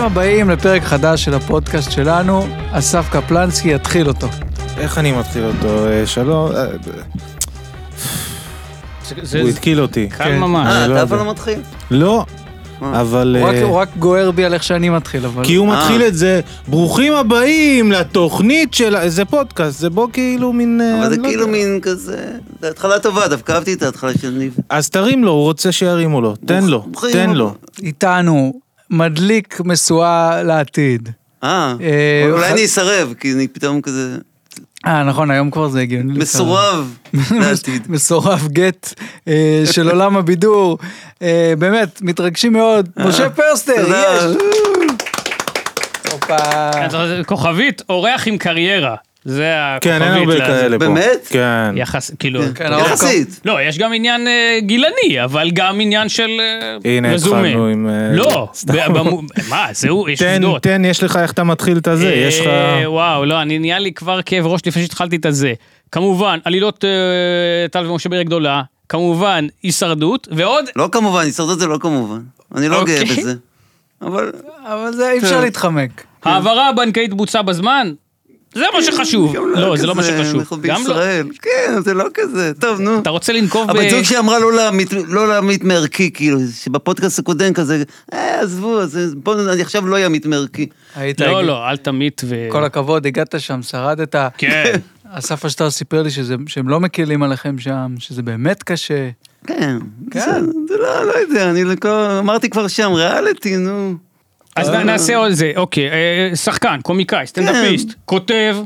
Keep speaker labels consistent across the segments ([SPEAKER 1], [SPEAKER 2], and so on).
[SPEAKER 1] הבאים לפרק חדש של הפודקאסט שלנו. אסף קפלנסקי יתחיל אותו.
[SPEAKER 2] איך אני מתחיל אותו? אה, שלום. אה,
[SPEAKER 3] זה- זה-
[SPEAKER 2] הוא
[SPEAKER 3] זה
[SPEAKER 2] התקיל אותי.
[SPEAKER 3] קל
[SPEAKER 1] כן.
[SPEAKER 3] ממש.
[SPEAKER 2] אני
[SPEAKER 4] אה,
[SPEAKER 2] לא
[SPEAKER 4] אתה
[SPEAKER 2] יודע.
[SPEAKER 4] אבל לא מתחיל?
[SPEAKER 2] לא,
[SPEAKER 4] אה.
[SPEAKER 2] אבל...
[SPEAKER 1] הוא רק-
[SPEAKER 2] אה,
[SPEAKER 1] הוא רק גוער בי על איך שאני מתחיל, אבל...
[SPEAKER 2] כי הוא
[SPEAKER 4] אה.
[SPEAKER 2] מתחיל את זה, ברוכים הבאים לתוכנית של... ה-" זה פודקאסט, זה בו כאילו מין... אה,
[SPEAKER 4] אבל זה
[SPEAKER 2] לא
[SPEAKER 4] כאילו
[SPEAKER 2] יודע.
[SPEAKER 4] מין כזה... זה התחלה טובה, דווקא אהבתי את ההתחלה של ניב.
[SPEAKER 2] אז תרים לו, הוא רוצה שירימו לו. תן לו,
[SPEAKER 4] ברוכים
[SPEAKER 2] תן
[SPEAKER 4] הבא.
[SPEAKER 2] לו.
[SPEAKER 1] איתנו מדליק משואה לעתיד.
[SPEAKER 4] אה,
[SPEAKER 1] אה,
[SPEAKER 4] אולי
[SPEAKER 1] ח-
[SPEAKER 4] אני אסרב, כי אני פתאום כזה
[SPEAKER 1] אה, נכון, היום כבר זה הגיוני.
[SPEAKER 4] מסורב לעתיד.
[SPEAKER 1] מסורב גט אה, של עולם הבידור. אה, באמת, מתרגשים מאוד.
[SPEAKER 2] אה,
[SPEAKER 1] משה פרסטר,
[SPEAKER 4] תודה.
[SPEAKER 1] יש! הופה.
[SPEAKER 2] אה.
[SPEAKER 3] אז זה כוכבית, אורח עם קריירה. זה הכוכבית.
[SPEAKER 2] כן, אין הרבה
[SPEAKER 3] לזה.
[SPEAKER 2] כאלה פה.
[SPEAKER 4] באמת?
[SPEAKER 2] כן.
[SPEAKER 3] יחס, כאילו...
[SPEAKER 1] כן, הרוב
[SPEAKER 4] יחסית.
[SPEAKER 3] לא, יש גם עניין אה, גילני, אבל גם עניין של אה,
[SPEAKER 2] הנה,
[SPEAKER 3] רזומה.
[SPEAKER 2] התחלנו עם, אה,
[SPEAKER 3] לא, ב- במו- מה, זהו, יש
[SPEAKER 2] תן,
[SPEAKER 3] עובדות.
[SPEAKER 2] תן, יש לך איך אתה מתחיל את הזה, יש לך...
[SPEAKER 3] אה, וואו, לא, אני נהיה לי כבר כאב ראש לפני שהתחלתי את הזה. כמובן, עלילות אה, טל ומשה בעיר גדולה, כמובן, הישרדות, ועוד...
[SPEAKER 4] לא כמובן, הישרדות זה לא כמובן. אני לא גאה
[SPEAKER 3] אוקיי.
[SPEAKER 4] בזה. אבל...
[SPEAKER 1] אבל זה אי
[SPEAKER 2] כן.
[SPEAKER 1] אפשר להתחמק.
[SPEAKER 3] העברה הבנקאית בוצעה בזמן? זה מה שחשוב. לא, זה לא מה
[SPEAKER 4] כזה,
[SPEAKER 3] שחשוב.
[SPEAKER 4] אנחנו
[SPEAKER 3] גם לא.
[SPEAKER 4] בישראל. כן, זה לא כזה. טוב, נו.
[SPEAKER 3] אתה רוצה לנקוב אה, ב...
[SPEAKER 4] הבת זוג שאמרה לא להמית, לא להמית מערכי, כאילו, שבפודקאסט הקודם כזה, אה, עזבו, אז בואו, אני עכשיו לא ימית מערכי.
[SPEAKER 1] היית...
[SPEAKER 3] לא, לא, אל תמית ו...
[SPEAKER 1] כל הכבוד, הגעת שם, שרדת.
[SPEAKER 3] כן.
[SPEAKER 1] אסף אשטר סיפר לי שזה- שהם לא מקלים עליכם שם, שזה באמת קשה.
[SPEAKER 4] כן.
[SPEAKER 1] כן.
[SPEAKER 4] בסדר, זה לא, לא יודע, אני לא... אמרתי כבר שם, ריאליטי, נו.
[SPEAKER 3] אז נ- נעשה עוד זה, אוקיי. אה, שחקן, קומיקאי, סטנדאפיסט, כותב.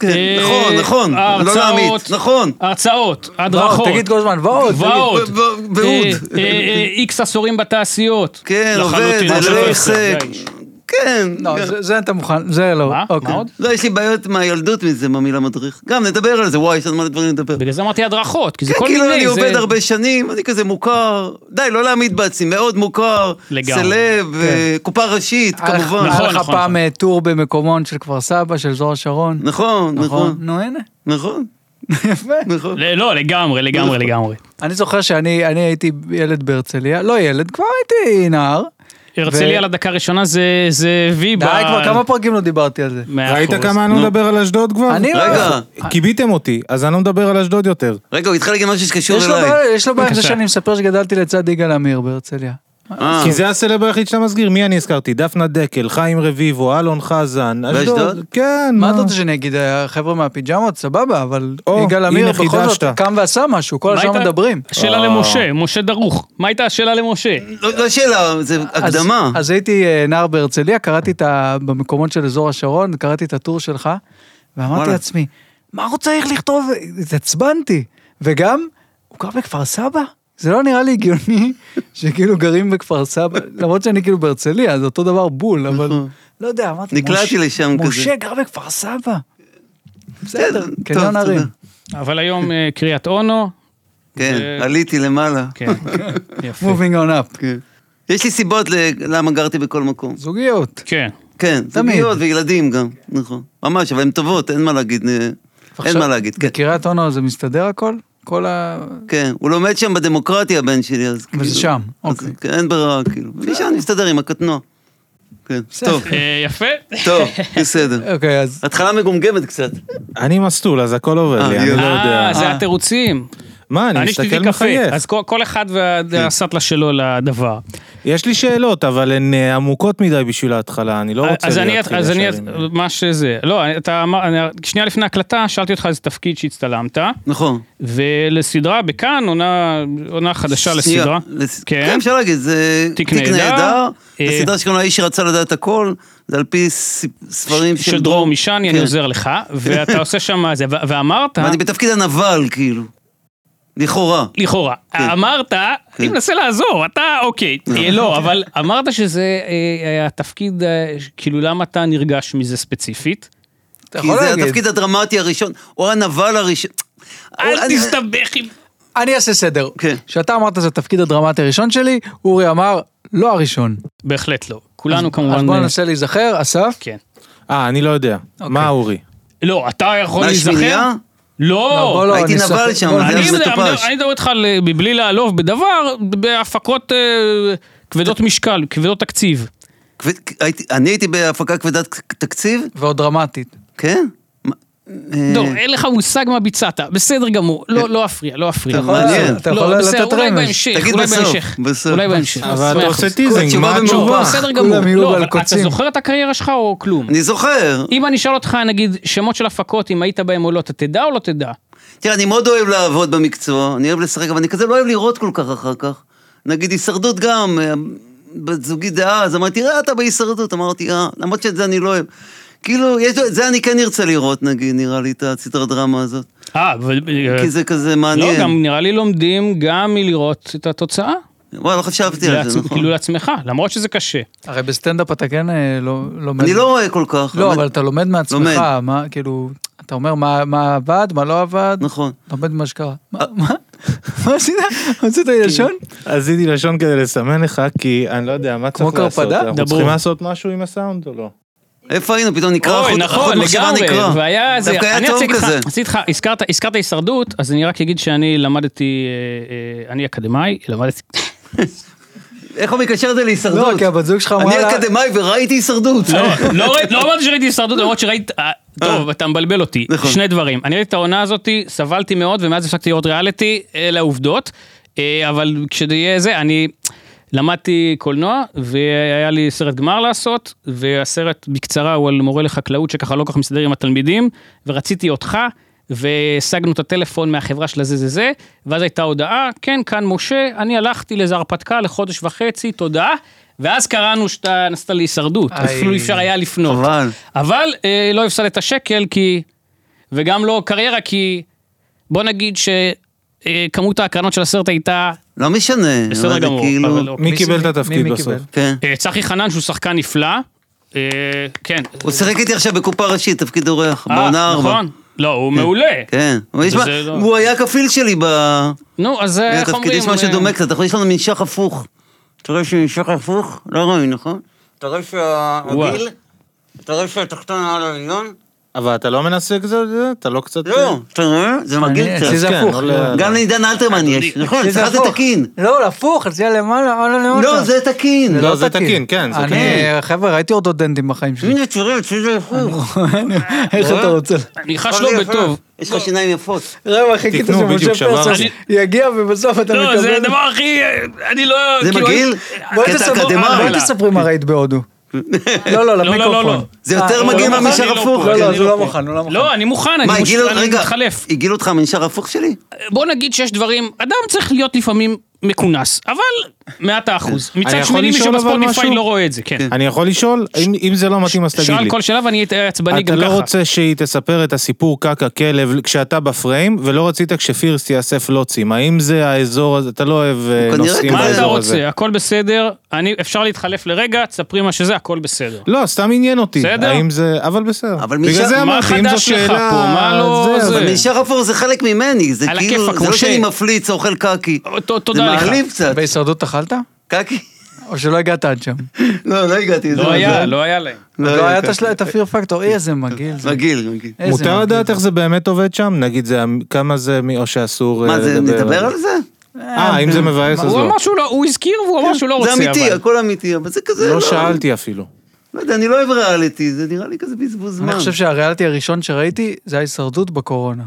[SPEAKER 4] כן,
[SPEAKER 3] אה,
[SPEAKER 4] נכון, נכון, לא
[SPEAKER 3] הרצאות,
[SPEAKER 4] להמית, נכון.
[SPEAKER 3] הרצאות,
[SPEAKER 1] וואו,
[SPEAKER 3] הדרכות.
[SPEAKER 1] תגיד כל הזמן, ועוד.
[SPEAKER 3] ועוד.
[SPEAKER 4] ב- ב- ועוד.
[SPEAKER 3] אה, אה, אה, איקס עשורים בתעשיות.
[SPEAKER 4] כן, עובד,
[SPEAKER 3] לחלוטין,
[SPEAKER 4] זה
[SPEAKER 3] לא
[SPEAKER 4] לא
[SPEAKER 3] אחד,
[SPEAKER 4] עוסק.
[SPEAKER 3] די.
[SPEAKER 4] כן.
[SPEAKER 1] לא,
[SPEAKER 4] גם-
[SPEAKER 1] זה- זה אתה מוכן, זה לא.
[SPEAKER 3] מה?
[SPEAKER 1] אוקיי.
[SPEAKER 3] מה עוד?
[SPEAKER 4] לא, יש לי בעיות מהילדות מזה, מהמילה מדריך. גם נדבר על זה, וואי, יש לנו מלא דברים לדבר.
[SPEAKER 3] בגלל זה אמרתי הדרכות, כי זה
[SPEAKER 4] כן,
[SPEAKER 3] כל מיני...
[SPEAKER 4] כאילו אני
[SPEAKER 3] זה-
[SPEAKER 4] עובד הרבה שנים, אני כזה מוכר, די, לא להעמיד בעצמי, מאוד מוכר,
[SPEAKER 3] לגמרי. כן.
[SPEAKER 4] סלב, אה, קופה ראשית,
[SPEAKER 1] היה לך-
[SPEAKER 4] כמובן.
[SPEAKER 3] נכון,
[SPEAKER 1] היה לך
[SPEAKER 3] נכון,
[SPEAKER 1] פעם
[SPEAKER 3] נכון.
[SPEAKER 1] אה, טור במקומון של כפר סבא, של זוהר שרון.
[SPEAKER 4] נכון,
[SPEAKER 1] נכון.
[SPEAKER 4] נכון,
[SPEAKER 1] נו, הנה.
[SPEAKER 4] נכון,
[SPEAKER 1] יפה.
[SPEAKER 4] נכון.
[SPEAKER 3] ל- לא, לגמרי, לגמרי, לגמרי.
[SPEAKER 1] אני זוכר שאני אני הייתי ילד בהרצליה, לא ילד, כבר הייתי נער.
[SPEAKER 3] הרצליה
[SPEAKER 1] ו-
[SPEAKER 3] לדקה הראשונה זה- זה וי ב...
[SPEAKER 1] די, כבר כמה פרקים לא דיברתי על זה.
[SPEAKER 3] מאה
[SPEAKER 2] ראית
[SPEAKER 3] אחוז.
[SPEAKER 2] כמה אני לא מדבר על אשדוד כבר?
[SPEAKER 1] אני לא...
[SPEAKER 4] רגע,
[SPEAKER 2] כיביתם אותי, אז אני לא מדבר על אשדוד יותר.
[SPEAKER 4] רגע, הוא התחיל להגיד משהו שקשור
[SPEAKER 1] יש לו
[SPEAKER 4] אליי.
[SPEAKER 1] בעיה- יש לו בעיה עם זה
[SPEAKER 3] בבקשה.
[SPEAKER 1] שאני מספר שגדלתי לצד יגאל עמיר בהרצליה.
[SPEAKER 4] אה,
[SPEAKER 3] כן,
[SPEAKER 2] כי זה הסלב היחיד שאתה מסגיר, מי אני הזכרתי? דפנה דקל, חיים רביבו, אלון חזן, אשדוד.
[SPEAKER 4] באשדוד?
[SPEAKER 2] כן,
[SPEAKER 1] מה אתה רוצה שאני אגיד, החבר'ה מהפיג'מות, סבבה, אבל
[SPEAKER 2] או,
[SPEAKER 1] יגאל עמיר
[SPEAKER 2] הנה,
[SPEAKER 1] בכל זאת
[SPEAKER 2] חידשת.
[SPEAKER 1] קם ועשה משהו, כל
[SPEAKER 3] מה
[SPEAKER 1] השאר
[SPEAKER 3] הייתה-
[SPEAKER 1] מדברים.
[SPEAKER 3] שאלה למשה, משה דרוך. מה הייתה השאלה למשה?
[SPEAKER 4] לא לא שאלה, זה
[SPEAKER 1] אז-
[SPEAKER 4] הקדמה.
[SPEAKER 1] אז הייתי אה, נער בהרצליה, קראתי את ה... במקומות של אזור השרון, קראתי את הטור שלך, ואמרתי
[SPEAKER 4] וואלה.
[SPEAKER 1] לעצמי, מה הוא צריך לכתוב? התעצבנתי. וגם, הוא גר בכפר סבא? זה לא נראה לי הגיוני שכאילו גרים בכפר סבא, למרות שאני כאילו בהרצליה, זה אותו דבר בול, אבל
[SPEAKER 4] נכון.
[SPEAKER 1] לא יודע, אמרתי,
[SPEAKER 4] נקלעתי
[SPEAKER 1] "משה-
[SPEAKER 4] לשם כזה." כן,
[SPEAKER 1] משה גר בכפר סבא. בסדר,
[SPEAKER 4] טוב,
[SPEAKER 1] קניון
[SPEAKER 4] תודה.
[SPEAKER 1] הרים.
[SPEAKER 3] אבל היום אה, קריית אונו.
[SPEAKER 4] כן,
[SPEAKER 3] אה,
[SPEAKER 4] עליתי למעלה.
[SPEAKER 3] כן, יפה.
[SPEAKER 1] מובינג און אפ.
[SPEAKER 4] כן. יש לי סיבות ל- למה גרתי בכל מקום.
[SPEAKER 1] זוגיות.
[SPEAKER 3] כן.
[SPEAKER 4] כן, זוגיות וילדים גם, נכון. ממש, אבל הן טובות, אין מה להגיד. אה, אין
[SPEAKER 1] עכשיו,
[SPEAKER 4] מה להגיד, כן.
[SPEAKER 1] בקריית אונו זה מסתדר הכל? כל ה...
[SPEAKER 4] כן, הוא לומד שם בדמוקרטיה, הבן שלי, אז כאילו...
[SPEAKER 1] וזה שם,
[SPEAKER 4] אז
[SPEAKER 1] אוקיי.
[SPEAKER 4] כן, אין ברירה, כאילו. ושם אני מסתדר עם הקטנוע. כן,
[SPEAKER 1] בסדר.
[SPEAKER 4] טוב,
[SPEAKER 3] אה, יפה.
[SPEAKER 4] טוב, בסדר.
[SPEAKER 1] אוקיי, אז
[SPEAKER 4] התחלה מגומגמת קצת.
[SPEAKER 2] אני מסטול, אז הכל עובד
[SPEAKER 4] אה,
[SPEAKER 2] לי, אני
[SPEAKER 4] יאללה.
[SPEAKER 2] לא יודע.
[SPEAKER 3] אה, זה
[SPEAKER 1] אה.
[SPEAKER 3] התירוצים.
[SPEAKER 2] מה, אני
[SPEAKER 3] אני שתיתי
[SPEAKER 2] מסתכל
[SPEAKER 3] קפה.
[SPEAKER 2] מחייך. כן.
[SPEAKER 3] אז כל- כל אחד והסטלה שלו לדבר.
[SPEAKER 2] יש לי שאלות, אבל הן אה, עמוקות מדי בשביל ההתחלה, אני לא
[SPEAKER 3] אה, אז
[SPEAKER 2] רוצה
[SPEAKER 3] אני,
[SPEAKER 2] להתחיל
[SPEAKER 3] אז אני,
[SPEAKER 2] ישר עם-
[SPEAKER 3] מה שזה, לא, אני- אתה אמר, אני- שנייה לפני ההקלטה, שאלתי אותך איזה תפקיד שהצטלמת,
[SPEAKER 4] נכון.
[SPEAKER 3] ולסדרה בכאן, עונה, עונה חדשה
[SPEAKER 4] שנייה,
[SPEAKER 3] לסדרה.
[SPEAKER 4] לס- כן,
[SPEAKER 3] כן.
[SPEAKER 4] אפשר להגיד, זה
[SPEAKER 3] תיק
[SPEAKER 4] תיק
[SPEAKER 3] נהדר.
[SPEAKER 4] נהדר.
[SPEAKER 3] אה,
[SPEAKER 4] זו סדרה שקוראים לה איש רצה לדעת הכל, זה על פי ס- ספרים
[SPEAKER 3] של דרור מישני, אני
[SPEAKER 4] כן.
[SPEAKER 3] עוזר לך, ואתה עושה שם זה, ו- ואמרת,
[SPEAKER 4] ואני בתפקיד הנבל, כאילו. לכאורה.
[SPEAKER 3] לכאורה, אמרת, אני מנסה לעזור, אתה אוקיי, אה, לא, אבל אמרת שזה אה, אה, התפקיד, אה, ש- כאילו למה אתה נרגש מזה ספציפית?
[SPEAKER 1] אתה
[SPEAKER 4] כי
[SPEAKER 1] יכול
[SPEAKER 4] זה
[SPEAKER 1] להגיד.
[SPEAKER 4] התפקיד הדרמטי הראשון, או הנבל הראשון.
[SPEAKER 3] אל
[SPEAKER 4] אני-
[SPEAKER 3] תסתבך עם...
[SPEAKER 1] אני אעשה סדר.
[SPEAKER 4] כן.
[SPEAKER 1] כשאתה אמרת זה התפקיד הדרמטי הראשון שלי, אורי אמר, לא הראשון.
[SPEAKER 3] בהחלט לא, כולנו
[SPEAKER 1] אז
[SPEAKER 3] כמובן...
[SPEAKER 1] בוא
[SPEAKER 3] אה,
[SPEAKER 1] ננסה להיזכר, אסף.
[SPEAKER 3] כן.
[SPEAKER 2] אה, אני לא יודע.
[SPEAKER 3] אוקיי.
[SPEAKER 2] מה אורי?
[SPEAKER 3] לא, אתה יכול
[SPEAKER 4] מה,
[SPEAKER 3] להיזכר?
[SPEAKER 4] שמינייה?
[SPEAKER 3] לא,
[SPEAKER 1] לא,
[SPEAKER 4] הייתי
[SPEAKER 1] אני
[SPEAKER 4] נבל
[SPEAKER 1] סופר-
[SPEAKER 4] שם,
[SPEAKER 1] בוא,
[SPEAKER 4] זה
[SPEAKER 3] אני
[SPEAKER 4] היה
[SPEAKER 3] מדבר-
[SPEAKER 4] מטופש.
[SPEAKER 3] אני לא- מדבר איתך על- אה, מבלי לעלוב בדבר, בהפקות אה, כבדות משקל, כבדות תקציב.
[SPEAKER 4] כבד- הייתי- אני הייתי בהפקה כבדת תקציב,
[SPEAKER 1] ועוד דרמטית.
[SPEAKER 4] כן? מה-
[SPEAKER 3] דור,
[SPEAKER 4] אה,
[SPEAKER 3] לא, אין לך מושג מה ביצעת, בסדר גמור, לא לא אפריע, לא אפריע.
[SPEAKER 4] אתה יכול- מעניין.
[SPEAKER 1] אתה
[SPEAKER 3] לא,
[SPEAKER 1] יכול
[SPEAKER 3] בסדר,
[SPEAKER 1] לתת
[SPEAKER 3] אולי
[SPEAKER 1] רמז.
[SPEAKER 3] בהמשך,
[SPEAKER 4] תגיד
[SPEAKER 3] אולי
[SPEAKER 4] בסוף,
[SPEAKER 3] בהמשך.
[SPEAKER 4] בסוף.
[SPEAKER 3] אולי בהמשך.
[SPEAKER 2] אבל אתה
[SPEAKER 3] מאה
[SPEAKER 2] עושה
[SPEAKER 3] אחוז.
[SPEAKER 2] טיזינג,
[SPEAKER 4] התשובה
[SPEAKER 2] מה
[SPEAKER 4] במרובה.
[SPEAKER 2] התשובה?
[SPEAKER 3] לא, בסדר גמור.
[SPEAKER 1] כולם יהיו
[SPEAKER 3] לא, אבל אתה
[SPEAKER 1] בלקוצים.
[SPEAKER 3] זוכר את הקריירה שלך או כלום?
[SPEAKER 4] אני זוכר.
[SPEAKER 3] אם אני אשאל אותך, נגיד, שמות של הפקות, אם היית בהם או לא, אתה תדע או לא תדע?
[SPEAKER 4] תראה, אני מאוד אוהב לעבוד במקצוע, אני אוהב לשחק, אבל אני כזה לא אוהב לראות כל כך אחר כך. נגיד הישרדות גם, אה, בת זוגי דאז, אמרתי, אה, אתה בהישרדות, אמרתי, אה, למרות שאת זה אני לא אוהב. כאילו, יש, זה אני כן ארצה לראות, נגיד, נראה לי, את הסדרת דרמה הזאת.
[SPEAKER 3] אה, אבל...
[SPEAKER 4] כי זה כזה
[SPEAKER 3] לא,
[SPEAKER 4] מעניין.
[SPEAKER 3] גם נראה לי לומדים גם מלראות את התוצאה.
[SPEAKER 4] וואי, לא חשבתי על זה,
[SPEAKER 3] לעצ-
[SPEAKER 4] נכון.
[SPEAKER 3] כאילו לעצמך, למרות שזה קשה.
[SPEAKER 1] הרי בסטנדאפ אתה כן אה, לא לומד.
[SPEAKER 4] אני לא רואה כל כך.
[SPEAKER 1] לא, אבל אתה לומד מעצמך,
[SPEAKER 4] לומד.
[SPEAKER 1] מה, כאילו, אתה אומר מה מה עבד, מה לא עבד,
[SPEAKER 4] נכון.
[SPEAKER 1] לומד ממה שקרה. מה, מה? מה עשית? הוצאת
[SPEAKER 4] כן.
[SPEAKER 1] לשון?
[SPEAKER 2] עשיתי לשון כדי לסמן לך, כי אני לא יודע, מה
[SPEAKER 1] כמו
[SPEAKER 2] צריך לעשות?
[SPEAKER 1] קרפדה?
[SPEAKER 2] אנחנו
[SPEAKER 3] דברו.
[SPEAKER 2] צריכים לעשות משהו עם הסאונד או לא?
[SPEAKER 4] איפה היינו? פתאום נקרא
[SPEAKER 3] אוי,
[SPEAKER 4] החוט, החוט
[SPEAKER 3] נכון,
[SPEAKER 4] מחשבה
[SPEAKER 3] לגמרי,
[SPEAKER 4] נקרא.
[SPEAKER 3] והיה זה,
[SPEAKER 4] דווקא
[SPEAKER 3] אני
[SPEAKER 4] היה טוב
[SPEAKER 3] רציתי
[SPEAKER 4] כזה.
[SPEAKER 3] לך, רציתי לך, הזכרת, הזכרת הישרדות, אז אני רק אגיד שאני למדתי, אה, אה, אני אקדמאי, למדתי,
[SPEAKER 4] איך הוא מקשר את זה
[SPEAKER 1] לא,
[SPEAKER 4] להישרדות?
[SPEAKER 1] כי הבת זוג שלך אמרה
[SPEAKER 4] אני
[SPEAKER 1] לה...
[SPEAKER 4] אקדמאי וראיתי הישרדות.
[SPEAKER 3] לא, לא ראיתי- לא אמרתי שראיתי הישרדות, למרות שראית, אה, טוב, אתה מבלבל אותי,
[SPEAKER 4] נכון.
[SPEAKER 3] שני דברים, אני ראיתי את העונה הזאתי, סבלתי מאוד, ומאז הפסקתי לראות ריאליטי, אלה העובדות, אה, אבל כשזה יהיה זה, אני... למדתי קולנוע, והיה לי סרט גמר לעשות, והסרט בקצרה הוא על מורה לחקלאות שככה לא כל כך מסתדר עם התלמידים, ורציתי אותך, והשגנו את הטלפון מהחברה של הזה זה זה, ואז הייתה הודעה, כן, כאן משה, אני הלכתי לאיזה הרפתקה לחודש וחצי, תודה, ואז קראנו שאתה נסת להישרדות,
[SPEAKER 1] איי.
[SPEAKER 3] אפילו אי אפשר היה לפנות.
[SPEAKER 4] חבל.
[SPEAKER 3] אבל אה, לא הפסדת שקל, כי... וגם לא קריירה, כי... בוא נגיד שכמות ההקרנות של הסרט הייתה
[SPEAKER 4] לא משנה. אבל
[SPEAKER 3] בסדר
[SPEAKER 4] זה
[SPEAKER 3] גמור,
[SPEAKER 4] כאילו-
[SPEAKER 3] אבל אוקיי.
[SPEAKER 2] מי קיבל את
[SPEAKER 1] מי-
[SPEAKER 2] התפקיד
[SPEAKER 1] מי
[SPEAKER 2] בסוף?
[SPEAKER 1] קיבל?
[SPEAKER 4] כן.
[SPEAKER 3] אה, צחי חנן שהוא שחקן נפלא, אה, כן.
[SPEAKER 4] הוא שיחק איתי עכשיו בקופה ראשית, תפקיד אורח,
[SPEAKER 3] אה,
[SPEAKER 4] בעונה ארבע.
[SPEAKER 3] נכון. לא, הוא מעולה.
[SPEAKER 4] כן. הוא יש
[SPEAKER 3] וזה
[SPEAKER 4] מה-
[SPEAKER 3] לא-
[SPEAKER 4] הוא היה כפיל שלי ב...
[SPEAKER 3] נו, אז אה, איך
[SPEAKER 4] בתפקיד,
[SPEAKER 3] אומרים?
[SPEAKER 4] יש משהו
[SPEAKER 3] אה,
[SPEAKER 4] דומה קצת, אנחנו- יש לנו מנשך הפוך. אתה רואה שמנשך הפוך? לא רואים, נכון? אתה רואה שהעגיל? אתה רואה שהתחתון על העליון?
[SPEAKER 2] אבל אתה לא מנסה כזה, אתה לא קצת...
[SPEAKER 4] לא, אתה רואה? זה מגעיל
[SPEAKER 1] מעניין, אצלי
[SPEAKER 4] קצת. אה,
[SPEAKER 1] זה
[SPEAKER 2] כן,
[SPEAKER 1] הפוך.
[SPEAKER 2] לא ל-
[SPEAKER 4] גם לעידן אלתרמן יש, נכון,
[SPEAKER 1] אצלי זה
[SPEAKER 4] אצלך זה
[SPEAKER 1] הפוך.
[SPEAKER 4] תקין.
[SPEAKER 1] לא, הפוך, אצלי למעלה, עולה למטה.
[SPEAKER 4] לא, זה תקין.
[SPEAKER 2] לא, זה תקין, כן, זה
[SPEAKER 1] אני, חבר'ה, ראיתי אורדודנטים בחיים שלי.
[SPEAKER 4] הנה, תראה, אצלי זה הפוך.
[SPEAKER 1] איך אתה רוצה?
[SPEAKER 3] אני חש אה, לא בטוב.
[SPEAKER 4] אה, יש לך שיניים יפות.
[SPEAKER 1] רבע, חיכית
[SPEAKER 2] תקנו, בדיוק
[SPEAKER 1] שמשה
[SPEAKER 2] שברנו.
[SPEAKER 1] פרסון יגיע ובסוף אתה מקבל...
[SPEAKER 3] לא, זה הדבר הכי... אני לא...
[SPEAKER 4] זה
[SPEAKER 3] כאילו,
[SPEAKER 4] מגעיל?
[SPEAKER 3] אני-
[SPEAKER 1] בואי
[SPEAKER 4] קטע
[SPEAKER 1] תספרו-
[SPEAKER 4] אקדמאי.
[SPEAKER 1] בואי תספרי מה ראית בהודו. לא, לא,
[SPEAKER 3] לא, לא, לא.
[SPEAKER 1] למיקרופון.
[SPEAKER 4] זה יותר
[SPEAKER 1] אה,
[SPEAKER 4] מגעיל
[SPEAKER 1] לא,
[SPEAKER 3] אני
[SPEAKER 4] מהמשאר
[SPEAKER 3] לא
[SPEAKER 4] הפוך.
[SPEAKER 3] פה,
[SPEAKER 1] לא, לא,
[SPEAKER 3] אני
[SPEAKER 1] זה לא מוכן, הוא לא מוכן.
[SPEAKER 3] לא, אני מוכן, אני
[SPEAKER 4] מה,
[SPEAKER 3] מוש-
[SPEAKER 4] הגעילו,
[SPEAKER 3] אני
[SPEAKER 4] רגע,
[SPEAKER 3] מתחלף.
[SPEAKER 4] הגעילו אותך מנשאר הפוך שלי?
[SPEAKER 3] בוא נגיד שיש דברים, אדם צריך להיות לפעמים מכונס, אבל מעט האחוז. מצד
[SPEAKER 2] יכול
[SPEAKER 3] שני, מי
[SPEAKER 2] לשאול אבל
[SPEAKER 3] שבספוטיפיי
[SPEAKER 2] משהו?
[SPEAKER 3] לא רואה את זה, כן.
[SPEAKER 2] אני יכול לשאול? אם- אם זה לא מתאים אז תגיד
[SPEAKER 3] שאל
[SPEAKER 2] לי.
[SPEAKER 3] כל שאלה ואני אהיה עצבני
[SPEAKER 2] אתה
[SPEAKER 3] גם
[SPEAKER 2] לא
[SPEAKER 3] ככה.
[SPEAKER 2] רוצה שהיא תספר את הסיפור קקה כלב כשאתה בפריים, ולא רצית כשפירס תיאסף לוצים. האם זה האזור הזה, אתה לא אוהב אה,
[SPEAKER 4] כנראה
[SPEAKER 2] נושאים
[SPEAKER 4] כזה.
[SPEAKER 3] מה אתה
[SPEAKER 2] באזור הזה.
[SPEAKER 3] רוצה? הכל בסדר, אני- אפשר להתחלף לרגע, תספרי מה שזה, הכל בסדר.
[SPEAKER 2] לא, סתם עניין אותי.
[SPEAKER 3] בסדר.
[SPEAKER 2] האם זה, אבל בסדר.
[SPEAKER 4] אבל מי
[SPEAKER 2] בגלל
[SPEAKER 4] ש-
[SPEAKER 2] זה
[SPEAKER 4] מה
[SPEAKER 2] אמרתי, אם זו
[SPEAKER 3] חדש לך
[SPEAKER 2] שאלה...
[SPEAKER 3] פה? מה לא
[SPEAKER 2] אז-
[SPEAKER 3] זה?
[SPEAKER 4] אבל מנשאר הפוך זה חלק ממני, זה
[SPEAKER 3] על
[SPEAKER 4] כאילו,
[SPEAKER 3] הכיפאק,
[SPEAKER 4] זה לא
[SPEAKER 3] משה.
[SPEAKER 4] שאני מפליץ, אוכל קקי.
[SPEAKER 3] ת- תודה
[SPEAKER 4] זה
[SPEAKER 3] לך.
[SPEAKER 4] מעליב קצת.
[SPEAKER 1] בהישרדות אכלת?
[SPEAKER 4] קקי? או
[SPEAKER 1] או שלא הגעת עד שם?
[SPEAKER 4] לא, לא הגעתי. זה
[SPEAKER 3] לא היה,
[SPEAKER 4] מזל.
[SPEAKER 3] לא היה להם.
[SPEAKER 1] לא היה את
[SPEAKER 4] קקי.
[SPEAKER 1] השל- את הפיר פקטור, אי איזה מגעיל. זה.
[SPEAKER 4] מגעיל, מגעיל.
[SPEAKER 1] איזה
[SPEAKER 2] מותר
[SPEAKER 1] מגעיל.
[SPEAKER 2] לדעת איך זה באמת עובד שם? נגיד זה, כמה זה, מ- או שאסור אה,
[SPEAKER 4] מה זה, נדבר על זה?
[SPEAKER 2] אה, אם זה מבאס אז
[SPEAKER 3] הוא
[SPEAKER 2] לא.
[SPEAKER 3] אמר שהוא לא, הוא הזכיר והוא
[SPEAKER 2] כן,
[SPEAKER 3] אמר שהוא לא
[SPEAKER 4] זה
[SPEAKER 3] רוצה,
[SPEAKER 4] אמיתי,
[SPEAKER 3] אבל.
[SPEAKER 4] הכל אמיתי, אבל זה כזה...
[SPEAKER 2] לא שאלתי אפילו.
[SPEAKER 4] לא יודע, אני לא אוהב ריאליטי, זה נראה לי כזה בזבוז זמן.
[SPEAKER 1] אני חושב שהריאליטי הראשון שראיתי זה ההישרדות בקורונה.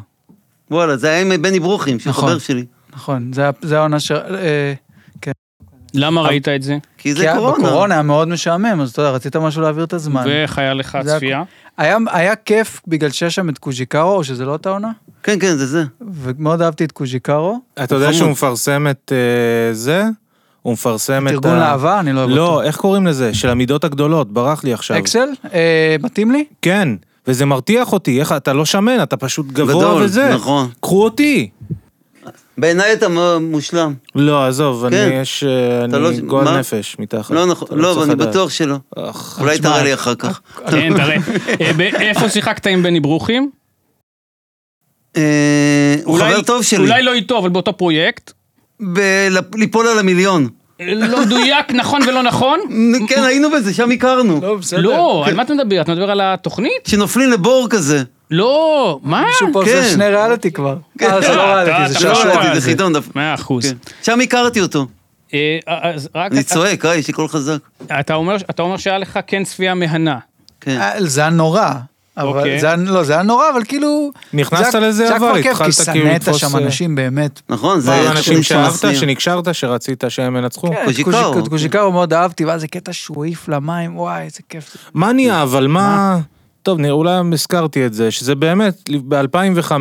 [SPEAKER 4] וואלה, זה היה עם בני ברוכים, שהוא
[SPEAKER 1] נכון.
[SPEAKER 4] חבר שלי.
[SPEAKER 1] נכון, זה היה- זה היה העונה ש... אה, כן.
[SPEAKER 3] למה ראית את זה?
[SPEAKER 4] כי זה
[SPEAKER 1] כי היה-
[SPEAKER 4] קורונה.
[SPEAKER 1] בקורונה היה מאוד משעמם, אז אתה יודע, רצית משהו להעביר את הזמן.
[SPEAKER 3] ואיך היה לך
[SPEAKER 1] זה
[SPEAKER 3] הצפייה?
[SPEAKER 1] היה- היה כיף בגלל שיש שם את קוז'יקרו, או שזה לא אותה עונה,
[SPEAKER 4] כן, כן, זה זה.
[SPEAKER 1] ומאוד אהבתי את קוז'יקרו.
[SPEAKER 2] אתה יודע
[SPEAKER 4] חמוד.
[SPEAKER 2] שהוא מפרסם את אה, זה? הוא מפרסם את...
[SPEAKER 1] את ארגון
[SPEAKER 2] ה-
[SPEAKER 1] להבה, אני לא אוהב אותו.
[SPEAKER 2] לא, איך קוראים לזה? של המידות הגדולות, ברח לי עכשיו.
[SPEAKER 1] אקסל? אה, מתאים לי?
[SPEAKER 2] כן, וזה מרתיח אותי, איך אתה לא שמן, אתה פשוט גבוה
[SPEAKER 4] גדול,
[SPEAKER 2] וזה.
[SPEAKER 4] נכון.
[SPEAKER 2] קחו אותי.
[SPEAKER 4] בעיניי אתה מ- מושלם.
[SPEAKER 2] לא, עזוב, אני
[SPEAKER 4] כן.
[SPEAKER 2] יש... אה,
[SPEAKER 4] אתה לא-
[SPEAKER 2] אני גועל
[SPEAKER 4] מה?
[SPEAKER 2] נפש מתחת.
[SPEAKER 4] לא נכון,
[SPEAKER 2] אתה
[SPEAKER 4] לא, אבל
[SPEAKER 2] צריך
[SPEAKER 4] אני
[SPEAKER 2] לדעת.
[SPEAKER 4] בטוח שלא.
[SPEAKER 2] אך,
[SPEAKER 4] אולי
[SPEAKER 1] תשמע,
[SPEAKER 4] תראה לי אחר כך.
[SPEAKER 3] כן, תראה. אה, ב- איפה שיחקת עם בני ברוכים?
[SPEAKER 4] אה, הוא
[SPEAKER 3] אולי-
[SPEAKER 4] חבר טוב שלי.
[SPEAKER 3] אולי לא איתו, אבל באותו פרויקט.
[SPEAKER 4] ב- ליפול על המיליון.
[SPEAKER 3] אה, לא מדויק, נכון ולא נכון?
[SPEAKER 4] כן, היינו בזה, שם הכרנו.
[SPEAKER 1] בסדר.
[SPEAKER 3] לא,
[SPEAKER 4] כן.
[SPEAKER 3] על מה אתה מדבר? אתה מדבר על התוכנית?
[SPEAKER 4] שנופלים לבור כזה.
[SPEAKER 3] לא, מה?
[SPEAKER 1] מישהו פה
[SPEAKER 4] כן.
[SPEAKER 1] עושה שני
[SPEAKER 2] כן.
[SPEAKER 1] ריאליטי כבר. אה, זה לא
[SPEAKER 3] אתה-
[SPEAKER 1] ריאליטי, זה
[SPEAKER 3] אתה-
[SPEAKER 4] לא
[SPEAKER 1] שעשוע.
[SPEAKER 4] ראיתי, זה חידון דווקא.
[SPEAKER 3] מאה אחוז.
[SPEAKER 4] כן. שם הכרתי אותו.
[SPEAKER 3] אה, אז רק...
[SPEAKER 4] כן. אני צועק, אה, יש לי קול חזק.
[SPEAKER 3] אתה אומר, אתה אומר שהיה לך כן צפייה מהנה.
[SPEAKER 4] כן.
[SPEAKER 1] אה, זה היה נורא. אבל
[SPEAKER 3] אוקיי.
[SPEAKER 1] זה היה, לא, זה היה נורא, אבל כאילו...
[SPEAKER 2] נכנסת
[SPEAKER 1] זה היה-
[SPEAKER 2] לזה,
[SPEAKER 1] זה היה
[SPEAKER 2] אבל
[SPEAKER 1] כבר כיף,
[SPEAKER 2] התחלת
[SPEAKER 1] כי
[SPEAKER 2] כאילו
[SPEAKER 1] שנאת
[SPEAKER 2] לתפוס,
[SPEAKER 1] שם
[SPEAKER 2] אה,
[SPEAKER 1] אנשים באמת.
[SPEAKER 4] נכון, זה
[SPEAKER 2] זה
[SPEAKER 4] היה
[SPEAKER 2] אנשים שאהבת,
[SPEAKER 4] שמשנאים.
[SPEAKER 2] שנקשרת, שרצית שהם ינצחו.
[SPEAKER 1] כן,
[SPEAKER 4] קוז'יקאו,
[SPEAKER 1] קוז'יקאו,
[SPEAKER 4] אוקיי.
[SPEAKER 1] קוז'יקאו מאוד אהבתי, ואז זה קטע שהוא העיף למים, וואי, איזה כיף. זה.
[SPEAKER 2] מה נהיה, אבל מה... טוב, נראה, אולי הזכרתי את זה, שזה באמת, ב-2005,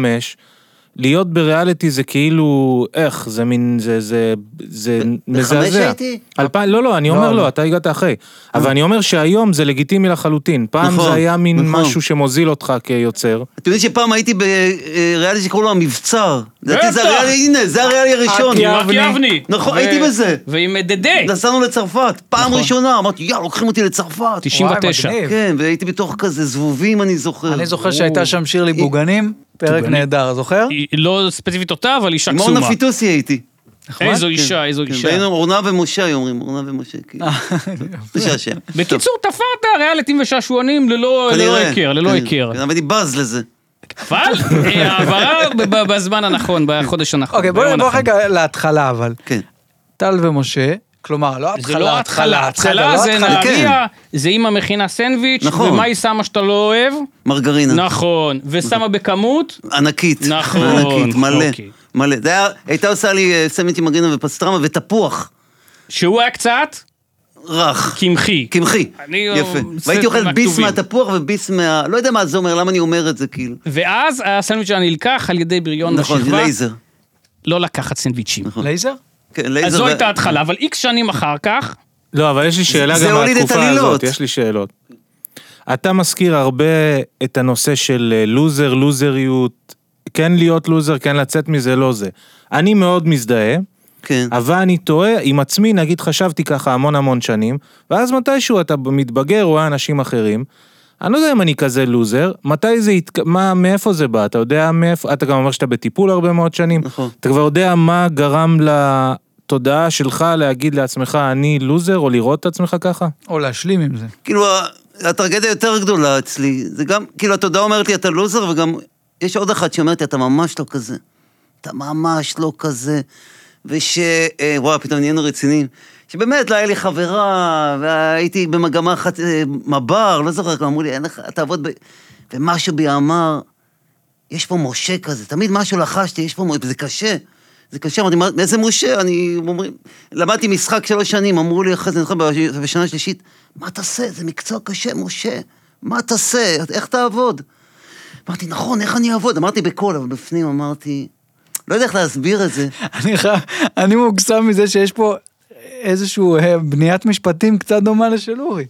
[SPEAKER 2] להיות בריאליטי זה כאילו, איך, זה מין, זה, זה, זה מזעזע.
[SPEAKER 4] הייתי? אה.
[SPEAKER 2] אלפיים, לא, לא, אני אומר
[SPEAKER 1] לא.
[SPEAKER 2] לא, אתה הגעת אחרי. אבל אני אומר שהיום זה לגיטימי לחלוטין. פעם
[SPEAKER 4] נכון,
[SPEAKER 2] זה היה מין
[SPEAKER 4] נכון.
[SPEAKER 2] משהו שמוזיל אותך כיוצר.
[SPEAKER 4] אתם יודעים שפעם הייתי בריאלי שקראו לו המבצר. לדעתי זה
[SPEAKER 3] בטח.
[SPEAKER 4] הריאלי, הנה, זה הריאלי הראשון.
[SPEAKER 3] עם מרק יבני.
[SPEAKER 4] נכון,
[SPEAKER 3] ו-
[SPEAKER 4] הייתי בזה. נכון.
[SPEAKER 3] ועם דדה.
[SPEAKER 4] נסענו לצרפת, פעם ראשונה, אמרתי, יאללה, לוקחים אותי לצרפת.
[SPEAKER 3] 99.
[SPEAKER 1] וואי, מגניב.
[SPEAKER 4] כן, והייתי בתוך כזה זבובים, אני זוכר.
[SPEAKER 1] אני זוכר שהייתה שם שירלי בוגנים, פרק נהדר, זוכר?
[SPEAKER 3] היא- לא ספציפית אותה, אבל אישה
[SPEAKER 4] עם
[SPEAKER 3] קסומה.
[SPEAKER 4] אורנה פיטוסי הייתי.
[SPEAKER 3] איזו
[SPEAKER 4] כן,
[SPEAKER 3] אישה, איזו
[SPEAKER 4] כן,
[SPEAKER 3] אישה.
[SPEAKER 4] והיינו אורנה ומשה, היו אומרים, אורנה ומשה, כאילו. זה השם.
[SPEAKER 3] בקיצור, תפרת ריאליטים ושעשועונים ללא ללא
[SPEAKER 4] כנראה.
[SPEAKER 3] היכר, ללא
[SPEAKER 4] כן,
[SPEAKER 3] היכר.
[SPEAKER 4] כן, אבל אני בז לזה.
[SPEAKER 3] אבל אה, העברה ב- ב- בזמן הנכון, בחודש הנכון.
[SPEAKER 1] אוקיי, בוא
[SPEAKER 3] ביום
[SPEAKER 1] נעבור
[SPEAKER 3] הנכון.
[SPEAKER 1] רגע להתחלה, אבל.
[SPEAKER 4] כן.
[SPEAKER 1] טל ומשה, כלומר, לא
[SPEAKER 3] זה
[SPEAKER 1] התחלה,
[SPEAKER 3] לא התחלה, התחלה
[SPEAKER 1] לא
[SPEAKER 3] זה
[SPEAKER 1] התחלה.
[SPEAKER 4] כן.
[SPEAKER 3] נהריה, זה אימא מכינה סנדוויץ,
[SPEAKER 4] נכון.
[SPEAKER 3] ומה היא שמה שאתה לא אוהב?
[SPEAKER 4] מרגרינה.
[SPEAKER 3] נכון.
[SPEAKER 1] אוקיי.
[SPEAKER 3] ושמה בכמות?
[SPEAKER 4] ענקית.
[SPEAKER 3] נכון,
[SPEAKER 4] ענקית, מלא.
[SPEAKER 3] אוקיי.
[SPEAKER 4] מלא. זה היה- הייתה עושה לי אה, סנדוויץ' עם מרגרינה ופסטרמה ותפוח
[SPEAKER 3] שהוא היה קצת
[SPEAKER 4] רך.
[SPEAKER 3] קמחי.
[SPEAKER 1] כן.
[SPEAKER 4] קמחי.
[SPEAKER 3] אני-
[SPEAKER 4] יפה.
[SPEAKER 3] סט
[SPEAKER 4] והייתי אוכל ביס
[SPEAKER 3] מהכתובים.
[SPEAKER 4] מהתפוח וביס מה... לא יודע מה זה אומר, למה אני אומר את זה, כאילו.
[SPEAKER 3] ואז הסנדוויץ' היה נלקח על ידי בריון
[SPEAKER 4] נכון,
[SPEAKER 3] בשכבה,
[SPEAKER 4] לייזר.
[SPEAKER 3] לא לקחת סנדוויצ'ים.
[SPEAKER 1] נכון, לייזר?
[SPEAKER 4] כן,
[SPEAKER 3] אז
[SPEAKER 4] לייזר.
[SPEAKER 3] זו
[SPEAKER 4] ו-
[SPEAKER 3] הייתה התחלה, אבל איקס שנים אחר כך,
[SPEAKER 2] לא, אבל יש לי שאלה
[SPEAKER 4] זה
[SPEAKER 2] גם
[SPEAKER 4] הוליד את
[SPEAKER 2] מהתקופה
[SPEAKER 4] הלילות.
[SPEAKER 2] הזאת, יש לי שאלות. אתה מזכיר הרבה את הנושא של אה, לוזר, לוזריות, כן להיות לוזר, כן לצאת מזה, לא זה. אני מאוד מזדהה,
[SPEAKER 4] כן.
[SPEAKER 2] אבל אני תוהה עם עצמי, נגיד חשבתי ככה המון המון שנים, ואז מתישהו אתה מתבגר, רואה אנשים אחרים. אני לא יודע אם אני כזה לוזר, מתי זה, התק... מה, מאיפה זה בא, אתה יודע מאיפה, אתה גם אומר שאתה בטיפול הרבה מאוד שנים,
[SPEAKER 4] נכון.
[SPEAKER 2] אתה כבר יודע מה גרם לתודעה שלך להגיד לעצמך, אני לוזר, או לראות את עצמך ככה?
[SPEAKER 1] או להשלים עם זה.
[SPEAKER 4] כאילו, ה- הטרגדיה יותר גדולה אצלי, זה גם, כאילו, התודעה אומרת לי, אתה לוזר, וגם, יש עוד אחת שאומרת לי, אתה ממש לא כזה. אתה ממש לא כזה. וש... אה, וואו, פתאום נהיינו רציניים. שבאמת, לא היה לי חברה, והייתי במגמה אחת, אה, מב"ר, לא זוכר, אמרו לי, אין לך, תעבוד ב... ומשהו בי אמר, יש פה משה כזה, תמיד משהו לחשתי, יש פה משה, זה קשה. זה קשה, אמרתי, "מה- מאיזה משה? אני... הם אומרים, למדתי משחק שלוש שנים, אמרו לי אחרי זה, אני זוכר, בש- בשנה השלישית, מה תעשה? זה מקצוע קשה, משה. מה תעשה? איך תעבוד? אמרתי, נכון, איך אני אעבוד? אמרתי בקול, אבל בפנים אמרתי, לא יודע איך להסביר את זה.
[SPEAKER 1] אני חי- אני מוגזם מזה שיש פה איזשהו אה, בניית משפטים קצת דומה לשל אורי.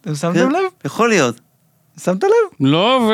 [SPEAKER 1] אתם שמתם
[SPEAKER 4] כן?
[SPEAKER 1] לב?
[SPEAKER 4] יכול להיות.
[SPEAKER 1] שמת לב?
[SPEAKER 3] לא ו...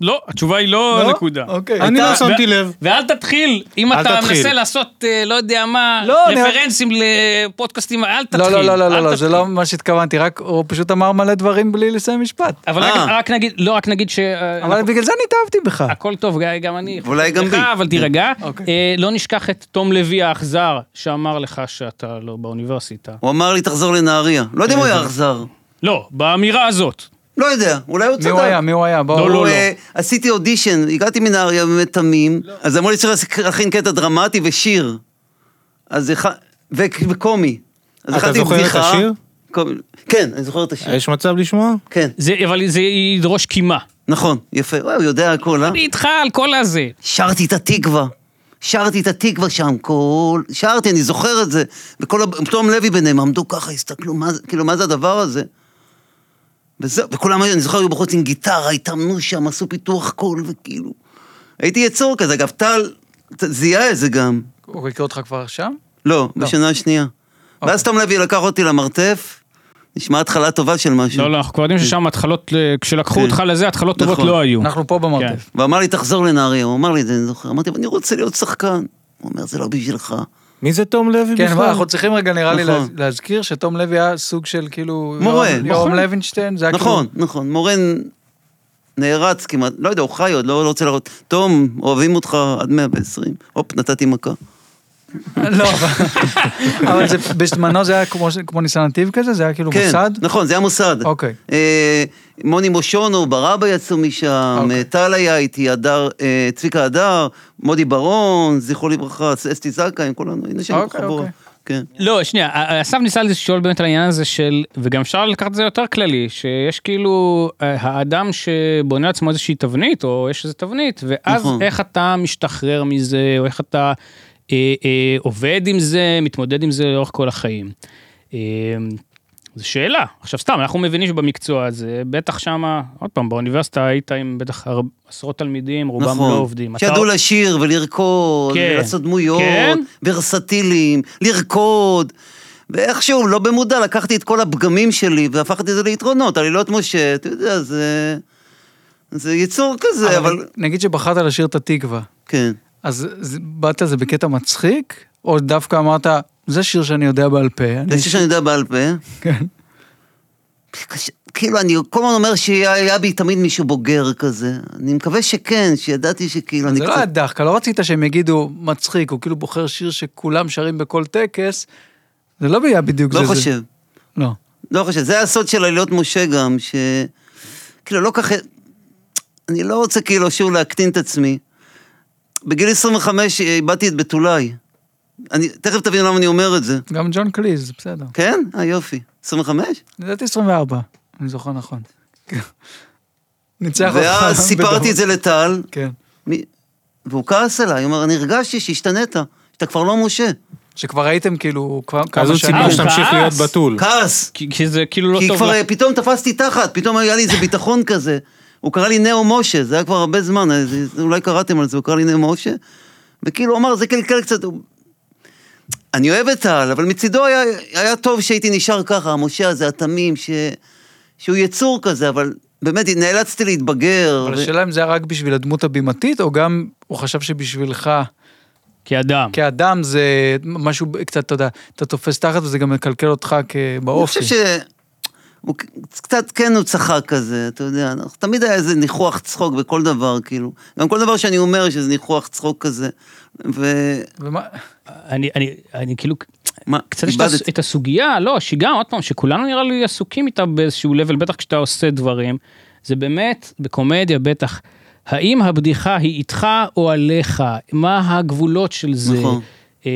[SPEAKER 3] לא, התשובה היא לא
[SPEAKER 1] לא?
[SPEAKER 3] נקודה.
[SPEAKER 1] אוקיי.
[SPEAKER 2] אני
[SPEAKER 4] אתה-
[SPEAKER 2] לא שמתי
[SPEAKER 3] ו-
[SPEAKER 2] לב.
[SPEAKER 3] ואל תתחיל, אם
[SPEAKER 2] אל
[SPEAKER 3] אתה
[SPEAKER 2] תתחיל.
[SPEAKER 3] מנסה לעשות, אה, לא יודע מה,
[SPEAKER 1] לא, אני-
[SPEAKER 3] רפרנסים לפודקאסטים, אל תתחיל.
[SPEAKER 1] לא, לא, לא, לא,
[SPEAKER 3] אל
[SPEAKER 1] לא, לא, זה
[SPEAKER 3] תתחיל.
[SPEAKER 1] לא מה שהתכוונתי, רק הוא פשוט אמר מלא דברים בלי לסיים משפט.
[SPEAKER 3] אבל
[SPEAKER 4] אה.
[SPEAKER 3] רק- רק נגיד, לא רק נגיד ש... אה,
[SPEAKER 1] אבל
[SPEAKER 3] אנחנו-
[SPEAKER 1] בגלל זה אני התאהבתי בך.
[SPEAKER 3] הכל טוב, גיא, גם אני.
[SPEAKER 4] ואולי גם
[SPEAKER 3] לך,
[SPEAKER 4] בי.
[SPEAKER 3] אבל תירגע.
[SPEAKER 1] אוקיי.
[SPEAKER 3] אה, לא נשכח את תום לוי האכזר, שאמר לך שאתה לא באוניברסיטה.
[SPEAKER 4] הוא אמר לי, תחזור לנהריה. לא יודע אם הוא היה אכזר.
[SPEAKER 3] לא, באמירה הזאת.
[SPEAKER 4] לא יודע, אולי הוא צדק.
[SPEAKER 1] מי הוא היה? מי הוא היה? בואו.
[SPEAKER 3] לא, לא,
[SPEAKER 4] הוא,
[SPEAKER 3] לא.
[SPEAKER 4] אה, עשיתי אודישן, הגעתי מנהריה באמת תמים, אז אמרו לי צריך להכין קטע דרמטי ושיר. אז הכ... ו... וקומי. אז
[SPEAKER 2] אה, אתה
[SPEAKER 4] הכנתי
[SPEAKER 2] זוכר את
[SPEAKER 4] בדיחה.
[SPEAKER 2] השיר? אה,
[SPEAKER 4] קומי. כן, אני זוכר את השיר.
[SPEAKER 2] יש מצב לשמוע?
[SPEAKER 4] כן,
[SPEAKER 3] זה, אבל זה ידרוש קימה.
[SPEAKER 4] נכון, יפה. וואי, הוא יודע הכל, אה?
[SPEAKER 3] אני איתך על כל הזה.
[SPEAKER 4] שרתי את התקווה. שרתי את התקווה שם, כל... שרתי, אני זוכר את זה. וכל ה... תום לוי ביניהם עמדו ככה, הסתכלו, מה זה, כאילו, מה זה הדבר הזה? וזהו, וכולם, היו- אני זוכר, היו בחוץ עם גיטרה, התאמנו שם, עשו פיתוח קול, וכאילו... הייתי יצור כזה, אגב, טל ט- זיהה את זה גם.
[SPEAKER 1] הוא הכיר אותך כבר שם?
[SPEAKER 4] לא, בשנה השנייה.
[SPEAKER 3] אוקיי.
[SPEAKER 4] ואז תום לוי לקח אותי למרתף, נשמע התחלה טובה של משהו.
[SPEAKER 3] לא, לא, אנחנו כבר יודעים ששם התחלות, אה, כשלקחו אותך לזה, התחלות טובות
[SPEAKER 4] נכון.
[SPEAKER 3] לא היו.
[SPEAKER 1] אנחנו פה
[SPEAKER 3] כן.
[SPEAKER 1] במרתף.
[SPEAKER 4] ואמר לי, תחזור לנהריה, הוא אמר לי את זה, אני זוכר. אמרתי, אבל אני רוצה להיות שחקן. הוא אומר, זה לא בשבילך.
[SPEAKER 2] מי זה תום לוי
[SPEAKER 1] כן, אבל
[SPEAKER 2] בכלל?
[SPEAKER 1] אנחנו צריכים רגע נראה לי
[SPEAKER 4] נכון.
[SPEAKER 1] לה- להזכיר שתום לוי היה סוג של כאילו...
[SPEAKER 4] מורה,
[SPEAKER 1] יורם-
[SPEAKER 4] נכון.
[SPEAKER 1] יורם לוינשטיין, זה היה כאילו...
[SPEAKER 4] נכון, נכון. מורן נערץ כמעט, לא יודע, הוא חי עוד, לא לא רוצה להראות. תום, אוהבים אותך עד 120. הופ, נתתי מכה.
[SPEAKER 1] לא, אבל- אבל זה- בזמנו זה היה כמו ש- כמו ניסן נתיב כזה, זה היה כאילו
[SPEAKER 4] כן,
[SPEAKER 1] מוסד.
[SPEAKER 4] נכון, זה היה מוסד.
[SPEAKER 1] אוקיי.
[SPEAKER 4] אה, מוני מושונו, ברבא יצאו משם,
[SPEAKER 1] אוקיי.
[SPEAKER 4] אה, טל היה איתי, הדר, אה, צביקה הדר, מודי ברון, זכרו לברכה, אסתי זקה, הם כולנו, היינו שם
[SPEAKER 1] אוקיי,
[SPEAKER 4] בחבורה.
[SPEAKER 1] אוקיי.
[SPEAKER 4] כן.
[SPEAKER 3] לא, שנייה, אסף ניסה לשאול באמת על העניין הזה של, וגם אפשר לקחת את זה יותר כללי, שיש כאילו אה, האדם שבונה לעצמו איזושהי תבנית, או יש איזו תבנית, ואז
[SPEAKER 4] נכון.
[SPEAKER 3] איך אתה משתחרר מזה, או איך אתה אה, אה, עובד עם זה, מתמודד עם זה לאורך כל החיים. אה, זו שאלה. עכשיו סתם, אנחנו מבינים שבמקצוע הזה, בטח שמה, עוד פעם, באוניברסיטה היית עם בטח הר- עשרות תלמידים, רובם
[SPEAKER 4] נכון.
[SPEAKER 3] לא עובדים. אתה-
[SPEAKER 4] שידעו לשיר ולרקוד,
[SPEAKER 3] כן.
[SPEAKER 4] ולעשות דמויות,
[SPEAKER 3] כן.
[SPEAKER 4] ורסטיליים, לרקוד. ואיכשהו, לא במודע, לקחתי את כל הפגמים שלי והפכתי את זה ליתרונות. עלילות משה, אתה יודע, זה... זה יצור כזה, אבל... אבל...
[SPEAKER 1] נגיד שבחרת לשיר את התקווה,
[SPEAKER 4] כן.
[SPEAKER 1] אז זה- באת לזה בקטע מצחיק, או דווקא אמרת, זה שיר שאני יודע בעל פה. אני-
[SPEAKER 4] זה שיר שאני יודע בעל פה.
[SPEAKER 1] כן.
[SPEAKER 4] קשה- כאילו, אני כל הזמן אומר שהיה בי תמיד מישהו בוגר כזה. אני מקווה שכן, שידעתי שכאילו, אני
[SPEAKER 1] זה לא היה
[SPEAKER 4] קצת...
[SPEAKER 1] דחקה, לא רצית שהם יגידו מצחיק, הוא כאילו בוחר שיר שכולם שרים בכל טקס, זה לא היה בדיוק זה.
[SPEAKER 4] לא
[SPEAKER 1] זה.
[SPEAKER 4] חושב.
[SPEAKER 1] לא.
[SPEAKER 4] לא חושב, זה הסוד של עלילות משה גם, ש... כאילו, לא כך... אני לא רוצה כאילו שוב להקטין את עצמי. בגיל 25 איבדתי את בתולי. אני, תכף תבין למה אני אומר את זה.
[SPEAKER 1] גם ג'ון קליז, בסדר.
[SPEAKER 4] כן? אה, יופי. 25?
[SPEAKER 1] לדעתי 24, אני זוכר נכון. ניצח אותך.
[SPEAKER 4] ואז סיפרתי
[SPEAKER 1] בדור.
[SPEAKER 4] את זה לטל,
[SPEAKER 1] כן.
[SPEAKER 4] מי- והוא כעס עליי, הוא אמר, אני הרגשתי שהשתנית, שאתה כבר לא משה.
[SPEAKER 1] שכבר הייתם כאילו כבר כמה
[SPEAKER 2] אז הוא
[SPEAKER 1] שנים.
[SPEAKER 2] ציפה
[SPEAKER 3] הוא
[SPEAKER 2] שתמשיך
[SPEAKER 3] כעס.
[SPEAKER 2] להיות בתול.
[SPEAKER 4] כעס!
[SPEAKER 3] כי- כי זה כאילו לא
[SPEAKER 4] כי
[SPEAKER 3] טוב.
[SPEAKER 4] כבר
[SPEAKER 3] לה-
[SPEAKER 4] אה, פתאום תפסתי תחת, פתאום היה לי איזה ביטחון כזה. הוא קרא לי נאו משה, זה היה כבר הרבה זמן, אה, זה- אולי קראתם על זה, הוא קרא לי נאו משה. וכאילו, הוא אמר, זה קלקל קצת. הוא- אני אוהב את טל, אבל מצידו היה, היה טוב שהייתי נשאר ככה, המשה הזה, התמים, ש... שהוא יצור כזה, אבל באמת נאלצתי להתבגר.
[SPEAKER 1] אבל
[SPEAKER 4] ו-
[SPEAKER 1] השאלה אם זה היה רק בשביל הדמות הבימתית, או גם הוא חשב שבשבילך,
[SPEAKER 3] כאדם.
[SPEAKER 1] כאדם זה משהו קצת, אתה יודע, אתה תופס תחת וזה גם מקלקל אותך
[SPEAKER 4] אני
[SPEAKER 1] באופי.
[SPEAKER 4] חושב שהוא ק- קצת כן הוא צחק כזה, אתה יודע, אנחנו- תמיד היה איזה ניחוח צחוק בכל דבר, כאילו. גם כל דבר שאני אומר שזה ניחוח צחוק כזה. ומה?
[SPEAKER 1] ומה-
[SPEAKER 3] אני, אני, אני כאילו, קצת יש את הס-
[SPEAKER 4] איבדת.
[SPEAKER 3] את הסוגיה, לא, שגם, עוד פעם, שכולנו נראה לי עסוקים איתה באיזשהו לבל, בטח כשאתה עושה דברים, זה באמת, בקומדיה בטח, האם הבדיחה היא איתך או עליך? מה הגבולות של זה?
[SPEAKER 4] נכון.
[SPEAKER 3] אה,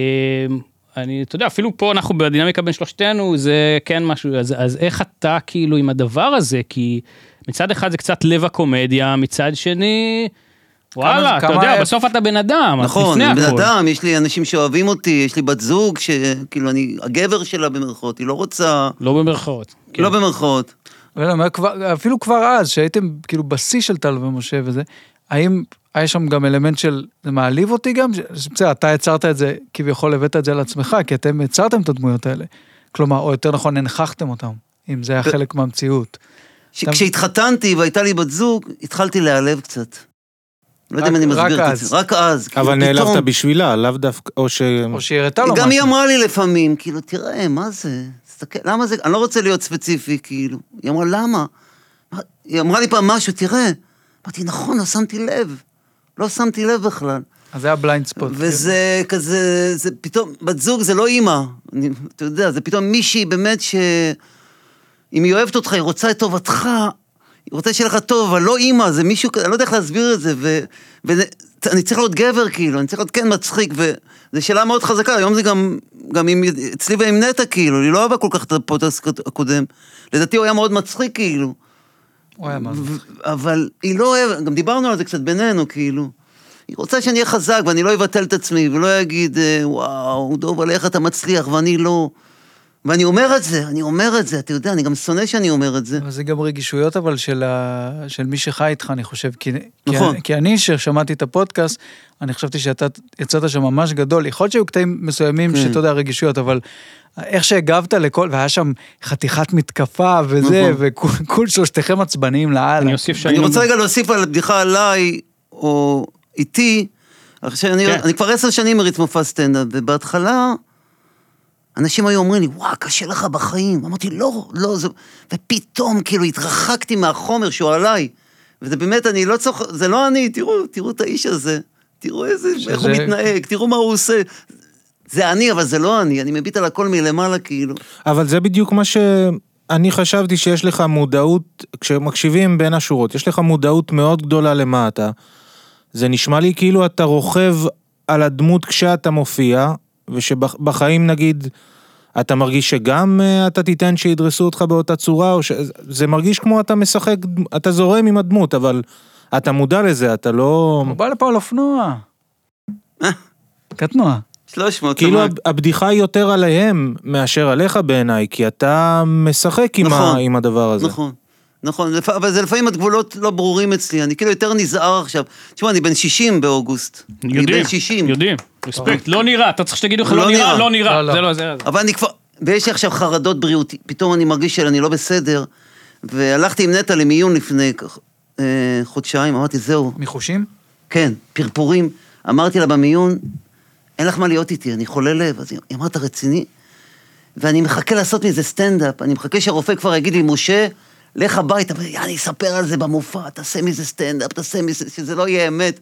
[SPEAKER 3] אני, אתה יודע, אפילו פה אנחנו בדינמיקה בין שלושתנו, זה כן משהו, אז, אז איך אתה כאילו עם הדבר הזה? כי מצד אחד זה קצת לב הקומדיה, מצד שני, וואלה, אתה
[SPEAKER 1] כמה
[SPEAKER 3] יודע,
[SPEAKER 1] היה-
[SPEAKER 3] בסוף אתה בן אדם, אז
[SPEAKER 4] נכון,
[SPEAKER 3] לפני
[SPEAKER 4] אני
[SPEAKER 3] הכל.
[SPEAKER 4] בן אדם, יש לי אנשים שאוהבים אותי, יש לי בת זוג שכאילו אני הגבר שלה במרכאות, היא לא רוצה,
[SPEAKER 3] לא במרכאות. כן.
[SPEAKER 4] לא במרכאות.
[SPEAKER 1] ולא, לא מה כבר- אפילו כבר אז, שהייתם כאילו בשיא של טל ומשה וזה, האם היה שם גם אלמנט של, זה מעליב אותי גם? ש- בסדר, אתה יצרת את זה, כביכול הבאת את זה על עצמך, כי אתם יצרתם את הדמויות האלה. כלומר, או יותר נכון, הנכחתם אותם, אם זה היה חלק מהמציאות.
[SPEAKER 4] ש- כשהתחתנתי והייתה לי בת זוג, התחלתי להיעלב קצת. לא יודע אם
[SPEAKER 1] רק-
[SPEAKER 4] אני
[SPEAKER 1] רק
[SPEAKER 4] מסביר את
[SPEAKER 1] אז.
[SPEAKER 4] זה. רק אז. כאילו,
[SPEAKER 2] אבל נעלבת
[SPEAKER 4] פתאום-
[SPEAKER 2] בשבילה, לאו דווקא, או ש...
[SPEAKER 1] או שהיא הראתה לו לא משהו.
[SPEAKER 4] גם היא אמרה לי לפעמים, כאילו, תראה, מה זה? תסתכל, למה זה? אני לא רוצה להיות ספציפי, כאילו. היא אמרה, למה? מה- היא אמרה לי פעם משהו, תראה. אמרתי, נכון, לא שמתי לב. לא שמתי לב בכלל.
[SPEAKER 1] אז זה היה בליינד ספוט.
[SPEAKER 4] וזה כזה, זה פתאום, בת זוג זה לא אימא. אני- אתה יודע, זה פתאום מישהי באמת ש... אם היא אוהבת אותך, היא רוצה את טובתך, היא רוצה שיהיה לך טוב, אבל לא אימא, זה מישהו, כ- אני לא יודע איך להסביר את זה, ו... ואני צריך להיות גבר, כאילו, אני צריך להיות כן מצחיק, וזו שאלה מאוד חזקה, היום זה גם, גם עם, אצלי ועם נטע, כאילו, היא לא אהבה כל כך את הפודקאסט הקודם. לדעתי הוא היה מאוד מצחיק, כאילו.
[SPEAKER 1] כן. הוא היה מה זה.
[SPEAKER 4] ו- אבל היא לא אוהבת, גם דיברנו על זה קצת בינינו, כאילו. היא רוצה שאני אהיה חזק ואני לא אבטל את עצמי, ולא אגיד, אה, וואו, דוב, על איך אתה מצליח ואני לא. ואני אומר את זה, אני אומר את זה, אתה יודע, אני גם שונא שאני אומר את זה.
[SPEAKER 1] אבל זה גם רגישויות אבל של, ה... של מי שחי איתך, אני חושב. כי...
[SPEAKER 4] נכון.
[SPEAKER 1] כי, כי אני, ששמעתי את הפודקאסט, אני חשבתי שאתה יצאת שם ממש גדול. יכול להיות שהיו קטעים מסוימים כן. שאתה יודע, רגישויות, אבל איך שהגבת לכל, והיה שם חתיכת מתקפה וזה,
[SPEAKER 4] נכון.
[SPEAKER 1] וכול שלושתכם עצבניים
[SPEAKER 3] אני
[SPEAKER 1] לאללה.
[SPEAKER 3] אוסיף שאני...
[SPEAKER 4] אני
[SPEAKER 3] לא-
[SPEAKER 4] רוצה רגע להוסיף על בדיחה עליי, או איתי, עכשיו אני,
[SPEAKER 3] כן.
[SPEAKER 4] אני כבר עשר שנים מריץ מופע סטנדאפ, ובהתחלה, אנשים היו אומרים לי, וואה, קשה לך בחיים. אמרתי, לא, לא, זה... ופתאום, כאילו, התרחקתי מהחומר שהוא עליי. וזה באמת, אני לא צוחק, זה לא אני, תראו, תראו את האיש הזה. תראו איזה,
[SPEAKER 1] שזה-
[SPEAKER 4] איך הוא מתנהג, תראו מה הוא עושה. זה אני, אבל זה לא אני, אני מביט על הכל מלמעלה, כאילו.
[SPEAKER 2] אבל זה בדיוק מה שאני חשבתי שיש לך מודעות, כשמקשיבים בין השורות, יש לך מודעות מאוד גדולה למה אתה. זה נשמע לי כאילו אתה רוכב על הדמות כשאתה מופיע, ושבחיים נגיד, אתה מרגיש שגם אה, אתה תיתן שידרסו אותך באותה צורה, או ש... זה מרגיש כמו אתה משחק, אתה זורם עם הדמות, אבל אתה מודע לזה, אתה לא...
[SPEAKER 1] הוא בא לפה על אופנוע.
[SPEAKER 4] אה.
[SPEAKER 1] קטנוע.
[SPEAKER 4] 300
[SPEAKER 2] כאילו
[SPEAKER 4] סמ"ק.
[SPEAKER 2] הב- הבדיחה היא יותר עליהם מאשר עליך בעיניי, כי אתה משחק עם, ה...
[SPEAKER 4] נכון.
[SPEAKER 2] עם הדבר הזה.
[SPEAKER 4] נכון, נכון, לפ- אבל זה לפעמים הגבולות לא ברורים אצלי, אני כאילו יותר נזהר עכשיו. תשמע, אני בן 60 באוגוסט. אני
[SPEAKER 3] יודעים,
[SPEAKER 4] בן 60.
[SPEAKER 3] יודעים, רספקט, לא נראה, אתה צריך שתגידו לך
[SPEAKER 4] לא
[SPEAKER 3] לא נראה,
[SPEAKER 4] נראה.
[SPEAKER 3] לא נראה,
[SPEAKER 1] לא, לא.
[SPEAKER 3] זה לא, זה...
[SPEAKER 4] אבל אני כבר, ויש לי עכשיו חרדות בריאות, פתאום אני מרגיש שאני לא בסדר, והלכתי עם נטע למיון לפני כ- אה, חודשיים, אמרתי, זהו,
[SPEAKER 1] מחושים?
[SPEAKER 4] כן, פרפורים. אמרתי לה במיון, אין לך מה להיות איתי, אני חולה לב. אז היא היא אמרה, אתה רציני? ואני מחכה לעשות מזה סטנדאפ, אני מחכה שהרופא כבר יגיד לי, משה, לך הביתה, ואני "יאללה, אני אספר על זה במופע, תעשה מזה סטנדאפ, תעשה מזה, שזה לא יהיה אמת.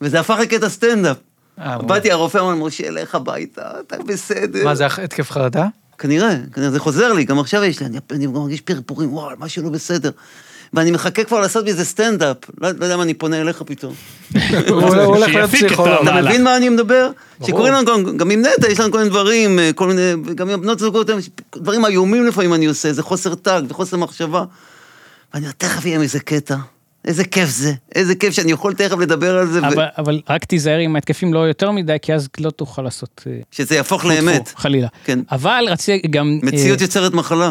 [SPEAKER 4] וזה הפך לקטע סטנדאפ.
[SPEAKER 1] אה, ברור.
[SPEAKER 4] באתי, הרופא אמר, משה, לך הביתה, אתה בסדר.
[SPEAKER 1] מה זה, התקף חרדה?
[SPEAKER 4] כנראה, כנראה זה חוזר לי, גם עכשיו יש לי, אני, אני גם מרגיש פרפורים, וואו, משהו לא בסדר. ואני מחכה כבר לעשות מזה סטנדאפ, לא, לא יודע אם אני פונה אליך פתאום.
[SPEAKER 1] הוא הוא הולך
[SPEAKER 3] שיפיק את
[SPEAKER 1] לפסיכולוג.
[SPEAKER 3] ה-
[SPEAKER 4] אתה
[SPEAKER 3] וואלה.
[SPEAKER 4] מבין מה אני מדבר? שקוראים לנו, גם- גם עם נטע, יש לנו כל מיני דברים, אה, כל מיני, גם עם בנות זוגות, דברים איומים לפעמים אני עושה, זה חוסר טאג וחוסר מחשבה. ואני אומר, תכף יהיה מזה קטע, איזה כיף זה, איזה כיף שאני יכול תכף לדבר על זה, ו-
[SPEAKER 3] אבל- אבל רק תיזהר עם ההתקפים לא יותר מדי, כי אז לא תוכל לעשות... אה,
[SPEAKER 4] שזה יהפוך
[SPEAKER 3] טפו,
[SPEAKER 4] לאמת.
[SPEAKER 3] חלילה.
[SPEAKER 4] כן.
[SPEAKER 3] אבל רציתי גם... אה,
[SPEAKER 4] מציאות יוצרת מחלה.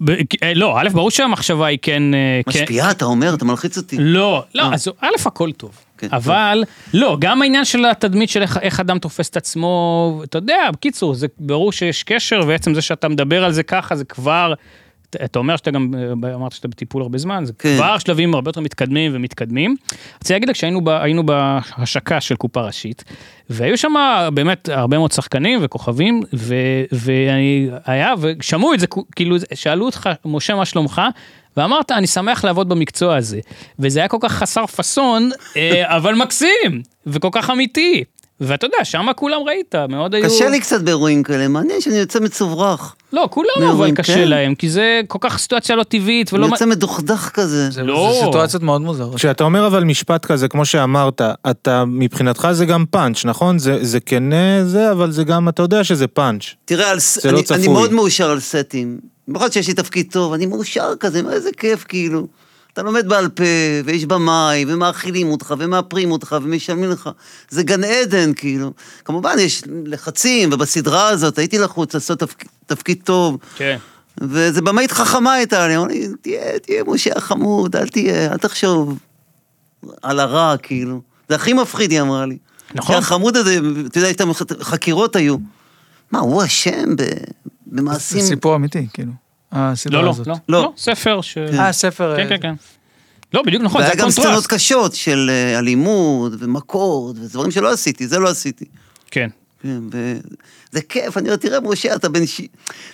[SPEAKER 3] ב- אה, לא, א', ברור שהמחשבה היא כן... אה, כן-
[SPEAKER 4] משפיעה, אתה אומר, אתה מלחיץ אותי.
[SPEAKER 3] לא, לא, אז א', הכל טוב.
[SPEAKER 4] כן,
[SPEAKER 3] אבל, לא, גם העניין של התדמית של איך- איך אדם תופס את עצמו, אתה יודע, בקיצור, זה ברור שיש קשר, ועצם זה שאתה מדבר על זה ככה, זה כבר, אתה- אתה אומר שאתה גם, אה, אמרת שאתה בטיפול הרבה זמן, זה
[SPEAKER 4] כן.
[SPEAKER 3] כבר שלבים הרבה יותר מתקדמים ומתקדמים. רציתי להגיד לך שהיינו ב- היינו בהשקה של קופה ראשית, והיו שם באמת הרבה מאוד שחקנים וכוכבים, ו- ואני, היה, ושמעו את זה, כאילו, שאלו אותך, משה, מה שלומך? ואמרת, אני שמח לעבוד במקצוע הזה. וזה היה כל כך חסר פאסון, אה, אבל מקסים, וכל כך אמיתי. ואתה יודע, שם כולם ראית, מאוד היו...
[SPEAKER 4] קשה לי קצת באירועים כאלה, מעניין שאני יוצא מצוברח.
[SPEAKER 3] לא, כולם
[SPEAKER 4] באירועים,
[SPEAKER 3] אבל קשה
[SPEAKER 4] כן.
[SPEAKER 3] להם, כי זה כל כך סיטואציה לא טבעית, ולא...
[SPEAKER 4] אני
[SPEAKER 3] מה-
[SPEAKER 4] יוצא מדוכדך כזה.
[SPEAKER 1] זה
[SPEAKER 3] לא.
[SPEAKER 1] זה סיטואציות מאוד מוזרות.
[SPEAKER 2] כשאתה אומר אבל משפט כזה, כמו שאמרת, אתה, מבחינתך זה גם פאנץ', נכון? זה, זה כנה זה, אבל זה גם, אתה יודע שזה פאנץ'.
[SPEAKER 4] תראה, על ס...
[SPEAKER 2] זה לא
[SPEAKER 4] אני,
[SPEAKER 2] צפוי.
[SPEAKER 4] אני מאוד מאושר על סטים. במיוחד שיש לי תפקיד טוב, אני מאושר כזה, מה, איזה כיף כאילו. אתה לומד בעל פה, ויש במאי, ומאכילים אותך, ומאפרים אותך, ומשלמים לך. זה גן עדן, כאילו. כמובן, יש לחצים, ובסדרה הזאת הייתי לחוץ לעשות תפק... תפקיד טוב.
[SPEAKER 3] כן.
[SPEAKER 4] וזה במאית חכמה הייתה, אני אומר לי, תהיה, תהיה משה החמוד, אל תהיה, אל תחשוב על הרע, כאילו. זה הכי מפחיד, היא אמרה לי.
[SPEAKER 3] נכון.
[SPEAKER 4] כי החמוד הזה, אתה יודע, יש את החקירות היו. מה, הוא אשם ב...
[SPEAKER 1] זה
[SPEAKER 4] במעשים?
[SPEAKER 1] סיפור אמיתי, כאילו.
[SPEAKER 3] לא,
[SPEAKER 1] הסדרה
[SPEAKER 3] לא,
[SPEAKER 1] הזאת.
[SPEAKER 3] לא,
[SPEAKER 4] לא.
[SPEAKER 3] לא, ספר ש...
[SPEAKER 1] אה, ספר...
[SPEAKER 3] כן, כן, כן. לא, בדיוק נכון, זה
[SPEAKER 4] והיה גם סצנות
[SPEAKER 3] הקונטרסט.
[SPEAKER 4] קשות של אה, אלימות ומכות, ודברים שלא עשיתי, זה לא עשיתי.
[SPEAKER 3] כן.
[SPEAKER 4] כן, ו- זה כיף, אני אומר, תראה, משה, אתה בן ש...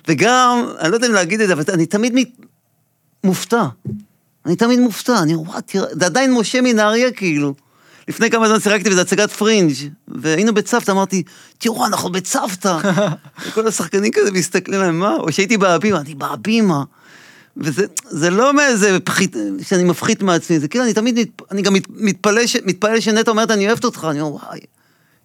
[SPEAKER 4] וגם, אני לא יודע אם להגיד את זה, אבל אני תמיד מת- מופתע. אני תמיד מופתע, אני אומר, "וואי, תראה, זה עדיין משה מנהריה, כאילו. לפני כמה זמן שיחקתי באיזה הצגת פרינג', והיינו בצוותא, אמרתי, תראו, אנחנו בצוותא. כל השחקנים כזה מסתכלים עליהם, מה? או שהייתי בהבימה, אני בהבימה. וזה זה לא מאיזה פחית, שאני מפחית מעצמי, זה כאילו, אני תמיד, מת, אני גם מת, מתפלא, ש, מתפלא שנטע אומרת, אני אוהבת אותך, אני אומר, וואי,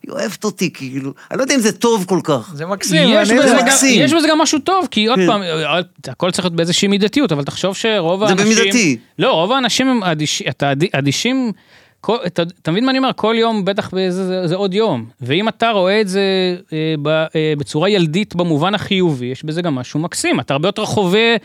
[SPEAKER 4] היא אוהבת אותי, כאילו. אני לא יודע אם זה טוב כל כך.
[SPEAKER 1] זה מקסים,
[SPEAKER 3] יש
[SPEAKER 1] אני-
[SPEAKER 3] בזה
[SPEAKER 4] זה
[SPEAKER 3] גם-
[SPEAKER 4] מקסים.
[SPEAKER 3] יש בזה גם משהו טוב, כי עוד
[SPEAKER 4] כן.
[SPEAKER 3] פעם, אה, הכל צריך להיות באיזושהי מידתיות, אבל תחשוב שרוב
[SPEAKER 4] זה
[SPEAKER 3] האנשים...
[SPEAKER 4] במידתי.
[SPEAKER 3] לא, רוב האנשים הם אדישים, אתה אדי- אדישים, כל- אתה אתה מבין מה אני אומר? כל יום, בטח באיזה- זה- זה עוד יום. ואם אתה רואה את זה אה, ב- אה, בצורה ילדית במובן החיובי, יש בזה גם משהו מקסים. אתה הרבה יותר חווה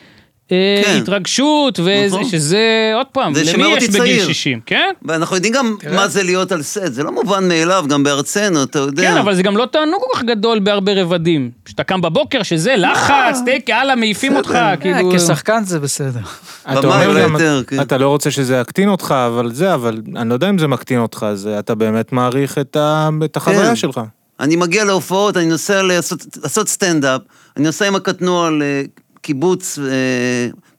[SPEAKER 3] אה,
[SPEAKER 4] כן.
[SPEAKER 3] התרגשות,
[SPEAKER 4] נכון.
[SPEAKER 3] ושזה, עוד פעם,
[SPEAKER 4] זה
[SPEAKER 3] למי
[SPEAKER 4] שומר
[SPEAKER 3] יש
[SPEAKER 4] אותי
[SPEAKER 3] בגיל
[SPEAKER 4] צעיר.
[SPEAKER 3] 60? כן?
[SPEAKER 4] ואנחנו יודעים גם מה זה להיות על סט, זה לא מובן מאליו, גם בארצנו, אתה יודע.
[SPEAKER 3] כן, אבל זה גם לא תענוג כל כך גדול בהרבה רבדים. כשאתה קם בבוקר, שזה
[SPEAKER 4] לא.
[SPEAKER 3] לחץ, טק, יאללה, מעיפים אותך, כאילו...
[SPEAKER 1] אה, כשחקן זה בסדר.
[SPEAKER 2] אתה
[SPEAKER 4] במה
[SPEAKER 2] אומר
[SPEAKER 4] אולי
[SPEAKER 2] גם,
[SPEAKER 4] יותר, כן.
[SPEAKER 2] אתה לא רוצה שזה יקטין אותך, אבל זה, אבל אני לא יודע אם זה מקטין אותך, זה, אתה באמת מעריך את, ה, את החוויה
[SPEAKER 4] כן.
[SPEAKER 2] שלך.
[SPEAKER 4] אני מגיע להופעות, אני נוסע לעשות, לעשות סטנדאפ, אני נוסע עם הקטנוע לקיבוץ אה,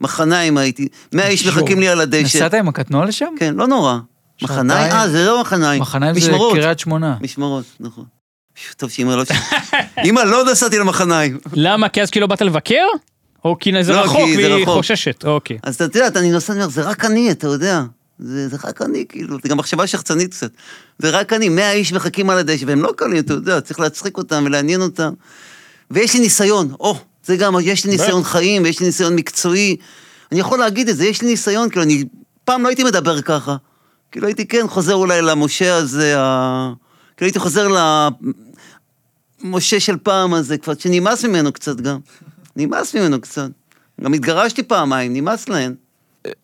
[SPEAKER 4] מחניים הייתי, 100 איש מחכים לי על הדשא.
[SPEAKER 1] נסעת עם הקטנוע לשם?
[SPEAKER 4] כן, לא נורא.
[SPEAKER 1] שעתיים?
[SPEAKER 4] מחניים? אה, זה לא מחניים.
[SPEAKER 1] מחניים זה
[SPEAKER 4] משמרות.
[SPEAKER 1] קריית שמונה.
[SPEAKER 4] משמרות, נכון. פשוט, טוב שאמא לא... אמא, לא נסעתי למחניים.
[SPEAKER 3] למה? כי אז כי לא באת לבקר? או כי זה
[SPEAKER 4] לא,
[SPEAKER 3] רחוק
[SPEAKER 4] כי זה
[SPEAKER 3] והיא
[SPEAKER 4] רחוק.
[SPEAKER 3] חוששת, אוקיי.
[SPEAKER 4] אז אתה יודע, אני נוסע, אני אומר, זה רק אני, אתה יודע. זה, זה רק אני, כאילו, זה גם מחשבה שחצנית קצת. זה רק אני, 100 איש מחכים על הדשא, והם לא קלים, אתה יודע, צריך להצחיק אותם ולעניין אותם. ויש לי ניסיון, או, זה גם, יש לי ניסיון חיים, יש לי ניסיון מקצועי. אני יכול להגיד את זה, יש לי ניסיון, כאילו, אני פעם לא הייתי מדבר ככה. כאילו, הייתי כן חוזר אולי למשה הזה, ה... כאילו, הייתי חוזר למשה של פעם הזה, כבר שנמאס ממנו קצת גם. נמאס ממנו קצת. גם התגרשתי פעמיים, נמאס להן.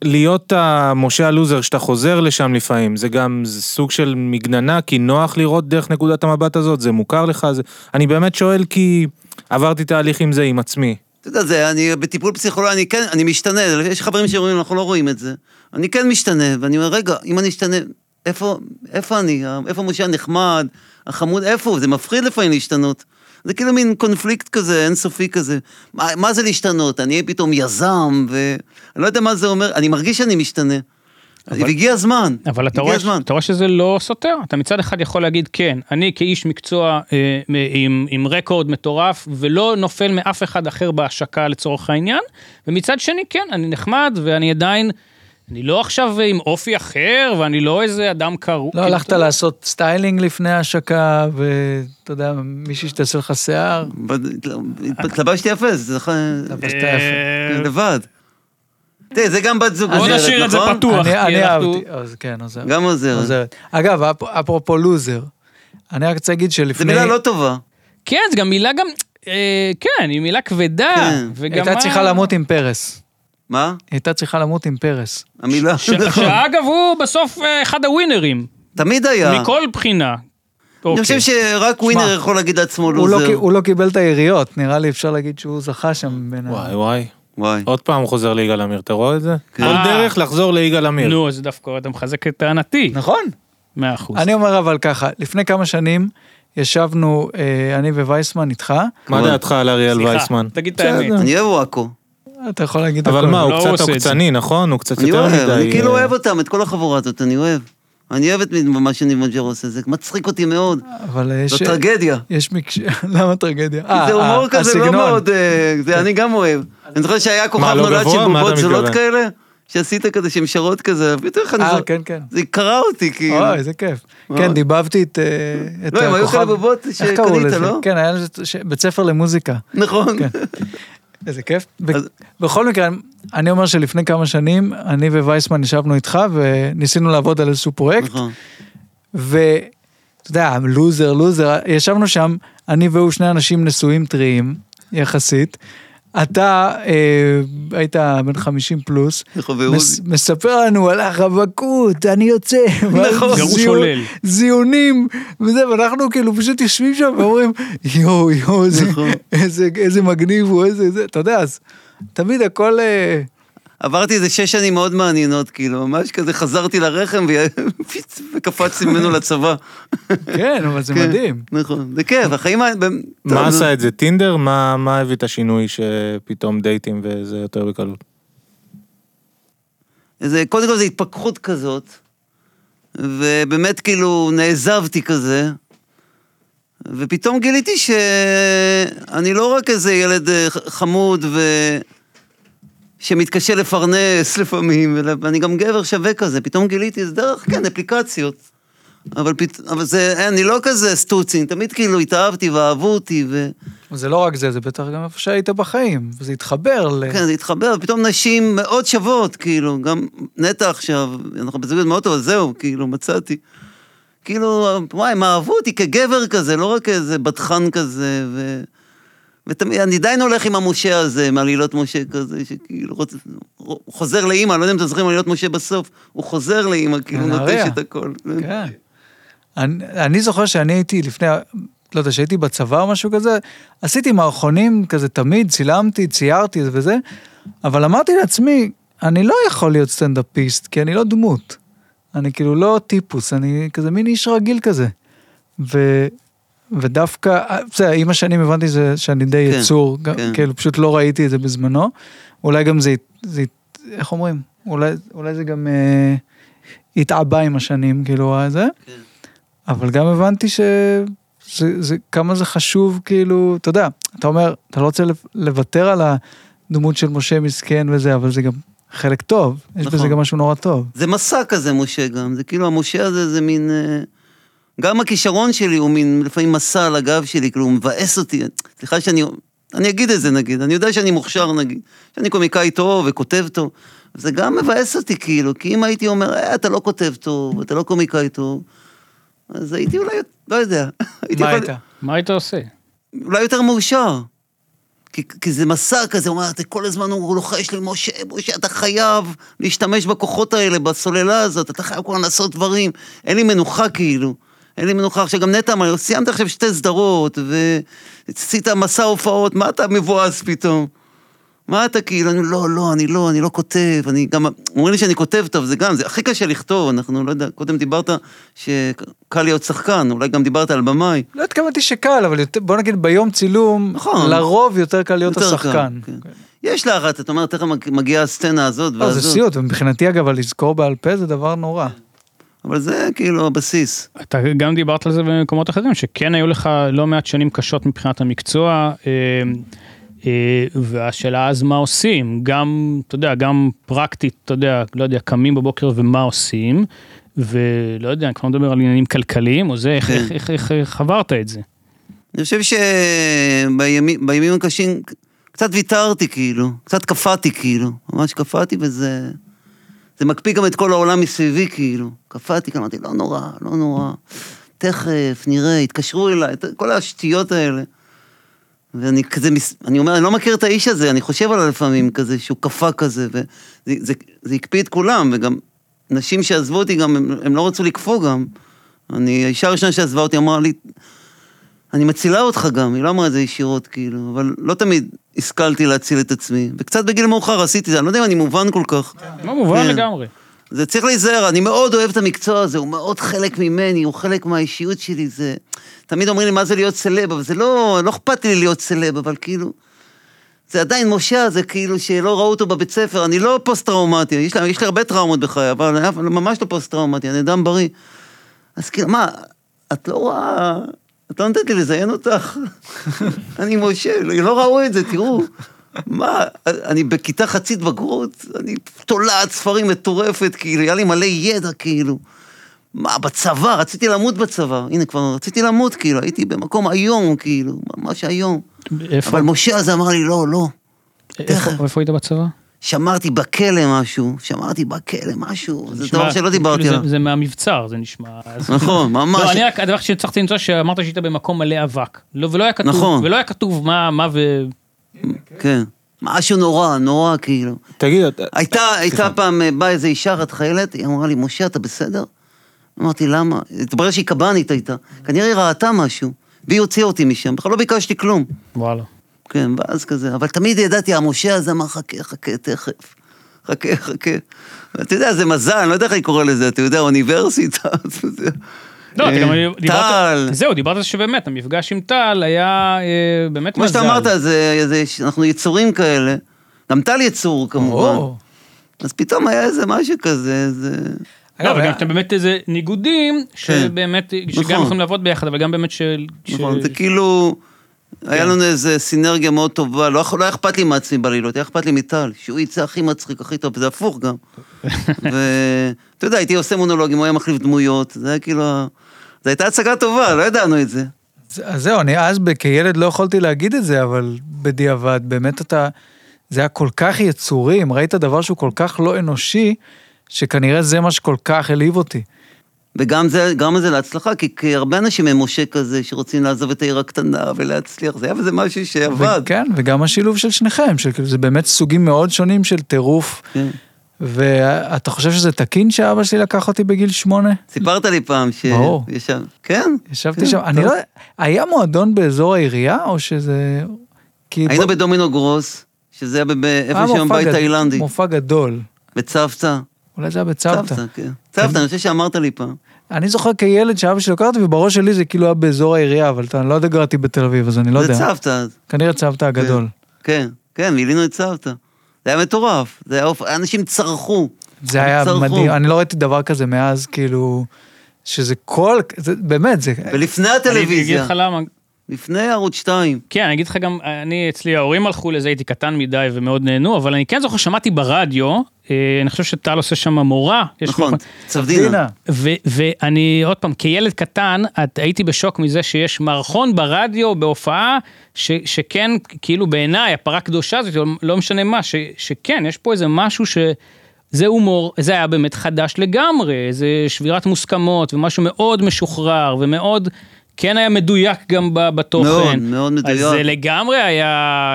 [SPEAKER 2] להיות המשה הלוזר שאתה חוזר לשם לפעמים, זה גם זה סוג של מגננה, כי נוח לראות דרך נקודת המבט הזאת, זה מוכר לך, זה... אני באמת שואל כי עברתי תהליך עם זה עם עצמי.
[SPEAKER 4] אתה יודע, זה, אני בטיפול פסיכולוגי, אני כן, אני משתנה, יש חברים שאומרים, אנחנו לא רואים את זה. אני כן משתנה, ואני אומר, רגע, אם אני אשתנה, איפה, איפה אני? איפה משה הנחמד, החמוד, איפה הוא? זה מפחיד לפעמים להשתנות. זה כאילו מין קונפליקט כזה, אינסופי כזה. מה, מה זה להשתנות? אני אהיה פתאום יזם, ואני לא יודע מה זה אומר, אני מרגיש שאני משתנה.
[SPEAKER 3] אבל-
[SPEAKER 4] והגיע הזמן,
[SPEAKER 3] אבל אתה
[SPEAKER 4] הגיע
[SPEAKER 3] רואה,
[SPEAKER 4] הזמן.
[SPEAKER 3] אתה רואה שזה לא סותר, אתה מצד אחד יכול להגיד כן, אני כאיש מקצוע אה, מ- עם, עם רקורד מטורף ולא נופל מאף אחד אחר בהשקה לצורך העניין, ומצד שני כן, אני נחמד ואני עדיין, אני לא עכשיו עם אופי אחר ואני לא איזה אדם כאילו, קרוב.
[SPEAKER 4] כן.
[SPEAKER 1] לא הלכת לעשות סטיילינג לפני ההשקה, ואתה יודע, מישהי שתעשה לך שיער,
[SPEAKER 4] בד- התלבשתי יפה, זה זכה...
[SPEAKER 1] לבשת
[SPEAKER 3] אה,
[SPEAKER 1] יפה.
[SPEAKER 4] לבד. תראה, זה גם בת זוג
[SPEAKER 3] בוא
[SPEAKER 4] עוזרת,
[SPEAKER 3] נשאיר את זה
[SPEAKER 4] נכון?
[SPEAKER 1] אני,
[SPEAKER 3] פתוח. כי
[SPEAKER 1] אני
[SPEAKER 3] אנחנו-
[SPEAKER 1] אהבתי, אז כן, עוזר.
[SPEAKER 4] גם עוזרת.
[SPEAKER 1] עוזרת. אגב, אפ- אפרופו לוזר, אני רק רוצה להגיד
[SPEAKER 4] זו
[SPEAKER 1] שלפני...
[SPEAKER 4] מילה לא טובה.
[SPEAKER 3] כן, זה גם מילה גם, אה, כן, היא מילה כבדה.
[SPEAKER 4] כן.
[SPEAKER 3] וגם
[SPEAKER 1] הייתה
[SPEAKER 3] מה-
[SPEAKER 1] צריכה למות עם פרס.
[SPEAKER 4] מה?
[SPEAKER 1] הייתה צריכה למות עם פרס.
[SPEAKER 4] המילה,
[SPEAKER 3] ש-
[SPEAKER 4] נכון.
[SPEAKER 3] שאגב הוא בסוף אה, אחד הווינרים,
[SPEAKER 4] תמיד היה.
[SPEAKER 3] מכל בחינה.
[SPEAKER 4] כן. אני
[SPEAKER 3] אוקיי.
[SPEAKER 4] חושב שרק ווינר יכול להגיד לעצמו
[SPEAKER 1] הוא לא,
[SPEAKER 4] לוזר.
[SPEAKER 1] קי- הוא לא קיבל את היריות, נראה לי אפשר להגיד שהוא זכה שם בין... ה-
[SPEAKER 2] וואי וואי.
[SPEAKER 4] וואי.
[SPEAKER 2] עוד פעם הוא חוזר ליגאל עמיר, אתה רואה את זה?
[SPEAKER 4] כן.
[SPEAKER 2] כל
[SPEAKER 3] אה.
[SPEAKER 2] דרך לחזור ליגאל עמיר.
[SPEAKER 3] נו, אז דווקא אתה מחזק את טענתי.
[SPEAKER 1] נכון.
[SPEAKER 3] מאה אחוז.
[SPEAKER 1] אני אומר אבל ככה, לפני כמה שנים ישבנו, אה, אני ווייסמן איתך,
[SPEAKER 2] מה
[SPEAKER 4] כמובן.
[SPEAKER 2] דעתך על אריאל
[SPEAKER 3] סליחה,
[SPEAKER 2] וייסמן?
[SPEAKER 3] תגיד את
[SPEAKER 2] בסדר.
[SPEAKER 3] האמת.
[SPEAKER 4] נכון. אני אוהב וואקו.
[SPEAKER 1] אתה יכול להגיד
[SPEAKER 2] אבל
[SPEAKER 1] הכל.
[SPEAKER 2] מה,
[SPEAKER 3] לא
[SPEAKER 2] הוא
[SPEAKER 3] עושה
[SPEAKER 2] קצת
[SPEAKER 3] את
[SPEAKER 2] עוקצני, נכון? הוא קצת
[SPEAKER 4] אני
[SPEAKER 2] יותר
[SPEAKER 4] אוהב,
[SPEAKER 2] מדי.
[SPEAKER 4] אני כאילו
[SPEAKER 2] אה,
[SPEAKER 4] אוהב אותם, את כל החבורה הזאת, אני אוהב. אני אוהב את מה שנמג'ר עושה, זה מצחיק אותי מאוד.
[SPEAKER 1] אבל אה,
[SPEAKER 4] זו
[SPEAKER 1] יש...
[SPEAKER 4] טרגדיה.
[SPEAKER 1] יש מקש... למה טרגדיה?
[SPEAKER 4] כי
[SPEAKER 1] אה,
[SPEAKER 4] זה הומור
[SPEAKER 1] אה,
[SPEAKER 4] כזה לא
[SPEAKER 1] הסגנון.
[SPEAKER 4] מאוד, אה, זה אני גם אוהב. אני זוכר שהיה כוכב
[SPEAKER 2] לא
[SPEAKER 4] נולד
[SPEAKER 2] גבוה?
[SPEAKER 4] של
[SPEAKER 2] מה אתה
[SPEAKER 4] בובות זולות
[SPEAKER 2] מתכוון?
[SPEAKER 4] כאלה, שעשית כזה שהן שרות כזה, פתאום איך אני
[SPEAKER 1] אה,
[SPEAKER 4] זוכר-
[SPEAKER 1] כן, כן.
[SPEAKER 4] זה קרע אותי, כאילו.
[SPEAKER 1] אוי, איזה כיף.
[SPEAKER 4] מאוד.
[SPEAKER 1] כן, דיבבתי את אה, את
[SPEAKER 4] לא, הם היו כאלה בובות
[SPEAKER 1] איך קראו
[SPEAKER 4] שקנית,
[SPEAKER 1] לזה?
[SPEAKER 4] לא?
[SPEAKER 1] כן, היה לזה ש- בית ספר למוזיקה.
[SPEAKER 4] נכון.
[SPEAKER 1] כן. איזה כיף. ב-
[SPEAKER 4] אז-
[SPEAKER 1] בכל מקרה, אני אומר שלפני כמה שנים, אני ווייסמן ישבנו איתך וניסינו לעבוד על איזשהו פרויקט,
[SPEAKER 4] נכון.
[SPEAKER 1] ואתה יודע, לוזר, לוזר, ישבנו שם, אני והוא שני אנשים נשואים טריים, יחסית. אתה אה, היית בן 50 פלוס,
[SPEAKER 4] נכון, והוא-
[SPEAKER 1] מס- מספר לנו על הרווקות, אני יוצא,
[SPEAKER 4] נכון.
[SPEAKER 1] ואז
[SPEAKER 3] גירוש
[SPEAKER 1] זיון-
[SPEAKER 3] הולל.
[SPEAKER 1] זיונים, וזה, ואנחנו כאילו פשוט יושבים שם ואומרים, יואו, יואו, איזה-
[SPEAKER 4] נכון.
[SPEAKER 1] איזה- איזה מגניב הוא, איזה, זה", אתה יודע, אז תמיד הכל, אה,
[SPEAKER 4] עברתי איזה שש שנים מאוד מעניינות, כאילו, ממש כזה חזרתי לרחם ו- פיץ, וקפצתי ממנו לצבא.
[SPEAKER 1] כן, אבל זה
[SPEAKER 4] כן,
[SPEAKER 1] מדהים. נכון.
[SPEAKER 4] נכון, זה כיף, החיים... ה- ב- טוב,
[SPEAKER 2] מה
[SPEAKER 4] נו.
[SPEAKER 2] עשה את זה? טינדר? מה מה הביא את השינוי שפתאום דייטים וזה יותר בקלות?
[SPEAKER 4] זה, קודם כל זו התפכחות כזאת, ובאמת כאילו נעזבתי כזה, ופתאום גיליתי שאני לא רק איזה ילד אה, ח- חמוד ו... שמתקשה לפרנס לפעמים, אלא אני גם גבר שווה כזה, פתאום גיליתי, זה דרך, כן, אפליקציות. אבל, פת... אבל זה, אני לא כזה סטוצי, תמיד כאילו התאהבתי ואהבו אותי, ו...
[SPEAKER 1] זה לא רק זה, זה בטח גם איפה שהיית בחיים, וזה התחבר ל...
[SPEAKER 4] כן, זה התחבר, ופתאום נשים מאוד שוות, כאילו, גם נטע עכשיו, אנחנו בזוגיות מאוד טובה, זהו, כאילו, מצאתי. כאילו, וואי, הם אהבו אותי כגבר כזה, לא רק איזה בדחן כזה, ו... ותמיד, אני עדיין הולך עם המשה הזה, עם עלילות משה כזה, שכאילו, רוצ... הוא חוזר לאימא, לא יודע אם אתם זוכרים עלילות משה בסוף, הוא חוזר לאימא, כאילו, הוא
[SPEAKER 1] לנהריה.
[SPEAKER 4] נוטש את הכל.
[SPEAKER 1] כן. אני, אני זוכר שאני הייתי לפני, לא יודע, שהייתי בצבא או משהו כזה, עשיתי מערכונים כזה תמיד, צילמתי, ציירתי וזה, אבל אמרתי לעצמי, אני לא יכול להיות סטנדאפיסט, כי אני לא דמות. אני כאילו לא טיפוס, אני כזה מין איש רגיל כזה. ו, ודווקא, אה, בסדר, עם השנים הבנתי זה, שאני די
[SPEAKER 4] כן,
[SPEAKER 1] יצור, גם-
[SPEAKER 4] כן.
[SPEAKER 1] כאילו פשוט לא ראיתי את זה בזמנו. אולי גם זה, הת- זה הת- איך אומרים? אולי, אולי זה גם אה, התעבה עם השנים, כאילו, אה, זה.
[SPEAKER 4] כן.
[SPEAKER 1] אבל גם הבנתי ש... זה, זה, כמה זה חשוב, כאילו, אתה יודע, אתה אומר, אתה לא רוצה לו- לוותר על הדמות של משה מסכן וזה, אבל זה גם חלק טוב, יש
[SPEAKER 4] נכון.
[SPEAKER 1] בזה גם משהו נורא טוב.
[SPEAKER 4] זה מסע כזה, משה גם. זה כאילו, המשה הזה זה מין... אה, גם הכישרון שלי הוא מין לפעמים מסע על הגב שלי, כאילו, הוא מבאס אותי. סליחה שאני... אני אגיד את זה נגיד, אני יודע שאני מוכשר נגיד, שאני קומיקאי טוב וכותב טוב. זה גם מבאס אותי כאילו, כי אם הייתי אומר, אה, אתה לא כותב טוב, אתה לא קומיקאי טוב, אז הייתי אולי, לא יודע. הייתי
[SPEAKER 1] מה
[SPEAKER 4] יכול-
[SPEAKER 1] הייתה?
[SPEAKER 3] מה היית עושה?
[SPEAKER 4] אולי יותר מאושר. כי, כי זה מסע כזה, הוא אומר, "אתה כל הזמן הוא לוחש לי, משה, משה, אתה חייב להשתמש בכוחות האלה, בסוללה הזאת, אתה חייב כבר לעשות דברים. אין לי מנוחה כאילו. אין לי מנוחה. עכשיו, גם נטע אמר, סיימת עכשיו שתי סדרות, ועשית מסע הופעות, מה אתה מבואס פתאום? מה אתה כאילו, אני לא, לא, אני לא, אני לא כותב, אני גם, אומרים לי שאני כותב טוב, זה גם, זה הכי קשה לכתוב, אנחנו, לא יודע, קודם דיברת שקל להיות שחקן, אולי גם דיברת על במאי.
[SPEAKER 1] לא התכוונתי שקל, אבל יותר- בוא נגיד ביום צילום,
[SPEAKER 4] נכון.
[SPEAKER 1] לרוב יותר קל להיות
[SPEAKER 4] יותר
[SPEAKER 1] השחקן.
[SPEAKER 4] קל, כן. יש לחץ, אתה אומר, תכף מג- מגיעה הסצנה הזאת
[SPEAKER 1] לא, זה
[SPEAKER 4] והזאת.
[SPEAKER 1] סיוט, ומבחינתי אגב, לזכור בעל פה זה דבר
[SPEAKER 4] כן.
[SPEAKER 1] נורא.
[SPEAKER 4] אבל זה כאילו הבסיס.
[SPEAKER 3] אתה גם דיברת על זה במקומות אחרים, שכן היו לך לא מעט שנים קשות מבחינת המקצוע, אה, אה, והשאלה אז מה עושים, גם, אתה יודע, גם פרקטית, אתה יודע, לא יודע, קמים בבוקר ומה עושים, ולא יודע, אני כבר מדבר על עניינים כלכליים, או זה, איך,
[SPEAKER 4] כן.
[SPEAKER 3] איך, איך, איך, איך חברת את זה?
[SPEAKER 4] אני חושב שבימים הקשים קצת ויתרתי כאילו, קצת קפאתי כאילו, ממש קפאתי וזה... זה מקפיא גם את כל העולם מסביבי כאילו. קפאתי, כאילו, אמרתי, לא נורא, לא נורא, תכף, נראה, התקשרו אליי, כל השטויות האלה. ואני כזה, מס- אני אומר, אני לא מכיר את האיש הזה, אני חושב עליו לפעמים כזה, שהוא קפא כזה, וזה זה, זה הקפיא את כולם, וגם נשים שעזבו אותי גם, הם, הם לא רצו לקפוא גם. אני, האישה הראשונה שעזבה אותי אמרה לי, אני מצילה אותך גם, היא לא אמרה את זה ישירות כאילו, אבל לא תמיד השכלתי להציל את עצמי, וקצת בגיל מאוחר עשיתי את זה, אני לא יודע אם אני מובן כל כך.
[SPEAKER 3] מה לא מובן
[SPEAKER 4] כן.
[SPEAKER 3] לגמרי.
[SPEAKER 4] זה צריך להיזהר, אני מאוד אוהב את המקצוע הזה, הוא מאוד חלק ממני, הוא חלק מהאישיות שלי, זה... תמיד אומרים לי, מה זה להיות סלב, אבל זה לא, לא אכפת לי להיות סלב, אבל כאילו... זה עדיין משה הזה, כאילו, שלא ראו אותו בבית ספר, אני לא פוסט-טראומטי, יש לי, יש לי הרבה טראומות בחיי, אבל אני אף- ממש לא פוסט-טראומטי, אני אדם בריא. אז כאילו, מה, את לא רואה... את לא נותנת לי לזיין אותך. אני משה, לא ראו את זה, תראו. מה, אני בכיתה חצית בגרות, אני תולעת ספרים מטורפת, כאילו, היה לי מלא ידע, כאילו. מה, בצבא, רציתי למות בצבא. הנה, כבר רציתי למות, כאילו, הייתי במקום איום, כאילו, ממש איום.
[SPEAKER 3] איפה,
[SPEAKER 4] אבל משה אז אמר לי, לא, לא.
[SPEAKER 3] איפה, איפה היית בצבא?
[SPEAKER 4] שמרתי בכלא משהו, שמרתי בכלא משהו, זה
[SPEAKER 3] נשמע-
[SPEAKER 4] דבר שלא דיברתי
[SPEAKER 3] כאילו
[SPEAKER 4] עליו.
[SPEAKER 3] זה, זה מהמבצר, זה נשמע. אז-
[SPEAKER 4] נכון, ממש.
[SPEAKER 3] לא, אני רק, הדבר שהצלחתי למצוא שאמרת שהיית במקום מלא אבק. לא, ולא היה כתוב,
[SPEAKER 4] נכון.
[SPEAKER 3] ולא היה כתוב מה, מה ו...
[SPEAKER 4] כן. משהו נורא, נורא, כאילו.
[SPEAKER 2] תגיד, אתה-
[SPEAKER 4] הייתה, הייתה פעם, אה, באה איזה אישה אחת חיילת, היא אמרה לי, משה, אתה בסדר? אמרתי, למה? התברר שהיא קב"נית הייתה. כנראה היא ראתה משהו, והיא הוציאה אותי משם, בכלל לא ביקשתי כלום.
[SPEAKER 3] וואלה.
[SPEAKER 4] כן, ואז כזה, אבל תמיד ידעתי, המשה הזה אמר, חכה, חכה, תכף. חכה, חכה. אתה יודע, זה מזל, אני לא יודע איך אני קורא לזה, אתה יודע, אוניברסיטה. אתה יודע.
[SPEAKER 3] לא, אתה גם
[SPEAKER 4] אה,
[SPEAKER 3] דיברת,
[SPEAKER 4] טל.
[SPEAKER 3] זהו, דיברת שבאמת, המפגש עם טל היה אה, באמת מזל.
[SPEAKER 4] כמו שאתה אמרת, זה, זה, אנחנו יצורים כאלה. גם טל יצור, כמובן.
[SPEAKER 1] או.
[SPEAKER 4] אז פתאום היה איזה משהו כזה, זה...
[SPEAKER 3] לא,
[SPEAKER 1] אגב,
[SPEAKER 3] וגם
[SPEAKER 1] היה-
[SPEAKER 3] שאתם באמת איזה ניגודים, שבאמת, שגם
[SPEAKER 4] כן. נכון.
[SPEAKER 3] יכולים לעבוד ביחד, אבל גם באמת של...
[SPEAKER 4] נכון,
[SPEAKER 3] ש-
[SPEAKER 4] זה כאילו... היה
[SPEAKER 1] כן.
[SPEAKER 4] לנו איזו סינרגיה מאוד טובה, לא לא היה אכפת לי מעצמי בלילות, היה אכפת לי מטל, שהוא יצא הכי מצחיק, הכי טוב, זה הפוך גם. ואתה יודע, הייתי עושה מונולוגים, הוא היה מחליף דמויות, זה היה כאילו... ה- זו הייתה הצגה טובה, לא ידענו את זה.
[SPEAKER 1] זה- אז זהו, אני אז ב- כילד לא יכולתי להגיד את זה, אבל בדיעבד, באמת אתה... זה היה כל כך יצורי, אם ראית דבר שהוא כל כך לא אנושי, שכנראה זה מה שכל כך העליב אותי.
[SPEAKER 4] וגם זה, גם זה להצלחה, כי, כי הרבה אנשים הם משה כזה, שרוצים לעזוב את העיר הקטנה ולהצליח, זה היה איזה משהו שעבד.
[SPEAKER 1] כן, וגם השילוב של שניכם, של כאילו, זה באמת סוגים מאוד שונים של טירוף.
[SPEAKER 4] כן.
[SPEAKER 1] ואתה חושב שזה תקין שאבא שלי לקח אותי בגיל שמונה?
[SPEAKER 4] סיפרת לי פעם ש...
[SPEAKER 1] ברור.
[SPEAKER 4] ישב... כן?
[SPEAKER 1] ישבתי
[SPEAKER 4] כן,
[SPEAKER 1] שם, אני
[SPEAKER 4] טוב.
[SPEAKER 1] לא... היה מועדון באזור העירייה, או שזה... כי-
[SPEAKER 4] היינו בדומינו גרוס, שזה היה ב- ב-
[SPEAKER 1] היה
[SPEAKER 4] איפה שם
[SPEAKER 1] מופע
[SPEAKER 4] בית
[SPEAKER 1] גד-
[SPEAKER 4] תאילנדי,
[SPEAKER 1] מופע גדול.
[SPEAKER 4] בצוותא.
[SPEAKER 1] אולי זה היה בצוותא.
[SPEAKER 4] כן. צוותא, אני חושב שאמרת לי פעם.
[SPEAKER 1] אני זוכר כילד שאבא שלי לקח אותי, ובראש שלי זה כאילו היה באזור העירייה, אבל אתה- אני לא יודע, גרתי בתל אביב, אז אני לא
[SPEAKER 4] זה
[SPEAKER 1] יודע.
[SPEAKER 4] צוותא אז.
[SPEAKER 1] כנראה צוותא הגדול.
[SPEAKER 4] כן, כן, מילינו את צוותא. זה היה מטורף, זה היה אופ... אנשים צרחו.
[SPEAKER 1] זה היה
[SPEAKER 4] צרחו.
[SPEAKER 1] מדהים, אני לא ראיתי דבר כזה מאז, כאילו... שזה כל... זה- באמת, זה...
[SPEAKER 4] ולפני
[SPEAKER 3] אני אגיד
[SPEAKER 4] הטלוויזיה.
[SPEAKER 3] לך למה,
[SPEAKER 4] לפני ערוץ 2.
[SPEAKER 3] כן, אני אגיד לך גם, אני, אצלי ההורים הלכו לזה, הייתי קטן מדי ומאוד נהנו, אבל אני כן זוכר, שמעתי ברדיו, אה, אני חושב שטל עושה שם מורה. יש
[SPEAKER 4] נכון,
[SPEAKER 3] מוכן-
[SPEAKER 4] צפדינה.
[SPEAKER 3] ו- ואני, עוד פעם, כילד קטן, את, הייתי בשוק מזה שיש מערכון ברדיו בהופעה, ש- שכן, כאילו בעיניי, הפרה קדושה הזאת, לא משנה מה, ש- שכן, יש פה איזה משהו ש... זה הומור, זה היה באמת חדש לגמרי, זה שבירת מוסכמות ומשהו מאוד משוחרר ומאוד, כן היה מדויק גם ב- בתוכן.
[SPEAKER 4] מאוד, מאוד מדויק.
[SPEAKER 3] אז זה לגמרי היה,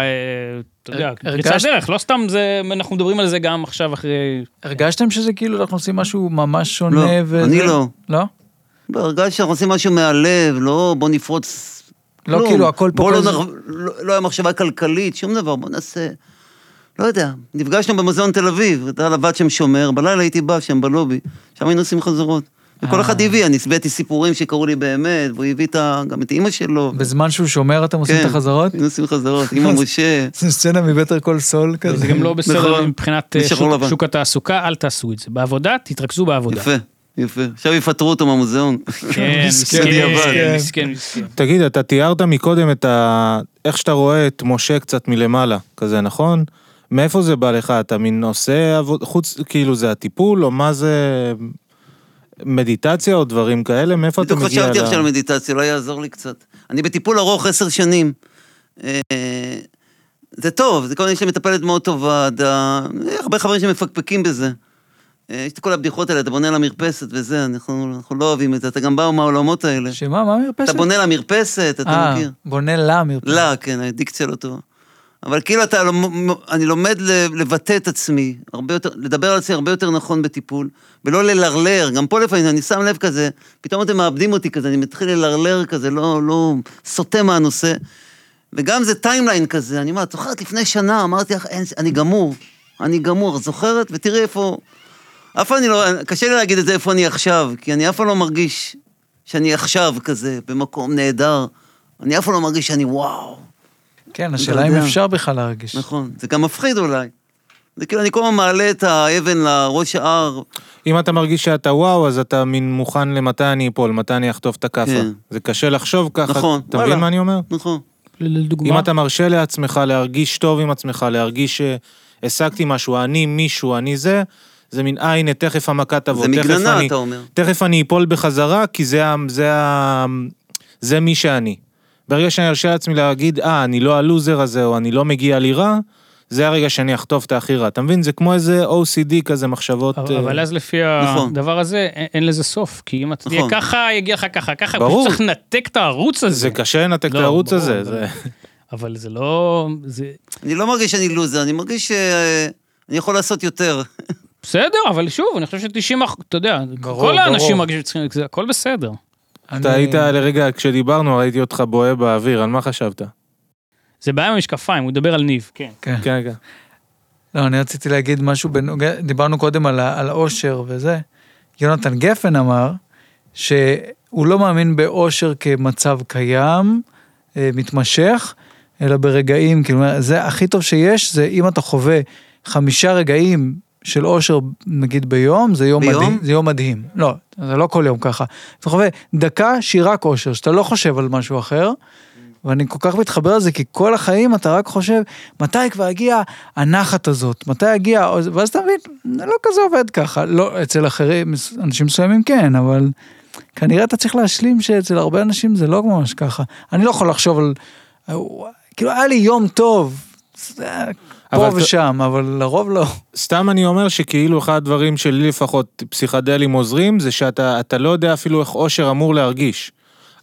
[SPEAKER 3] אה, אתה יודע,
[SPEAKER 1] הרגשת-
[SPEAKER 3] פריצת דרך, לא סתם זה, אנחנו מדברים על זה גם עכשיו אחרי...
[SPEAKER 1] הרגשתם שזה כאילו אנחנו עושים משהו ממש שונה?
[SPEAKER 4] לא,
[SPEAKER 1] וזה-
[SPEAKER 4] אני לא.
[SPEAKER 1] לא?
[SPEAKER 4] הרגשתי שאנחנו עושים משהו מהלב, לא בוא נפרוץ...
[SPEAKER 1] לא,
[SPEAKER 4] כלום.
[SPEAKER 1] כאילו, הכל פה
[SPEAKER 4] בוא לא,
[SPEAKER 1] כזה-
[SPEAKER 4] נח... לא, לא היה מחשבה כלכלית, שום דבר, בוא נעשה... לא יודע, נפגשנו במוזיאון תל אביב, אתה לבד שם שומר, בלילה הייתי בא שם בלובי, שם היינו עושים חזרות.
[SPEAKER 1] אה.
[SPEAKER 4] וכל אחד הביא, אני הסבאתי סיפורים שקרו לי באמת, והוא הביא את ה... גם את אימא שלו.
[SPEAKER 1] בזמן שהוא שומר אתם עושים
[SPEAKER 4] כן,
[SPEAKER 1] את החזרות?
[SPEAKER 4] היינו עושים חזרות, אימא משה.
[SPEAKER 1] זו סצנה מבטר כל סול
[SPEAKER 4] כן.
[SPEAKER 1] כזה.
[SPEAKER 3] זה גם לא בסדר
[SPEAKER 4] נכון.
[SPEAKER 3] מבחינת
[SPEAKER 4] זה
[SPEAKER 3] אה,
[SPEAKER 4] שחור
[SPEAKER 3] שוק-
[SPEAKER 4] לבן.
[SPEAKER 3] שוק התעסוקה, אל תעשו את זה. בעבודה, תתרכזו בעבודה.
[SPEAKER 4] יפה, יפה. עכשיו יפטרו אותו מהמוזיאון.
[SPEAKER 3] כן,
[SPEAKER 1] מסכן,
[SPEAKER 3] מסכן,
[SPEAKER 4] כן.
[SPEAKER 1] יוון.
[SPEAKER 3] מסכן, מסכן.
[SPEAKER 2] תגיד, אתה תיארת מקודם את ה... איך שאתה רואה את משה קצת מלמעלה, כזה, נכון? מאיפה זה בא לך? אתה מין עושה עבוד... חוץ, כאילו זה הטיפול, או מה זה... מדיטציה או דברים כאלה? מאיפה אתה
[SPEAKER 4] בדיוק
[SPEAKER 2] מגיע ל...
[SPEAKER 4] חשבתי עכשיו על מדיטציה, לא יעזור לי קצת. אני בטיפול ארוך עשר שנים. אה, זה טוב, זה כל מיני מטפלת מאוד טובה, אתה- הרבה חברים שמפקפקים בזה. אה, יש את כל הבדיחות האלה, אתה בונה למרפסת וזה, אנחנו אנחנו לא אוהבים את זה, אתה גם בא מהעולמות האלה.
[SPEAKER 1] שמה, מה מרפסת?
[SPEAKER 4] אתה בונה למרפסת, אתה
[SPEAKER 1] אה,
[SPEAKER 4] מכיר.
[SPEAKER 1] בונה לה מרפסת.
[SPEAKER 4] לא, כן, הדיקציה לא טובה. אבל כאילו אתה, לומ- אני לומד ל- לבטא את עצמי, הרבה יותר, לדבר על עצמי הרבה יותר נכון בטיפול, ולא ללרלר, גם פה לפעמים אני שם לב כזה, פתאום אתם מאבדים אותי כזה, אני מתחיל ללרלר כזה, לא, לא, סוטה מהנושא. וגם זה טיימליין כזה, אני אומר, את זוכרת לפני שנה, אמרתי לך, אין, אני גמור, אני גמור, את זוכרת? ותראי איפה... אף פעם אני לא, קשה לי להגיד את זה איפה אני עכשיו, כי אני אף פעם לא מרגיש שאני עכשיו כזה, במקום נהדר. אני אף פעם לא מרגיש שאני וואו.
[SPEAKER 1] כן, השאלה אם
[SPEAKER 4] לא יודע.
[SPEAKER 1] אפשר בכלל להרגיש.
[SPEAKER 4] נכון, זה גם מפחיד אולי. זה כאילו, אני כל הזמן מעלה את האבן לראש ההר.
[SPEAKER 2] אם אתה מרגיש שאתה וואו, אז אתה מין מוכן למתי אני אפול, מתי אני אחטוף את הכאפה.
[SPEAKER 4] כן.
[SPEAKER 2] זה קשה לחשוב ככה.
[SPEAKER 4] נכון,
[SPEAKER 2] אתה מבין
[SPEAKER 4] וואלה.
[SPEAKER 2] מה אני אומר?
[SPEAKER 4] נכון.
[SPEAKER 2] אם
[SPEAKER 3] לדוגמה,
[SPEAKER 2] אתה מרשה לעצמך להרגיש טוב עם עצמך, להרגיש שהשגתי משהו, אני מישהו, אני זה, זה מין, אה, הנה, תכף המכה תבוא.
[SPEAKER 4] זה
[SPEAKER 2] תכף
[SPEAKER 4] מגננה,
[SPEAKER 2] אני-
[SPEAKER 4] אתה אומר.
[SPEAKER 2] תכף אני אפול בחזרה, כי זה, ה- זה, ה- זה מי שאני. ברגע שאני ארשה לעצמי להגיד, אה, אני לא הלוזר הזה, או אני לא מגיע לי רע, זה הרגע שאני אחטוף את הכי רע. אתה מבין? זה כמו איזה OCD כזה, מחשבות...
[SPEAKER 3] אבל-
[SPEAKER 2] אה,
[SPEAKER 3] אבל אז לפי
[SPEAKER 4] נכון.
[SPEAKER 3] הדבר הזה, א- אין לזה סוף, כי אם אתה תהיה
[SPEAKER 4] נכון.
[SPEAKER 3] ככה, יגיע לך ככה, ככה,
[SPEAKER 2] ברור.
[SPEAKER 3] פשוט צריך לנתק את הערוץ הזה.
[SPEAKER 2] זה קשה לנתק את
[SPEAKER 3] לא,
[SPEAKER 2] הערוץ
[SPEAKER 3] ברור,
[SPEAKER 2] הזה.
[SPEAKER 3] אבל-
[SPEAKER 2] זה-
[SPEAKER 3] אבל זה לא... זה-
[SPEAKER 4] אני לא מרגיש שאני לוזר, אני מרגיש שאני יכול לעשות יותר.
[SPEAKER 3] בסדר, אבל שוב, אני חושב ש-90 אחוז, אתה יודע,
[SPEAKER 1] ברור,
[SPEAKER 3] כל
[SPEAKER 1] ברור.
[SPEAKER 3] האנשים מרגישים שצריכים, זה הכל בסדר.
[SPEAKER 1] אני-
[SPEAKER 2] אתה היית לרגע, כשדיברנו, ראיתי אותך בוהה באוויר, על מה חשבת?
[SPEAKER 3] זה בעיה עם המשקפיים, הוא מדבר על ניב. כן.
[SPEAKER 1] כן.
[SPEAKER 2] כן, כן.
[SPEAKER 1] לא, אני רציתי להגיד משהו, בנוגע, דיברנו קודם על, ה- על אושר וזה. יונתן גפן אמר שהוא לא מאמין באושר כמצב קיים, אה, מתמשך, אלא ברגעים, כאילו, זה הכי טוב שיש, זה אם אתה חווה חמישה רגעים של אושר, נגיד ביום, זה יום,
[SPEAKER 4] ביום?
[SPEAKER 1] מדהים, זה יום מדהים. לא, זה לא כל יום ככה. אתה חווה דקה שהיא רק אושר, שאתה לא חושב על משהו אחר. ואני כל כך מתחבר לזה, כי כל החיים אתה רק חושב, מתי כבר יגיע הנחת הזאת? מתי יגיע... ואז אתה מבין, זה לא כזה עובד ככה. לא, אצל אחרים, אנשים מסוימים כן, אבל כנראה אתה צריך להשלים שאצל הרבה אנשים זה לא ממש ככה. אני לא יכול לחשוב על... כאילו, היה לי יום טוב, זה היה פה
[SPEAKER 2] אבל-
[SPEAKER 1] ושם, אבל לרוב לא.
[SPEAKER 2] סתם אני אומר שכאילו אחד הדברים שלי לפחות פסיכדלים עוזרים זה שאתה אתה לא יודע אפילו איך אושר אמור להרגיש.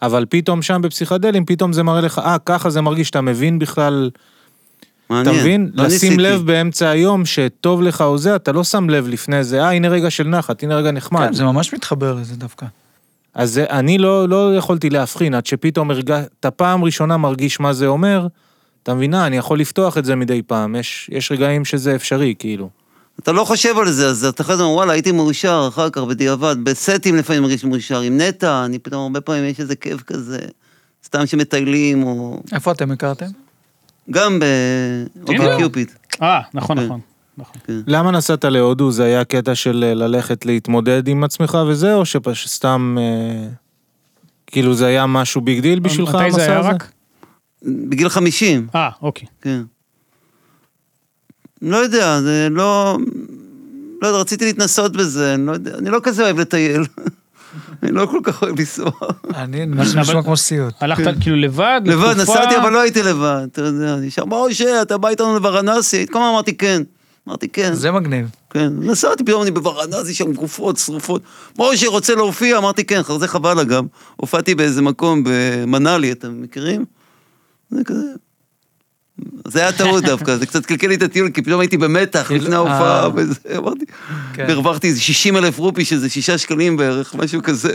[SPEAKER 2] אבל פתאום שם בפסיכדלים פתאום זה מראה לך אה ככה זה מרגיש אתה מבין בכלל אתה
[SPEAKER 4] מעניין.
[SPEAKER 2] מבין
[SPEAKER 4] לא
[SPEAKER 2] לשים
[SPEAKER 4] ניסיתי.
[SPEAKER 2] לב באמצע היום שטוב לך או זה אתה לא שם לב לפני זה אה הנה רגע של נחת הנה רגע נחמד
[SPEAKER 1] כן, זה ממש מתחבר לזה דווקא.
[SPEAKER 2] אז זה, אני לא לא יכולתי להבחין עד שפתאום הרגע אתה פעם ראשונה מרגיש מה זה אומר. אתה מבינה אני יכול לפתוח את זה מדי פעם יש יש רגעים שזה אפשרי כאילו.
[SPEAKER 4] אתה לא חושב על זה, אז אתה אחרי זה אומר, וואלה, הייתי מאושר אחר כך, בדיעבד, בסטים לפעמים מרגיש מאושר, עם נטע, אני פתאום, הרבה פעמים יש איזה כיף כזה, סתם שמטיילים, או...
[SPEAKER 1] איפה אתם הכרתם?
[SPEAKER 4] גם ב...
[SPEAKER 3] הנה.
[SPEAKER 4] קיופיד.
[SPEAKER 3] אה, נכון,
[SPEAKER 4] כן.
[SPEAKER 3] נכון. נכון.
[SPEAKER 2] למה נסעת להודו? זה היה קטע של אה, ללכת להתמודד עם עצמך וזה, או שפשוט סתם... אה, כאילו זה היה משהו ביג דיל בשבילך
[SPEAKER 3] מתי זה
[SPEAKER 2] המסע
[SPEAKER 3] היה
[SPEAKER 2] הזה?
[SPEAKER 3] רק?
[SPEAKER 4] בגיל 50,
[SPEAKER 3] אה, אוקיי.
[SPEAKER 4] כן. לא יודע, זה לא... לא יודע, רציתי להתנסות בזה, אני לא יודע, אני לא כזה אוהב לטייל. אני לא כל כך אוהב לנסוע.
[SPEAKER 1] אני, מה שנשמע כמו סיוט.
[SPEAKER 3] הלכת
[SPEAKER 2] כן.
[SPEAKER 3] כאילו לבד?
[SPEAKER 4] לבד,
[SPEAKER 3] לתקופה?
[SPEAKER 4] נסעתי, אבל לא הייתי לבד. אתה יודע, אני שם, משה, אתה בא איתנו לוורנסי? כל הזמן אמרתי כן. אמרתי כן.
[SPEAKER 1] זה מגניב.
[SPEAKER 4] כן, נסעתי, פתאום אני בוורנזי שם גופות, שרופות. משה רוצה להופיע, אמרתי כן, אחרי זה חבלה גם. הופעתי באיזה מקום במנאלי, אתם מכירים? זה כזה... זה היה טעות דווקא, זה קצת קלקל לי את הטיול, כי פתאום הייתי במתח
[SPEAKER 1] כאילו,
[SPEAKER 4] לפני ההופעה,
[SPEAKER 1] אה.
[SPEAKER 4] וזה, אמרתי,
[SPEAKER 1] כן.
[SPEAKER 4] והרווחתי איזה 60 אלף רופי, שזה שישה שקלים בערך, משהו כזה.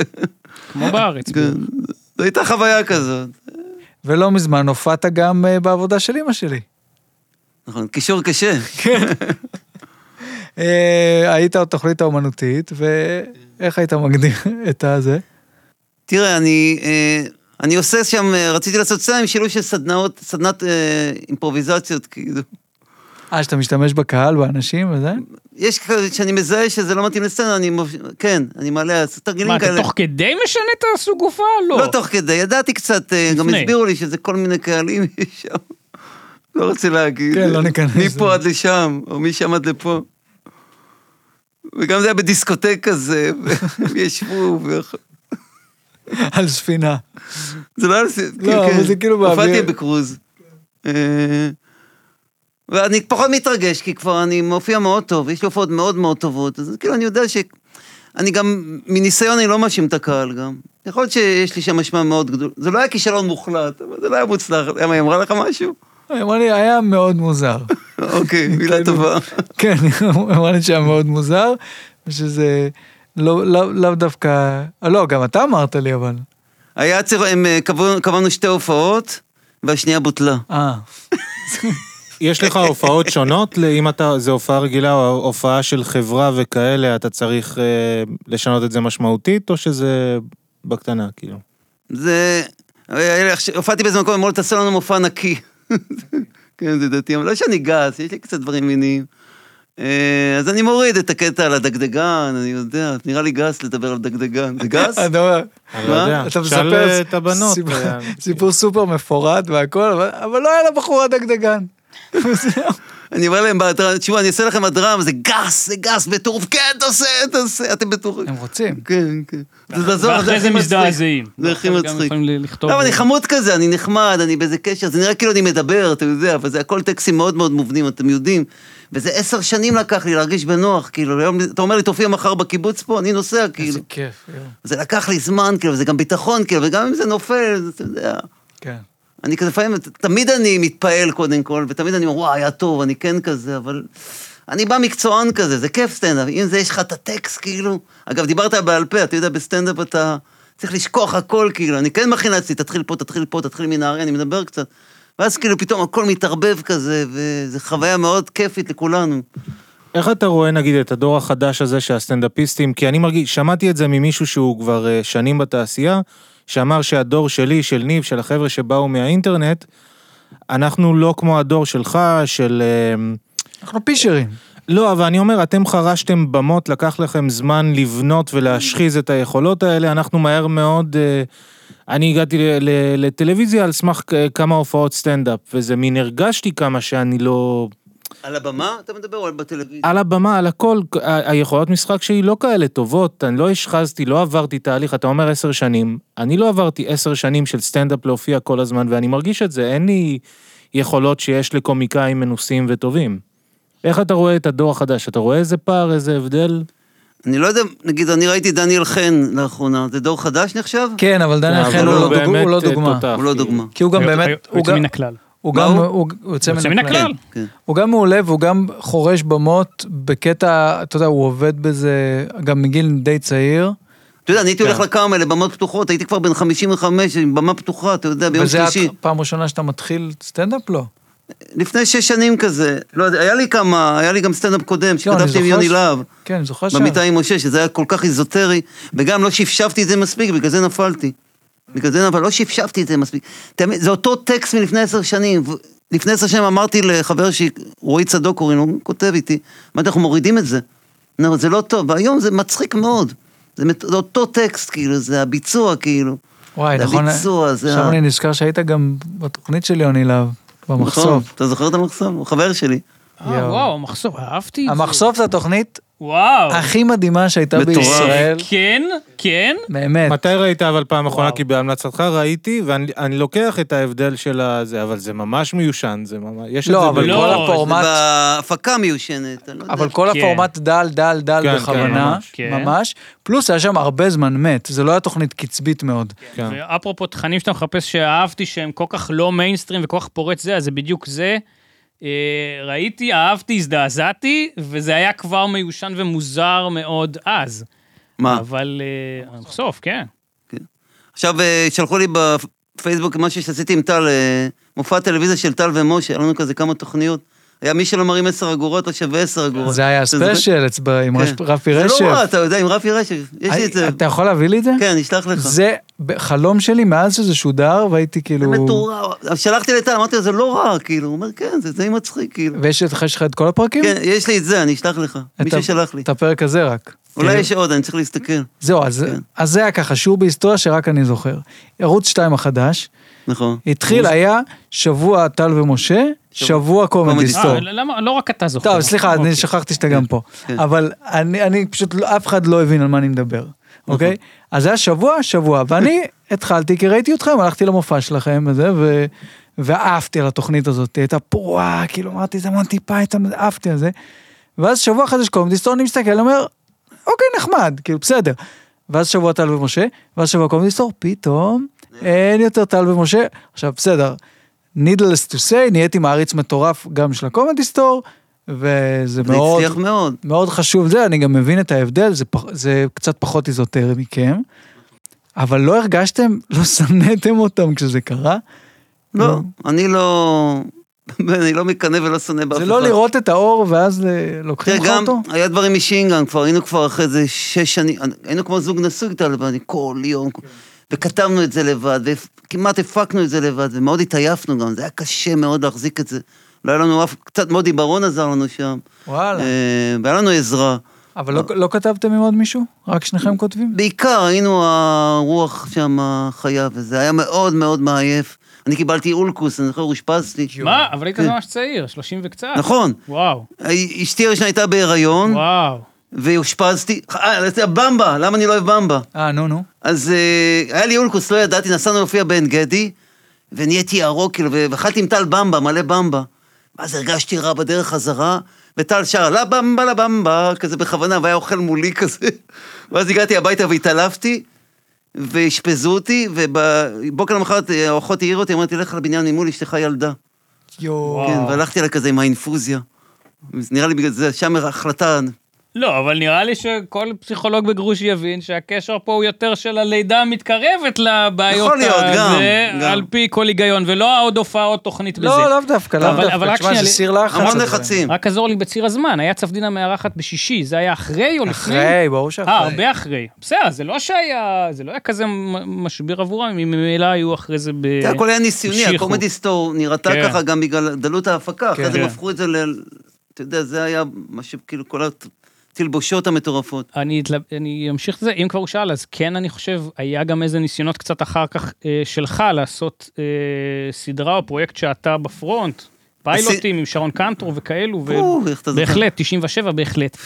[SPEAKER 3] כמו בארץ.
[SPEAKER 4] כן, זו הייתה חוויה כזאת.
[SPEAKER 1] ולא מזמן הופעת גם אה, בעבודה של אימא שלי.
[SPEAKER 4] נכון, קישור קשה.
[SPEAKER 1] אה, היית התוכנית האומנותית, ואיך היית מגדיר את הזה?
[SPEAKER 4] תראה, אני, אה, אני עושה שם, אה, רציתי לעשות סיים שילוב של סדנאות, סדנת אה, אימפרוביזציות, כאילו.
[SPEAKER 1] אה, שאתה משתמש בקהל, באנשים וזה?
[SPEAKER 4] יש כאלה שאני מזהה שזה לא מתאים לסצנה, אני, מופ... כן, אני מעלה, אז
[SPEAKER 3] מה,
[SPEAKER 4] תרגילים
[SPEAKER 3] אתה
[SPEAKER 4] כאלה.
[SPEAKER 3] תוך כדי משנה את הסוג גופה? לא.
[SPEAKER 4] לא תוך כדי, ידעתי קצת, אה, גם
[SPEAKER 3] לפני.
[SPEAKER 4] הסבירו לי שזה כל מיני קהלים יש שם. לא רוצה להגיד.
[SPEAKER 1] כן, לא ניכנס לזה.
[SPEAKER 4] מפה עד לשם, או משם עד לפה. וגם זה היה בדיסקוטק כזה, והם ישבו, ו...
[SPEAKER 1] על ספינה.
[SPEAKER 4] זה לא היה לסי...
[SPEAKER 1] לא, אבל זה כאילו באוויר.
[SPEAKER 4] הופעתי בקרוז. אה, ואני פחות מתרגש, כי כבר אני מופיע מאוד טוב, יש לי הופעות מאוד מאוד טובות, אז כאילו אני יודע ש... אני גם, מניסיון אני לא מאשים את הקהל גם. יכול להיות שיש לי שם אשמה מאוד גדולה. זה לא היה כישלון מוחלט, אבל זה לא היה מוצלח. למה, היא אמרה לך משהו?
[SPEAKER 1] היא אמרה לי, היה מאוד מוזר.
[SPEAKER 4] אוקיי, מילה טובה.
[SPEAKER 1] כן, היא אמרה לי שהיה מאוד מוזר, ושזה לא- לא- לאו דווקא... אה, לא, גם אתה אמרת לי, אבל...
[SPEAKER 4] היה צריך, הם אה, קבעו- קבענו שתי הופעות, והשנייה בוטלה.
[SPEAKER 1] אה,
[SPEAKER 2] יש לך הופעות שונות? ל- אם אתה, זה הופעה רגילה או הופעה של חברה וכאלה, אתה צריך אה, לשנות את זה משמעותית, או שזה בקטנה, כאילו?
[SPEAKER 4] זה... היה לי עכשיו- הופעתי באיזה מקום, אמרו לי, תעשה לנו מופע נקי. כן, זה דתי, אבל לא שאני גס, יש לי קצת דברים מיניים. אה, אז אני מוריד את הקטע על הדגדגן, אני יודע, נראה לי גס לדבר על דגדגן. זה גס?
[SPEAKER 1] אתה אומר,
[SPEAKER 2] אני לא יודע.
[SPEAKER 1] אתה
[SPEAKER 2] שאל
[SPEAKER 1] מספר
[SPEAKER 2] את הבנות.
[SPEAKER 1] סיפור-
[SPEAKER 2] אה,
[SPEAKER 1] סיפור סופר מפורט והכל, אבל- אבל לא היה לה בחורה דגדגן.
[SPEAKER 4] אני אומר להם באתר, תשמעו, אני אעשה לכם הדרם, זה גס, זה גס, בטירוף, כן, תעשה, תעשה, אתם בטוחים.
[SPEAKER 1] הם רוצים.
[SPEAKER 2] כאילו-
[SPEAKER 4] כן, כן. זה בזוהר,
[SPEAKER 3] ואחרי
[SPEAKER 4] הכי
[SPEAKER 3] זה
[SPEAKER 4] מצחיק.
[SPEAKER 3] מזדעזעים.
[SPEAKER 4] זה הכי
[SPEAKER 3] ואחרי גם
[SPEAKER 4] מצחיק.
[SPEAKER 3] יכולים ל- לכתוב.
[SPEAKER 4] לא, אבל אני חמוד כזה, אני נחמד, אני באיזה קשר, זה נראה כאילו אני מדבר, אתה יודע, אבל זה הכל טקסטים מאוד מאוד מובנים, אתם יודעים. וזה עשר שנים לקח לי להרגיש בנוח, כאילו, היום, אתה אומר לי, תופיע מחר בקיבוץ פה, אני נוסע, כאילו.
[SPEAKER 1] איזה כיף, יואו.
[SPEAKER 4] זה לקח לי זמן, כאילו, זה גם ביטחון, כאילו, וגם אם זה נופל, זה, אתה יודע.
[SPEAKER 1] כן.
[SPEAKER 4] אני כזה לפעמים, תמיד אני מתפעל קודם כל, ותמיד אני אומר, וואי, היה טוב, אני כן כזה, אבל... אני בא מקצוען כזה, זה כיף סטנדאפ, אם זה יש לך את הטקסט, כאילו... אגב, דיברת בעל פה, אתה יודע, בסטנדאפ אתה צריך לשכוח הכל, כאילו, אני כן מכין לעצמי, תתחיל פה, תתחיל פה, תתחיל מנהרי, אני מדבר קצת. ואז כאילו פתאום הכל מתערבב כזה, וזו חוויה מאוד כיפית לכולנו.
[SPEAKER 2] איך אתה רואה, נגיד, את הדור החדש הזה של הסטנדאפיסטים? כי אני מרגיש, שמעתי את זה ממישהו שהוא כבר אה, שנים בתעשייה, שאמר שהדור שלי, של ניב, של החבר'ה שבאו מהאינטרנט, אנחנו לא כמו הדור שלך, של... אה,
[SPEAKER 1] אנחנו פישרים.
[SPEAKER 2] לא, אבל אני אומר, אתם חרשתם במות, לקח לכם זמן לבנות ולהשחיז את היכולות האלה, אנחנו מהר מאוד... אה, אני הגעתי ל- ל- לטלוויזיה על סמך אה, כמה הופעות סטנדאפ, וזה מין הרגשתי כמה שאני לא...
[SPEAKER 4] על הבמה אתה מדבר או בטלוויזיה?
[SPEAKER 2] על הבמה, על הכל, ה- היכולות משחק שלי לא כאלה טובות, אני לא השחזתי, לא עברתי תהליך, אתה אומר עשר שנים, אני לא עברתי עשר שנים של סטנדאפ להופיע כל הזמן, ואני מרגיש את זה, אין לי יכולות שיש לקומיקאים מנוסים וטובים. איך אתה רואה את הדור החדש? אתה רואה איזה פער, איזה הבדל?
[SPEAKER 4] אני לא יודע, נגיד, אני ראיתי דניאל חן לאחרונה, זה דור חדש נחשב?
[SPEAKER 1] כן, אבל דניאל חן
[SPEAKER 2] אבל
[SPEAKER 1] הוא
[SPEAKER 2] הוא
[SPEAKER 1] לא דוג-
[SPEAKER 2] באמת,
[SPEAKER 1] הוא לא
[SPEAKER 2] אה,
[SPEAKER 1] דוגמה.
[SPEAKER 2] תותח.
[SPEAKER 4] הוא לא דוגמה.
[SPEAKER 1] כי הוא גם
[SPEAKER 3] הוא-
[SPEAKER 1] באמת,
[SPEAKER 3] הוא
[SPEAKER 1] הוא
[SPEAKER 3] יוצא
[SPEAKER 1] גם-
[SPEAKER 3] מן הכלל.
[SPEAKER 1] הוא
[SPEAKER 4] מה
[SPEAKER 1] גם,
[SPEAKER 4] הוא?
[SPEAKER 1] הוא הוא יוצא
[SPEAKER 3] יוצא
[SPEAKER 1] מן
[SPEAKER 3] מן
[SPEAKER 1] הכלל.
[SPEAKER 3] הכלל.
[SPEAKER 4] כן.
[SPEAKER 1] הוא גם מעולה והוא גם חורש במות בקטע, אתה יודע, הוא עובד בזה גם מגיל די צעיר.
[SPEAKER 4] אתה יודע, אני
[SPEAKER 1] כן.
[SPEAKER 4] הייתי הולך לכרמל לבמות פתוחות, הייתי כבר בן 55, עם במה פתוחה, אתה יודע, ביום
[SPEAKER 1] וזה
[SPEAKER 4] שלישי.
[SPEAKER 1] הפעם הראשונה שאתה מתחיל סטנדאפ? לא.
[SPEAKER 4] לפני שש שנים כזה, לא יודע, היה לי כמה, היה לי גם סטנדאפ קודם,
[SPEAKER 1] לא, אני
[SPEAKER 4] שכתבתי עם
[SPEAKER 1] זוכר
[SPEAKER 4] יוני
[SPEAKER 1] ש-
[SPEAKER 4] להב,
[SPEAKER 1] כן, אני זוכר ש...
[SPEAKER 4] במיטה עם משה, שזה היה כל כך איזוטרי, וגם לא שפשפתי את זה מספיק, בגלל זה נפלתי. בגלל זה נפלתי, לא שפשפתי את זה מספיק. תאמין, זה אותו טקסט מלפני עשר שנים. ו- לפני עשר שנים אמרתי לחבר שלי, רועי צדוק קוראים לו, הוא כותב איתי, אמרתי, אנחנו מורידים את זה. לא, זה לא טוב, והיום זה מצחיק מאוד. זה מת- זה אותו טקסט, כאילו, זה הביצוע, כאילו.
[SPEAKER 1] וואי,
[SPEAKER 4] זה
[SPEAKER 1] נכון.
[SPEAKER 4] הביצוע, אה. זה
[SPEAKER 1] עכשיו
[SPEAKER 4] ה-
[SPEAKER 1] אני נזכר שהיית גם בתוכנית של יוני להב,
[SPEAKER 4] נכון,
[SPEAKER 1] במחשוף.
[SPEAKER 4] אתה זוכר את המחשוף? הוא חבר שלי.
[SPEAKER 3] אה,
[SPEAKER 1] יואו.
[SPEAKER 3] וואו, המחשוף, אהבתי את זה.
[SPEAKER 1] המחשוף זה התוכנית
[SPEAKER 3] וואו.
[SPEAKER 1] הכי מדהימה שהייתה
[SPEAKER 4] מטורף.
[SPEAKER 1] בישראל.
[SPEAKER 3] כן, כן.
[SPEAKER 1] באמת.
[SPEAKER 2] מתי ראית אבל פעם אחרונה?
[SPEAKER 3] וואו.
[SPEAKER 2] כי בהמלצתך ראיתי, ואני אני לוקח את ההבדל של הזה, אבל זה ממש מיושן, זה ממש... יש את
[SPEAKER 1] לא,
[SPEAKER 2] זה
[SPEAKER 1] אבל
[SPEAKER 2] ב-
[SPEAKER 3] לא,
[SPEAKER 1] כל
[SPEAKER 3] זה
[SPEAKER 1] הפורמט,
[SPEAKER 4] בהפקה מיושנת, אני לא יודע.
[SPEAKER 1] אבל כל
[SPEAKER 3] כן.
[SPEAKER 1] הפורמט דל, דל, דל
[SPEAKER 2] כן,
[SPEAKER 1] בכוונה,
[SPEAKER 3] כן, ממש.
[SPEAKER 1] ממש. פלוס היה שם הרבה זמן מת, זה לא היה תוכנית קצבית מאוד.
[SPEAKER 2] כן.
[SPEAKER 3] ואפרופו תכנים שאתה מחפש שאהבתי שהם כל כך לא מיינסטרים וכל כך פורץ זה, אז זה בדיוק זה. אה, ראיתי, אהבתי, הזדעזעתי, וזה היה כבר מיושן ומוזר מאוד אז.
[SPEAKER 4] מה?
[SPEAKER 3] אבל אה, המחשוף, כן.
[SPEAKER 4] עכשיו אה, שלחו לי בפייסבוק משהו שעשיתי עם טל, אה, מופע טלוויזיה של טל ומשה, היה לנו כזה כמה תוכניות. היה מי שלא מרים 10 אגורות, לא שווה 10 אגורות.
[SPEAKER 1] זה היה
[SPEAKER 4] אתה זוכר?
[SPEAKER 1] ספיישל אצבע עם רש-
[SPEAKER 4] כן.
[SPEAKER 1] רפי
[SPEAKER 4] זה לא רע,
[SPEAKER 1] רשף. אה,
[SPEAKER 4] אתה יודע, עם רפי רשף. יש לי את זה.
[SPEAKER 1] אתה יכול להביא לי את זה?
[SPEAKER 4] כן, אשלח לך.
[SPEAKER 1] זה ב- חלום שלי מאז שזה שודר, והייתי
[SPEAKER 4] זה
[SPEAKER 1] כאילו...
[SPEAKER 4] מטורף. אז שלחתי לטל, אמרתי לו, זה לא רע, כאילו. הוא אומר, כן, זה די מצחיק, כאילו.
[SPEAKER 1] ויש לך יש לך את כל הפרקים?
[SPEAKER 4] כן, יש לי את זה, אני אשלח לך.
[SPEAKER 1] את ה-
[SPEAKER 4] מישהו שלח לי.
[SPEAKER 1] את הפרק הזה רק. כאילו,
[SPEAKER 4] אולי יש כן. עוד, אני צריך להסתכל.
[SPEAKER 1] זהו, אז אז זה היה ככה, שיעור בהיסטוריה שרק אני זוכר. ערוץ 2 החדש,
[SPEAKER 4] נכון.
[SPEAKER 1] התחיל היה שבוע טל ומשה, שבוע קומדי
[SPEAKER 4] קומדי
[SPEAKER 1] סטור.
[SPEAKER 3] אה, למה, לא רק אתה זוכר.
[SPEAKER 1] טוב, סליחה, אני
[SPEAKER 3] אוקיי.
[SPEAKER 1] שכחתי שאתה גם פה.
[SPEAKER 4] כן.
[SPEAKER 1] אבל אני אני פשוט, לא- אף אחד לא הבין על מה אני מדבר, אוקיי? אז זה היה שבוע, שבוע, ואני התחלתי, כי ראיתי אתכם, הלכתי למופע שלכם וזה, ו... ועפתי על התוכנית הזאת, היא הייתה פרועה, כאילו אמרתי, זה מונטי פייתון, עפתי על זה. ואז שבוע אחרי זה שקומדי סטור, אני מסתכל, אומר, אוקיי, נחמד, כאילו, בסדר. ואז שבוע טל ומשה, ואז שבוע קומדי סטור, פתאום אין יותר טל ומשה. עכשיו, בסדר, needless to say, נהייתי מעריץ מטורף גם של הקומדי סטור, וזה
[SPEAKER 4] זה
[SPEAKER 1] מאוד,
[SPEAKER 4] הצליח מאוד.
[SPEAKER 1] מאוד חשוב זה, אני גם מבין את ההבדל, זה, פח, זה קצת פחות איזוטרי מכם, אבל לא הרגשתם, לא שנאתם אותם כשזה קרה?
[SPEAKER 4] לא, אני לא... אני לא מקנא ולא שונא באף אחד.
[SPEAKER 1] זה לא לראות את האור ואז אה,
[SPEAKER 4] תראה,
[SPEAKER 1] לוקחים לך
[SPEAKER 4] גם
[SPEAKER 1] אותו?
[SPEAKER 4] היה דברים אישיים גם, כבר היינו כבר אחרי זה שש שנים, היינו כמו זוג נשוי טל ואני כל יום,
[SPEAKER 1] כן.
[SPEAKER 4] וכתבנו את זה לבד, וכמעט הפקנו את זה לבד, ומאוד התעייפנו גם, זה היה קשה מאוד להחזיק את זה. לא היה לנו אף, קצת מודי ברון עזר לנו שם,
[SPEAKER 1] וואלה.
[SPEAKER 4] אה, והיה לנו עזרה.
[SPEAKER 1] אבל לא, לא כתבתם עם עוד מישהו? רק שניכם כותבים?
[SPEAKER 4] בעיקר היינו הרוח שם החיה, וזה היה מאוד מאוד מעייף. אני קיבלתי אולקוס, אני זוכר, הושפזתי.
[SPEAKER 3] מה? אבל היית
[SPEAKER 4] כן.
[SPEAKER 3] ממש צעיר, 30 וקצת.
[SPEAKER 4] נכון.
[SPEAKER 3] וואו,
[SPEAKER 4] אשתי הראשונה הייתה בהיריון,
[SPEAKER 3] וואו.
[SPEAKER 4] ואושפזתי, אה, זה במבה, למה אני לא אוהב במבה?
[SPEAKER 1] אה, נו, נו.
[SPEAKER 4] אז אה, היה לי אולקוס, לא ידעתי, נסענו להופיע בעין גדי, ונהייתי ירוק, כאילו, ואכלתי עם טל במבה, מלא במבה. ואז הרגשתי רע בדרך חזרה, וטל שר לה במבה, לה במבה, כזה בכוונה, והיה אוכל מולי כזה. ואז הגעתי הביתה והתעלפתי, ואשפזו אותי, ובבוקר למחרת אה, האחות העירה אותי, אמרתי, לך לבניין ממול, אשתך ילדה.
[SPEAKER 1] יואו.
[SPEAKER 4] כן, והלכתי לה כזה עם האינפוזיה. אז נראה לי בגלל זה, שם ההחלטה,
[SPEAKER 3] לא, אבל נראה לי שכל פסיכולוג בגרוש יבין שהקשר פה הוא יותר של הלידה המתקרבת לבעיות
[SPEAKER 4] יכול להיות, גם,
[SPEAKER 3] הזה,
[SPEAKER 4] גם.
[SPEAKER 3] על פי כל היגיון, ולא העוד הופעה, עוד תוכנית בזה.
[SPEAKER 1] לא, לאו דווקא, לאו
[SPEAKER 3] אבל- אבל
[SPEAKER 1] דווקא.
[SPEAKER 3] רק
[SPEAKER 1] תשמע,
[SPEAKER 3] שנייה,
[SPEAKER 1] זה
[SPEAKER 3] לי-
[SPEAKER 1] סיר לחץ.
[SPEAKER 4] המון
[SPEAKER 1] הדברים.
[SPEAKER 4] לחצים.
[SPEAKER 3] רק עזור לי בציר הזמן, היה צו דין המארחת בשישי, זה היה אחרי או לפני?
[SPEAKER 1] אחרי, ברור
[SPEAKER 3] אה,
[SPEAKER 1] שאחרי.
[SPEAKER 3] הרבה אחרי. בסדר, זה לא שהיה, זה לא היה כזה מ- משבר עבורם, אם ממילא היו אחרי זה ב...
[SPEAKER 4] זה הכל היה ניסיוני,
[SPEAKER 3] המשיכו.
[SPEAKER 4] הקומדי סטור נראתה
[SPEAKER 3] כן.
[SPEAKER 4] ככה גם בגלל דלות ההפקה, אחרי
[SPEAKER 1] כן.
[SPEAKER 4] זה הם
[SPEAKER 3] כן.
[SPEAKER 4] הפכו את זה ל... אתה יודע, זה היה מה שכאילו כל התלבושות המטורפות.
[SPEAKER 3] אני, אתלב- אני אמשיך את זה, אם כבר הוא שאל, אז כן, אני חושב, היה גם איזה ניסיונות קצת אחר כך אה, שלך לעשות אה, סדרה או פרויקט שאתה בפרונט, פיילוטים עם שרון קנטור וכאלו, ו...
[SPEAKER 4] אוף, איך אתה זוכר.
[SPEAKER 3] בהחלט, 97 בהחלט.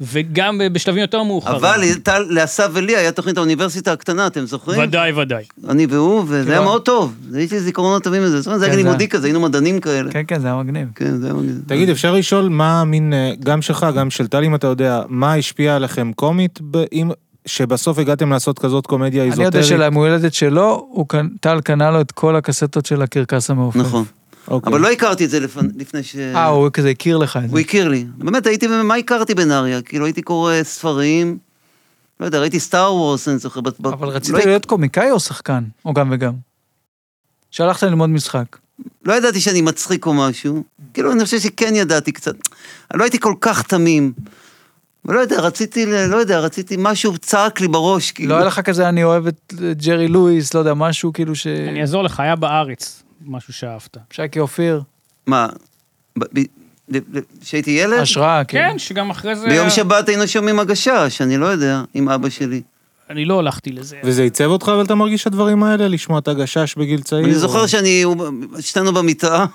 [SPEAKER 3] וגם ב- בשלבים יותר מאוחרים.
[SPEAKER 4] אבל טל, לאסף ולי היה תוכנית האוניברסיטה הקטנה, אתם זוכרים?
[SPEAKER 3] ודאי, ודאי.
[SPEAKER 4] אני והוא, וזה היה
[SPEAKER 1] כן.
[SPEAKER 4] מאוד טוב. יש לי זיכרונות טובים מזה. זאת אומרת, זה היה
[SPEAKER 1] כן, זה
[SPEAKER 4] לימודי
[SPEAKER 1] היה.
[SPEAKER 4] כזה, היינו מדענים כאלה.
[SPEAKER 1] כן, כן, זה היה
[SPEAKER 3] אה,
[SPEAKER 1] מגניב.
[SPEAKER 4] כן, זה היה... מגניב.
[SPEAKER 2] תגיד, אפשר לשאול מה המין, אה, גם שלך, גם של טל, אם אתה יודע, מה השפיע עליכם קומית, ב- אם- שבסוף הגעתם לעשות כזאת קומדיה
[SPEAKER 1] אני
[SPEAKER 2] איזוטרית?
[SPEAKER 1] יודע שלהם הולדת שלו, הוא קנ- טל קנה לו את כל הקסטות של הקרקס המעופף.
[SPEAKER 4] נכון.
[SPEAKER 2] אוקיי.
[SPEAKER 4] אבל לא הכרתי את זה לפנ- לפני ש...
[SPEAKER 1] אה, הוא כזה הכיר לך את זה.
[SPEAKER 4] הוא הכיר לי. באמת, הייתי, מה הכרתי בנהריה? כאילו, הייתי קורא ספרים, לא יודע, ראיתי סטאר וורס, אני זוכר. בת- בת-
[SPEAKER 1] אבל
[SPEAKER 4] לא
[SPEAKER 1] רצית
[SPEAKER 4] הכ-
[SPEAKER 1] להיות קומיקאי או שחקן? או גם וגם? שהלכת ללמוד משחק.
[SPEAKER 4] לא ידעתי שאני מצחיק או משהו. כאילו, אני חושב שכן ידעתי קצת. אני לא הייתי כל כך תמים. ולא יודע, רציתי, ל- לא יודע, רציתי, משהו צעק לי בראש, כאילו.
[SPEAKER 1] לא היה לך כזה, אני אוהב את ג'רי לואיס, לא יודע, משהו כאילו ש...
[SPEAKER 4] כן.
[SPEAKER 3] אני אעזור לך, היה בארץ משהו שאהבת.
[SPEAKER 1] שייקי אופיר,
[SPEAKER 4] מה, ב- ב- ל- ל- כשהייתי ילד?
[SPEAKER 1] השראה, כאילו.
[SPEAKER 3] כן, שגם אחרי זה...
[SPEAKER 4] ביום שבת היינו שומעים הגשש, אני לא יודע, עם אבא שלי.
[SPEAKER 3] אני לא הלכתי לזה.
[SPEAKER 4] אה,
[SPEAKER 2] וזה עיצב אותך, אבל אתה מרגיש הדברים האלה? לשמוע את הגשש בגיל צעיר?
[SPEAKER 4] אני
[SPEAKER 2] או-
[SPEAKER 4] זוכר שאני, הוא- שתינו במיטה,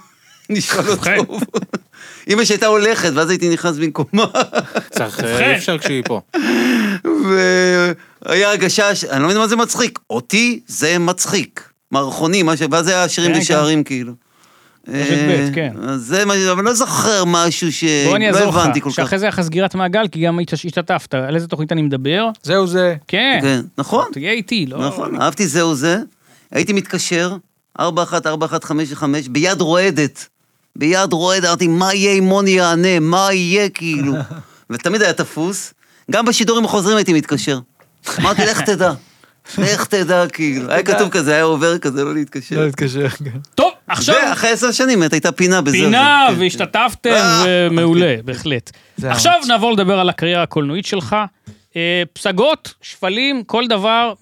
[SPEAKER 4] נשאל
[SPEAKER 1] אוקיי.
[SPEAKER 3] ובכן.
[SPEAKER 4] אותו. אמא שהייתה הולכת, ואז הייתי נכנס במקומה,
[SPEAKER 2] צריך, אה,
[SPEAKER 3] ובכן.
[SPEAKER 2] אי אפשר כשהיא פה.
[SPEAKER 4] והיה הגשש, אני לא מבין מה זה מצחיק. אותי זה מצחיק. מערכונים, מה ש- ואז היה שירים
[SPEAKER 3] כן,
[SPEAKER 4] ושערים כאילו.
[SPEAKER 3] רשת
[SPEAKER 4] אה,
[SPEAKER 3] ב', כן.
[SPEAKER 4] אז זה מה, אבל לא זוכר משהו
[SPEAKER 3] בוא אני
[SPEAKER 4] שלא
[SPEAKER 3] אעזור
[SPEAKER 4] לא הבנתי
[SPEAKER 3] לך,
[SPEAKER 4] כל כך.
[SPEAKER 3] שאחרי זה היה לך סגירת מעגל, כי גם הת- השתתפת, על איזה תוכנית אני מדבר?
[SPEAKER 1] זהו זה.
[SPEAKER 3] כן,
[SPEAKER 4] כן, נכון,
[SPEAKER 3] תהיה איתי, לא...
[SPEAKER 4] נכון. אהבתי זהו זה. הייתי מתקשר, 414155, ביד רועדת. ביד רועדת, אמרתי, מה יהיה אם מוני יענה? מה יהיה כאילו? ותמיד היה תפוס. גם בשידורים החוזרים הייתי מתקשר. אמרתי, לך תדע. לך תדע, כאילו. היה כתוב כזה, היה עובר כזה, לא להתקשר.
[SPEAKER 1] לא להתקשר. כן.
[SPEAKER 3] טוב, עכשיו
[SPEAKER 4] ואחרי עשר שנים הייתה פינה בזה.
[SPEAKER 3] פינה
[SPEAKER 4] כן, כן.
[SPEAKER 3] והשתתפתם,
[SPEAKER 4] אה,
[SPEAKER 2] אוקיי.
[SPEAKER 3] ומעולה, בהחלט.
[SPEAKER 1] זה
[SPEAKER 3] עכשיו נעבור לדבר על הקריירה הקולנועית שלך. אה, פסגות, שפלים, כל דבר,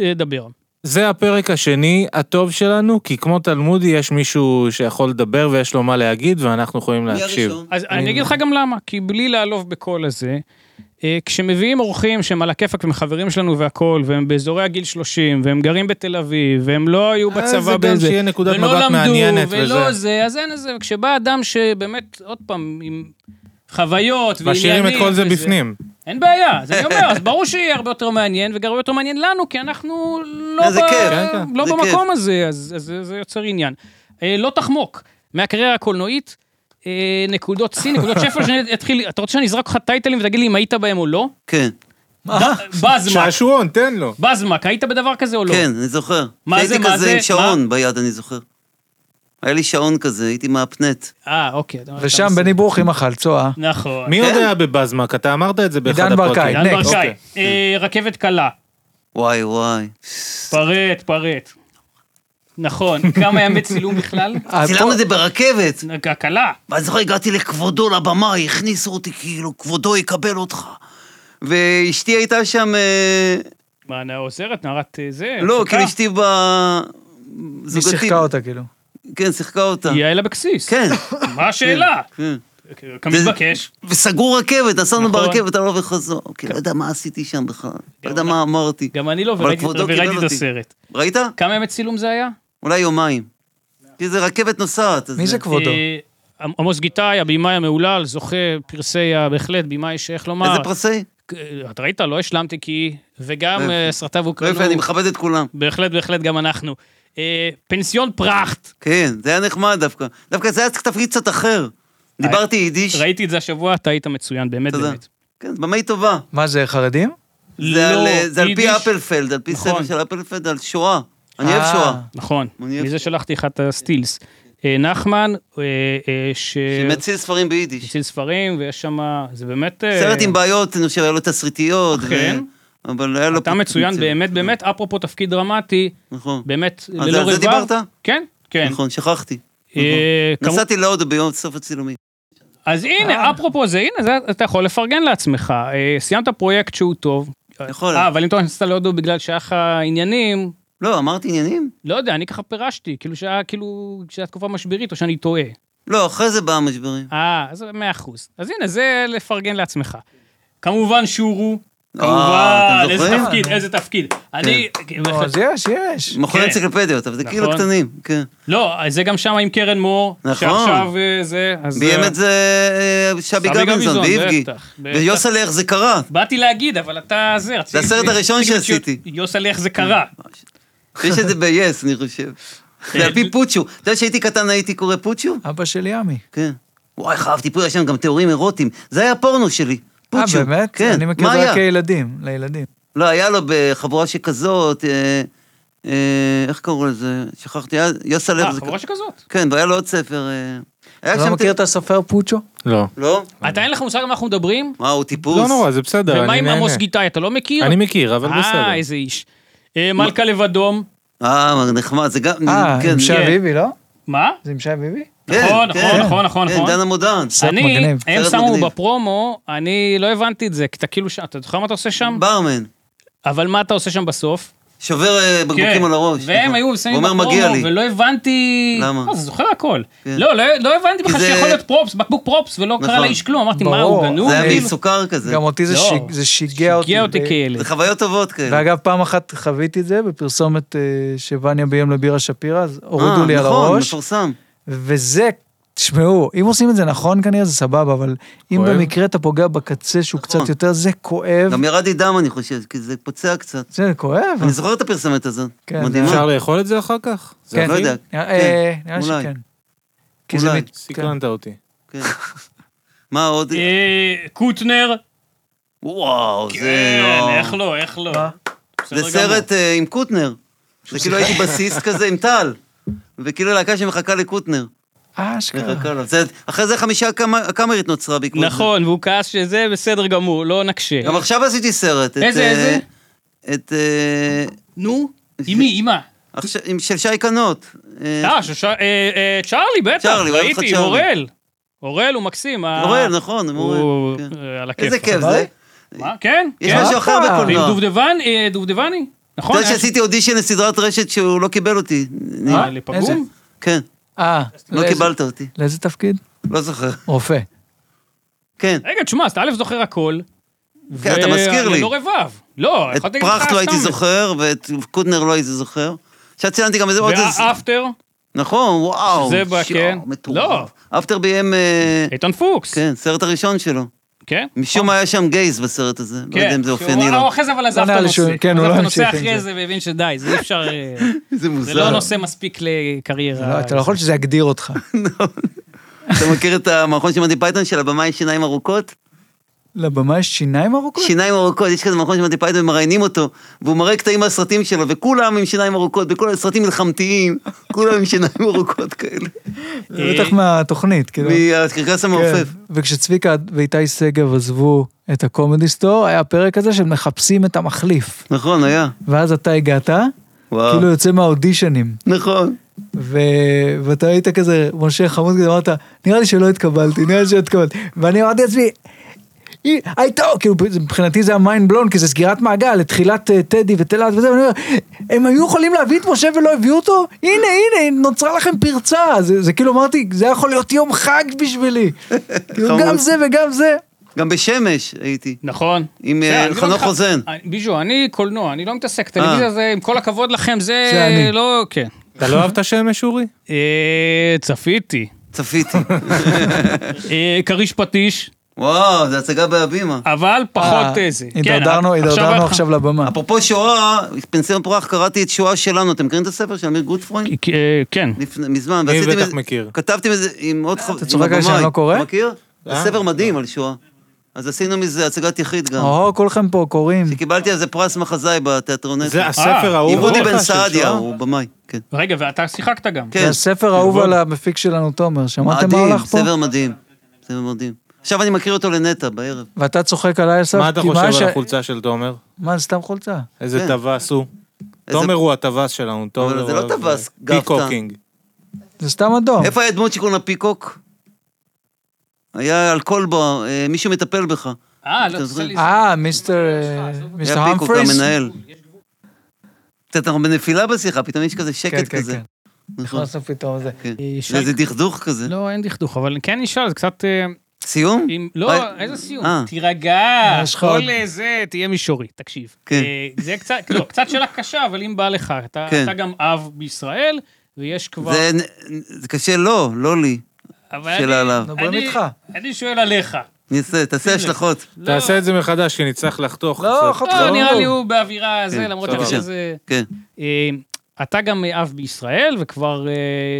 [SPEAKER 3] אה, דבר.
[SPEAKER 2] זה הפרק השני הטוב שלנו, כי כמו תלמודי יש מישהו שיכול לדבר ויש לו מה להגיד ואנחנו יכולים
[SPEAKER 4] מי
[SPEAKER 2] להקשיב.
[SPEAKER 4] הראשון?
[SPEAKER 3] אז אני אגיד לך גם למה, כי בלי לעלוב בקול הזה, אה, כשמביאים אורחים שהם על הכיפאק והם חברים שלנו והכול, והם באזורי הגיל 30, והם גרים בתל אביב, והם לא היו
[SPEAKER 2] אה,
[SPEAKER 3] בצבא
[SPEAKER 2] זה גם
[SPEAKER 3] באיזה...
[SPEAKER 2] שיהיה נקודת
[SPEAKER 3] ולא
[SPEAKER 2] מבט
[SPEAKER 3] למדו,
[SPEAKER 2] מעניינת
[SPEAKER 3] ולא
[SPEAKER 2] וזה.
[SPEAKER 3] זה, אז אין איזה... וכשבא אדם שבאמת, עוד פעם, עם חוויות ועניינים...
[SPEAKER 2] משאירים את כל זה
[SPEAKER 3] וזה,
[SPEAKER 2] בפנים.
[SPEAKER 3] אין בעיה, אז אני אומר, אז ברור שיהיה הרבה יותר מעניין, וגם הרבה יותר מעניין לנו, כי אנחנו לא,
[SPEAKER 4] אה, זה כיף.
[SPEAKER 2] כן, כן.
[SPEAKER 3] לא
[SPEAKER 4] זה
[SPEAKER 3] במקום הזה, אז, אז זה- זה יוצר עניין. אה, לא תחמוק, מהקריירה הקולנועית, אה, נקודות שיא, נקודות שפל, שאני אתחיל, אתה רוצה שאני אזרוק לך טייטלים ותגיד לי אם היית בהם או לא?
[SPEAKER 4] כן,
[SPEAKER 3] ד- בזמק,
[SPEAKER 2] שעשועון, תן לו.
[SPEAKER 3] בזמק, היית בדבר כזה או לא?
[SPEAKER 4] כן, אני זוכר.
[SPEAKER 3] מה זה,
[SPEAKER 4] הייתי
[SPEAKER 3] מה
[SPEAKER 4] כזה
[SPEAKER 3] זה,
[SPEAKER 4] עם שעון
[SPEAKER 3] מה?
[SPEAKER 4] ביד, אני זוכר. היה לי שעון כזה, הייתי מהפנט.
[SPEAKER 3] אה, אוקיי. אתה-
[SPEAKER 1] ושם
[SPEAKER 3] אתה-
[SPEAKER 1] בני ברוכי מחל צואה.
[SPEAKER 3] נכון.
[SPEAKER 2] מי עוד
[SPEAKER 4] כן.
[SPEAKER 2] היה בבזמק? אתה אמרת את זה באחד
[SPEAKER 1] עידן ברקאי.
[SPEAKER 2] הפרקים.
[SPEAKER 3] דן
[SPEAKER 1] next,
[SPEAKER 3] ברקאי,
[SPEAKER 2] אוקיי.
[SPEAKER 3] אה, רכבת קלה,
[SPEAKER 4] וואי וואי.
[SPEAKER 3] פרט, פרט. נכון, כמה ימי צילום בכלל?
[SPEAKER 2] אה.
[SPEAKER 4] צילמנו את זה ברכבת.
[SPEAKER 3] הקלה.
[SPEAKER 4] ואני זוכר, הגעתי לכבודו לבמה, הכניסו אותי כאילו, כבודו יקבל אותך. ואשתי הייתה שם, אה,
[SPEAKER 3] מה, נא- עוזרת, נערת אה, זה?
[SPEAKER 4] לא,
[SPEAKER 3] הפקה?
[SPEAKER 4] כאילו אשתי ב...
[SPEAKER 1] כן, מי שיחקה אותה כאילו?
[SPEAKER 4] כן, שיחקה אותה.
[SPEAKER 3] יעל אבקסיס.
[SPEAKER 4] כן.
[SPEAKER 3] מה השאלה?
[SPEAKER 4] כן.
[SPEAKER 3] כמתבקש.
[SPEAKER 4] וסגרו רכבת, נסענו
[SPEAKER 3] נכון.
[SPEAKER 4] ברכבת, הלוך וחזור.
[SPEAKER 1] כן.
[SPEAKER 4] כי לא יודע מה עשיתי שם בכלל. לא יודע מה אמרתי.
[SPEAKER 3] גם אני לא,
[SPEAKER 4] אבל
[SPEAKER 3] וראיתי
[SPEAKER 4] כבודו
[SPEAKER 3] וראיתי
[SPEAKER 4] קיבל
[SPEAKER 3] את
[SPEAKER 4] אותי.
[SPEAKER 3] הסרט.
[SPEAKER 4] ראית?
[SPEAKER 3] כמה ימי צילום זה היה?
[SPEAKER 4] אולי יומיים. כי זה רכבת נוסעת. אז
[SPEAKER 1] מי זה כבודו?
[SPEAKER 3] אה, עמוס גיטאי, הבמאי המהולל, זוכה פרסי, ה- בהחלט, במאי שאיך לומר.
[SPEAKER 4] איזה פרסי?
[SPEAKER 3] אה, אתה ראית? לא השלמתי כי... וגם
[SPEAKER 4] לא
[SPEAKER 3] אה,
[SPEAKER 4] יפה.
[SPEAKER 3] סרטיו
[SPEAKER 4] לא יפה, אני
[SPEAKER 3] הוקרנו.
[SPEAKER 4] מכבד את כולם.
[SPEAKER 3] בהחלט, בהחלט, גם אנחנו. אה, פנסיון פראכט,
[SPEAKER 4] כן, זה היה נחמד דווקא. דווקא זה היה תפקיד קצת אחר.
[SPEAKER 1] אה,
[SPEAKER 4] דיברתי יידיש.
[SPEAKER 3] ראיתי את זה השבוע, אתה היית מצוין, באמת,
[SPEAKER 4] תודה.
[SPEAKER 3] באמת.
[SPEAKER 4] כן, במה היא טובה.
[SPEAKER 1] מה זה, חרדים?
[SPEAKER 3] לא,
[SPEAKER 4] זה על, אה, זה על פי
[SPEAKER 3] יידיש.
[SPEAKER 4] אפלפלד, על פי
[SPEAKER 3] נכון.
[SPEAKER 4] ספר של אפלפלד, על שואה. אני אוהב
[SPEAKER 1] אה.
[SPEAKER 4] שואה.
[SPEAKER 3] נכון,
[SPEAKER 4] אני-
[SPEAKER 3] מזה שלחתי לך את הסטילס. אה, נחמן, אה, אה, ש...
[SPEAKER 4] שמציל ספרים ביידיש.
[SPEAKER 3] מציל ספרים, ויש שם... זה באמת... אה,
[SPEAKER 4] סרט עם בעיות, אני חושב, היה לו תסריטיות. ו-
[SPEAKER 3] אכן.
[SPEAKER 4] אבל היה לו...
[SPEAKER 3] אתה מצוין
[SPEAKER 4] פוטנציאל.
[SPEAKER 3] באמת, באמת, אפרופו תפקיד דרמטי,
[SPEAKER 4] נכון.
[SPEAKER 3] באמת, ללא
[SPEAKER 4] על
[SPEAKER 3] רבב.
[SPEAKER 4] זה דיברת?
[SPEAKER 3] כן, כן.
[SPEAKER 4] נכון, שכחתי.
[SPEAKER 3] אה, כמו-
[SPEAKER 4] נסעתי להודו ביום סוף הצילומים.
[SPEAKER 3] אז
[SPEAKER 4] אה.
[SPEAKER 3] הנה, אפרופו זה, הנה, זה- אתה יכול לפרגן לעצמך. אה, סיימת פרויקט שהוא טוב.
[SPEAKER 4] יכול.
[SPEAKER 3] אה, אבל אם אתה נכנסת להודו בגלל שהיה לך עניינים,
[SPEAKER 4] לא, אמרתי עניינים?
[SPEAKER 3] לא יודע, אני ככה פירשתי, כאילו שהיה כאילו, שהיה תקופה משברית, או שאני טועה.
[SPEAKER 4] לא, אחרי זה בא המשברים.
[SPEAKER 3] אה, אז מאה אחוז. אז הנה, זה לפרגן לעצמך. כמובן שורו,
[SPEAKER 4] אה,
[SPEAKER 3] כמובן,
[SPEAKER 4] אתם
[SPEAKER 3] איזה
[SPEAKER 4] זוכרים? כן.
[SPEAKER 3] תפקיד, איזה תפקיד. אני...
[SPEAKER 1] או, לא, אז יש, יש.
[SPEAKER 4] מכון
[SPEAKER 3] כן.
[SPEAKER 4] אנציקלפדיות, אבל זה כאילו
[SPEAKER 3] נכון.
[SPEAKER 4] קטנים. כן.
[SPEAKER 3] לא, זה גם שם עם קרן מור,
[SPEAKER 4] נכון.
[SPEAKER 3] שעכשיו אה, זה, אז...
[SPEAKER 4] ביים
[SPEAKER 3] אה,
[SPEAKER 4] את זה אה,
[SPEAKER 3] שבי
[SPEAKER 4] שבי גביזון
[SPEAKER 3] גביזון,
[SPEAKER 4] ואיבגי.
[SPEAKER 3] בטח, בטח.
[SPEAKER 4] ויוסלח זה קרה.
[SPEAKER 3] באתי להגיד, אבל אתה זה, רציתי...
[SPEAKER 4] הסרט הראשון
[SPEAKER 3] רציתי
[SPEAKER 4] שעשיתי.
[SPEAKER 3] להיות- יוסל'ה, איך זה קרה.
[SPEAKER 4] יש את זה ב-yes, אני חושב.
[SPEAKER 1] כן.
[SPEAKER 4] זה על פי פוצ'ו. אתה יודע שהייתי קטן הייתי קורא פוצ'ו?
[SPEAKER 1] אבא של ימי. אה,
[SPEAKER 4] כן. וואי, איך אהבתי פוצ'ו, יש שם גם תיאורים אירוטיים. זה היה הפורנו שלי.
[SPEAKER 1] אה,
[SPEAKER 4] פוצ'ו.
[SPEAKER 1] באמת?
[SPEAKER 4] כן.
[SPEAKER 1] אני מכיר
[SPEAKER 4] מה
[SPEAKER 1] את זה
[SPEAKER 4] היה?
[SPEAKER 1] רק כילדים, לילדים.
[SPEAKER 4] לא, היה לו בחבורה שכזאת, אה, אה, איך קראו לזה? שכחתי, היה יוסלח.
[SPEAKER 3] אה,
[SPEAKER 4] זה-
[SPEAKER 3] חבורה שכזאת.
[SPEAKER 4] כן, והיה לו עוד ספר. אה, היה
[SPEAKER 1] אתה
[SPEAKER 4] שם
[SPEAKER 1] לא מכיר
[SPEAKER 4] ת-
[SPEAKER 1] את הסופר פוצ'ו?
[SPEAKER 2] לא.
[SPEAKER 4] לא?
[SPEAKER 3] אתה אין לך מושג על מה אנחנו מדברים?
[SPEAKER 4] מה, הוא טיפוס?
[SPEAKER 2] לא נורא, זה בסדר,
[SPEAKER 3] ומה
[SPEAKER 2] אני
[SPEAKER 3] עם עמוס
[SPEAKER 2] נהנה.
[SPEAKER 3] גיטאי, אתה לא מכיר?
[SPEAKER 2] אני מכיר, אבל בסדר.
[SPEAKER 3] אה, איזה איש. אה, מלכה לב אדום.
[SPEAKER 4] אה, נחמד, זה גם...
[SPEAKER 1] אה,
[SPEAKER 4] כן,
[SPEAKER 1] עם שי
[SPEAKER 3] כן.
[SPEAKER 1] אביבי, לא?
[SPEAKER 3] מה?
[SPEAKER 1] זה עם שי אביבי?
[SPEAKER 4] כן,
[SPEAKER 3] נכון,
[SPEAKER 4] כן.
[SPEAKER 3] נכון, נכון, נכון,
[SPEAKER 4] כן,
[SPEAKER 3] נכון.
[SPEAKER 4] דן המודען.
[SPEAKER 1] סרט
[SPEAKER 3] אני,
[SPEAKER 1] מגניב.
[SPEAKER 3] הם
[SPEAKER 4] סרט
[SPEAKER 3] שמו
[SPEAKER 4] מגניב.
[SPEAKER 3] בפרומו, אני לא הבנתי את זה, כי אתה כאילו, ש- אתה זוכר מה אתה עושה שם?
[SPEAKER 4] ברמן.
[SPEAKER 3] אבל מה אתה עושה שם בסוף? כן.
[SPEAKER 4] שובר אה, בקבוקים על הראש.
[SPEAKER 3] והם
[SPEAKER 4] נכון.
[SPEAKER 3] היו שמים
[SPEAKER 4] הוא אומר, מגיע
[SPEAKER 3] בפרומו,
[SPEAKER 4] לי.
[SPEAKER 3] ולא הבנתי...
[SPEAKER 4] למה?
[SPEAKER 3] לא, זה זוכר הכל.
[SPEAKER 4] כן.
[SPEAKER 3] לא, לא לא הבנתי
[SPEAKER 4] כי
[SPEAKER 3] בכלל
[SPEAKER 4] זה-
[SPEAKER 3] שיכול להיות פרופס, בקבוק פרופס, ולא קרה
[SPEAKER 4] נכון.
[SPEAKER 3] לאיש כלום. אמרתי, מה, הוא
[SPEAKER 1] ברור.
[SPEAKER 3] גנוב?
[SPEAKER 4] זה היה
[SPEAKER 3] כאילו?
[SPEAKER 4] מין סוכר כזה.
[SPEAKER 1] גם אותי זה
[SPEAKER 3] לא.
[SPEAKER 1] שיג- זה שיגע אותי.
[SPEAKER 3] הגיע אותי
[SPEAKER 1] ב-
[SPEAKER 3] כילד.
[SPEAKER 4] זה חוויות טובות כאלה. אה,
[SPEAKER 1] ואגב, פעם אחת חוויתי את זה בפרסומת אה, שווניה ביים לבירה שפירא, אז הורידו
[SPEAKER 4] אה,
[SPEAKER 1] לי על
[SPEAKER 4] נכון,
[SPEAKER 1] הראש.
[SPEAKER 4] מפורסם.
[SPEAKER 1] וזה, תשמעו, אם עושים את זה נכון כנראה זה סבבה, אבל אם
[SPEAKER 2] כואב.
[SPEAKER 1] במקרה אתה פוגע בקצה שהוא
[SPEAKER 4] נכון.
[SPEAKER 1] קצת יותר, זה כואב.
[SPEAKER 4] גם ירד לי דם, אני חושב, כי זה פוצע קצת.
[SPEAKER 1] זה כואב.
[SPEAKER 4] אני זוכר את הפרסומת הזאת.
[SPEAKER 1] כן,
[SPEAKER 4] מדהימה.
[SPEAKER 2] אפשר לאכול את זה אחר כך? זה
[SPEAKER 1] כן.
[SPEAKER 2] אכיל?
[SPEAKER 4] לא יודע.
[SPEAKER 1] נראה אה,
[SPEAKER 4] כן,
[SPEAKER 1] נראה
[SPEAKER 4] אולי.
[SPEAKER 1] שכן. כי זה
[SPEAKER 4] אולי.
[SPEAKER 1] מת-
[SPEAKER 2] סקרנת אותי.
[SPEAKER 4] כן. מה עוד?
[SPEAKER 3] אה, קוטנר?
[SPEAKER 4] וואו, זה...
[SPEAKER 3] כן,
[SPEAKER 4] לא.
[SPEAKER 3] איך לא, איך לא. בסדר
[SPEAKER 4] זה
[SPEAKER 3] גמור.
[SPEAKER 4] סרט אה, עם קוטנר. זה כאילו הייתי בסיסט כזה עם טל. וכאילו להקה שמחכה לקוטנר.
[SPEAKER 1] אה, אשכרה.
[SPEAKER 4] מחכה לו. זה- אחרי זה חמישה הקאמ- הקאמרית נוצרה בעקבות זה.
[SPEAKER 3] נכון, והוא כעס שזה בסדר גמור, לא נקשה.
[SPEAKER 4] גם עכשיו עשיתי סרט. את,
[SPEAKER 3] איזה,
[SPEAKER 4] אה,
[SPEAKER 3] איזה?
[SPEAKER 4] את... אה,
[SPEAKER 3] נו, עם מי, עם מה?
[SPEAKER 4] עכשיו- עם- של שי קנות. אה,
[SPEAKER 3] אה, שוש- אה, אה, צ'ארלי, בטח,
[SPEAKER 4] צ'ארלי, אוהב אותך
[SPEAKER 3] ראיתי, עם
[SPEAKER 4] צ'ארלי.
[SPEAKER 3] אורל. אורל הוא מקסים. ה-
[SPEAKER 4] אורל, נכון, עם
[SPEAKER 3] אה, הוא
[SPEAKER 4] אורל. כן.
[SPEAKER 3] אה, על הכיף.
[SPEAKER 4] איזה כיף
[SPEAKER 1] אבל-
[SPEAKER 4] זה.
[SPEAKER 3] מה? כן,
[SPEAKER 4] יש
[SPEAKER 3] כן.
[SPEAKER 4] משהו אחר
[SPEAKER 1] הופה.
[SPEAKER 3] ועם
[SPEAKER 4] בקולנוע.
[SPEAKER 3] דובדבן, אה, דובדבני, נכון?
[SPEAKER 4] אתה יודע שעשיתי אודישן לסדרת רשת שהוא לא קיבל אותי.
[SPEAKER 3] אה,
[SPEAKER 4] אני-
[SPEAKER 1] איזה?
[SPEAKER 3] לפגום?
[SPEAKER 4] כן,
[SPEAKER 1] אה,
[SPEAKER 4] לא
[SPEAKER 1] לאיזה-
[SPEAKER 4] קיבלת אותי.
[SPEAKER 1] לאיזה תפקיד?
[SPEAKER 4] לא זוכר.
[SPEAKER 1] רופא.
[SPEAKER 4] כן.
[SPEAKER 3] רגע, תשמע, אז אתה א' זוכר הכל.
[SPEAKER 4] כן, אתה
[SPEAKER 3] ו-
[SPEAKER 4] מזכיר
[SPEAKER 3] אני
[SPEAKER 4] לי.
[SPEAKER 3] לא רבב. לא,
[SPEAKER 4] את
[SPEAKER 3] יכולתי להגיד לך
[SPEAKER 4] פרחט לא הייתי
[SPEAKER 3] סתם.
[SPEAKER 4] זוכר, ואת קוטנר לא הייתי זוכר. עכשיו ציינתי גם איזה עוד... איזה-
[SPEAKER 3] והאפטר,
[SPEAKER 4] נכון, וואו.
[SPEAKER 3] שזה בא,
[SPEAKER 4] שואו,
[SPEAKER 3] כן. אוקיי.
[SPEAKER 4] מטורף. אפטר ביים... אה,
[SPEAKER 3] איתן פוקס.
[SPEAKER 4] כן, סרט הראשון שלו.
[SPEAKER 3] כן?
[SPEAKER 4] משום מה היה שם גייז בסרט הזה. לא יודע אם זה אופייני
[SPEAKER 3] שהוא-
[SPEAKER 4] לו.
[SPEAKER 3] הוא אחרי זה אבל עזב את
[SPEAKER 1] נראה לי שהוא-
[SPEAKER 3] הנושא.
[SPEAKER 1] כן, הוא
[SPEAKER 3] עזב
[SPEAKER 1] לא
[SPEAKER 3] את הנושא
[SPEAKER 1] המשיך עם
[SPEAKER 3] אחרי
[SPEAKER 1] זה.
[SPEAKER 3] זה והבין שדי, זה אי אפשר... אה,
[SPEAKER 4] איזה מוזר.
[SPEAKER 3] זה לא נושא מספיק לקריירה.
[SPEAKER 1] לא, אתה לא יכול שזה יגדיר אותך.
[SPEAKER 4] אתה מכיר את המערכון של מונטי פייתון של הבמאי שיניים ארוכות?
[SPEAKER 1] לבמה יש שיניים ארוכות?
[SPEAKER 4] שיניים ארוכות, יש כזה מערכון של מונטי פייתון, מראיינים אותו, והוא מראה קטעים מהסרטים שלו, וכולם עם שיניים ארוכות, וכל הסרטים מלחמתיים, כולם עם שיניים ארוכות כאלה.
[SPEAKER 1] זה בטח מהתוכנית, כאילו.
[SPEAKER 4] מהקרקס המעופף.
[SPEAKER 1] כן. וכשצביקה ואיתי סגב עזבו את הקומדי סטור, היה פרק כזה של מחפשים את המחליף.
[SPEAKER 4] נכון, היה.
[SPEAKER 1] ואז אתה הגעת,
[SPEAKER 4] וואו.
[SPEAKER 1] כאילו יוצא מהאודישנים.
[SPEAKER 4] נכון.
[SPEAKER 1] ו... ואתה היית כזה, משה חמוד כזה, אמרת, נראה לי שלא התקבלתי, נראה לי שלא התקבלתי. ואני אמרתי לעצמי, "אי, הייתה, כאילו מבחינתי זה היה מיינד בלון, כי זה סגירת מעגל לתחילת אה, טדי ותלת וזה, ואני אומר, הם היו יכולים להביא את משה ולא הביאו אותו? הנה, הנה, נוצרה לכם פרצה. זה, זה כאילו אמרתי, זה היה יכול להיות יום חג בשבילי. כאילו
[SPEAKER 4] חמוד.
[SPEAKER 1] גם זה וגם זה.
[SPEAKER 4] גם בשמש הייתי.
[SPEAKER 3] נכון.
[SPEAKER 4] עם,
[SPEAKER 3] זה,
[SPEAKER 4] אה,
[SPEAKER 3] אני לא
[SPEAKER 4] חנוך אה.
[SPEAKER 3] מתח-
[SPEAKER 4] חוזן.
[SPEAKER 3] אני- ביז'ו, אני קולנוע, אני לא מתעסק. טלוויזיה זה, עם כל הכבוד לכם,
[SPEAKER 1] זה
[SPEAKER 3] זה
[SPEAKER 1] אני.
[SPEAKER 3] לא... כן.
[SPEAKER 2] אתה לא אהבת שמש, אורי?
[SPEAKER 3] אה, צפיתי.
[SPEAKER 4] צפיתי.
[SPEAKER 3] אה, כריש פטיש,
[SPEAKER 4] וואו, זה הצגה בהבימה.
[SPEAKER 3] אבל פחות
[SPEAKER 1] אה,
[SPEAKER 3] איזה. כן,
[SPEAKER 1] הידרדרנו,
[SPEAKER 3] עכשיו-
[SPEAKER 1] הידרדרנו עכשיו לבמה.
[SPEAKER 4] אפרופו שואה, פנסיון פרח, קראתי את שואה שלנו, אתם מכירים את הספר של אמיר גוטפרוינד?
[SPEAKER 3] אה, כן.
[SPEAKER 4] לפני- מזמן,
[SPEAKER 2] אני
[SPEAKER 4] ועשיתם
[SPEAKER 2] בטח
[SPEAKER 4] איזה-
[SPEAKER 2] מכיר.
[SPEAKER 4] כתבתם את זה עם עוד חבר,
[SPEAKER 1] צוחק עליי שאני לא קורא?
[SPEAKER 4] אתה מכיר? זה
[SPEAKER 2] אה,
[SPEAKER 4] ספר מדהים על שואה. אז עשינו מזה הצגת יחיד גם.
[SPEAKER 1] או, כולכם פה קוראים.
[SPEAKER 4] קיבלתי על זה פרס מחזאי בתיאטרון
[SPEAKER 2] זה
[SPEAKER 4] אפי.
[SPEAKER 2] הספר האהוב
[SPEAKER 4] עם אודי
[SPEAKER 2] עליך
[SPEAKER 4] בן
[SPEAKER 2] של
[SPEAKER 4] סעדיה,
[SPEAKER 2] שואה?
[SPEAKER 4] הוא במאי. כן.
[SPEAKER 3] רגע, ואתה שיחקת גם.
[SPEAKER 4] כן.
[SPEAKER 1] זה הספר האהוב על המפיק שלנו, תומר. שמעתם מה
[SPEAKER 4] מדהים,
[SPEAKER 1] הולך פה?
[SPEAKER 4] ספר מדהים. ספר מדהים. עכשיו אני מכיר אותו לנטע בערב.
[SPEAKER 1] ואתה צוחק עליי, אסף?
[SPEAKER 2] מה אתה
[SPEAKER 1] כי
[SPEAKER 2] חושב על
[SPEAKER 1] ש-
[SPEAKER 2] החולצה של תומר?
[SPEAKER 1] מה, זה סתם חולצה?
[SPEAKER 2] איזה
[SPEAKER 4] כן.
[SPEAKER 2] טווס הוא.
[SPEAKER 4] איזה-
[SPEAKER 2] תומר הוא הטווס שלנו, תומר.
[SPEAKER 4] זה לא
[SPEAKER 2] אוהב- אה,
[SPEAKER 4] טווס, גפתן.
[SPEAKER 2] פיקוקינג.
[SPEAKER 1] זה סתם אדום.
[SPEAKER 4] איפה היה דמות שקוראים לה פיקוק? היה אלכוהול בו, אה, מישהו מטפל בך.
[SPEAKER 3] אה, לא,
[SPEAKER 4] כן, אתה
[SPEAKER 3] תעשה לי...
[SPEAKER 1] אה, מיסטר... אה, מיסטר
[SPEAKER 4] היה פיקוק
[SPEAKER 1] המפריס?
[SPEAKER 4] המנהל. קצת, אנחנו בנפילה בשיחה, פתאום יש כזה
[SPEAKER 1] כן,
[SPEAKER 4] שקט
[SPEAKER 1] כן,
[SPEAKER 4] כזה.
[SPEAKER 1] כן. אה,
[SPEAKER 4] נכון.
[SPEAKER 1] נכנסנו פתאום לזה.
[SPEAKER 4] כן.
[SPEAKER 3] ישי-
[SPEAKER 4] זה איזה דכדוך כזה.
[SPEAKER 3] לא, אין דכדוך, אבל כן נשאל, זה קצת... אה,
[SPEAKER 4] סיום?
[SPEAKER 3] אם- לא,
[SPEAKER 4] וואי,
[SPEAKER 3] איזה סיום.
[SPEAKER 4] אה.
[SPEAKER 3] תירגע,
[SPEAKER 1] יש לך
[SPEAKER 3] כל
[SPEAKER 1] עוד-
[SPEAKER 3] אה, זה, תהיה מישורי, תקשיב.
[SPEAKER 4] כן.
[SPEAKER 3] אה, זה קצת, לא, קצת שאלה קשה, אבל אם בא לך, אתה
[SPEAKER 4] כן.
[SPEAKER 3] אתה גם אב בישראל, ויש כבר...
[SPEAKER 4] זה- זה קשה לו, לא לי.
[SPEAKER 3] אבל
[SPEAKER 4] שאלה
[SPEAKER 3] אני-
[SPEAKER 4] עליו.
[SPEAKER 1] נו, בוא
[SPEAKER 3] אני-
[SPEAKER 1] נדחה.
[SPEAKER 3] אני שואל עליך.
[SPEAKER 4] אני אעשה,
[SPEAKER 1] כן.
[SPEAKER 4] תעשה השלכות.
[SPEAKER 2] תעשה את זה מחדש, כי נצטרך לחתוך.
[SPEAKER 1] לא,
[SPEAKER 2] קצת.
[SPEAKER 1] חתוך.
[SPEAKER 3] לא,
[SPEAKER 1] לא.
[SPEAKER 3] נראה לי הוא באווירה זה,
[SPEAKER 4] כן,
[SPEAKER 3] למרות
[SPEAKER 2] סבבה.
[SPEAKER 3] שאחרי זה...
[SPEAKER 4] כן.
[SPEAKER 3] אה, אתה גם אב בישראל, וכבר אה,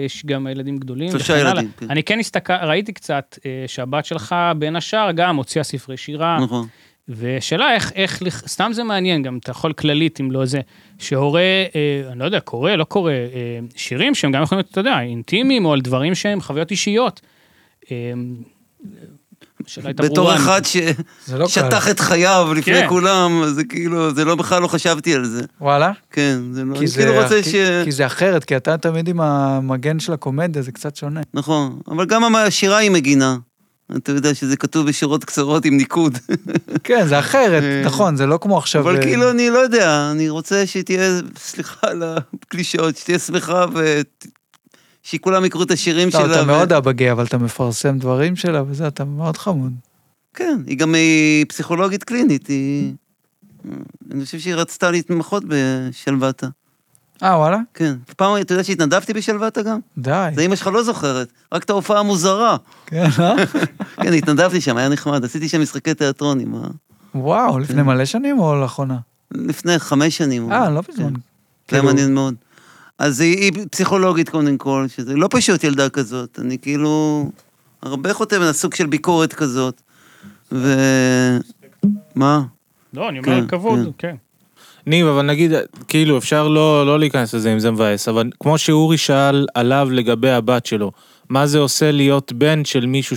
[SPEAKER 3] יש גם ילדים גדולים.
[SPEAKER 4] שלושה
[SPEAKER 3] וכן הלאה.
[SPEAKER 4] ילדים, כן.
[SPEAKER 3] אני כן הסתכל, ראיתי קצת אה, שהבת שלך, בין השאר, גם הוציאה ספרי
[SPEAKER 1] אה.
[SPEAKER 3] שירה.
[SPEAKER 4] נכון.
[SPEAKER 3] ושאלה איך, איך, לכ- סתם זה מעניין, גם אתה יכול כללית, אם לא זה, שהורה, אה, אני לא יודע, קורא, לא קורא, אה, שירים שהם גם יכולים להיות, אתה יודע, אינטימיים, או על דברים שהם חוויות אישיות. אה, שאלה הייתה
[SPEAKER 4] בתור
[SPEAKER 3] ברורה.
[SPEAKER 4] אחד ש-
[SPEAKER 1] זה לא קל.
[SPEAKER 4] שטח את חייו לפני
[SPEAKER 3] כן.
[SPEAKER 4] כולם, זה כאילו, זה לא, בכלל לא חשבתי על זה.
[SPEAKER 1] וואלה?
[SPEAKER 4] כן, זה לא,
[SPEAKER 1] כי
[SPEAKER 4] אני
[SPEAKER 1] זה-
[SPEAKER 4] כאילו רוצה
[SPEAKER 1] כי-
[SPEAKER 4] ש...
[SPEAKER 1] כי זה אחרת, כי אתה תמיד עם המגן של הקומדיה, זה קצת שונה.
[SPEAKER 4] נכון, אבל גם השירה היא מגינה. אתה יודע שזה כתוב בשורות קצרות עם ניקוד.
[SPEAKER 1] כן, זה אחרת,
[SPEAKER 4] אה,
[SPEAKER 1] נכון, זה לא כמו עכשיו...
[SPEAKER 4] אבל
[SPEAKER 1] אה,
[SPEAKER 4] כאילו, אני לא יודע, אני רוצה שתהיה, סליחה על הקלישאות, שתהיה שמחה ושכולם יקראו את השירים
[SPEAKER 1] לא,
[SPEAKER 4] שלה.
[SPEAKER 1] אתה
[SPEAKER 4] ו-
[SPEAKER 1] מאוד אבא גאה, אבל אתה מפרסם דברים שלה וזה, אתה מאוד חמוד.
[SPEAKER 4] כן, היא גם היא פסיכולוגית קלינית, היא... אני חושב שהיא רצתה להתמחות בשלוותה,
[SPEAKER 1] אה, וואלה?
[SPEAKER 4] כן. פעם, אתה יודע שהתנדבתי בשלוותה גם?
[SPEAKER 1] די.
[SPEAKER 4] זה אמא שלך לא זוכרת, רק את ההופעה המוזרה.
[SPEAKER 1] כן, אה?
[SPEAKER 4] כן, התנדבתי שם, היה נחמד, עשיתי שם משחקי תיאטרון עם ה...
[SPEAKER 1] וואו, לפני מלא שנים או לאחרונה?
[SPEAKER 4] לפני חמש שנים.
[SPEAKER 1] אה, לא
[SPEAKER 4] כן.
[SPEAKER 1] בזמן.
[SPEAKER 4] זה היה
[SPEAKER 1] כאילו-
[SPEAKER 4] מעניין מאוד. אז היא, היא פסיכולוגית קודם כל, שזה לא פשוט ילדה כזאת, אני כאילו הרבה חותם על סוג של ביקורת כזאת. ו... מה?
[SPEAKER 3] לא, אני
[SPEAKER 4] כן,
[SPEAKER 3] אומר כבוד, כן.
[SPEAKER 2] ניב, אבל נגיד, כאילו, אפשר לא, לא להיכנס לזה אם זה מבאס, אבל כמו שאורי שאל עליו לגבי הבת שלו, מה זה עושה להיות בן של מישהו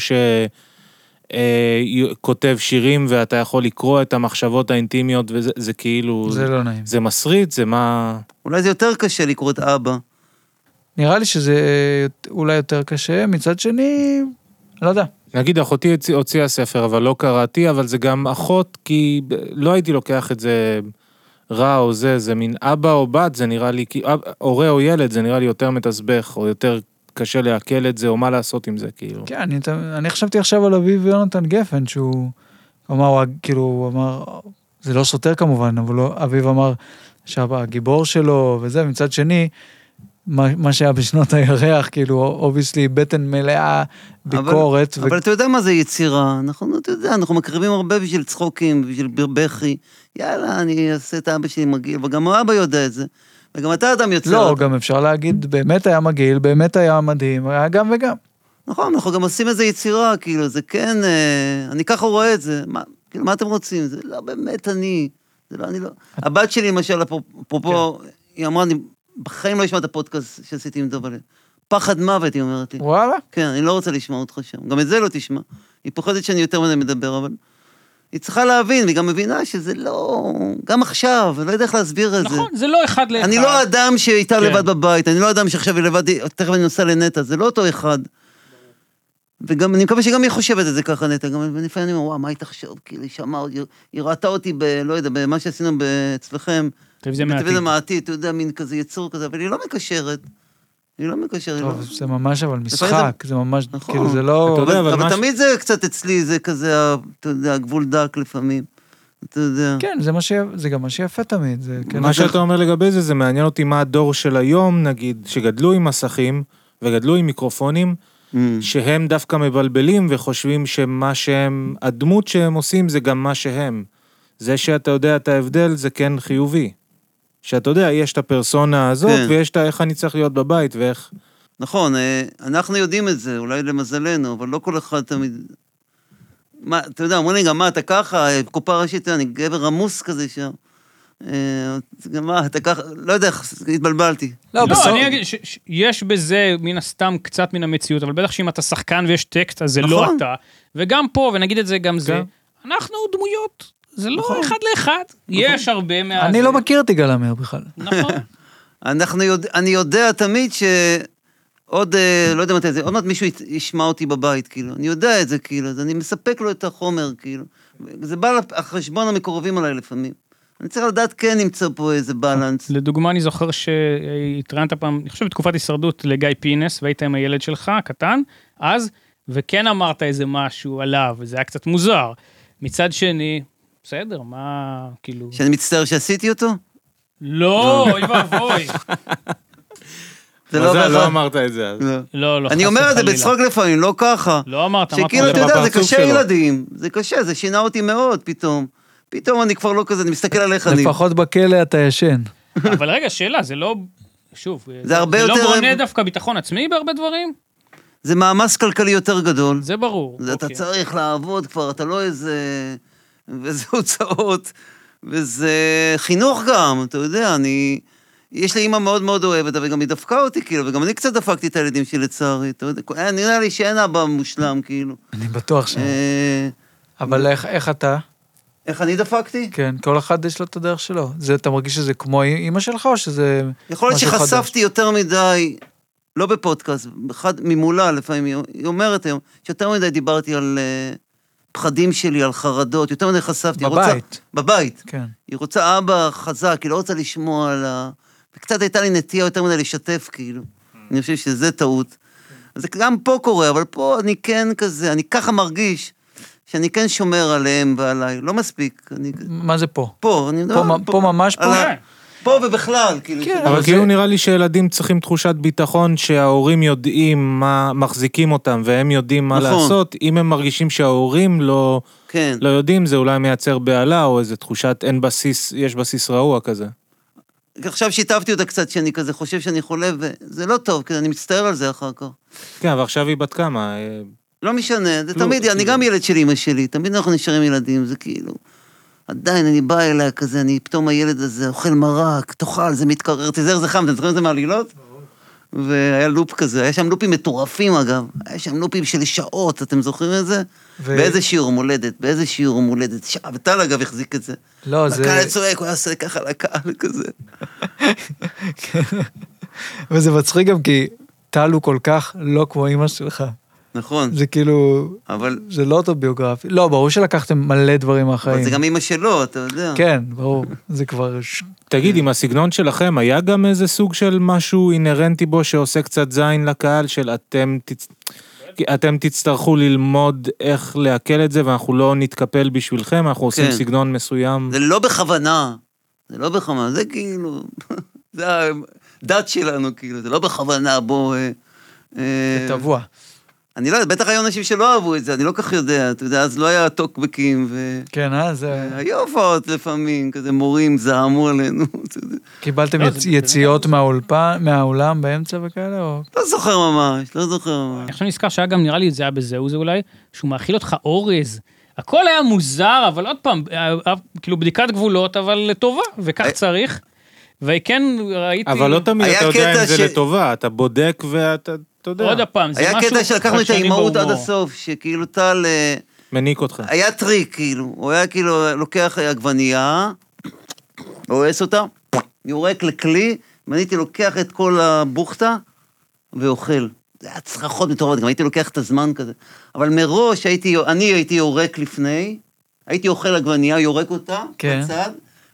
[SPEAKER 2] שכותב שירים ואתה יכול לקרוא את המחשבות האינטימיות וזה זה כאילו...
[SPEAKER 1] זה לא נעים.
[SPEAKER 2] זה מסריט, זה מה...
[SPEAKER 4] אולי זה יותר קשה לקרוא את אבא.
[SPEAKER 1] נראה לי שזה אה, אולי יותר קשה, מצד שני, לא יודע.
[SPEAKER 2] נגיד אחותי הוציא- הוציאה ספר, אבל לא קראתי, אבל זה גם אחות, כי ב- לא הייתי לוקח את זה רע או זה, זה מין אבא או בת, זה נראה לי, כי אב- הורה או ילד, זה נראה לי יותר מתסבך, או יותר קשה לעכל את זה, או מה לעשות עם זה, כאילו.
[SPEAKER 1] כן, אני, אני חשבתי עכשיו על אביו יונתן גפן, שהוא אמר, הוא, כאילו, הוא אמר, זה לא סותר כמובן, אבל לא, אביו אמר שאבא הגיבור שלו וזה, מצד שני, מה, מה שהיה בשנות הירח, כאילו, אובייסלי, בטן מלאה ביקורת.
[SPEAKER 4] אבל, ו... אבל אתה יודע מה זה יצירה, אנחנו, אתה יודע, אנחנו מקריבים הרבה בשביל צחוקים, בשביל בכי. יאללה, אני אעשה את אבא שלי מגעיל, וגם אבא יודע את זה. וגם אתה אדם יוצר.
[SPEAKER 1] לא, גם אפשר להגיד, באמת היה מגעיל, באמת היה מדהים, היה גם וגם.
[SPEAKER 4] נכון, אנחנו גם עושים איזה יצירה, כאילו, זה כן, אה, אני ככה רואה את זה. מה, כאילו, מה אתם רוצים? זה לא באמת אני. זה לא, אני לא... הבת שלי, למשל, אפרופ- אפרופו,
[SPEAKER 1] כן.
[SPEAKER 4] היא אמרה לי, בחיים לא אשמע את הפודקאסט שעשיתי עם דוב הלב. פחד מוות, היא אומרת לי.
[SPEAKER 1] וואלה.
[SPEAKER 4] כן, אני לא רוצה לשמוע אותך שם. גם את זה לא תשמע. היא פוחדת שאני יותר מדי מדבר, אבל... היא צריכה להבין, והיא גם מבינה שזה לא... גם עכשיו, אני לא יודע איך להסביר את זה.
[SPEAKER 3] נכון, זה לא אחד לאחד.
[SPEAKER 4] אני לא אדם שהייתה
[SPEAKER 3] כן.
[SPEAKER 4] לבד בבית, אני לא אדם שעכשיו היא לבד, תכף אני נוסע לנטע, זה לא אותו אחד. וגם, אני מקווה שגם היא חושבת את זה ככה, נטע, גם לפעמים אני אומר, וואו, מה היא תחשוב? כאילו, היא שמעה, היא- היא ראתה אותי ב... לא יודע, במה שעשינו ב- אצלכם.
[SPEAKER 3] טלוויזיה
[SPEAKER 4] בטלוויזיה
[SPEAKER 3] מעטית.
[SPEAKER 4] מעתיד, אתה יודע, מין כזה יצור כזה, אבל היא לא מקשרת. היא לא מקשרת. היא
[SPEAKER 1] טוב,
[SPEAKER 4] לא-
[SPEAKER 1] זה ממש אבל משחק, זה ממש,
[SPEAKER 4] נכון.
[SPEAKER 1] כאילו, זה
[SPEAKER 2] אתה
[SPEAKER 1] לא...
[SPEAKER 2] יודע, אבל
[SPEAKER 4] אבל
[SPEAKER 2] מה ש-
[SPEAKER 4] תמיד זה קצת אצלי, זה כזה, ה- אתה יודע, הגבול דק לפעמים. אתה יודע.
[SPEAKER 1] כן, זה מה ש... זה גם מה שיפה תמיד, זה כן.
[SPEAKER 2] מה שאתה אומר לגבי זה, זה מעניין אותי מה הדור של היום, נגיד, שגדלו עם מסכים וגדלו עם מיקרופונים,
[SPEAKER 4] Mm.
[SPEAKER 2] שהם דווקא מבלבלים וחושבים שמה שהם, הדמות שהם עושים זה גם מה שהם. זה שאתה יודע את ההבדל זה כן חיובי. שאתה יודע, יש את הפרסונה הזאת,
[SPEAKER 4] כן.
[SPEAKER 2] ויש את איך אני צריך להיות בבית, ואיך...
[SPEAKER 4] נכון, אה, אנחנו יודעים את זה, אולי למזלנו, אבל לא כל אחד תמיד... מה, אתה יודע, אומרים לי גם, מה, אתה ככה, אה, קופה ראשית, אני גבר עמוס כזה שם. אה, גם מה, אתה ככה, לא יודע, איך, התבלבלתי.
[SPEAKER 1] לא,
[SPEAKER 3] לא,
[SPEAKER 1] בסוף-
[SPEAKER 3] אני אגיד ש- ש- יש בזה מן הסתם קצת מן המציאות, אבל בטח שאם אתה שחקן ויש טקסט, אז זה לא
[SPEAKER 4] נכון.
[SPEAKER 3] אתה. וגם פה, ונגיד את זה גם זה,
[SPEAKER 2] כן.
[SPEAKER 3] אנחנו דמויות, זה
[SPEAKER 4] נכון.
[SPEAKER 3] לא אחד לאחד. יש הרבה מה...
[SPEAKER 1] אני
[SPEAKER 3] זה.
[SPEAKER 1] לא מכיר את יגאל עמיר בכלל.
[SPEAKER 3] נכון.
[SPEAKER 4] אנחנו יודע, אני יודע תמיד ש... עוד, אה, לא יודע מתי זה, עוד מעט מישהו ית- ישמע אותי בבית, כאילו. אני יודע את זה, כאילו, אז אני מספק לו את החומר, כאילו. זה בא על חשבון המקורבים עליי לפעמים. אני צריך לדעת כן למצוא פה איזה בלנס.
[SPEAKER 3] לדוגמה, אני זוכר שהתראיינת פעם, אני חושב בתקופת הישרדות, לגיא פינס, והיית עם הילד שלך, הקטן, אז, וכן אמרת איזה משהו עליו, וזה היה קצת מוזר. מצד שני, בסדר, מה, כאילו...
[SPEAKER 4] שאני מצטער שעשיתי אותו?
[SPEAKER 3] לא, אוי ואבוי.
[SPEAKER 4] זה
[SPEAKER 2] מזל,
[SPEAKER 4] בהכרח-
[SPEAKER 2] לא אמרת את זה אז.
[SPEAKER 4] לא.
[SPEAKER 3] לא, לא,
[SPEAKER 4] אני
[SPEAKER 3] חס
[SPEAKER 4] אומר את זה
[SPEAKER 3] וחלילה.
[SPEAKER 4] בצחוק לפעמים, לא ככה.
[SPEAKER 3] לא אמרת, אמרת...
[SPEAKER 4] שכאילו,
[SPEAKER 2] זה
[SPEAKER 4] אתה יודע, זה
[SPEAKER 2] בפרצוף
[SPEAKER 4] קשה
[SPEAKER 2] שלו.
[SPEAKER 4] ילדים, זה קשה, זה שינה אותי מאוד פתאום. פתאום אני כבר לא כזה, אני מסתכל עליך, אני...
[SPEAKER 1] לפחות בכלא אתה ישן.
[SPEAKER 3] אבל רגע, שאלה, זה לא... שוב,
[SPEAKER 4] זה הרבה יותר-
[SPEAKER 3] לא בונה דווקא ביטחון עצמי בהרבה דברים?
[SPEAKER 4] זה מאמץ כלכלי יותר גדול.
[SPEAKER 3] זה ברור.
[SPEAKER 4] זה אתה
[SPEAKER 3] אוקיי.
[SPEAKER 4] צריך לעבוד כבר, אתה לא איזה... וזה הוצאות, וזה חינוך גם, אתה יודע, אני... יש לי אימא מאוד מאוד אוהבת, אבל גם היא דפקה אותי, כאילו, וגם אני קצת דפקתי את הילדים שלי, לצערי, אתה יודע, אה, נראה לי שאין אבא מושלם, כאילו.
[SPEAKER 1] אני בטוח ש...
[SPEAKER 4] אה,
[SPEAKER 1] אבל איך- איך אתה?
[SPEAKER 4] איך אני דפקתי?
[SPEAKER 1] כן, כל אחד יש לו את הדרך שלו. זה, אתה מרגיש שזה כמו אימא שלך, או שזה...
[SPEAKER 4] יכול להיות
[SPEAKER 1] משהו חדש?
[SPEAKER 4] שחשפתי יותר מדי לא בפודקאסט, אחד ממולה לפעמים, היא- היא אומרת היום, שיותר מדי דיברתי על אה, פחדים שלי, על חרדות, יותר מדי חשפתי. היא רוצה-
[SPEAKER 1] בבית.
[SPEAKER 4] בבית.
[SPEAKER 1] כן.
[SPEAKER 4] היא רוצה אבא חזק, היא לא רוצה לשמוע על ה... וקצת הייתה לי נטייה יותר מדי לשתף, כאילו. אני חושב שזה טעות. אז זה גם פה קורה, אבל פה אני כן כזה, אני ככה מרגיש שאני כן שומר עליהם ועליי. לא מספיק, אני...
[SPEAKER 1] מה זה פה?
[SPEAKER 4] פה, אני מדבר...
[SPEAKER 1] פה
[SPEAKER 4] על
[SPEAKER 1] מ- פה ממש פה?
[SPEAKER 4] על ה- פה ובכלל, כאילו.
[SPEAKER 1] כן,
[SPEAKER 2] אבל
[SPEAKER 1] אבל
[SPEAKER 2] כאילו
[SPEAKER 1] זה-
[SPEAKER 2] נראה לי שילדים צריכים תחושת ביטחון שההורים יודעים מה מחזיקים אותם והם יודעים מה
[SPEAKER 4] נכון.
[SPEAKER 2] לעשות. אם הם מרגישים שההורים לא,
[SPEAKER 4] כן.
[SPEAKER 2] לא יודעים, זה אולי מייצר בהלה או איזה תחושת אין בסיס, יש בסיס רעוע כזה.
[SPEAKER 4] עכשיו שיתפתי אותה קצת, שאני כזה חושב שאני חולה, וזה לא טוב, כי אני מצטער על זה אחר כך.
[SPEAKER 2] כן, ועכשיו היא בת כמה? אה,
[SPEAKER 4] לא משנה,
[SPEAKER 2] לא,
[SPEAKER 4] זה תמיד, אני
[SPEAKER 2] כאילו.
[SPEAKER 4] גם ילד של אימא שלי, תמיד אנחנו נשארים ילדים, זה כאילו... עדיין אני בא אליה כזה, אני פתאום הילד הזה אוכל מרק, תאכל, זה מתקרר, תיזהר, זה חם, אתם זוכרים את זה מהעלילות? והיה לופ כזה, היה שם לופים מטורפים אגב, היה שם לופים של שעות, אתם זוכרים את זה?
[SPEAKER 1] ו-
[SPEAKER 4] באיזה שיעור מולדת, באיזה שיעור מולדת, שעה, וטל אגב החזיק את זה.
[SPEAKER 1] לא, זה...
[SPEAKER 4] הקהל היה צועק, הוא היה עושה ככה לקהל כזה.
[SPEAKER 1] כן. וזה מצחיק גם כי טל הוא כל כך לא כמו אימא שלך.
[SPEAKER 4] נכון,
[SPEAKER 1] זה כאילו...
[SPEAKER 4] אבל
[SPEAKER 1] זה לא אוטוביוגרפי. לא, ברור שלקחתם מלא דברים
[SPEAKER 4] אבל
[SPEAKER 1] מהחיים.
[SPEAKER 4] זה גם אימא שלו, אתה יודע.
[SPEAKER 1] כן, ברור. זה כבר... ש-
[SPEAKER 4] כן.
[SPEAKER 2] תגיד, עם הסגנון שלכם, היה גם איזה סוג של משהו אינהרנטי בו שעושה קצת זין לקהל, של אתם, תצ... כי אתם תצטרכו ללמוד איך לעכל את זה, ואנחנו לא נתקפל בשבילכם, אנחנו עושים
[SPEAKER 4] כן.
[SPEAKER 2] סגנון מסוים.
[SPEAKER 4] זה לא בכוונה, זה לא בכוונה, זה כאילו, זה הדת שלנו, כאילו, זה לא בכוונה, בוא... אה, אה,
[SPEAKER 1] זה טבוע.
[SPEAKER 4] אני לא יודע, בטח היו אנשים שלא אהבו את זה, אני לא כל כך יודע, אתה יודע, אז לא היה טוקבקים, ו...
[SPEAKER 1] כן, אה? זה...
[SPEAKER 4] היו הופעות לפעמים, כזה מורים זעמו עלינו, אתה יודע.
[SPEAKER 1] קיבלתם
[SPEAKER 3] לא,
[SPEAKER 1] יצ-
[SPEAKER 3] זה-
[SPEAKER 1] יציאות מהאולפן, מהאולם באמצע וכאלה, או...
[SPEAKER 4] לא זוכר ממש, לא זוכר ממש.
[SPEAKER 3] עכשיו נזכר שהיה גם, נראה לי, זה היה בזהו זה אולי, שהוא מאכיל אותך אורז. הכל היה מוזר, אבל עוד פעם, אה, אה, כאילו בדיקת גבולות, אבל לטובה, וכך
[SPEAKER 4] אה.
[SPEAKER 3] צריך. וכן, ראיתי...
[SPEAKER 2] אבל לא תמיד
[SPEAKER 4] היה
[SPEAKER 2] אתה יודע
[SPEAKER 4] קטע
[SPEAKER 2] אם זה
[SPEAKER 4] ש-
[SPEAKER 2] לטובה, אתה בודק ואתה, אתה יודע,
[SPEAKER 3] עוד הפעם, זה משהו...
[SPEAKER 4] היה קטע שלקחנו את
[SPEAKER 3] חדשני
[SPEAKER 4] האימהות עד
[SPEAKER 3] בהומור.
[SPEAKER 4] הסוף, שכאילו טל... אה,
[SPEAKER 2] מניק אותך.
[SPEAKER 4] היה טריק, כאילו. הוא היה כאילו לוקח עגבנייה, הורס אותה, יורק לכלי, ואני הייתי לוקח את כל הבוכתה ואוכל. זה היה צרחות מטורפות, גם הייתי לוקח את הזמן כזה. אבל מראש הייתי, אני הייתי יורק לפני, הייתי אוכל עגבנייה, יורק אותה,
[SPEAKER 1] כן.
[SPEAKER 4] בצד,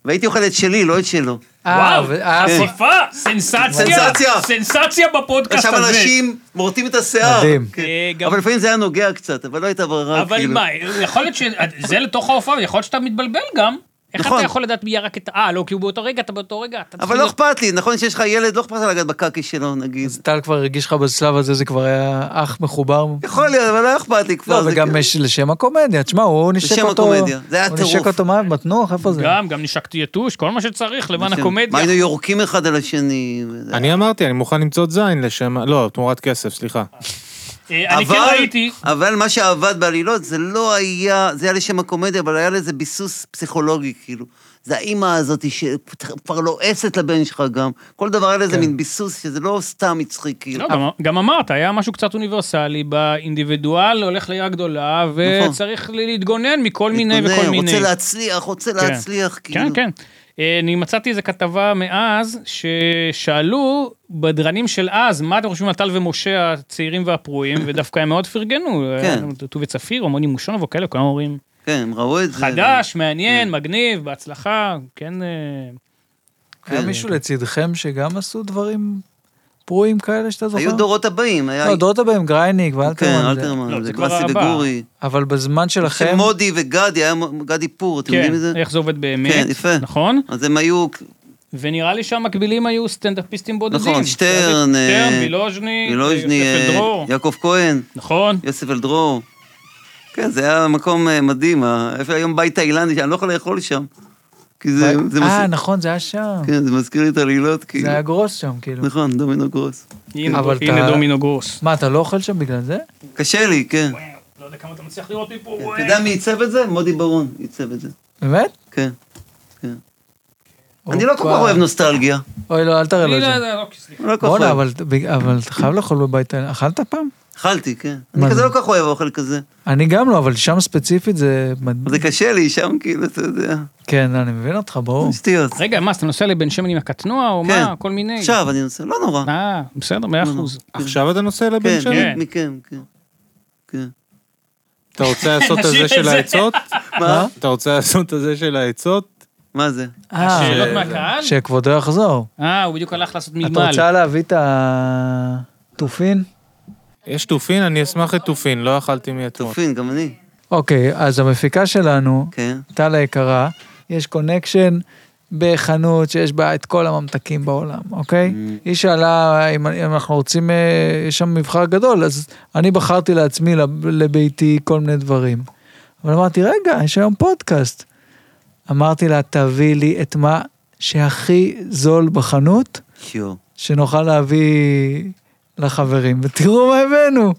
[SPEAKER 4] והייתי אוכל את שלי, לא את שלו.
[SPEAKER 1] אה, ו- אה,
[SPEAKER 3] חשיפה, סנסציה,
[SPEAKER 4] כן. סנסציה.
[SPEAKER 3] סנסציה בפודקאסט
[SPEAKER 4] עכשיו
[SPEAKER 3] הזה.
[SPEAKER 4] אנשים מורטים את השיער.
[SPEAKER 1] מדהים.
[SPEAKER 4] כן.
[SPEAKER 3] אה, גם-
[SPEAKER 4] אבל לפעמים זה היה נוגע קצת, אבל לא הייתה ברירה,
[SPEAKER 3] אבל
[SPEAKER 4] כאילו.
[SPEAKER 3] מה, יכול להיות שזה לתוך ההופעה, יכול להיות שאתה מתבלבל גם. איך
[SPEAKER 4] נכון.
[SPEAKER 3] אתה יכול לדעת מי ירק את... אה, לא, כי הוא באותו רגע, אתה באותו רגע. אתה צריך
[SPEAKER 4] אבל לא
[SPEAKER 3] להיות-
[SPEAKER 4] אכפת לי, נכון שיש לך ילד, לא אכפת לך לגעת בקקי שלו, נגיד.
[SPEAKER 1] אז טל כבר הרגיש לך בשלב הזה, זה כבר היה אח מחובר.
[SPEAKER 4] יכול להיות, אבל לא אכפת לי כבר.
[SPEAKER 1] לא,
[SPEAKER 4] זה
[SPEAKER 1] וגם
[SPEAKER 4] כאילו-
[SPEAKER 1] יש- לשם הקומדיה, תשמע, הוא נשק
[SPEAKER 4] לשם
[SPEAKER 1] אותו...
[SPEAKER 4] הקומדיה, זה היה
[SPEAKER 1] הוא
[SPEAKER 4] טירוף.
[SPEAKER 1] נשק אותו מה? בתנוח? איפה זה?
[SPEAKER 3] גם, גם נשקתי יתוש, כל מה שצריך למען
[SPEAKER 4] בשם- מה
[SPEAKER 3] הקומדיה.
[SPEAKER 4] היינו יורקים אחד על השני. וזה-
[SPEAKER 2] אני אמרתי, אני מוכן למצוא את זין לשם, לא, תמורת כסף, סליחה.
[SPEAKER 3] אה, אני כן
[SPEAKER 4] אבל-
[SPEAKER 3] ראיתי,
[SPEAKER 4] אבל מה שעבד בעלילות זה לא היה, זה היה לשם הקומדיה, אבל היה לזה ביסוס פסיכולוגי, כאילו. זה האימא הזאת שכבר לועסת לבן שלך גם. כל דבר היה
[SPEAKER 1] כן.
[SPEAKER 4] לזה מין ביסוס שזה לא סתם מצחיק, כאילו.
[SPEAKER 3] לא, גם- גם אמרת, היה משהו קצת אוניברסלי, באינדיבידואל הולך לעיר הגדולה, וצריך ל- להתגונן מכל מיני
[SPEAKER 4] נכון. להתגונן,
[SPEAKER 3] וכל מיני.
[SPEAKER 4] רוצה להצליח, רוצה להצליח, כאילו.
[SPEAKER 3] כן, כן. אה, אני מצאתי איזה כתבה מאז, ששאלו בדרנים של אז, מה אתם חושבים על טל ומשה הצעירים והפרועים, ודווקא הם מאוד פרגנו.
[SPEAKER 4] כן.
[SPEAKER 3] אה, טובי צפיר, או מוני מושונוב, או כאלה, כמה אומרים,
[SPEAKER 4] כן, הם ראו את זה.
[SPEAKER 3] חדש, מעניין, מגניב, בהצלחה, כן, אה,
[SPEAKER 1] היה
[SPEAKER 4] כן.
[SPEAKER 1] מישהו לצידכם שגם עשו דברים פרועים כאלה שאתה זוכר?
[SPEAKER 4] היו
[SPEAKER 3] נכון.
[SPEAKER 4] דורות הבאים, היה...
[SPEAKER 1] לא, דורות הבאים, גרייניק
[SPEAKER 4] כן,
[SPEAKER 1] ואלתרמן. זה-
[SPEAKER 4] אלתרמן,
[SPEAKER 3] לא,
[SPEAKER 4] זה
[SPEAKER 3] זה כבר
[SPEAKER 4] גרסי
[SPEAKER 3] הבא.
[SPEAKER 4] וגורי.
[SPEAKER 1] אבל בזמן שלכם...
[SPEAKER 4] מודי וגדי, היה מ- גדי פור, אתם
[SPEAKER 3] כן,
[SPEAKER 4] יודעים את זה?
[SPEAKER 3] איך זה עובד באמת,
[SPEAKER 4] כן, יפה.
[SPEAKER 3] נכון?
[SPEAKER 4] אז הם היו,
[SPEAKER 3] ונראה לי שהמקבילים היו סטנדאפיסטים בודדים.
[SPEAKER 4] נכון, שטרן,
[SPEAKER 3] שטרן,
[SPEAKER 4] אה,
[SPEAKER 3] וילוז'ני,
[SPEAKER 4] מילוז'ני,
[SPEAKER 3] יוסף אלדרור,
[SPEAKER 4] אה, יעקב כהן,
[SPEAKER 3] נכון.
[SPEAKER 4] יוסף אלדרור. כן, זה היה מקום אה, מדהים, ה- איפה היום בית תאילנדי, שאני לא יכול לאכול שם. כי זה, זה,
[SPEAKER 1] אה,
[SPEAKER 4] מזכיר,
[SPEAKER 1] נכון, זה היה שם.
[SPEAKER 4] כן, זה מזכיר לי את העלילות, כאילו.
[SPEAKER 1] זה היה גרוס שם, כאילו.
[SPEAKER 4] נכון, דומינו גרוס.
[SPEAKER 3] הנה
[SPEAKER 1] אבל
[SPEAKER 3] הנה
[SPEAKER 1] אתה-
[SPEAKER 3] דומינו גרוס.
[SPEAKER 1] מה, אתה לא אוכל שם בגלל זה?
[SPEAKER 4] קשה לי, כן.
[SPEAKER 3] לא יודע כמה אתה מצליח לראות מפה.
[SPEAKER 4] אתה יודע מי עיצב את זה? מודי ברון עיצב את זה,
[SPEAKER 1] באמת?
[SPEAKER 4] כן. אני לא כל
[SPEAKER 1] הופה.
[SPEAKER 4] כך אוהב נוסטלגיה.
[SPEAKER 1] אוי, לא, אל תראה לו
[SPEAKER 3] אני
[SPEAKER 1] את
[SPEAKER 3] לא
[SPEAKER 1] זה.
[SPEAKER 3] יודע, לא, סליחה.
[SPEAKER 4] לא כל כך
[SPEAKER 1] בואנה,
[SPEAKER 4] אוהב.
[SPEAKER 1] אבל אבל אתה חייב לאכול בבית. אכלת פעם?
[SPEAKER 4] אכלתי, כן. אני
[SPEAKER 1] זה?
[SPEAKER 4] כזה לא כל כך אוהב אוכל כזה.
[SPEAKER 1] אני גם לא, אבל שם ספציפית זה... מד-
[SPEAKER 4] אבל זה קשה לי שם, כאילו, אתה יודע.
[SPEAKER 1] כן, אני מבין אותך, ברור.
[SPEAKER 4] שטויות.
[SPEAKER 3] רגע, מה, אז אתה נוסע לבן שמן עם הקטנוע או
[SPEAKER 4] כן.
[SPEAKER 3] מה? כל מיני.
[SPEAKER 4] עכשיו אני נוסע, לא נורא.
[SPEAKER 3] אה, בסדר, מאה אחוז.
[SPEAKER 2] עכשיו אתה נוסע לבן
[SPEAKER 4] כן,
[SPEAKER 2] שלי?
[SPEAKER 3] כן.
[SPEAKER 4] מ- מכם, כן. כן.
[SPEAKER 2] אתה רוצה לעשות את הזה של העצות?
[SPEAKER 4] מה?
[SPEAKER 2] אתה רוצה לעשות את הזה של העצות?
[SPEAKER 4] מה זה?
[SPEAKER 1] אה,
[SPEAKER 3] שאלות מהקהל?
[SPEAKER 1] שכבודו יחזור.
[SPEAKER 3] אה, הוא בדיוק הלך לעשות
[SPEAKER 1] את
[SPEAKER 3] מלמל.
[SPEAKER 1] רוצה להביא את התופין?
[SPEAKER 2] יש תופין? אני אשמח לתופין, לא אכלתי מאתמול.
[SPEAKER 4] תופין, גם אני.
[SPEAKER 1] אוקיי, אז המפיקה שלנו,
[SPEAKER 4] כן.
[SPEAKER 1] טל היקרה, יש קונקשן בחנות שיש בה את כל הממתקים בעולם, אוקיי? היא שאלה אם אם אנחנו רוצים, אה, יש שם מבחר גדול, אז אני בחרתי לעצמי לב- לביתי כל מיני דברים. אבל אמרתי, רגע, יש היום פודקאסט. אמרתי לה, תביא לי את מה שהכי זול בחנות,
[SPEAKER 4] יואו.
[SPEAKER 1] שנוכל להביא לחברים, ותראו מה הבאנו.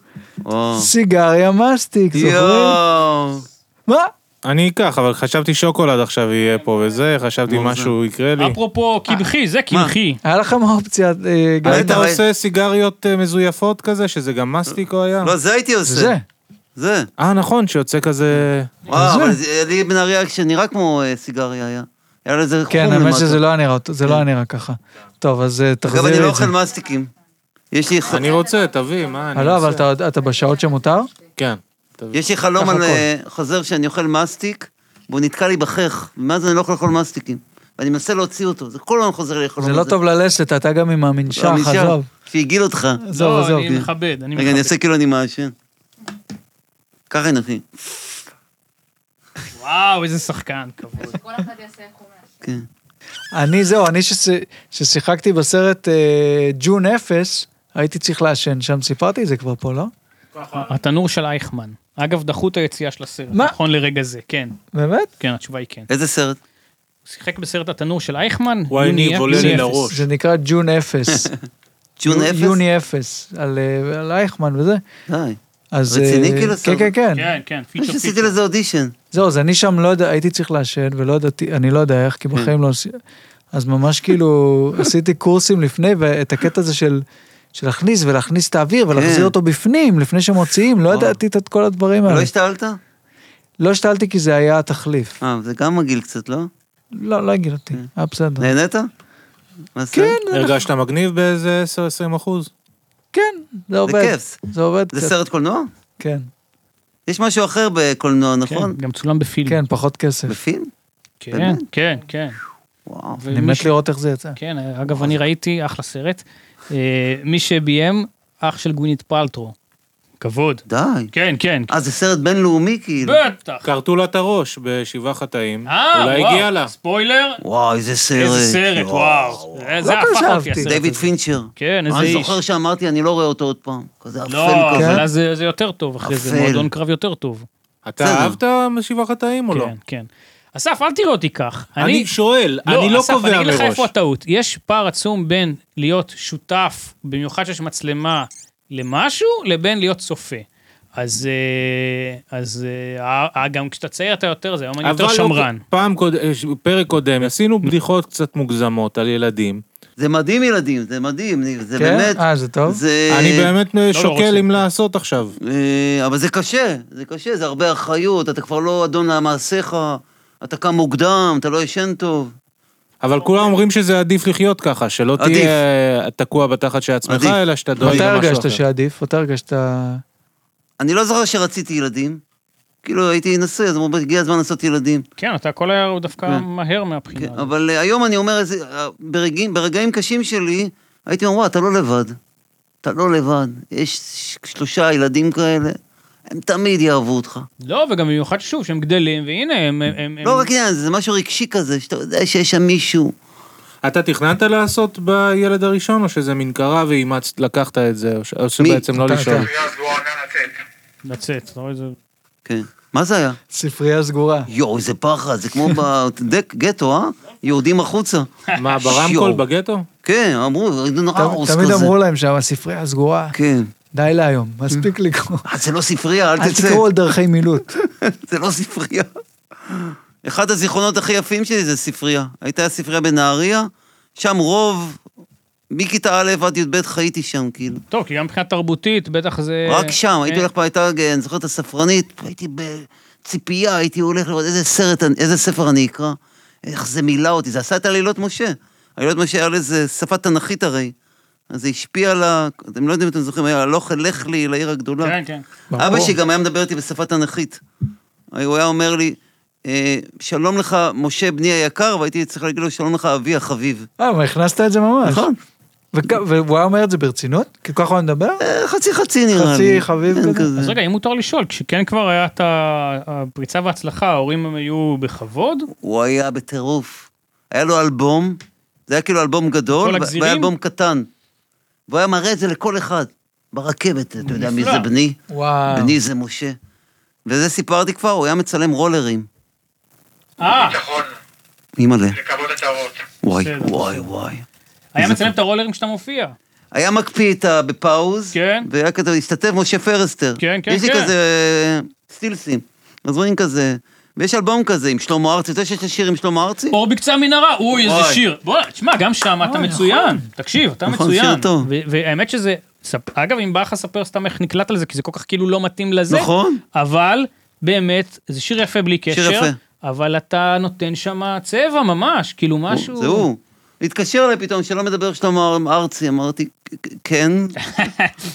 [SPEAKER 4] וואו.
[SPEAKER 1] סיגריה מסטיק, זוכרים?
[SPEAKER 4] יואו.
[SPEAKER 1] מה?
[SPEAKER 2] אני אקח, אבל חשבתי שוקולד עכשיו יהיה פה וזה, חשבתי
[SPEAKER 4] נו,
[SPEAKER 2] משהו יקרה לי.
[SPEAKER 3] אפרופו קמחי, זה קמחי.
[SPEAKER 1] היה לכם אופציה, אה, גם
[SPEAKER 2] היית
[SPEAKER 4] היית ראי-
[SPEAKER 2] עושה סיגריות אה, מזויפות כזה, שזה גם מסטיקו היה?
[SPEAKER 4] לא, זה הייתי עושה.
[SPEAKER 1] זה.
[SPEAKER 4] זה.
[SPEAKER 2] אה, נכון, שיוצא כזה...
[SPEAKER 4] וואו,
[SPEAKER 1] זה.
[SPEAKER 4] אבל זה- לי בנהריה שנראה כמו אה, סיגריה היה. היה לו איזה חום
[SPEAKER 1] כן,
[SPEAKER 4] למטה.
[SPEAKER 1] האמת שזה לא היה נראה, אותו- זה לא היה נראה ככה. טוב, אז אה,
[SPEAKER 4] כן. אגב, אני
[SPEAKER 1] תחזירי
[SPEAKER 4] לא
[SPEAKER 1] את זה.
[SPEAKER 4] אוכל מסטיקים. יש לי ח-
[SPEAKER 2] אני רוצה, תביא, מה אני
[SPEAKER 1] אה, לא, אבל
[SPEAKER 2] רוצה?
[SPEAKER 1] אתה עוד- אתה בשעות שמותר?
[SPEAKER 2] כן.
[SPEAKER 4] יש לי חלום
[SPEAKER 1] ככה
[SPEAKER 4] על
[SPEAKER 1] הכל.
[SPEAKER 4] אה, חוזר שאני אוכל מסטיק, והוא נתקע לי בחייך, ומאז אני לא יכול לאכול מסטיקים. ואני מנסה להוציא אותו, זה כל הזמן חוזר לי
[SPEAKER 1] זה
[SPEAKER 4] החלום הזה.
[SPEAKER 1] לא טוב ללסת, אתה גם עם המנשך,
[SPEAKER 4] לא, נשאר.
[SPEAKER 1] עזוב.
[SPEAKER 4] שהגעיל אותך.
[SPEAKER 1] עזוב,
[SPEAKER 3] לא,
[SPEAKER 1] עזוב.
[SPEAKER 3] אני מכבד, אני
[SPEAKER 4] רגע, אני
[SPEAKER 3] מכבד.
[SPEAKER 4] אעשה כאילו אני מעשן. ככה נתחיל.
[SPEAKER 3] וואו, איזה שחקן, כבוד.
[SPEAKER 5] כל אחד יעשה איך הוא מעשן.
[SPEAKER 4] כן.
[SPEAKER 1] אני זהו, אני שש- ששיחקתי בסרט אה, ג'ון אפס, הייתי צריך לעשן שם, סיפרתי את זה כבר פה, לא?
[SPEAKER 2] נכון.
[SPEAKER 3] התנור של אייכמן. אגב, דחו את היציאה של הסרט,
[SPEAKER 1] מה?
[SPEAKER 3] נכון לרגע זה, כן.
[SPEAKER 1] באמת?
[SPEAKER 3] כן, התשובה היא כן.
[SPEAKER 4] איזה סרט?
[SPEAKER 3] הוא שיחק בסרט התנור של אייכמן?
[SPEAKER 2] וואי,
[SPEAKER 3] יוני-
[SPEAKER 2] ניר, עולה
[SPEAKER 3] יוני
[SPEAKER 2] לי
[SPEAKER 3] אפס.
[SPEAKER 2] לראש.
[SPEAKER 1] זה נקרא ג'ון אפס.
[SPEAKER 4] ג'ון אפס?
[SPEAKER 1] יוני אפס, על אה, על אייכמן וזה.
[SPEAKER 4] די.
[SPEAKER 1] אז... אה,
[SPEAKER 4] רציני כאילו,
[SPEAKER 1] כן,
[SPEAKER 4] סרט?
[SPEAKER 1] כן, כן.
[SPEAKER 3] כן, כן,
[SPEAKER 4] אני
[SPEAKER 3] פיצ'ר
[SPEAKER 4] שעשיתי
[SPEAKER 3] פיצ'ר.
[SPEAKER 4] לזה אודישן.
[SPEAKER 1] זהו, אז אני שם לא יודע, הייתי צריך לעשן, ולא ידעתי, אני לא יודע איך, כי בחיים לא עשיתי, אז ממש כאילו עשיתי קורסים לפני, ואת הקטע הזה של, של להכניס ולהכניס את האוויר ולהחזיר
[SPEAKER 4] כן.
[SPEAKER 1] אותו בפנים, לפני שמוציאים, לא
[SPEAKER 4] וואו.
[SPEAKER 1] ידעתי את- את כל הדברים
[SPEAKER 4] לא
[SPEAKER 1] האלה.
[SPEAKER 4] השתעלת?
[SPEAKER 1] לא השתלתי כי זה היה התחליף.
[SPEAKER 4] אה, זה גם מגעיל קצת, לא?
[SPEAKER 1] לא, לא הגיל
[SPEAKER 4] כן.
[SPEAKER 1] אותי, היה בסדר.
[SPEAKER 4] נהנית? מה זה?
[SPEAKER 1] כן,
[SPEAKER 2] הרגשת מגניב באיזה 10-20 אחוז?
[SPEAKER 1] כן, זה עובד.
[SPEAKER 4] כיף.
[SPEAKER 1] זה עובד
[SPEAKER 4] זה
[SPEAKER 1] קצת,
[SPEAKER 4] סרט קולנוע?
[SPEAKER 1] כן.
[SPEAKER 4] יש משהו אחר בקולנוע, נכון?
[SPEAKER 3] כן, גם צולם בפילם.
[SPEAKER 1] כן, פחות כסף.
[SPEAKER 4] בפילם?
[SPEAKER 3] כן,
[SPEAKER 4] באמת?
[SPEAKER 3] כן, כן.
[SPEAKER 4] וואו.
[SPEAKER 1] אני מת לראות איך זה יצא.
[SPEAKER 3] כן, אגב, אני ראיתי אחלה סרט. אה, מי שביים, אח של גווינית פלטרו. כבוד.
[SPEAKER 4] די.
[SPEAKER 3] כן, כן.
[SPEAKER 4] אה, זה סרט בינלאומי כאילו.
[SPEAKER 3] בטח.
[SPEAKER 2] כרתו לה את הראש בשבעה חטאים.
[SPEAKER 3] אה,
[SPEAKER 2] אולי
[SPEAKER 3] וואו,
[SPEAKER 2] הגיע לה.
[SPEAKER 3] ספויילר,
[SPEAKER 4] וואו, איזה סרט.
[SPEAKER 3] איזה סרט, וואו. אה, זה
[SPEAKER 1] לא
[SPEAKER 3] הפך אותי
[SPEAKER 1] חשבתי.
[SPEAKER 3] הסרט
[SPEAKER 4] דיוויד
[SPEAKER 3] הזה.
[SPEAKER 4] פינצ'ר. אה,
[SPEAKER 3] כן, איזה
[SPEAKER 4] אני
[SPEAKER 3] איש.
[SPEAKER 4] זוכר שאמרתי, אני לא רואה אותו עוד פעם. כזה אפל
[SPEAKER 3] לא,
[SPEAKER 1] כן?
[SPEAKER 4] כזה.
[SPEAKER 3] אבל אז זה- זה יותר טוב אחרי זה,
[SPEAKER 4] אפל.
[SPEAKER 3] מועדון קרב יותר טוב.
[SPEAKER 2] אתה
[SPEAKER 4] בסדר.
[SPEAKER 2] אהבת בשבעה חטאים או לא?
[SPEAKER 3] כן, כן. אסף, אל תראה אותי כך.
[SPEAKER 2] אני שואל, אני לא
[SPEAKER 3] אסף, אני
[SPEAKER 2] קובע
[SPEAKER 3] אגיד לך
[SPEAKER 2] מראש.
[SPEAKER 3] איפה הטעות. יש פער עצום בין להיות שותף, במיוחד שיש מצלמה, למשהו, לבין להיות צופה. אז, אה, אז אה, אה, גם כשאתה צעיר אתה יותר זה, היום אני יותר
[SPEAKER 2] אבל לא-
[SPEAKER 3] שמרן.
[SPEAKER 2] פעם קודם, פרק קודם, עשינו בדיחות קצת מוגזמות על ילדים.
[SPEAKER 4] זה מדהים ילדים, זה מדהים, ניב, זה
[SPEAKER 1] כן?
[SPEAKER 4] באמת.
[SPEAKER 1] אה, זה טוב?
[SPEAKER 4] זה...
[SPEAKER 2] אני באמת אה, שוקל
[SPEAKER 3] רוצה.
[SPEAKER 2] אם לעשות עכשיו.
[SPEAKER 4] אה, אבל זה קשה, זה קשה, זה הרבה אחריות, אתה כבר לא אדון למעשיך, אתה קם מוקדם, אתה לא ישן טוב.
[SPEAKER 2] אבל כולם אומרים שזה עדיף לחיות ככה, שלא
[SPEAKER 4] אוקיי. עדיף.
[SPEAKER 2] תהיה אה, תקוע בתחת של עצמך,
[SPEAKER 4] עדיף.
[SPEAKER 2] אלא שאתה דואג
[SPEAKER 1] מתי
[SPEAKER 2] למשהו
[SPEAKER 1] הרגשת
[SPEAKER 2] אחר.
[SPEAKER 1] שעדיף? מתי הרגשת...
[SPEAKER 4] אני לא זוכר שרציתי ילדים. כאילו הייתי נשוי, אז אמרו, הגיע הזמן לעשות ילדים.
[SPEAKER 3] כן, אתה כל היה הוא דווקא
[SPEAKER 4] כן.
[SPEAKER 3] מהר
[SPEAKER 4] כן,
[SPEAKER 3] מהבחינה. הזאת.
[SPEAKER 4] אבל אה, היום אני אומר, איזה- אה, ברגעים, ברגעים קשים שלי, הייתי אומר, וואי, אתה לא לבד. אתה לא לבד. יש ש- שלושה ילדים כאלה, הם תמיד יאהבו אותך.
[SPEAKER 3] לא, וגם במיוחד שוב, שהם גדלים, והנה, הם... הם- הם-
[SPEAKER 4] אוקיי. לא
[SPEAKER 3] הם-
[SPEAKER 4] רק עניין, זה משהו רגשי כזה, שאתה יודע שיש שם מישהו.
[SPEAKER 2] אתה תכננת לעשות בילד הראשון, או שזה מין קרה ואימצת, לקחת את זה, או ש- או שבעצם לא
[SPEAKER 1] אתה-
[SPEAKER 2] לשאול?
[SPEAKER 1] אתה-
[SPEAKER 3] לצאת, אתה רואה את זה?
[SPEAKER 4] כן. מה זה היה?
[SPEAKER 1] ספרייה סגורה.
[SPEAKER 4] יואו, איזה פחד, זה כמו בגטו, אה? יורדים החוצה.
[SPEAKER 2] מה, ברמקול
[SPEAKER 4] שיו.
[SPEAKER 2] בגטו?
[SPEAKER 4] כן, אמרו, נורא ארוס כזה.
[SPEAKER 1] תמיד אמרו להם שם, הספרייה סגורה.
[SPEAKER 4] כן.
[SPEAKER 1] די להיום, מספיק לקרוא.
[SPEAKER 4] אה, זה לא ספרייה, אל
[SPEAKER 1] אל
[SPEAKER 4] תצא.
[SPEAKER 1] תקראו על דרכי מילוט.
[SPEAKER 4] זה לא ספרייה. אחד הזיכרונות הכי יפים שלי זה ספרייה. הייתה ספרייה בנהריה, שם רוב מכיתה א' עד י"ב חייתי שם, כאילו.
[SPEAKER 3] טוב, כי גם מבחינה תרבותית, בטח זה...
[SPEAKER 4] רק שם, הייתי
[SPEAKER 3] אה,
[SPEAKER 4] הולך, הייתה, אני זוכר את הספרנית, הייתי בציפייה, הייתי הולך לראות איזה סרט, איזה ספר אני אקרא. איך זה מילא אותי, זה עשה את הלילות משה. הלילות משה היה לזה שפה תנכית הרי. אז זה השפיע על ה... אתם לא יודעים אם אתם זוכרים, היה הלוך אלך לי לעיר הגדולה.
[SPEAKER 3] כן, כן.
[SPEAKER 4] אבא שלי גם היה מדבר איתי בשפה תנכית. הוא היה אומר לי, אה, שלום לך, משה בני היקר, והייתי צריך להגיד לו, שלום לך, אבי החביב.
[SPEAKER 1] אה, אבל הכנסת את זה ממש.
[SPEAKER 4] נכון.
[SPEAKER 1] וכ- והוא היה אומר את זה ברצינות? כי ככה הוא מדבר?
[SPEAKER 4] אה, חצי חצי נראה
[SPEAKER 1] חצי
[SPEAKER 4] לי.
[SPEAKER 1] חביב
[SPEAKER 4] כן,
[SPEAKER 1] כזה.
[SPEAKER 3] אז רגע, אם מותר לשאול, כשכן כבר היה את ה- הפריצה וההצלחה, ההורים היו בכבוד?
[SPEAKER 4] הוא היה בטירוף. היה לו אלבום, זה היה כאילו אלבום
[SPEAKER 3] כל
[SPEAKER 4] גדול, ו-
[SPEAKER 3] הגזירים?
[SPEAKER 4] והיה אלבום קטן. והוא היה מראה את זה לכל אחד, ברכבת, אתה יודע מי
[SPEAKER 3] נפלא.
[SPEAKER 4] זה בני?
[SPEAKER 1] וואו.
[SPEAKER 4] בני זה משה. וזה סיפרתי כבר, הוא היה מצלם רולרים.
[SPEAKER 3] אה,
[SPEAKER 5] נכון,
[SPEAKER 4] אימא'לה.
[SPEAKER 5] לכבוד הטהרות.
[SPEAKER 4] וואי,
[SPEAKER 3] בסדר,
[SPEAKER 4] וואי, וואי.
[SPEAKER 3] היה מצלם את הרולרים כשאתה מופיע.
[SPEAKER 4] היה מקפיא את ה... בפאוז,
[SPEAKER 3] כן.
[SPEAKER 4] והיה כתוב, השתתף משה פרסטר.
[SPEAKER 3] כן, כן,
[SPEAKER 4] יש לי
[SPEAKER 3] כן.
[SPEAKER 4] כזה אה, סטילסים, אז רואים כזה, ויש אלבום כזה עם שלמה ארצי, אתה יודע שיש שיר עם שלמה ארצי?
[SPEAKER 3] אור בקצה המנהרה, אוי, איזה
[SPEAKER 4] וואי.
[SPEAKER 3] שיר. בוא'נה, תשמע, גם שם אתה מצוין. תקשיב, אתה
[SPEAKER 4] נכון,
[SPEAKER 3] מצוין.
[SPEAKER 4] שיר טוב.
[SPEAKER 3] ו- והאמת שזה, ספ- אגב, אם בא לך לספר סתם איך נקלט על זה, כי זה כל כך כאילו לא מתאים לזה.
[SPEAKER 4] נכון.
[SPEAKER 3] אבל, באמת, זה שיר יפה בלי קשר.
[SPEAKER 4] יפה.
[SPEAKER 3] אבל אתה נותן שם צבע ממש, כאילו משהו...
[SPEAKER 4] זה הוא. התקשר אליי פתאום, שלא מדבר שלמה ארצי, אמרתי, "כ- כן?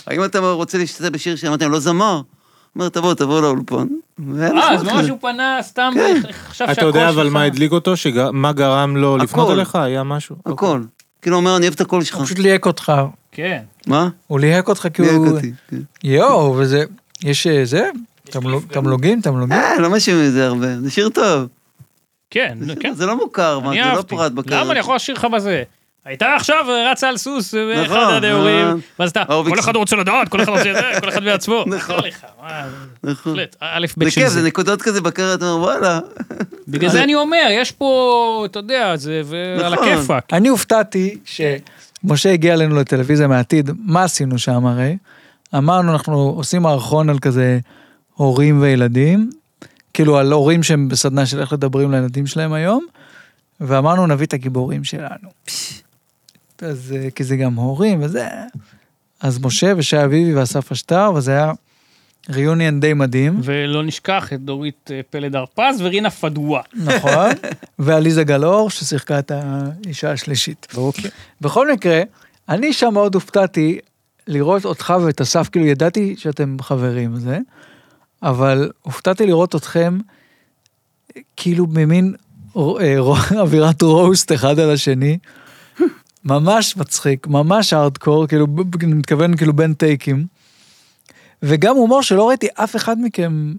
[SPEAKER 4] האם אתה רוצה להשתתף בשיר שלי? אמרתי, אני לא זמר. אומר, תבוא, תבוא לאולפן. והיה
[SPEAKER 3] אה,
[SPEAKER 4] נחמד
[SPEAKER 3] אז ממש
[SPEAKER 4] כזה. כן.
[SPEAKER 3] הוא פנה סתם, חשב
[SPEAKER 2] אתה
[SPEAKER 3] שהכל
[SPEAKER 2] יודע אבל
[SPEAKER 3] שלך. כן,
[SPEAKER 2] מה הדליק אותו? שג- מה גרם לו לפנות
[SPEAKER 4] הכל.
[SPEAKER 2] אליך? היה משהו?
[SPEAKER 4] הכל. כאילו, אומר, אני אוהב את הקול שלך.
[SPEAKER 1] הוא פשוט ליהק אותך.
[SPEAKER 3] כן.
[SPEAKER 4] מה?
[SPEAKER 1] הוא ליהק אותך כי
[SPEAKER 4] ליהק
[SPEAKER 1] הוא...
[SPEAKER 4] אותי, כן.
[SPEAKER 1] יואו, וזה... יש אה, זה? תמלוג- תמלוגים? תמלוגים?
[SPEAKER 4] אה, לא משאירים את זה הרבה, זה שיר טוב.
[SPEAKER 3] כן, כן.
[SPEAKER 4] זה לא מוכר, מה,
[SPEAKER 3] אני
[SPEAKER 4] זה לא
[SPEAKER 3] אהבתי.
[SPEAKER 4] פרט בקרב.
[SPEAKER 3] למה אני יכול לשיר לך בזה? הייתה עכשיו אה, רצה על סוס באחד
[SPEAKER 4] נכון,
[SPEAKER 3] הנעורים,
[SPEAKER 4] אה.
[SPEAKER 3] ואז אתה,
[SPEAKER 4] ההורוביץ.
[SPEAKER 3] כל אחד רוצה לדעת, כל אחד רוצה לדעת, כל אחד בעצמו.
[SPEAKER 4] נכון.
[SPEAKER 3] נכון. לך, מה,
[SPEAKER 4] נכון.
[SPEAKER 3] בהחלט, אה, א' ב'
[SPEAKER 4] זה
[SPEAKER 3] של
[SPEAKER 4] כיף, זה
[SPEAKER 3] זה.
[SPEAKER 4] נקודות כזה בקרב, אתה אומר, וואלה.
[SPEAKER 3] בגלל זה אני אומר, יש פה, אתה יודע, זה ו- על
[SPEAKER 4] נכון.
[SPEAKER 3] הכיפאק.
[SPEAKER 1] אני הופתעתי שמשה הגיע אלינו לטלוויזיה מהעתיד, מה עשינו שם הרי? אמרנו, אנחנו עושים מערכון על כזה הורים וילדים, כאילו על הורים שהם בסדנה של איך לדברים לילדים שלהם היום, ואמרנו נביא את הגיבורים שלנו. אז אה, כי זה גם הורים וזה. אז משה ושי אביבי ואסף אשטר, וזה היה ריוניון די מדהים,
[SPEAKER 3] ולא נשכח את דורית אה, פלד הרפז ורינה פדווה.
[SPEAKER 1] נכון, ועליזה גלאור ששיחקה את האישה השלישית.
[SPEAKER 3] אוקיי.
[SPEAKER 1] בכל מקרה, אני שם מאוד הופתעתי לראות אותך ואת אסף, כאילו ידעתי שאתם חברים וזה, אבל הופתעתי לראות אתכם כאילו במין אה, רו- אווירת רוסט אחד על השני. ממש מצחיק, ממש הארדקור, כאילו, ב- ב- אני מתכוון כאילו בין טייקים. וגם הומור שלא ראיתי אף אחד מכם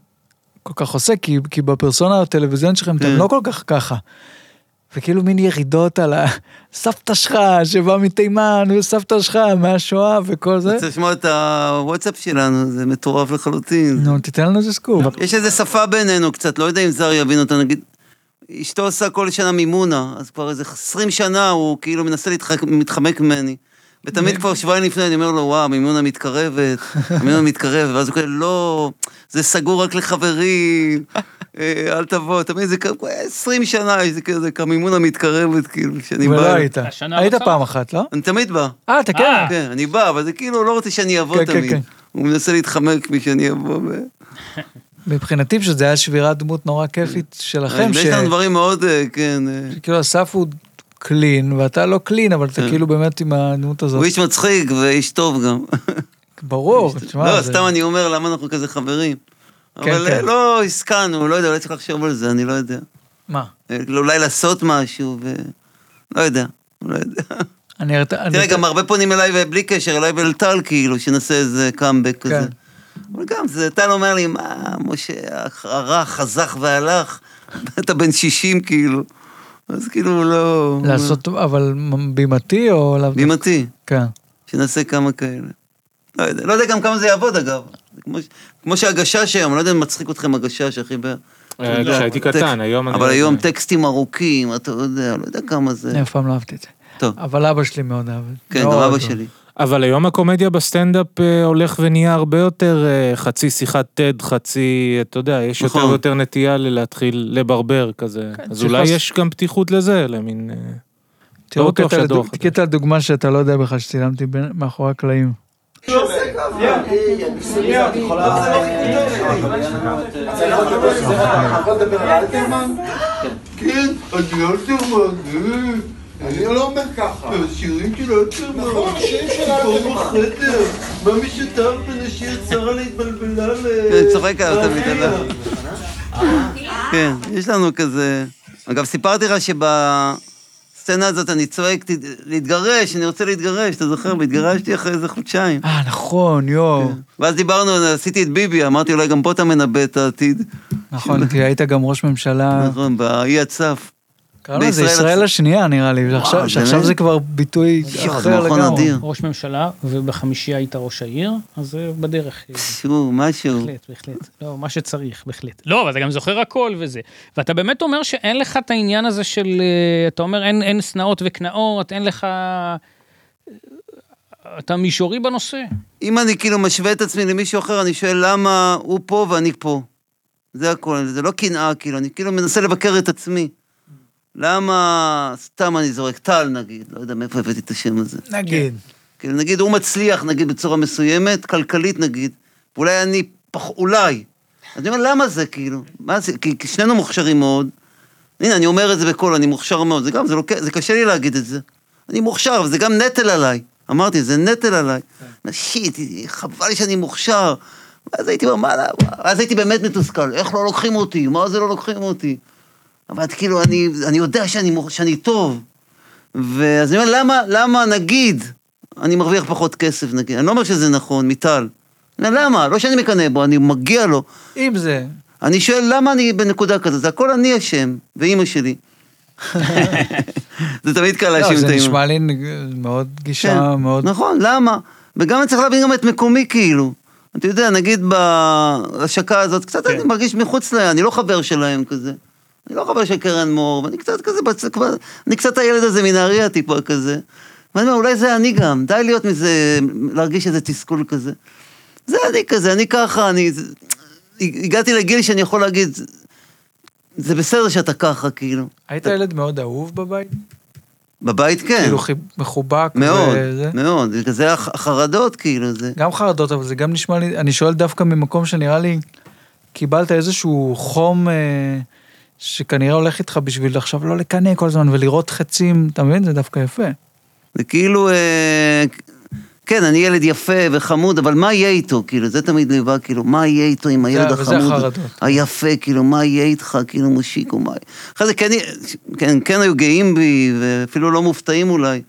[SPEAKER 1] כל כך עושה, כי, כי בפרסונה הטלוויזיון שלכם אתם
[SPEAKER 4] כן.
[SPEAKER 1] לא כל כך ככה. וכאילו מין ירידות על הסבתא שלך שבאה מתימן, וסבתא שלך מהשואה וכל זה.
[SPEAKER 4] צריך לשמוע את הוואטסאפ שלנו, זה מטורף לחלוטין.
[SPEAKER 1] נו, תיתן לנו איזה סקופ.
[SPEAKER 4] יש איזה שפה בינינו קצת, לא יודע אם זר יבין אותה, נגיד, אשתו עושה כל שנה מימונה, אז כבר איזה 20 שנה הוא כאילו מנסה להתחק, מתחמק ממני. ותמיד כבר שבועיים לפני אני אומר לו, וואו, המימונה מתקרבת, המימונה מתקרבת, ואז הוא כאילו, לא, זה סגור רק לחברים, אה, אל תבוא, תמיד זה כאילו, 20 שנה, יש כזה, כמימונה מתקרבת, כאילו, כשאני בא.
[SPEAKER 1] ולא היית.
[SPEAKER 3] השנה
[SPEAKER 1] היית
[SPEAKER 3] המצב?
[SPEAKER 1] פעם אחת, לא?
[SPEAKER 4] אני תמיד בא.
[SPEAKER 1] אה, אתה
[SPEAKER 3] אה.
[SPEAKER 1] כן.
[SPEAKER 4] כן, אני בא, אבל זה כאילו, הוא לא רוצה שאני אבוא
[SPEAKER 1] כן, כן, כן.
[SPEAKER 4] תמיד. הוא מנסה להתחמק משאני אבוא. ו-
[SPEAKER 1] מבחינתי פשוט זה היה שבירת דמות נורא כיפית שלכם,
[SPEAKER 4] אה,
[SPEAKER 1] ש-
[SPEAKER 4] יש לנו דברים מאוד, אה, כן. אה,
[SPEAKER 1] שכאילו אסף הוא קלין, ואתה לא קלין, אבל אתה כאילו באמת עם הדמות
[SPEAKER 4] הוא
[SPEAKER 1] הזאת.
[SPEAKER 4] איש מצחיק ואיש טוב גם.
[SPEAKER 1] ברור, תשמע.
[SPEAKER 4] לא,
[SPEAKER 1] זה-
[SPEAKER 4] סתם אני אומר, למה אנחנו כזה חברים? אבל אה,
[SPEAKER 1] כן.
[SPEAKER 4] לא הסכמנו, לא יודע, אולי צריך לחשוב על זה, אני לא יודע.
[SPEAKER 1] מה?
[SPEAKER 4] אה, אולי לעשות משהו, ו... לא יודע, לא יודע.
[SPEAKER 1] אני... הרת- אני-
[SPEAKER 4] תראה, גם הרבה פונים אליי, ובלי קשר, אליי ולטל, כאילו, שנעשה איזה קאמבק
[SPEAKER 1] כן.
[SPEAKER 4] כזה. אבל גם, זה, טל אומר לי, מה, משה, הרע חזך והלך, אתה בן 60, כאילו. אז כאילו, לא...
[SPEAKER 1] לעשות, אבל בימתי או... לאו דווקא?
[SPEAKER 4] בימתי.
[SPEAKER 1] כן.
[SPEAKER 4] שנעשה כמה כאלה. לא יודע, לא יודע גם כמה זה יעבוד אגב. זה כמו, ש- כמו שהגשש היום, אני לא יודע אם מצחיק אתכם הגשש, אחי. ב...
[SPEAKER 2] אה,
[SPEAKER 4] אתה יודע,
[SPEAKER 2] כשהייתי
[SPEAKER 4] טקסט-
[SPEAKER 2] קטן, היום אני
[SPEAKER 4] אבל
[SPEAKER 2] לא
[SPEAKER 4] היום
[SPEAKER 2] יודע.
[SPEAKER 4] טקסטים ארוכים, אתה יודע, לא יודע כמה זה.
[SPEAKER 1] אני אף פעם לא אהבתי את זה.
[SPEAKER 4] טוב,
[SPEAKER 1] אבל אבא שלי מאוד אהב את זה.
[SPEAKER 4] כן, גם
[SPEAKER 1] מאוד
[SPEAKER 4] אבא
[SPEAKER 1] אוהב.
[SPEAKER 4] שלי.
[SPEAKER 2] אבל היום הקומדיה בסטנדאפ אה, הולך ונהיה הרבה יותר אה, חצי שיחת TED, חצי, אתה יודע, יש יותר
[SPEAKER 4] נכון.
[SPEAKER 2] ויותר נטייה ל- להתחיל לברבר כזה. אז
[SPEAKER 1] צריך
[SPEAKER 2] אולי
[SPEAKER 1] לעשות-
[SPEAKER 2] יש גם פתיחות לזה, למין... אה,
[SPEAKER 1] תראו
[SPEAKER 2] בטוח
[SPEAKER 1] קטע
[SPEAKER 2] שהדור
[SPEAKER 1] לדוג-
[SPEAKER 2] החדש.
[SPEAKER 1] קטע לדוגמה שאתה לא יודע בכלל שצילמתי בין- מאחורי הקלעים.
[SPEAKER 5] כן, אני לא אלתרמן, אני לא אומר ככה. השירים של אלתרמן. נכון, השירים של אלתרמן. בחדר, מה משותף בין השיר צרה להתבלבלה ל...
[SPEAKER 4] אה, צוחק עליו תמיד,
[SPEAKER 5] לאביה?
[SPEAKER 4] עליו. כן, יש לנו כזה... אגב, סיפרתי לך שבסצנה הזאת אני צועק "ת- להתגרש, אני רוצה להתגרש, אתה זוכר? והתגרשתי אחרי איזה חודשיים. כן.
[SPEAKER 1] אה, נכון, יואו.
[SPEAKER 4] ואז דיברנו, עשיתי את ביבי, אמרתי, אולי גם פה אתה מנבא את העתיד.
[SPEAKER 1] נכון, כי היית גם ראש ממשלה.
[SPEAKER 4] נכון, באי הצף.
[SPEAKER 1] קראנו לזה
[SPEAKER 4] בישראל
[SPEAKER 1] ישראל
[SPEAKER 4] הצ-
[SPEAKER 1] השנייה, נראה לי, ועכשיו-
[SPEAKER 4] וואו,
[SPEAKER 1] שעכשיו
[SPEAKER 4] באמת?
[SPEAKER 1] זה כבר ביטוי
[SPEAKER 4] יואו, זה
[SPEAKER 1] אחר
[SPEAKER 4] מערכון
[SPEAKER 1] לגמרי.
[SPEAKER 4] אדיר.
[SPEAKER 3] ראש ממשלה, ובחמישייה היית ראש העיר, אז זה בדרך. אה,
[SPEAKER 4] שהוא, משהו.
[SPEAKER 3] בהחלט, בהחלט. לא, מה שצריך, בהחלט. לא, אבל אתה גם זוכר הכל וזה. ואתה באמת אומר שאין לך את העניין הזה של... אה, אתה אומר, אין, אין שנאות וקנאות, אין לך... אה, אתה מישורי בנושא.
[SPEAKER 4] אם אני כאילו משווה את עצמי למישהו אחר, אני שואל למה הוא פה ואני פה. זה הכל, זה לא קנאה, כאילו, אני כאילו מנסה לבקר את עצמי. למה, סתם אני זורק, טל נגיד, לא יודע מאיפה הבאתי את השם הזה.
[SPEAKER 1] נגיד.
[SPEAKER 4] כאילו, נגיד, הוא מצליח, נגיד, בצורה מסוימת, כלכלית נגיד, ואולי אני, פח, אולי. אז אני אומר, למה זה, כאילו? מה זה, כי, כי שנינו מוכשרים מאוד. הנה, אני אומר את זה בקול, אני מוכשר מאוד, זה גם, זה, לוק... זה קשה לי להגיד את זה. אני מוכשר, אבל זה גם נטל עליי. אמרתי, זה נטל עליי. שיט, חבל לי שאני מוכשר. ואז הייתי אומר, מה, למה?" ואז הייתי באמת מתוסכל, איך לא לוקחים אותי? מה זה לא לוקחים אותי? אבל כאילו, אני, אני יודע שאני, מוכ- שאני טוב. ואז אני אומר, למה, למה נגיד אני מרוויח פחות כסף, נגיד, אני לא אומר שזה נכון, מיטל. אני אומר, למה? לא שאני מקנא בו, אני מגיע לו.
[SPEAKER 1] אם זה.
[SPEAKER 4] אני שואל, למה אני בנקודה כזאת? זה הכל אני אשם, ואימא שלי. זה תמיד קל
[SPEAKER 1] לא,
[SPEAKER 4] להאשים את
[SPEAKER 1] זה
[SPEAKER 4] האימא.
[SPEAKER 1] נשמע לי נג- מאוד גישה
[SPEAKER 4] כן,
[SPEAKER 1] מאוד...
[SPEAKER 4] נכון, למה? וגם אני צריך להבין גם את מקומי, כאילו. אתה יודע, נגיד בהשקה הזאת, קצת
[SPEAKER 1] כן.
[SPEAKER 4] אני מרגיש מחוץ ל... אני לא חבר שלהם כזה. אני לא חבר של קרן מור, ואני קצת כזה, בצ... כבר- אני קצת הילד הזה מנהריה טיפה כזה. ואני אומר, אולי זה אני גם, די להיות מזה, להרגיש איזה תסכול כזה. זה אני כזה, אני ככה, אני... הגעתי לגיל שאני יכול להגיד, זה בסדר שאתה ככה, כאילו.
[SPEAKER 1] היית ילד מאוד אהוב בבית?
[SPEAKER 4] בבית כן.
[SPEAKER 1] כאילו חיב- מחובק
[SPEAKER 4] מאוד,
[SPEAKER 1] וזה?
[SPEAKER 4] מאוד, בגלל זה הח- החרדות, כאילו, זה...
[SPEAKER 1] גם חרדות, אבל זה גם נשמע לי, אני שואל דווקא ממקום שנראה לי, קיבלת איזשהו חום אה, שכנראה הולך איתך בשביל עכשיו לא לקנא כל הזמן ולראות חצים, אתה מבין? זה דווקא יפה.
[SPEAKER 4] זה כאילו, אה, כן, אני ילד יפה וחמוד, אבל מה יהיה איתו? כאילו, זה תמיד ליווה, כאילו, מה יהיה איתו עם הילד
[SPEAKER 1] אה, וזה
[SPEAKER 4] החמוד
[SPEAKER 1] החרדות.
[SPEAKER 4] היפה, כאילו, מה יהיה איתך, כאילו, מושיקו, מה... אחרי זה כן, כן, כן היו גאים בי, ואפילו לא מופתעים אולי.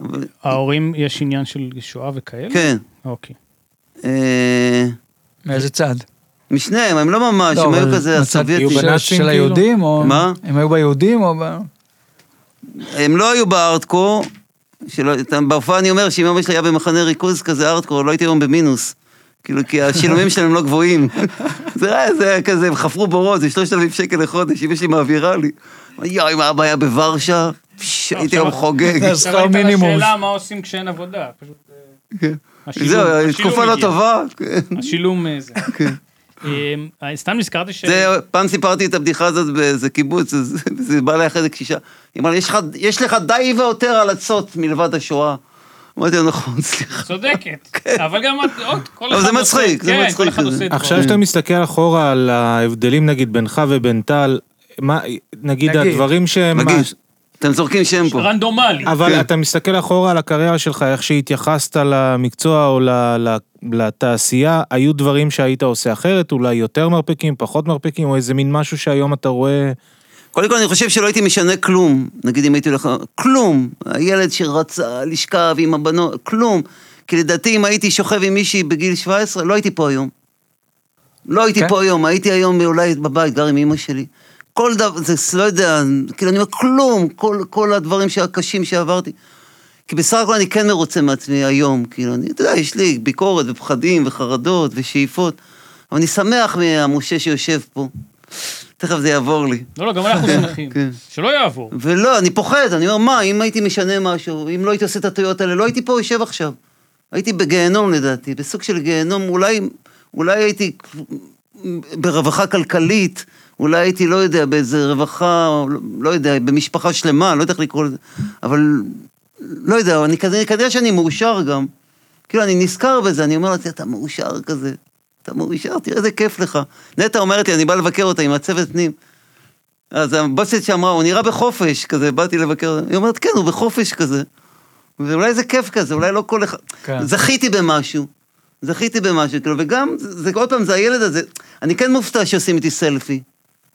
[SPEAKER 4] אבל,
[SPEAKER 3] ההורים, יש עניין של שואה וכאלה?
[SPEAKER 4] כן,
[SPEAKER 3] אוקיי.
[SPEAKER 4] אה,
[SPEAKER 1] מאיזה צד?
[SPEAKER 4] משניהם, הם לא ממש,
[SPEAKER 1] לא,
[SPEAKER 4] הם היו
[SPEAKER 1] אבל
[SPEAKER 4] כזה
[SPEAKER 1] מצד-
[SPEAKER 4] הסובייטים.
[SPEAKER 2] היו
[SPEAKER 1] של-
[SPEAKER 2] בנאצים,
[SPEAKER 1] של
[SPEAKER 2] כאילו?
[SPEAKER 1] היהודים? או-
[SPEAKER 4] מה?
[SPEAKER 1] הם היו ביהודים או ב...
[SPEAKER 4] הם לא היו בארטקור, שלא, אתה- בהופעה אני אומר שאם אבא שלי היה במחנה ריכוז כזה ארטקור, לא הייתי היום במינוס. כאילו, כי השילומים שלהם לא גבוהים. זה היה, זה היה כזה, הם חפרו בורות, זה 3,000 שקל לחודש, אמא שלי מעבירה לי. יואי, אם אבא היה בוורשה, פש, הייתי היום חוגג.
[SPEAKER 1] אז שכר מינימום.
[SPEAKER 3] השאלה מה עושים כשאין עבודה. פשוט, אה, השילוב-
[SPEAKER 4] כן. זהו,
[SPEAKER 3] השילוב
[SPEAKER 4] תקופה לא
[SPEAKER 3] הגיע.
[SPEAKER 4] טובה. כן.
[SPEAKER 3] השילום אה, זה. אה, סתם נזכרתי ש...
[SPEAKER 4] זה, פעם סיפרתי את הבדיחה הזאת באיזה קיבוץ, אז זה בא אליי אחרי זה קשישה. היא אמרה לי, "יש לך- יש לך די ועותר על עצות מלבד השואה. אמרתי לה, נכון, סליחה.
[SPEAKER 3] צודקת, אבל גם את- עוד, כל אחד
[SPEAKER 4] כן. אבל זה
[SPEAKER 3] עושה-
[SPEAKER 4] מצחיק, זה
[SPEAKER 3] כן,
[SPEAKER 4] מצחיק
[SPEAKER 3] כל אחד
[SPEAKER 4] כזה.
[SPEAKER 3] עושה את
[SPEAKER 2] עכשיו
[SPEAKER 3] דברו.
[SPEAKER 4] אה.
[SPEAKER 2] שאתה מסתכל אחורה על ההבדלים נגיד בינך ובין טל, מה,
[SPEAKER 1] נגיד.
[SPEAKER 2] נגיד הדברים שהם...
[SPEAKER 4] נגיד, אתם זורקים שם פה.
[SPEAKER 3] רנדומלי.
[SPEAKER 2] אבל
[SPEAKER 4] כן.
[SPEAKER 2] אתה מסתכל אחורה על הקריירה שלך, איך שהתייחסת למקצוע או ל- ל- לתעשייה, היו דברים שהיית עושה אחרת, אולי יותר מרפקים, פחות מרפקים, או איזה מין משהו שהיום אתה רואה...
[SPEAKER 4] קודם כל, אני חושב שלא הייתי משנה כלום. נגיד אם הייתי הולך... כלום. הילד שרצה לשכב עם הבנות, כלום. כי לדעתי, אם הייתי שוכב עם מישהי בגיל 17, לא הייתי פה היום. לא הייתי
[SPEAKER 1] כן.
[SPEAKER 4] פה היום, הייתי היום אולי בבית, גר עם אמא שלי. כל דבר, זה לא יודע, כאילו אני אומר כלום, כל, כל הדברים הקשים שעברתי. כי בסך הכל אני כן מרוצה מעצמי היום, כאילו, אני, אתה יודע, יש לי ביקורת ופחדים וחרדות ושאיפות, אבל אני שמח מהמשה שיושב פה. תכף זה יעבור לי.
[SPEAKER 3] לא, לא, גם אנחנו שמחים.
[SPEAKER 4] כן.
[SPEAKER 3] שלא יעבור.
[SPEAKER 4] ולא, אני פוחד, אני אומר, מה, אם הייתי משנה משהו, אם לא הייתי עושה את הטעויות האלה, לא הייתי פה יושב עכשיו. הייתי בגיהנום לדעתי, בסוג של גיהנום, אולי, אולי הייתי ברווחה כלכלית, אולי הייתי, לא יודע, באיזה רווחה, או לא- לא יודע, במשפחה שלמה, לא יודע איך לקרוא לזה, אבל לא יודע, אני כנראה, כנראה שאני מאושר גם. כאילו, אני נזכר בזה, אני אומר לעצמי, אתה מאושר כזה, אתה מאושר, תראה איזה כיף לך. נטע אומרת לי, אני בא לבקר אותה עם הצוות פנים. אז הבוסית שאמרה, הוא נראה בחופש, כזה, באתי לבקר, היא אומרת, כן, הוא בחופש כזה. ואולי זה כיף כזה, אולי לא כל אחד...
[SPEAKER 1] כן.
[SPEAKER 4] כן. זכיתי במשהו. זכיתי במשהו, כאילו, וגם, זה, זה- עוד פעם, זה הילד הזה, אני כן מופתע שעושים איתי סלפי.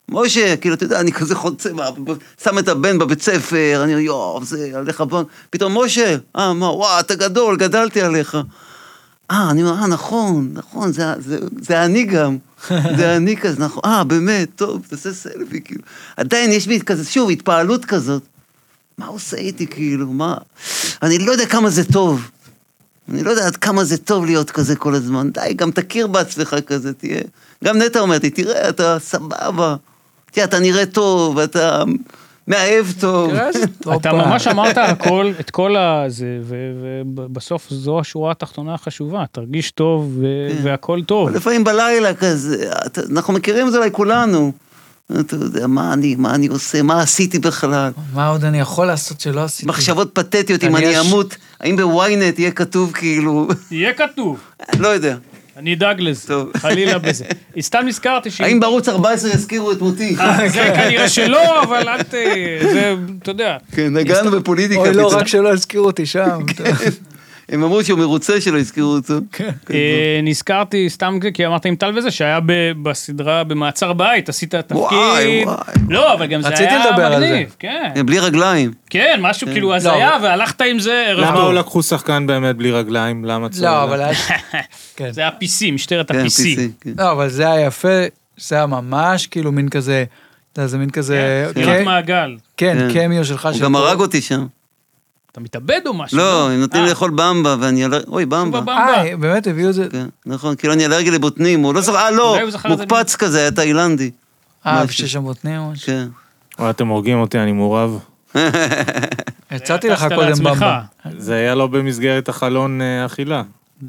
[SPEAKER 4] משה, כאילו, אתה יודע, אני כזה חוצה, מה, ב- ב- שם את הבן בבית ספר, אני אומר, יואו, זה, עליך בון. פתאום, משה, אה, מה, וואו, אתה גדול, גדלתי עליך. אה, אני אומר, אה, נכון, נכון, זה, זה, זה אני גם. זה אני כזה, נכון, אה, באמת, טוב, תעשה סלפי, כאילו. עדיין יש בי כזה, שוב, התפעלות כזאת. מה הוא עושה איתי, כאילו, מה? אני לא יודע כמה זה טוב. אני לא יודע עד כמה זה טוב להיות כזה כל הזמן. די, גם תכיר בעצמך כזה, תהיה. גם נטע אומרת לי, תראה, אתה סבבה. תראה, אתה נראה טוב, אתה מאהב טוב.
[SPEAKER 3] אתה ממש אמרת הכל, את כל הזה, ו- ובסוף זו השורה התחתונה החשובה, תרגיש טוב ו- והכל טוב.
[SPEAKER 4] כן. אבל לפעמים בלילה כזה, אתה- אנחנו מכירים את זה אולי כולנו. אתה יודע, מה אני, מה אני עושה, מה עשיתי בכלל?
[SPEAKER 1] מה עוד אני יכול לעשות שלא עשיתי?
[SPEAKER 4] מחשבות פתטיות, אם
[SPEAKER 1] אני
[SPEAKER 4] אני
[SPEAKER 1] יש-
[SPEAKER 4] אמות, האם בוויינט יהיה כתוב כאילו,
[SPEAKER 3] יהיה כתוב,
[SPEAKER 4] לא יודע.
[SPEAKER 3] אני אדאג לזה,
[SPEAKER 4] טוב.
[SPEAKER 3] חלילה בזה. סתם נזכרתי ש... אה,
[SPEAKER 4] האם בערוץ 14 יזכירו את מותי?
[SPEAKER 3] זה כנראה שלא, אבל אל ת... זה, אתה יודע.
[SPEAKER 4] כן, נגענו בפוליטיקה.
[SPEAKER 1] אוי, לא,
[SPEAKER 4] פתאום. כן.
[SPEAKER 1] רק שלא יזכירו אותי שם.
[SPEAKER 4] הם אמרו שהוא מרוצה שלא יזכרו אותו. כן,
[SPEAKER 3] אה, נזכרתי סתם כי אמרת עם טל וזה שהיה ב- בסדרה במעצר בית עשית
[SPEAKER 4] וואי,
[SPEAKER 3] תפקיד
[SPEAKER 4] וואי.
[SPEAKER 3] לא אבל גם זה
[SPEAKER 1] רציתי
[SPEAKER 3] היה
[SPEAKER 1] לדבר על לא,
[SPEAKER 3] מגניב כן
[SPEAKER 4] בלי רגליים.
[SPEAKER 3] כן משהו כאילו הזיה והלכת עם זה ערב
[SPEAKER 2] למה
[SPEAKER 3] טוב.
[SPEAKER 2] לא לקחו שחקן באמת בלי רגליים? למה צריך?
[SPEAKER 1] לא, אבל היה... כן.
[SPEAKER 3] זה היה PC משטרת
[SPEAKER 4] כן,
[SPEAKER 3] ה-PC.
[SPEAKER 4] PC, כן.
[SPEAKER 1] לא, אבל זה היה יפה, זה היה ממש כאילו מין כזה, אתה יודע, זה מין כזה,
[SPEAKER 3] סגירת
[SPEAKER 1] כן,
[SPEAKER 3] אה, מעגל
[SPEAKER 1] כן,
[SPEAKER 4] כן.
[SPEAKER 1] קמיו שלך.
[SPEAKER 4] הוא
[SPEAKER 1] של
[SPEAKER 4] גם
[SPEAKER 1] כל-
[SPEAKER 4] הרג אותי שם.
[SPEAKER 3] אתה מתאבד או משהו.
[SPEAKER 4] לא, הם נותנים
[SPEAKER 3] אה,
[SPEAKER 4] לי לאכול במבה, ואני אלרגי... אוי, במבה.
[SPEAKER 3] במבה.
[SPEAKER 1] אה, באמת הביאו את זה,
[SPEAKER 4] כן, נכון, כאילו אני אלרגי לבוטנים, הוא לא זוכר, אה, לא,
[SPEAKER 3] אולי הוא זכר את זה
[SPEAKER 4] מוקפץ כזה, היה תאילנדי.
[SPEAKER 1] אה, איפה
[SPEAKER 4] משהו.
[SPEAKER 1] שיש שם בוטנים או משהו.
[SPEAKER 4] כן.
[SPEAKER 2] וואי, אתם הורגים אותי, אני מעורב.
[SPEAKER 1] אוקיי.
[SPEAKER 4] כן.
[SPEAKER 1] הצעתי לך
[SPEAKER 3] טסת
[SPEAKER 1] קודם
[SPEAKER 3] לעצמך.
[SPEAKER 1] במבה.
[SPEAKER 2] זה היה לא במסגרת החלון אה, אכילה.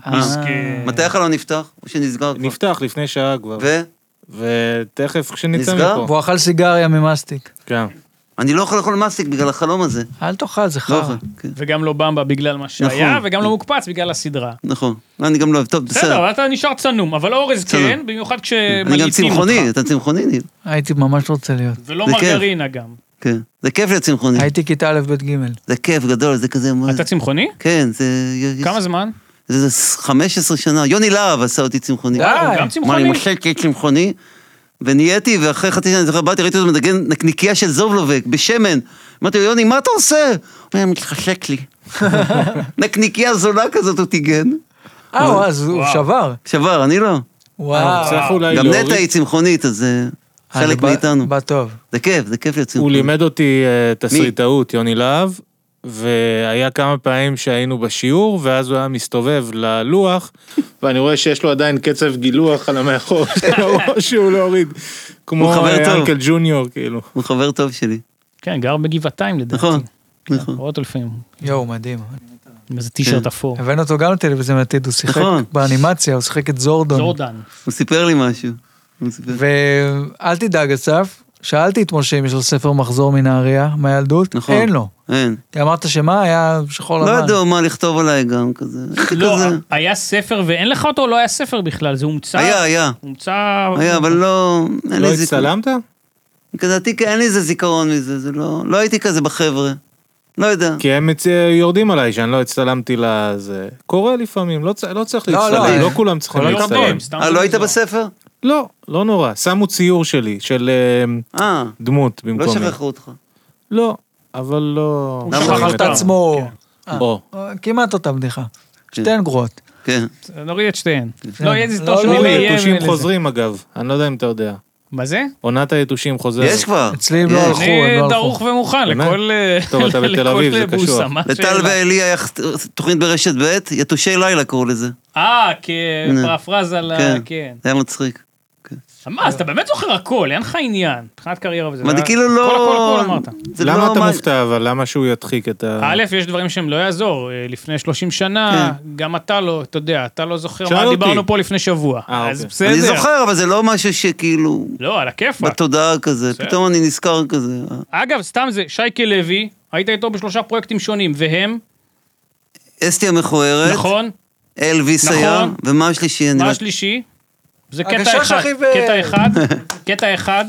[SPEAKER 3] מסכן.
[SPEAKER 1] אה.
[SPEAKER 4] מתי החלון נפתח? או שנסגר
[SPEAKER 1] נכון.
[SPEAKER 4] כבר?
[SPEAKER 2] נפתח לפני שעה כבר.
[SPEAKER 4] ואני
[SPEAKER 2] ותכף כשנצא
[SPEAKER 4] נסגר?
[SPEAKER 2] מפה.
[SPEAKER 1] והוא אכל סיגריה ממאסטיק.
[SPEAKER 2] כן.
[SPEAKER 4] לא יכול לאכול מסיק בגלל החלום הזה.
[SPEAKER 1] אל תאכל, זה
[SPEAKER 4] לא
[SPEAKER 1] חרא.
[SPEAKER 4] יכול. כן,
[SPEAKER 3] וגם לא במבה בגלל מה שהיה
[SPEAKER 4] נכון.
[SPEAKER 3] וגם לא מוקפץ בגלל הסדרה.
[SPEAKER 4] נכון. לא, אני גם לא אוהב, טוב,
[SPEAKER 3] בסדר,
[SPEAKER 4] בסדר.
[SPEAKER 3] אבל אתה נשאר צנום, אבל אורז
[SPEAKER 4] צנום.
[SPEAKER 3] כן, במיוחד
[SPEAKER 4] אני גם
[SPEAKER 3] כשמלעיטים אותך.
[SPEAKER 4] צמחוני, אתה צמחוני, ניר.
[SPEAKER 1] הייתי ממש רוצה להיות.
[SPEAKER 3] ולא
[SPEAKER 4] זה כיף.
[SPEAKER 3] מרגרינה גם.
[SPEAKER 4] כן. זה כיף להיות צמחוני.
[SPEAKER 1] הייתי כיתה א', ב', ג'.
[SPEAKER 4] זה כיף גדול, זה כזה... מה
[SPEAKER 3] אתה
[SPEAKER 4] זה-
[SPEAKER 3] צמחוני?
[SPEAKER 4] כן, זה...
[SPEAKER 3] כמה זמן?
[SPEAKER 4] זה זה 15 שנה. יוני להב עשה אותי צמחוני.
[SPEAKER 1] די.
[SPEAKER 3] הוא אה, גם
[SPEAKER 4] אה, מה,
[SPEAKER 3] צמחוני?
[SPEAKER 4] אני משל כי צמחוני, ונהייתי, ואחרי חצי שנה, אני זוכר, באתי, ראיתי אותו מנגן נקניקייה של זובלובק, בשמן. אמרתי לו, יוני, מה אתה עושה? הוא היה מתחשק לי. נקניקייה זולה כזאת הוא טיגן.
[SPEAKER 1] אה, הוא- אז הוא
[SPEAKER 3] וואו. אה,
[SPEAKER 1] שבר.
[SPEAKER 4] שבר, אני לא.
[SPEAKER 1] וואו.
[SPEAKER 2] צריך אולי
[SPEAKER 4] גם
[SPEAKER 2] להוריד.
[SPEAKER 4] נטע היא צמחונית, אז זה
[SPEAKER 1] אה, זה
[SPEAKER 4] חלק
[SPEAKER 1] בא-
[SPEAKER 4] מאיתנו.
[SPEAKER 1] בא טוב.
[SPEAKER 4] זה כיף, זה כיף להיות
[SPEAKER 2] הוא
[SPEAKER 4] צמחוני.
[SPEAKER 2] לימד אותי אה, תסריטאות, יוני להב, והיה כמה פעמים שהיינו בשיעור, ואז הוא היה מסתובב ללוח, ואני רואה שיש לו עדיין קצב גילוח על המאחור, שהוא לא הוריד. כמו
[SPEAKER 4] חבר
[SPEAKER 2] אה,
[SPEAKER 4] טוב.
[SPEAKER 2] אנקל ג'וניור, כאילו.
[SPEAKER 4] הוא חבר טוב שלי.
[SPEAKER 3] כן, גר בגבעתיים לדעתי.
[SPEAKER 4] נכון,
[SPEAKER 3] כן,
[SPEAKER 4] נכון. כן.
[SPEAKER 3] רואה אותו לפעמים,
[SPEAKER 1] יואו, מדהים.
[SPEAKER 3] עם איזה טישרט אפור.
[SPEAKER 1] הבאנו אותו גם לטלוויזיה עתיד, הוא שיחק
[SPEAKER 4] נכון.
[SPEAKER 1] באנימציה, הוא שיחק את זורדון.
[SPEAKER 3] זורדן.
[SPEAKER 4] הוא סיפר לי משהו. הוא סיפר.
[SPEAKER 1] ואל תדאג, אסף, שאלתי את משה אם יש לו ספר מחזור מנהריה, מהילדות,
[SPEAKER 4] נכון.
[SPEAKER 1] אין לו.
[SPEAKER 4] אין.
[SPEAKER 1] כי אמרת שמה, היה שחור לבן.
[SPEAKER 4] לא ידעו מה לכתוב עליי גם כזה. הייתי
[SPEAKER 3] לא,
[SPEAKER 4] כזה.
[SPEAKER 3] היה ספר ואין לך אותו? לא היה ספר בכלל, זה הומצא.
[SPEAKER 4] היה, היה.
[SPEAKER 3] הומצא...
[SPEAKER 4] היה, אבל לא... אין
[SPEAKER 2] לא
[SPEAKER 4] לי זיכרון.
[SPEAKER 2] הצטלמת?
[SPEAKER 4] לדעתי אין לי איזה זיכרון מזה, זה לא... לא הייתי כזה בחבר'ה. לא יודע.
[SPEAKER 2] כי הם מצ- יורדים עליי שאני לא הצטלמתי לזה. קורה לפעמים, לא צ- לא צריך
[SPEAKER 1] לא, לא,
[SPEAKER 2] להצטלם, לא
[SPEAKER 1] אה,
[SPEAKER 2] כולם צריכים
[SPEAKER 3] כל יום
[SPEAKER 2] להצטלם.
[SPEAKER 3] בהם, סתם
[SPEAKER 4] אה,
[SPEAKER 3] זה
[SPEAKER 4] לא היית
[SPEAKER 3] מוזר.
[SPEAKER 4] בספר?
[SPEAKER 2] לא, לא נורא. שמו ציור שלי, של אה,
[SPEAKER 4] אה,
[SPEAKER 2] דמות
[SPEAKER 4] לא
[SPEAKER 2] במקומי.
[SPEAKER 4] שכחו אותך.
[SPEAKER 2] לא, אבל לא...
[SPEAKER 3] הוא
[SPEAKER 4] למה?
[SPEAKER 3] שכח
[SPEAKER 4] שכח
[SPEAKER 1] את
[SPEAKER 3] אותם.
[SPEAKER 1] עצמו. אה,
[SPEAKER 2] או.
[SPEAKER 1] אה, כמעט אותה בדיחה. שתיהן גרועות.
[SPEAKER 4] כן.
[SPEAKER 3] כן, נוריד את שתיהן. לא, יהיה איזה תור
[SPEAKER 1] לא,
[SPEAKER 3] של
[SPEAKER 1] לא,
[SPEAKER 2] תראו,
[SPEAKER 1] לא,
[SPEAKER 3] יהיה
[SPEAKER 2] יתושים
[SPEAKER 3] לזה.
[SPEAKER 2] חוזרים אגב, אני לא יודע אם אתה יודע.
[SPEAKER 3] מה זה?
[SPEAKER 2] עונת היתושים חוזרת.
[SPEAKER 4] יש כבר.
[SPEAKER 1] אצלי הם לא
[SPEAKER 4] יש.
[SPEAKER 1] הלכו, הם
[SPEAKER 3] אני
[SPEAKER 1] לא הלכו.
[SPEAKER 3] דרוך ומוכן
[SPEAKER 2] באמת?
[SPEAKER 3] לכל... אה,
[SPEAKER 2] טוב, אתה בתל
[SPEAKER 3] לכל
[SPEAKER 2] אביב, זה
[SPEAKER 3] בוסה,
[SPEAKER 2] קשור.
[SPEAKER 3] מה
[SPEAKER 4] לטל
[SPEAKER 3] השאלה?
[SPEAKER 4] ואלי היה תוכנית ברשת ב', יתושי לילה קראו לזה.
[SPEAKER 3] אה, כפרפרזה ל...
[SPEAKER 4] כן.
[SPEAKER 3] כן.
[SPEAKER 4] זה היה מצחיק.
[SPEAKER 3] מה, אז אתה באמת זוכר הכל, אין לך עניין, מבחינת קריירה וזה.
[SPEAKER 4] אבל
[SPEAKER 3] זה
[SPEAKER 4] זה
[SPEAKER 3] היה-
[SPEAKER 4] כאילו
[SPEAKER 3] הכל,
[SPEAKER 4] לא...
[SPEAKER 3] הכל הכל אמרת.
[SPEAKER 4] זה
[SPEAKER 2] למה
[SPEAKER 4] לא
[SPEAKER 2] אתה
[SPEAKER 4] מה-
[SPEAKER 2] מופתע אבל? למה שהוא ידחיק את
[SPEAKER 4] אה.
[SPEAKER 1] אה,
[SPEAKER 2] ה...
[SPEAKER 3] א', יש דברים שהם לא יעזור, אה, לפני 30 שנה,
[SPEAKER 4] כן.
[SPEAKER 3] גם אתה לא, אתה יודע, אתה לא זוכר
[SPEAKER 2] שאל
[SPEAKER 3] מה
[SPEAKER 2] אותי.
[SPEAKER 3] דיברנו פה לפני שבוע.
[SPEAKER 2] אה,
[SPEAKER 3] אז
[SPEAKER 2] אוקיי.
[SPEAKER 3] בסדר.
[SPEAKER 4] אני זוכר, אבל זה לא משהו שכאילו...
[SPEAKER 3] לא, על הכיפאק.
[SPEAKER 4] בתודעה כזה, פתאום אני נזכר כזה.
[SPEAKER 3] אגב, סתם זה, שייקה לוי, היית איתו בשלושה פרויקטים שונים, והם,
[SPEAKER 4] אסתי המכוערת,
[SPEAKER 3] נכון?
[SPEAKER 4] אלוויס
[SPEAKER 3] נכון.
[SPEAKER 4] היה, ומה השלישי? אני
[SPEAKER 3] מה
[SPEAKER 4] לא-
[SPEAKER 3] השלישי? זה קטע
[SPEAKER 1] הגשש
[SPEAKER 3] אחד,
[SPEAKER 1] הכי ב-
[SPEAKER 3] קטע אחד, קטע אחד,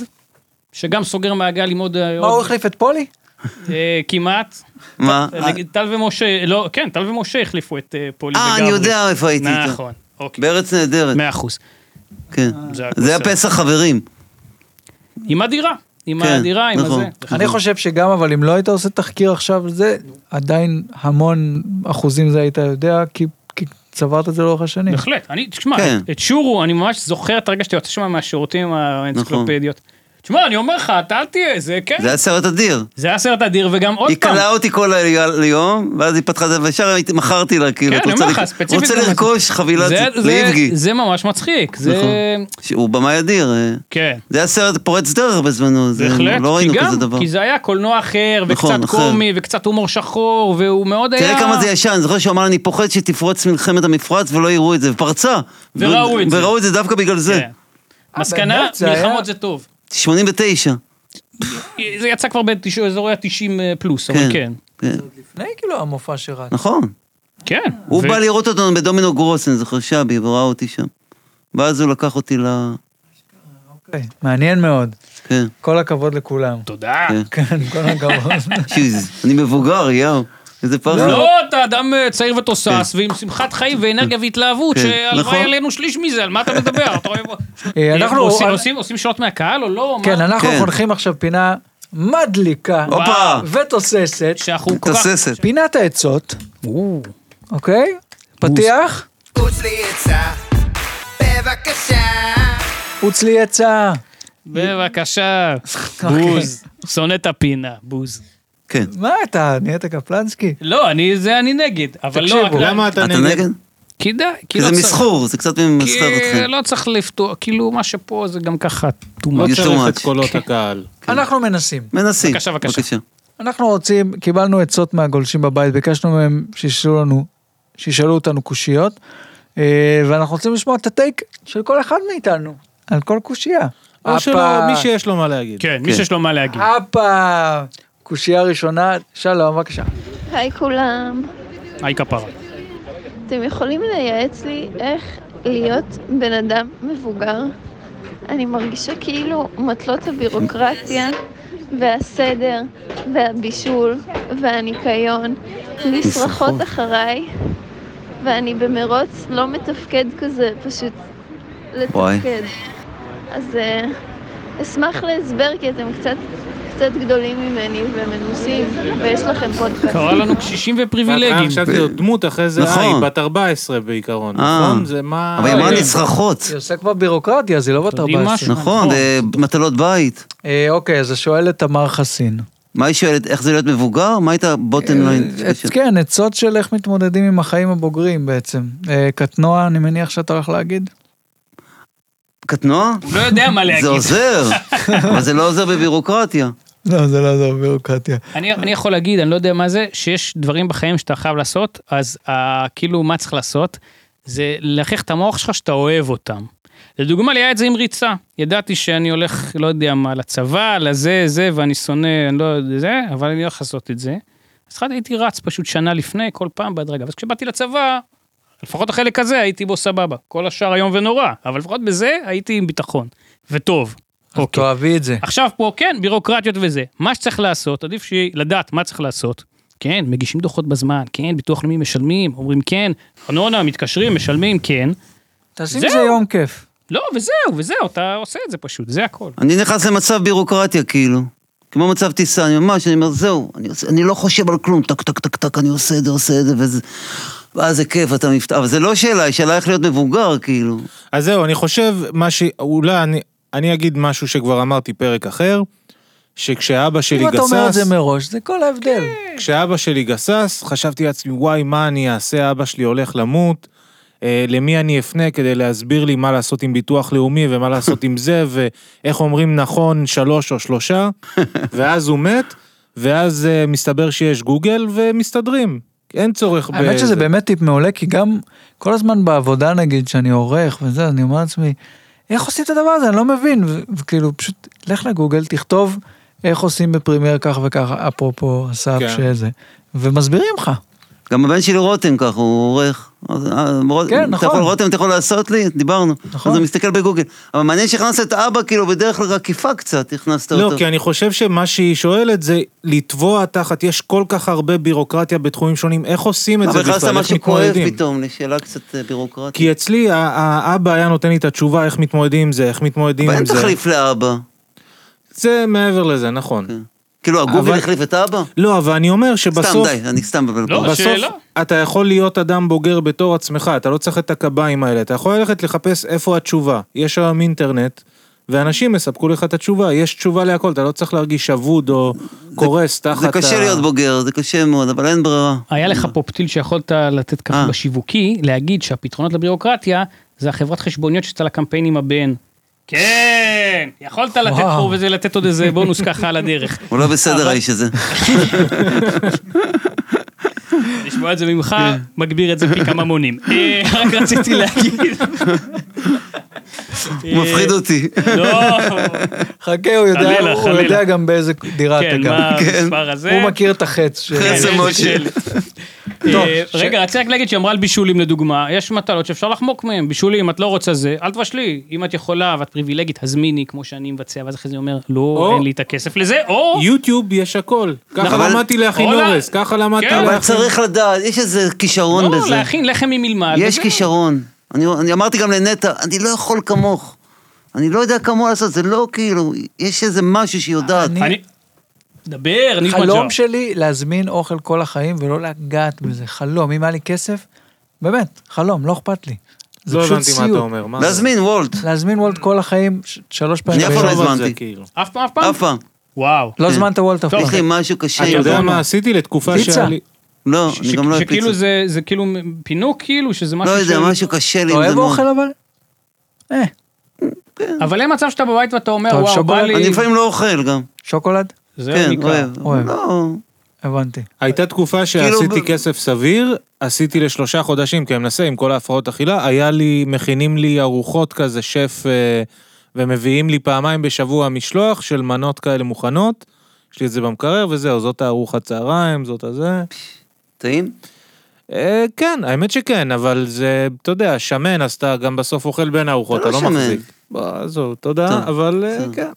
[SPEAKER 3] שגם סוגר מעגל עם עוד,
[SPEAKER 1] מה, הוא
[SPEAKER 3] עוד,
[SPEAKER 1] החליף את פולי?
[SPEAKER 3] אה, כמעט,
[SPEAKER 4] מה?
[SPEAKER 3] נגיד, טל ומשה, לא, כן, טל ומשה החליפו את אה, פולי
[SPEAKER 4] אה,
[SPEAKER 3] וגברי.
[SPEAKER 4] אני יודע איפה הייתי איתו.
[SPEAKER 3] נכון, אוקיי,
[SPEAKER 4] בארץ נהדרת,
[SPEAKER 3] מאה אחוז.
[SPEAKER 4] כן.
[SPEAKER 3] זה
[SPEAKER 4] זה היה
[SPEAKER 3] בסדר.
[SPEAKER 4] פסח חברים.
[SPEAKER 3] עם הדירה, עם
[SPEAKER 4] כן,
[SPEAKER 3] הדירה, עם
[SPEAKER 4] נכון.
[SPEAKER 3] הזה.
[SPEAKER 1] אני חושב שגם, אבל אם לא היית עושה תחקיר עכשיו, זה עדיין המון אחוזים זה היית יודע, כי כי צברת את זה לאורך השנים.
[SPEAKER 3] בהחלט, אני, תשמע,
[SPEAKER 4] כן.
[SPEAKER 3] את- את שיעור, אני ממש זוכר את הרגע שאתה יוצא שם מהשירותים עם האנציקלופדיות. תשמע, אני אומר לך, אתה אל תהיה, זה כן.
[SPEAKER 4] נכון. זה היה סרט אדיר.
[SPEAKER 3] זה היה סרט אדיר, וגם עוד
[SPEAKER 4] היא
[SPEAKER 3] פעם,
[SPEAKER 4] קלעה אותי כל היום- היום, ואז היא פתחה את זה, וישר הייתי- מכרתי לה, כאילו,
[SPEAKER 3] כן,
[SPEAKER 4] את
[SPEAKER 3] אני
[SPEAKER 4] רוצה
[SPEAKER 3] אומר לך,
[SPEAKER 4] לק-
[SPEAKER 3] ספציפית
[SPEAKER 4] רוצה
[SPEAKER 3] גם את-
[SPEAKER 4] לרכוש חבילת
[SPEAKER 3] זה- זה-
[SPEAKER 4] לאיבגי.
[SPEAKER 3] זה ממש מצחיק, זה,
[SPEAKER 4] נכון. שהוא במאי אדיר. אה.
[SPEAKER 3] כן.
[SPEAKER 4] זה היה סרט פורץ דרך בזמנו, זה-
[SPEAKER 3] בהחלט,
[SPEAKER 4] לא
[SPEAKER 3] כי
[SPEAKER 4] ראינו
[SPEAKER 3] גם,
[SPEAKER 4] כזה דבר.
[SPEAKER 3] כי זה היה קולנוע אחר,
[SPEAKER 4] נכון,
[SPEAKER 3] וקצת
[SPEAKER 4] אחר.
[SPEAKER 3] קומי, וקצת הומור שחור, והוא מאוד היה...
[SPEAKER 4] תראה כמה זה ישן, אני זוכר שהוא אמר, אני פוחד שתפרוץ מלחמת המפרץ ולא יראו את זה, ופרצה.
[SPEAKER 3] וראו את זה.
[SPEAKER 4] וראו את זה דווקא בגלל זה.
[SPEAKER 3] כן. מסקנה,
[SPEAKER 1] אה, באמת? זה היה-
[SPEAKER 3] מלחמות זה טוב.
[SPEAKER 4] 89.
[SPEAKER 3] זה יצא כבר באזורי ה-90 פלוס, אבל
[SPEAKER 4] כן.
[SPEAKER 3] כן.
[SPEAKER 4] כן,
[SPEAKER 1] לפני כאילו המופע שרץ.
[SPEAKER 4] נכון.
[SPEAKER 3] כן.
[SPEAKER 4] הוא
[SPEAKER 3] ו-
[SPEAKER 4] בא לראות אותנו בדומינו גרוס, אני זוכר שבי, וראה אותי שם. ואז הוא לקח אותי ל...
[SPEAKER 1] אוקיי, מעניין מאוד.
[SPEAKER 4] כן.
[SPEAKER 1] כל הכבוד לכולם.
[SPEAKER 3] תודה.
[SPEAKER 4] כן.
[SPEAKER 1] כן, כל הכבוד.
[SPEAKER 4] שיז, אני מבוגר, יאו. איזה פחד.
[SPEAKER 3] לא, אתה אדם אה, צעיר ותוסס, ועם שמחת חיים ואנרגיה והתלהבות,
[SPEAKER 4] כן,
[SPEAKER 3] שהלוואי
[SPEAKER 4] נכון.
[SPEAKER 3] עלינו שליש מזה, על מה אתה מדבר? אתה רואה-
[SPEAKER 1] אה, אנחנו-
[SPEAKER 3] עושים- עושים- עושים שאלות מהקהל או לא?
[SPEAKER 1] כן,
[SPEAKER 3] מה?
[SPEAKER 1] אנחנו
[SPEAKER 4] כן.
[SPEAKER 1] חונכים עכשיו פינה מדליקה
[SPEAKER 4] הופה.
[SPEAKER 1] ותוססת,
[SPEAKER 3] שאנחנו כל כך...
[SPEAKER 4] תוססת.
[SPEAKER 1] פינת העצות, אוקיי? פתיח,
[SPEAKER 6] חוץ לי עצה, בבקשה.
[SPEAKER 1] עוץ לי עצה.
[SPEAKER 3] בבקשה,
[SPEAKER 1] אוקיי.
[SPEAKER 3] בוז. שונא את הפינה, בוז.
[SPEAKER 4] כן.
[SPEAKER 1] מה אתה, נהיית קפלנסקי?
[SPEAKER 3] לא, אני, זה אני נגד, אבל לא...
[SPEAKER 1] תקשיבו.
[SPEAKER 3] רק-
[SPEAKER 2] למה אתה
[SPEAKER 4] אתה
[SPEAKER 2] נגד?
[SPEAKER 4] נגד?
[SPEAKER 3] כדאי, כי
[SPEAKER 4] כי
[SPEAKER 3] לא
[SPEAKER 4] זה
[SPEAKER 3] צריך-
[SPEAKER 4] מסחור, זה קצת ממסחר
[SPEAKER 3] כי
[SPEAKER 4] אתכם.
[SPEAKER 3] לא צריך לפתור, כאילו מה שפה זה גם ככה
[SPEAKER 2] לא
[SPEAKER 3] טומאץ'.
[SPEAKER 4] You too
[SPEAKER 2] צריך את
[SPEAKER 4] much.
[SPEAKER 2] קולות הקהל.
[SPEAKER 1] אנחנו מנסים.
[SPEAKER 4] מנסים.
[SPEAKER 3] בבקשה, בבקשה.
[SPEAKER 1] אנחנו רוצים, קיבלנו עצות מהגולשים בבית, ביקשנו מהם שישאלו לנו, שישאלו אותנו קושיות, אה, ואנחנו רוצים לשמוע את הטייק של כל אחד מאיתנו, על כל קושייה.
[SPEAKER 2] או שלא,
[SPEAKER 1] הפה,
[SPEAKER 2] מי שיש לו מה להגיד.
[SPEAKER 3] כן, מי שיש לו מה להגיד.
[SPEAKER 1] אה. הפה, קושייה ראשונה, שלום, בבקשה.
[SPEAKER 7] היי כולם,
[SPEAKER 3] היי כפרה.
[SPEAKER 7] אתם יכולים לייעץ לי איך להיות בן אדם מבוגר? אני מרגישה כאילו מטלות הבירוקרטיה והסדר והבישול והניקיון נשרחות אחריי ואני במרוץ לא מתפקד כזה, פשוט
[SPEAKER 4] וואי.
[SPEAKER 7] לתפקד. אז אה, אשמח להסבר כי אתם קצת, קצת גדולים ממני ומנוסים ויש לכם פודקאסט.
[SPEAKER 3] קרא לנו קשישים ופריבילגים.
[SPEAKER 2] עכשיו תראו, אה, דמות אחרי זה,
[SPEAKER 4] נכון.
[SPEAKER 2] אה, היא בת 14 בעיקרון,
[SPEAKER 4] אה.
[SPEAKER 2] נכון? זה מה...
[SPEAKER 4] אבל היא אמרה
[SPEAKER 3] כן.
[SPEAKER 4] נסרחות.
[SPEAKER 1] היא עושה כבר בירוקרטיה, אז היא לא בת
[SPEAKER 3] יודעים
[SPEAKER 1] 14.
[SPEAKER 3] משהו?
[SPEAKER 4] נכון, זה מטלות בית.
[SPEAKER 1] אה, אוקיי, אז שואלת תמר חסין.
[SPEAKER 4] מה היא שואלת, איך זה להיות מבוגר? מה הייתה בוטם ליין?
[SPEAKER 1] אה, עצ- כן, עצות של איך מתמודדים עם החיים הבוגרים בעצם. אה, קטנוע, אני מניח שאתה הולך להגיד?
[SPEAKER 4] קטנוע?
[SPEAKER 3] לא יודע מה
[SPEAKER 4] זה
[SPEAKER 3] להגיד.
[SPEAKER 4] עוזר, אבל זה לא עוזר בבירוקרטיה.
[SPEAKER 1] לא, זה לא זה בירוקרטיה.
[SPEAKER 3] אני, אני יכול להגיד, אני לא יודע מה זה, שיש דברים בחיים שאתה חייב לעשות, אז uh, כאילו מה צריך לעשות, זה להכריח את המוח שלך שאתה אוהב אותם. לדוגמה, לי היה את זה עם ריצה. ידעתי שאני הולך, לא יודע מה, לצבא, לזה, זה, ואני שונא, אני לא יודע זה, אבל אני הולך לעשות את זה. אז אחד הייתי רץ פשוט שנה לפני, כל פעם בהדרגה. ואז כשבאתי לצבא, לפחות החלק הזה הייתי בו סבבה. כל השאר איום ונורא, אבל לפחות בזה הייתי עם ביטחון. וטוב. אוקיי.
[SPEAKER 1] תאהבי את זה.
[SPEAKER 3] עכשיו פה, כן, בירוקרטיות וזה. מה שצריך לעשות, עדיף שיהיה לדעת מה צריך לעשות. כן, מגישים דוחות בזמן, כן, ביטוח לאומי משלמים, אומרים כן, ארנונה, מתקשרים, משלמים, כן.
[SPEAKER 1] תעשי
[SPEAKER 3] זהו.
[SPEAKER 1] מזה יום כיף.
[SPEAKER 3] לא, וזהו, וזהו, אתה עושה את זה פשוט, זה הכל.
[SPEAKER 4] אני נכנס למצב בירוקרטיה, כאילו. כמו מצב טיסה, אני ממש, אני אומר, זהו, אני, עושה, אני לא חושב על כלום, טק, טק, טק, טק, אני עושה את זה, עושה את זה, וזה... ואז זה כיף, אתה מפתח, אבל זה לא שאלה, היא שאלה איך להיות מבוגר, כאילו.
[SPEAKER 2] אז זהו, אני חושב, מה ש... אולי אני, אני אגיד משהו שכבר אמרתי פרק אחר, שכשאבא שלי
[SPEAKER 1] אם אתה אומר את
[SPEAKER 2] גסס, כן.
[SPEAKER 1] זה מראש, זה כל ההבדל.
[SPEAKER 2] כשאבא שלי גסס, חשבתי לעצמי, וואי, מה אני אעשה, אבא שלי הולך למות. אה, למי אני אפנה כדי להסביר לי מה לעשות עם ביטוח לאומי ומה לעשות עם זה, ואיך אומרים נכון שלוש או שלושה, ואז הוא מת, ואז אה, מסתבר שיש גוגל ומסתדרים. אין צורך
[SPEAKER 1] האמת שזה באמת טיפ מעולה, כי גם כל הזמן בעבודה נגיד, שאני עורך וזה, אני אומר לעצמי, איך עושים את הדבר הזה? אני לא מבין. ו- וכאילו, פשוט, לך לגוגל, תכתוב איך עושים בפרימייר כך וכך, אפרופו אסף
[SPEAKER 2] כן.
[SPEAKER 1] שזה, ומסבירים לך.
[SPEAKER 4] גם הבן שלי רותם ככה, הוא עורך. אז, אה, רותם,
[SPEAKER 1] כן,
[SPEAKER 4] אתה
[SPEAKER 1] נכון.
[SPEAKER 4] יכול, רותם, אתה יכול לעשות לי? דיברנו.
[SPEAKER 1] נכון.
[SPEAKER 4] נכון. אז הוא מסתכל בגוגל. אבל מעניין שהכנסת את אבא, כאילו, בדרך כלל עקיפה קצת, הכנסת
[SPEAKER 2] לא,
[SPEAKER 4] אותו.
[SPEAKER 1] כן,
[SPEAKER 2] כי אני חושב שמה שהיא שואלת זה לטבוע תחת, יש כל כך הרבה בירוקרטיה בתחומים שונים, איך עושים את זה
[SPEAKER 4] אבל
[SPEAKER 2] בכלל, איך
[SPEAKER 4] הכנסת
[SPEAKER 2] מתמודדים?
[SPEAKER 4] משהו כואב פתאום, לשאלה קצת אה, בירוקרטית.
[SPEAKER 2] כי אצלי ה- ה- האבא היה נותן לי את התשובה איך מתמודדים עם זה, איך מתמודדים
[SPEAKER 4] אבל
[SPEAKER 2] עם
[SPEAKER 4] אין
[SPEAKER 2] כן, זה.
[SPEAKER 4] תחליף לאבא.
[SPEAKER 2] זה מעבר לזה, נכון.
[SPEAKER 4] כאילו, הגוגל
[SPEAKER 2] אבל-
[SPEAKER 4] החליף את אבא?
[SPEAKER 2] לא, אבל אני אומר
[SPEAKER 4] סתם,
[SPEAKER 2] שבסוף,
[SPEAKER 4] די, אני סתם מבלבל.
[SPEAKER 3] לא,
[SPEAKER 4] פה.
[SPEAKER 2] בסוף
[SPEAKER 3] שאלה.
[SPEAKER 2] אתה יכול להיות אדם בוגר בתור עצמך, אתה לא צריך את הקביים האלה, אתה יכול ללכת לחפש איפה התשובה. יש היום אינטרנט, ואנשים יספקו לך את התשובה, יש תשובה להכל, אתה לא צריך להרגיש אבוד או קורס תחת
[SPEAKER 4] זה קשה להיות בוגר, זה קשה מאוד, אבל אין ברירה.
[SPEAKER 3] היה לך פה פתיל שיכולת לתת ככה
[SPEAKER 4] אה.
[SPEAKER 3] Mm. בשיווקי, להגיד שהפתרונות לבירוקרטיה זה החברת חשבוניות שעשתה לקמפיין עם הבן. כן, יכולת לתת
[SPEAKER 1] וואו.
[SPEAKER 3] פה וזה לתת עוד איזה בונוס ככה על הדרך.
[SPEAKER 4] הוא לא בסדר
[SPEAKER 3] אבל- אה,
[SPEAKER 4] האיש הזה.
[SPEAKER 3] לשמוע את זה ממך, מגביר את זה פי כמה מונים. אה, רק רציתי להגיד. אה,
[SPEAKER 4] הוא מפחיד אותי.
[SPEAKER 3] לא,
[SPEAKER 1] חכה, הוא יודע,
[SPEAKER 3] חלילה,
[SPEAKER 1] הוא
[SPEAKER 3] חלילה.
[SPEAKER 1] יודע גם באיזה דירה
[SPEAKER 3] כן,
[SPEAKER 1] אתה
[SPEAKER 3] מה
[SPEAKER 1] גר.
[SPEAKER 3] המספר הזה?
[SPEAKER 1] הוא מכיר את החץ. ש-
[SPEAKER 4] חץ. איזה
[SPEAKER 3] כן,
[SPEAKER 4] משה.
[SPEAKER 3] שלט.
[SPEAKER 1] טוב,
[SPEAKER 3] אה,
[SPEAKER 1] ש-
[SPEAKER 3] רגע, רציתי רק להגיד שהיא אמרה על בישולים לדוגמה, יש מטלות שאפשר לחמוק מהן, בישולים, את לא רוצה זה, אל תבשלי, אם את יכולה ואת פריבילגית, הזמיני כמו שאני מבצע, ואז אחרי זה אומר, לא,
[SPEAKER 2] או-
[SPEAKER 3] אין לי את הכסף לזה, או,
[SPEAKER 2] יוטיוב יש הכל. ככה
[SPEAKER 4] נכון. אבל-
[SPEAKER 2] למדתי
[SPEAKER 3] אולה.
[SPEAKER 2] לאחינורס, ככה למדתי
[SPEAKER 3] כן.
[SPEAKER 4] אבל
[SPEAKER 2] לאחי...
[SPEAKER 4] צריך לדעת, יש איזה כישרון
[SPEAKER 3] לא,
[SPEAKER 4] בזה.
[SPEAKER 3] להכין לחם ממלמד.
[SPEAKER 4] יש
[SPEAKER 3] וזהו.
[SPEAKER 4] כישרון. אני, אני אמרתי גם לנטע, אני לא יכול כמוך. אני לא יודע כמוך לעשות, זה לא כאילו, יש איזה משהו שהיא יודעת.
[SPEAKER 3] אני... דבר, ניחמן
[SPEAKER 1] חלום
[SPEAKER 3] ג'אר.
[SPEAKER 1] שלי להזמין אוכל כל החיים ולא לגעת בזה. חלום, אם היה לי כסף, באמת, חלום, לא אכפת לי. זה
[SPEAKER 2] לא
[SPEAKER 1] פשוט
[SPEAKER 2] הבנתי מה אתה
[SPEAKER 1] סיוט.
[SPEAKER 2] אומר. מה זה?
[SPEAKER 4] להזמין וולט,
[SPEAKER 1] להזמין וולט כל החיים, ש- שלוש פעמים.
[SPEAKER 4] אני אף פעם
[SPEAKER 1] ביום.
[SPEAKER 4] לא
[SPEAKER 2] תחשוב על זה,
[SPEAKER 4] הזמנתי.
[SPEAKER 2] כאילו.
[SPEAKER 3] אף פעם, אף פעם?
[SPEAKER 4] אף פעם.
[SPEAKER 3] וואו.
[SPEAKER 1] לא הזמנת וולט אף
[SPEAKER 3] טוב,
[SPEAKER 4] יש לי
[SPEAKER 1] פעם.
[SPEAKER 4] משהו קשה.
[SPEAKER 2] אתה
[SPEAKER 4] עם
[SPEAKER 2] יודע
[SPEAKER 4] זה.
[SPEAKER 2] מה עשיתי לתקופה
[SPEAKER 1] פיצה.
[SPEAKER 2] שהיה לי...
[SPEAKER 4] לא,
[SPEAKER 3] ש-
[SPEAKER 4] אני גם לא אוהב
[SPEAKER 3] שכאילו
[SPEAKER 4] פיצה.
[SPEAKER 3] זה, זה כאילו פינוק כאילו, שזה
[SPEAKER 4] לא
[SPEAKER 3] משהו
[SPEAKER 4] יודע,
[SPEAKER 3] ש-
[SPEAKER 4] משהו קשה לי
[SPEAKER 1] אתה
[SPEAKER 4] עם זה
[SPEAKER 1] אוהב
[SPEAKER 4] מאוד.
[SPEAKER 1] אוכל אבל? אה,
[SPEAKER 3] אבל אין מצב שאתה בבית ואתה אומר,
[SPEAKER 1] טוב,
[SPEAKER 3] וואו, בא
[SPEAKER 1] שוקולד?
[SPEAKER 3] לי...
[SPEAKER 4] אני לפעמים לא אוכל גם.
[SPEAKER 1] שוקולד?
[SPEAKER 3] זהו,
[SPEAKER 4] כן,
[SPEAKER 3] ניקה.
[SPEAKER 4] אוהב.
[SPEAKER 1] אוהב.
[SPEAKER 4] לא,
[SPEAKER 1] הבנתי.
[SPEAKER 2] הייתה תקופה שעשיתי
[SPEAKER 4] כאילו ב-
[SPEAKER 2] כסף סביר, עשיתי לשלושה חודשים, כי אני מנסה עם כל ההפרעות אכילה, היה לי, מכינים לי ארוחות כזה, שף, אה, ומביאים לי פעמיים בשבוע משלוח של מנות כאלה מוכנות, יש לי את זה במקרר וזהו, זאת הארוחת צהריים, זאת הזה.
[SPEAKER 4] טעים?
[SPEAKER 2] אה, כן, האמת שכן, אבל זה, אתה יודע, שמן, אז אתה גם בסוף אוכל בין הארוחות,
[SPEAKER 4] אתה
[SPEAKER 2] אתה
[SPEAKER 4] לא
[SPEAKER 2] לא
[SPEAKER 4] שמן.
[SPEAKER 2] מחזיק. בוא, עזוב, תודה,
[SPEAKER 4] טוב,
[SPEAKER 2] אבל אה,
[SPEAKER 4] בסדר.
[SPEAKER 2] כן.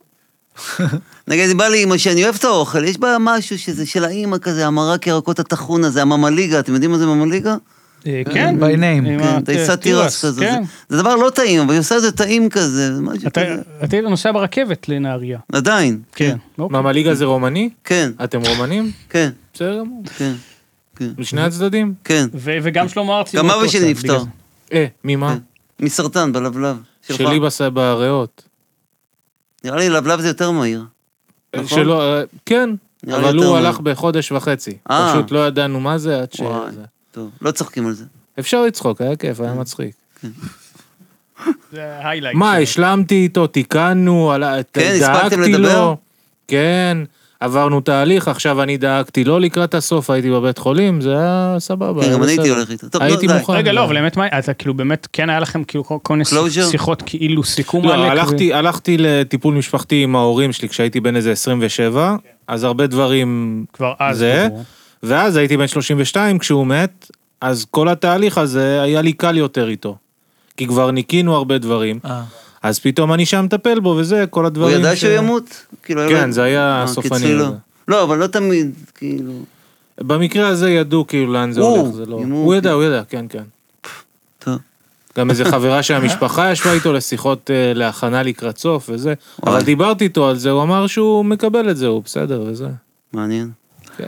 [SPEAKER 4] נגיד, בא לי אמא שאני אוהב את האוכל, יש בה משהו שזה של האימא כזה, המרק ירקות הטחון הזה, הממליגה, אתם יודעים מה זה ממליגה?
[SPEAKER 3] אה, כן.
[SPEAKER 1] by name.
[SPEAKER 3] עם ה-
[SPEAKER 4] כן, דייסת תירס כזה.
[SPEAKER 3] כן.
[SPEAKER 4] זה- זה דבר לא טעים, אבל היא עושה את זה טעים כזה, זה משהו
[SPEAKER 3] אתה
[SPEAKER 4] כזה.
[SPEAKER 3] אתה נוסע ברכבת לנהריה.
[SPEAKER 4] עדיין.
[SPEAKER 3] כן. אוקיי.
[SPEAKER 2] ממליגה זה רומני?
[SPEAKER 4] כן,
[SPEAKER 2] אתם רומנים?
[SPEAKER 4] כן,
[SPEAKER 2] בסדר גמור.
[SPEAKER 4] כן, כן,
[SPEAKER 2] משני הצדדים?
[SPEAKER 4] כן.
[SPEAKER 3] ו- וגם שלמה ארצי.
[SPEAKER 4] גם
[SPEAKER 3] באותו
[SPEAKER 4] אבא
[SPEAKER 3] צד,
[SPEAKER 4] שלי נפטר,
[SPEAKER 3] בגלל זה.
[SPEAKER 2] אה, ממה?
[SPEAKER 4] מסרטן, בלבלב. שלך.
[SPEAKER 2] שלי בס- בריאות.
[SPEAKER 4] נראה לי לבלב זה יותר מהיר. נכון?
[SPEAKER 2] שלו, אה, כן,
[SPEAKER 4] נראה לי
[SPEAKER 2] אבל
[SPEAKER 4] יותר
[SPEAKER 2] הוא
[SPEAKER 4] מהר.
[SPEAKER 2] הלך בחודש וחצי.
[SPEAKER 4] אה.
[SPEAKER 2] פשוט לא ידענו מה זה עד ש...
[SPEAKER 4] וואי. אה.
[SPEAKER 2] זה.
[SPEAKER 4] טוב, לא צוחקים על זה.
[SPEAKER 2] אפשר לצחוק, היה כיף, היה מצחיק.
[SPEAKER 3] זה ה-highlight
[SPEAKER 2] מה,
[SPEAKER 3] שלו.
[SPEAKER 2] השלמתי איתו, תיקנו, עלה-
[SPEAKER 4] כן, הספקתם
[SPEAKER 2] דאגתי
[SPEAKER 4] לדבר?
[SPEAKER 2] לו. כן, עברנו תהליך, עכשיו אני דאגתי לו לקראת הסוף, הייתי בבית חולים, זה היה סבבה.
[SPEAKER 4] כן,
[SPEAKER 2] היה
[SPEAKER 4] גם אני הייתי
[SPEAKER 2] בסדר.
[SPEAKER 4] הולך איתו. טוב,
[SPEAKER 2] הייתי
[SPEAKER 4] לא, די.
[SPEAKER 2] מוכן.
[SPEAKER 3] רגע, לא, אבל האמת, מה, אתה כאילו באמת, כן היה לכם כאילו כל- כל מיני
[SPEAKER 4] Closure?
[SPEAKER 3] שיחות כאילו סיכום
[SPEAKER 2] לא,
[SPEAKER 3] עלק ו-
[SPEAKER 2] הלכתי, הלכתי לטיפול משפחתי עם ההורים שלי כשהייתי בן איזה 27, אז הרבה דברים
[SPEAKER 3] כבר אז.
[SPEAKER 2] זה,
[SPEAKER 3] דיברו.
[SPEAKER 2] ואז הייתי בן 32 כשהוא מת, אז כל התהליך הזה היה לי קל יותר איתו. כי כבר ניקינו הרבה דברים,
[SPEAKER 1] אה.
[SPEAKER 2] אז פתאום אני שם מטפל בו וזה, כל
[SPEAKER 4] הוא
[SPEAKER 2] הדברים.
[SPEAKER 4] ידע
[SPEAKER 2] ש-
[SPEAKER 4] שהוא ימות? כאילו, היה
[SPEAKER 2] כן,
[SPEAKER 4] לו-
[SPEAKER 2] זה היה
[SPEAKER 4] אה,
[SPEAKER 2] סופני
[SPEAKER 4] קיצוני לא.
[SPEAKER 2] הזה.
[SPEAKER 4] לא, אבל לא תמיד, כאילו.
[SPEAKER 2] במקרה הזה ידעו כאילו לאן זה
[SPEAKER 4] הוא,
[SPEAKER 2] הולך, זה לא...
[SPEAKER 4] אם הוא-
[SPEAKER 2] הוא ידע, הוא ידע, כן, כן.
[SPEAKER 4] טוב.
[SPEAKER 2] גם איזה חברה של המשפחה ישבה איתו לשיחות אה, להכנה לקראת סוף וזה. אבל
[SPEAKER 4] וואי.
[SPEAKER 2] דיברתי איתו על זה, הוא אמר שהוא מקבל את זה, הוא בסדר וזה.
[SPEAKER 4] מעניין.
[SPEAKER 2] כן.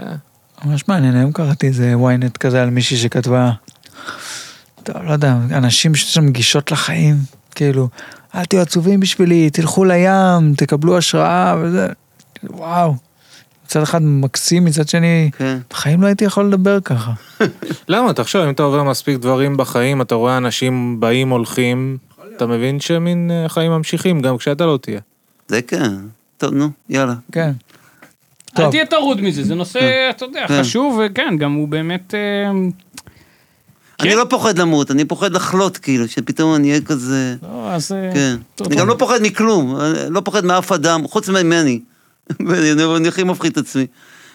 [SPEAKER 1] ממש מעניין, היום קראתי איזה ynet כזה על מישהי שכתבה, טוב, לא יודע, אנשים שיש להם גישות לחיים, כאילו, אל תהיו עצובים בשבילי, תלכו לים, תקבלו השראה וזה, וואו. מצד אחד מקסים, מצד שני,
[SPEAKER 4] כן.
[SPEAKER 1] בחיים לא הייתי יכול לדבר ככה.
[SPEAKER 2] למה? תחשוב, אם אתה עובר מספיק דברים בחיים, אתה רואה אנשים באים, הולכים, אתה מבין שמין אה, חיים ממשיכים גם כשאתה לא תהיה.
[SPEAKER 4] זה כן. טוב, נו, יאללה.
[SPEAKER 1] כן.
[SPEAKER 3] אל
[SPEAKER 1] טוב.
[SPEAKER 3] תהיה טרוד מזה, זה נושא, אתה יודע,
[SPEAKER 4] כן.
[SPEAKER 3] חשוב, וכן, גם הוא באמת... אה,
[SPEAKER 2] כן.
[SPEAKER 4] אני לא פוחד למות, אני פוחד לחלות, כאילו, שפתאום אני אהיה כזה...
[SPEAKER 3] לא, אז...
[SPEAKER 2] אוקיי,
[SPEAKER 3] אה,
[SPEAKER 4] כן.
[SPEAKER 3] טוב,
[SPEAKER 4] אני
[SPEAKER 3] טוב.
[SPEAKER 4] גם לא פוחד מכלום, אני לא פוחד מאף אדם, חוץ ממני. אני אני הכי מפחיד את עצמי.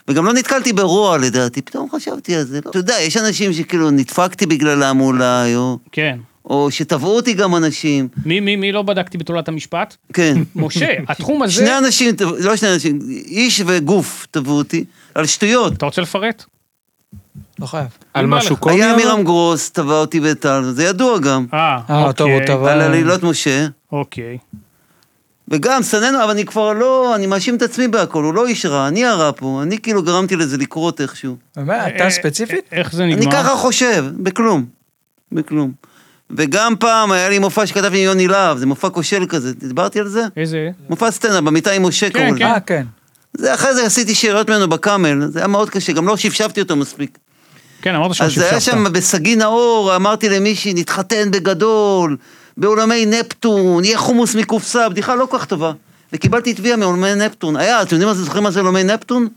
[SPEAKER 4] וגם לא נתקלתי ברוע לדעתי, פתאום חשבתי על זה. לא. אתה יודע, יש אנשים שכאילו נדפקתי בגללם אולי, או,
[SPEAKER 3] כן.
[SPEAKER 4] או שתבעו אותי גם אנשים.
[SPEAKER 3] מי, מי, מי לא בדקתי בתולת המשפט?
[SPEAKER 4] כן.
[SPEAKER 3] משה, התחום הזה...
[SPEAKER 4] שני אנשים, תב- לא שני אנשים, איש וגוף תבעו אותי, על שטויות.
[SPEAKER 3] אתה רוצה לפרט?
[SPEAKER 1] לא חייב.
[SPEAKER 2] על
[SPEAKER 3] בא
[SPEAKER 2] משהו
[SPEAKER 3] לך?
[SPEAKER 2] קומי?
[SPEAKER 4] היה
[SPEAKER 2] אבל?
[SPEAKER 4] עמירם גרוס, תבע אותי וטל, זה ידוע גם.
[SPEAKER 3] אה,
[SPEAKER 1] אה, טוב, הוא
[SPEAKER 3] אוקיי.
[SPEAKER 1] טבע.
[SPEAKER 4] על עלילות משה.
[SPEAKER 3] אוקיי.
[SPEAKER 4] וגם, סננו, אבל אני כבר לא, אני מאשים את עצמי בהכל, הוא לא איש רע, אני הרע פה, אני כאילו גרמתי לזה לקרות איכשהו.
[SPEAKER 1] באמת,
[SPEAKER 3] אה,
[SPEAKER 1] אתה ספציפית?
[SPEAKER 3] אה, איך זה
[SPEAKER 4] אני
[SPEAKER 3] נגמר?
[SPEAKER 4] ככה חושב, בכלום. בכלום. וגם פעם היה לי מופע שכתב לי יוני להב, זה מופע כושל כזה, דיברתי על זה?
[SPEAKER 3] איזה...
[SPEAKER 4] מופע סצנה במיטה עם משה קראו לזה.
[SPEAKER 3] כן.
[SPEAKER 1] אה, כן.
[SPEAKER 4] זה אחרי זה עשיתי שאריות ממנו בקאמל, זה היה מאוד קשה, גם לא שפשפתי אותו מספיק.
[SPEAKER 3] כן, אמרת
[SPEAKER 4] אז זה היה
[SPEAKER 3] ששפשפת.
[SPEAKER 4] שם בסגי נאור, אמרתי למישהי, נתחתן בגדול, באולמי נפטון, יהיה חומוס מקופסה, בדיחה לא כל כך טובה. וקיבלתי תביעה מאולמי נפטון. היה, אתם יודעים מה זה, זוכרים מה זה אולמי נפטון?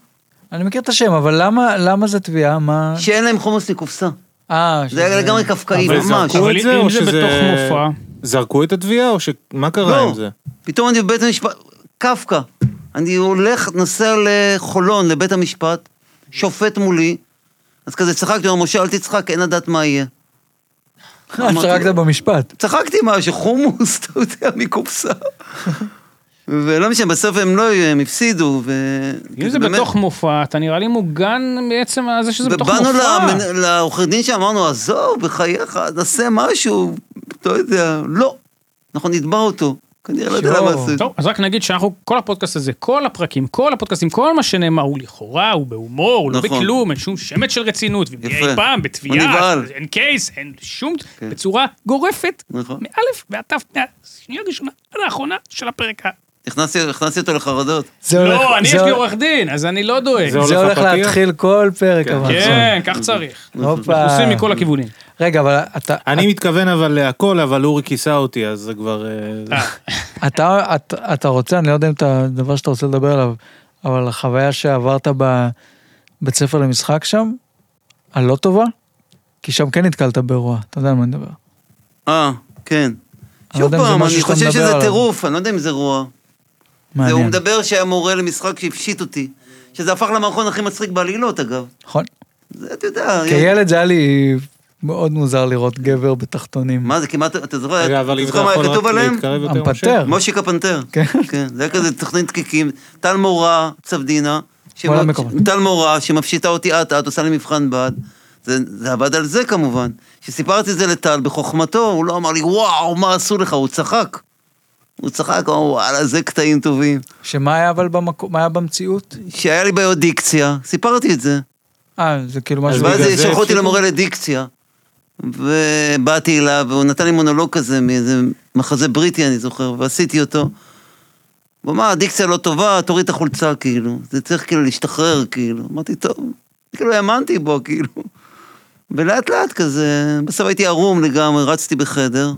[SPEAKER 1] אני מכיר את השם, אבל למה- למה זה תביעה? מה...
[SPEAKER 2] אה?
[SPEAKER 4] שאין להם חומוס מקופסה.
[SPEAKER 1] אה,
[SPEAKER 4] זה היה
[SPEAKER 1] שזה-
[SPEAKER 4] לגמרי קפקאי,
[SPEAKER 2] אבל
[SPEAKER 4] ממש.
[SPEAKER 2] זרקו
[SPEAKER 3] אבל
[SPEAKER 2] את זה,
[SPEAKER 3] אם
[SPEAKER 2] או
[SPEAKER 3] זה
[SPEAKER 2] שזה...
[SPEAKER 3] בתוך מופע?
[SPEAKER 2] זרקו את התביעה, או ש... מה
[SPEAKER 4] לא.
[SPEAKER 2] קרה עם זה?
[SPEAKER 4] פתאום אני בבית המשפט, קפקא. אני הולך, נוסע לחולון, לבית המשפט, שופט מולי, אז כזה צחקתי, הוא אמר, משה, אל תצחק, אין לדעת מה יהיה.
[SPEAKER 1] אה,
[SPEAKER 4] אמרתי
[SPEAKER 1] צחקת
[SPEAKER 4] לו,
[SPEAKER 1] במשפט.
[SPEAKER 4] צחקתי משהו, חומוס, אתה יודע, מקופסה. ולא משנה, בסוף הם לא, היו, הם הפסידו, ו...
[SPEAKER 3] אם
[SPEAKER 4] כי
[SPEAKER 3] זה
[SPEAKER 4] באמת-
[SPEAKER 3] בתוך מופע, אתה נראה לי מוגן מעצם זה שזה בתוך
[SPEAKER 4] ובאנו
[SPEAKER 3] מופע.
[SPEAKER 4] למנ- לעורך דין שאמרנו, עזוב, בחייך, נעשה משהו, לא יודע, לא. אנחנו נתבע אותו, כנראה לא יודע
[SPEAKER 1] שואו.
[SPEAKER 4] למה עשו את זה.
[SPEAKER 3] טוב, אז רק נגיד שאנחנו, כל הפודקאסט הזה, כל הפרקים, כל הפודקאסטים, כל מה שנאמר הוא לכאורה, הוא בהומור, הוא לא
[SPEAKER 4] נכון.
[SPEAKER 3] בכלום, אין שום שמץ של רצינות, ואם
[SPEAKER 4] יפה.
[SPEAKER 3] יהיה אי פעם
[SPEAKER 4] הוא
[SPEAKER 3] בתביעה,
[SPEAKER 4] נבהל.
[SPEAKER 3] אין קייס, אין שום, בצורה גורפת,
[SPEAKER 4] נכון.
[SPEAKER 3] מאלף ועד תף, מהשנייה הראשונה עד האחרונה של הפרק ה...
[SPEAKER 4] נכנסתי נכנסתי אותו לחרדות.
[SPEAKER 1] זה הולך-
[SPEAKER 3] לא, אני יש
[SPEAKER 1] זה
[SPEAKER 3] לי
[SPEAKER 1] הולך-
[SPEAKER 3] עורך דין, אז אני לא דואג.
[SPEAKER 2] זה
[SPEAKER 1] זה
[SPEAKER 2] הולך
[SPEAKER 1] הולך
[SPEAKER 2] לפתיח?
[SPEAKER 1] להתחיל כל פרק, אבל.
[SPEAKER 3] כן, כך צריך.
[SPEAKER 1] הופה.
[SPEAKER 3] עושים מכל הכיוונים.
[SPEAKER 1] רגע, אבל אתה-
[SPEAKER 2] אני מתכוון אבל להכל, אבל אורי כיסה אותי, אז זה כבר... אה, זה-
[SPEAKER 1] אתה, אתה, אתה רוצה, אני לא יודע אם אתה, דבר שאתה רוצה לדבר עליו, אבל החוויה שעברת בבית ספר למשחק שם, הלא טובה, כי שם כן נתקלת באירוע, אתה יודע על מה אני מדבר.
[SPEAKER 4] אה, כן.
[SPEAKER 1] אני לא
[SPEAKER 4] שוב
[SPEAKER 1] יודע אם זה
[SPEAKER 4] פעם,
[SPEAKER 1] משהו
[SPEAKER 4] אני
[SPEAKER 1] שאתה
[SPEAKER 4] חושב
[SPEAKER 1] מדבר
[SPEAKER 4] שזה
[SPEAKER 1] עליו.
[SPEAKER 4] טירוף, אני לא יודע אם זה רוע. זה הוא
[SPEAKER 1] מעניין,
[SPEAKER 4] מדבר שהיה מורה למשחק שהפשיט אותי. שזה הפך למערכון הכי מצחיק בעלילות, אגב.
[SPEAKER 1] נכון?
[SPEAKER 4] זה, אתה יודע... ילד-
[SPEAKER 1] כילד זה היה לי מאוד מוזר לראות גבר בתחתונים.
[SPEAKER 4] מה זה, כמעט, אתה זוכר?
[SPEAKER 2] רגע, אבל
[SPEAKER 4] אתה
[SPEAKER 2] אם אתה
[SPEAKER 4] זוכר מה היה
[SPEAKER 2] יכול
[SPEAKER 4] כתוב
[SPEAKER 2] רק
[SPEAKER 4] עליהם?
[SPEAKER 2] להתקרב יותר, משה?
[SPEAKER 1] המפטר,
[SPEAKER 4] מושיק הפנתר.
[SPEAKER 1] כן.
[SPEAKER 4] כן. זה היה כזה תוכנית תקיקים. טל מורה, צפדינה. שמפ-
[SPEAKER 1] המקומות.
[SPEAKER 4] טל מורה, שמפשיטה אותי אט-אט, עושה לי מבחן בד. זה, זה עבד על זה כמובן. כשסיפרתי את זה לטל, בחוכמתו, הוא לא אמר לי, וואו, מה עשו לך? הוא צחק. הוא צחק, הוא אמר, וואלה, זה קטעים טובים.
[SPEAKER 1] שמה היה אבל במקום, מה היה במציאות?
[SPEAKER 4] שהיה לי בעיות דיקציה, סיפרתי את זה.
[SPEAKER 1] אה, זה כאילו משהו,
[SPEAKER 2] בגלל
[SPEAKER 4] ואז
[SPEAKER 2] זה
[SPEAKER 4] שלחו אותי
[SPEAKER 2] הפסיקו?
[SPEAKER 4] למורה לדיקציה, ובאתי אליו, והוא נתן לי מונולוג כזה מאיזה מחזה בריטי, אני זוכר, ועשיתי אותו. הוא אמר, הדיקציה לא טובה, תוריד את החולצה, כאילו. זה צריך כאילו להשתחרר, כאילו. אמרתי, טוב. כאילו האמנתי בו, כאילו. ולאט לאט כזה, בסוף הייתי ערום לגמרי, רצתי בחדר.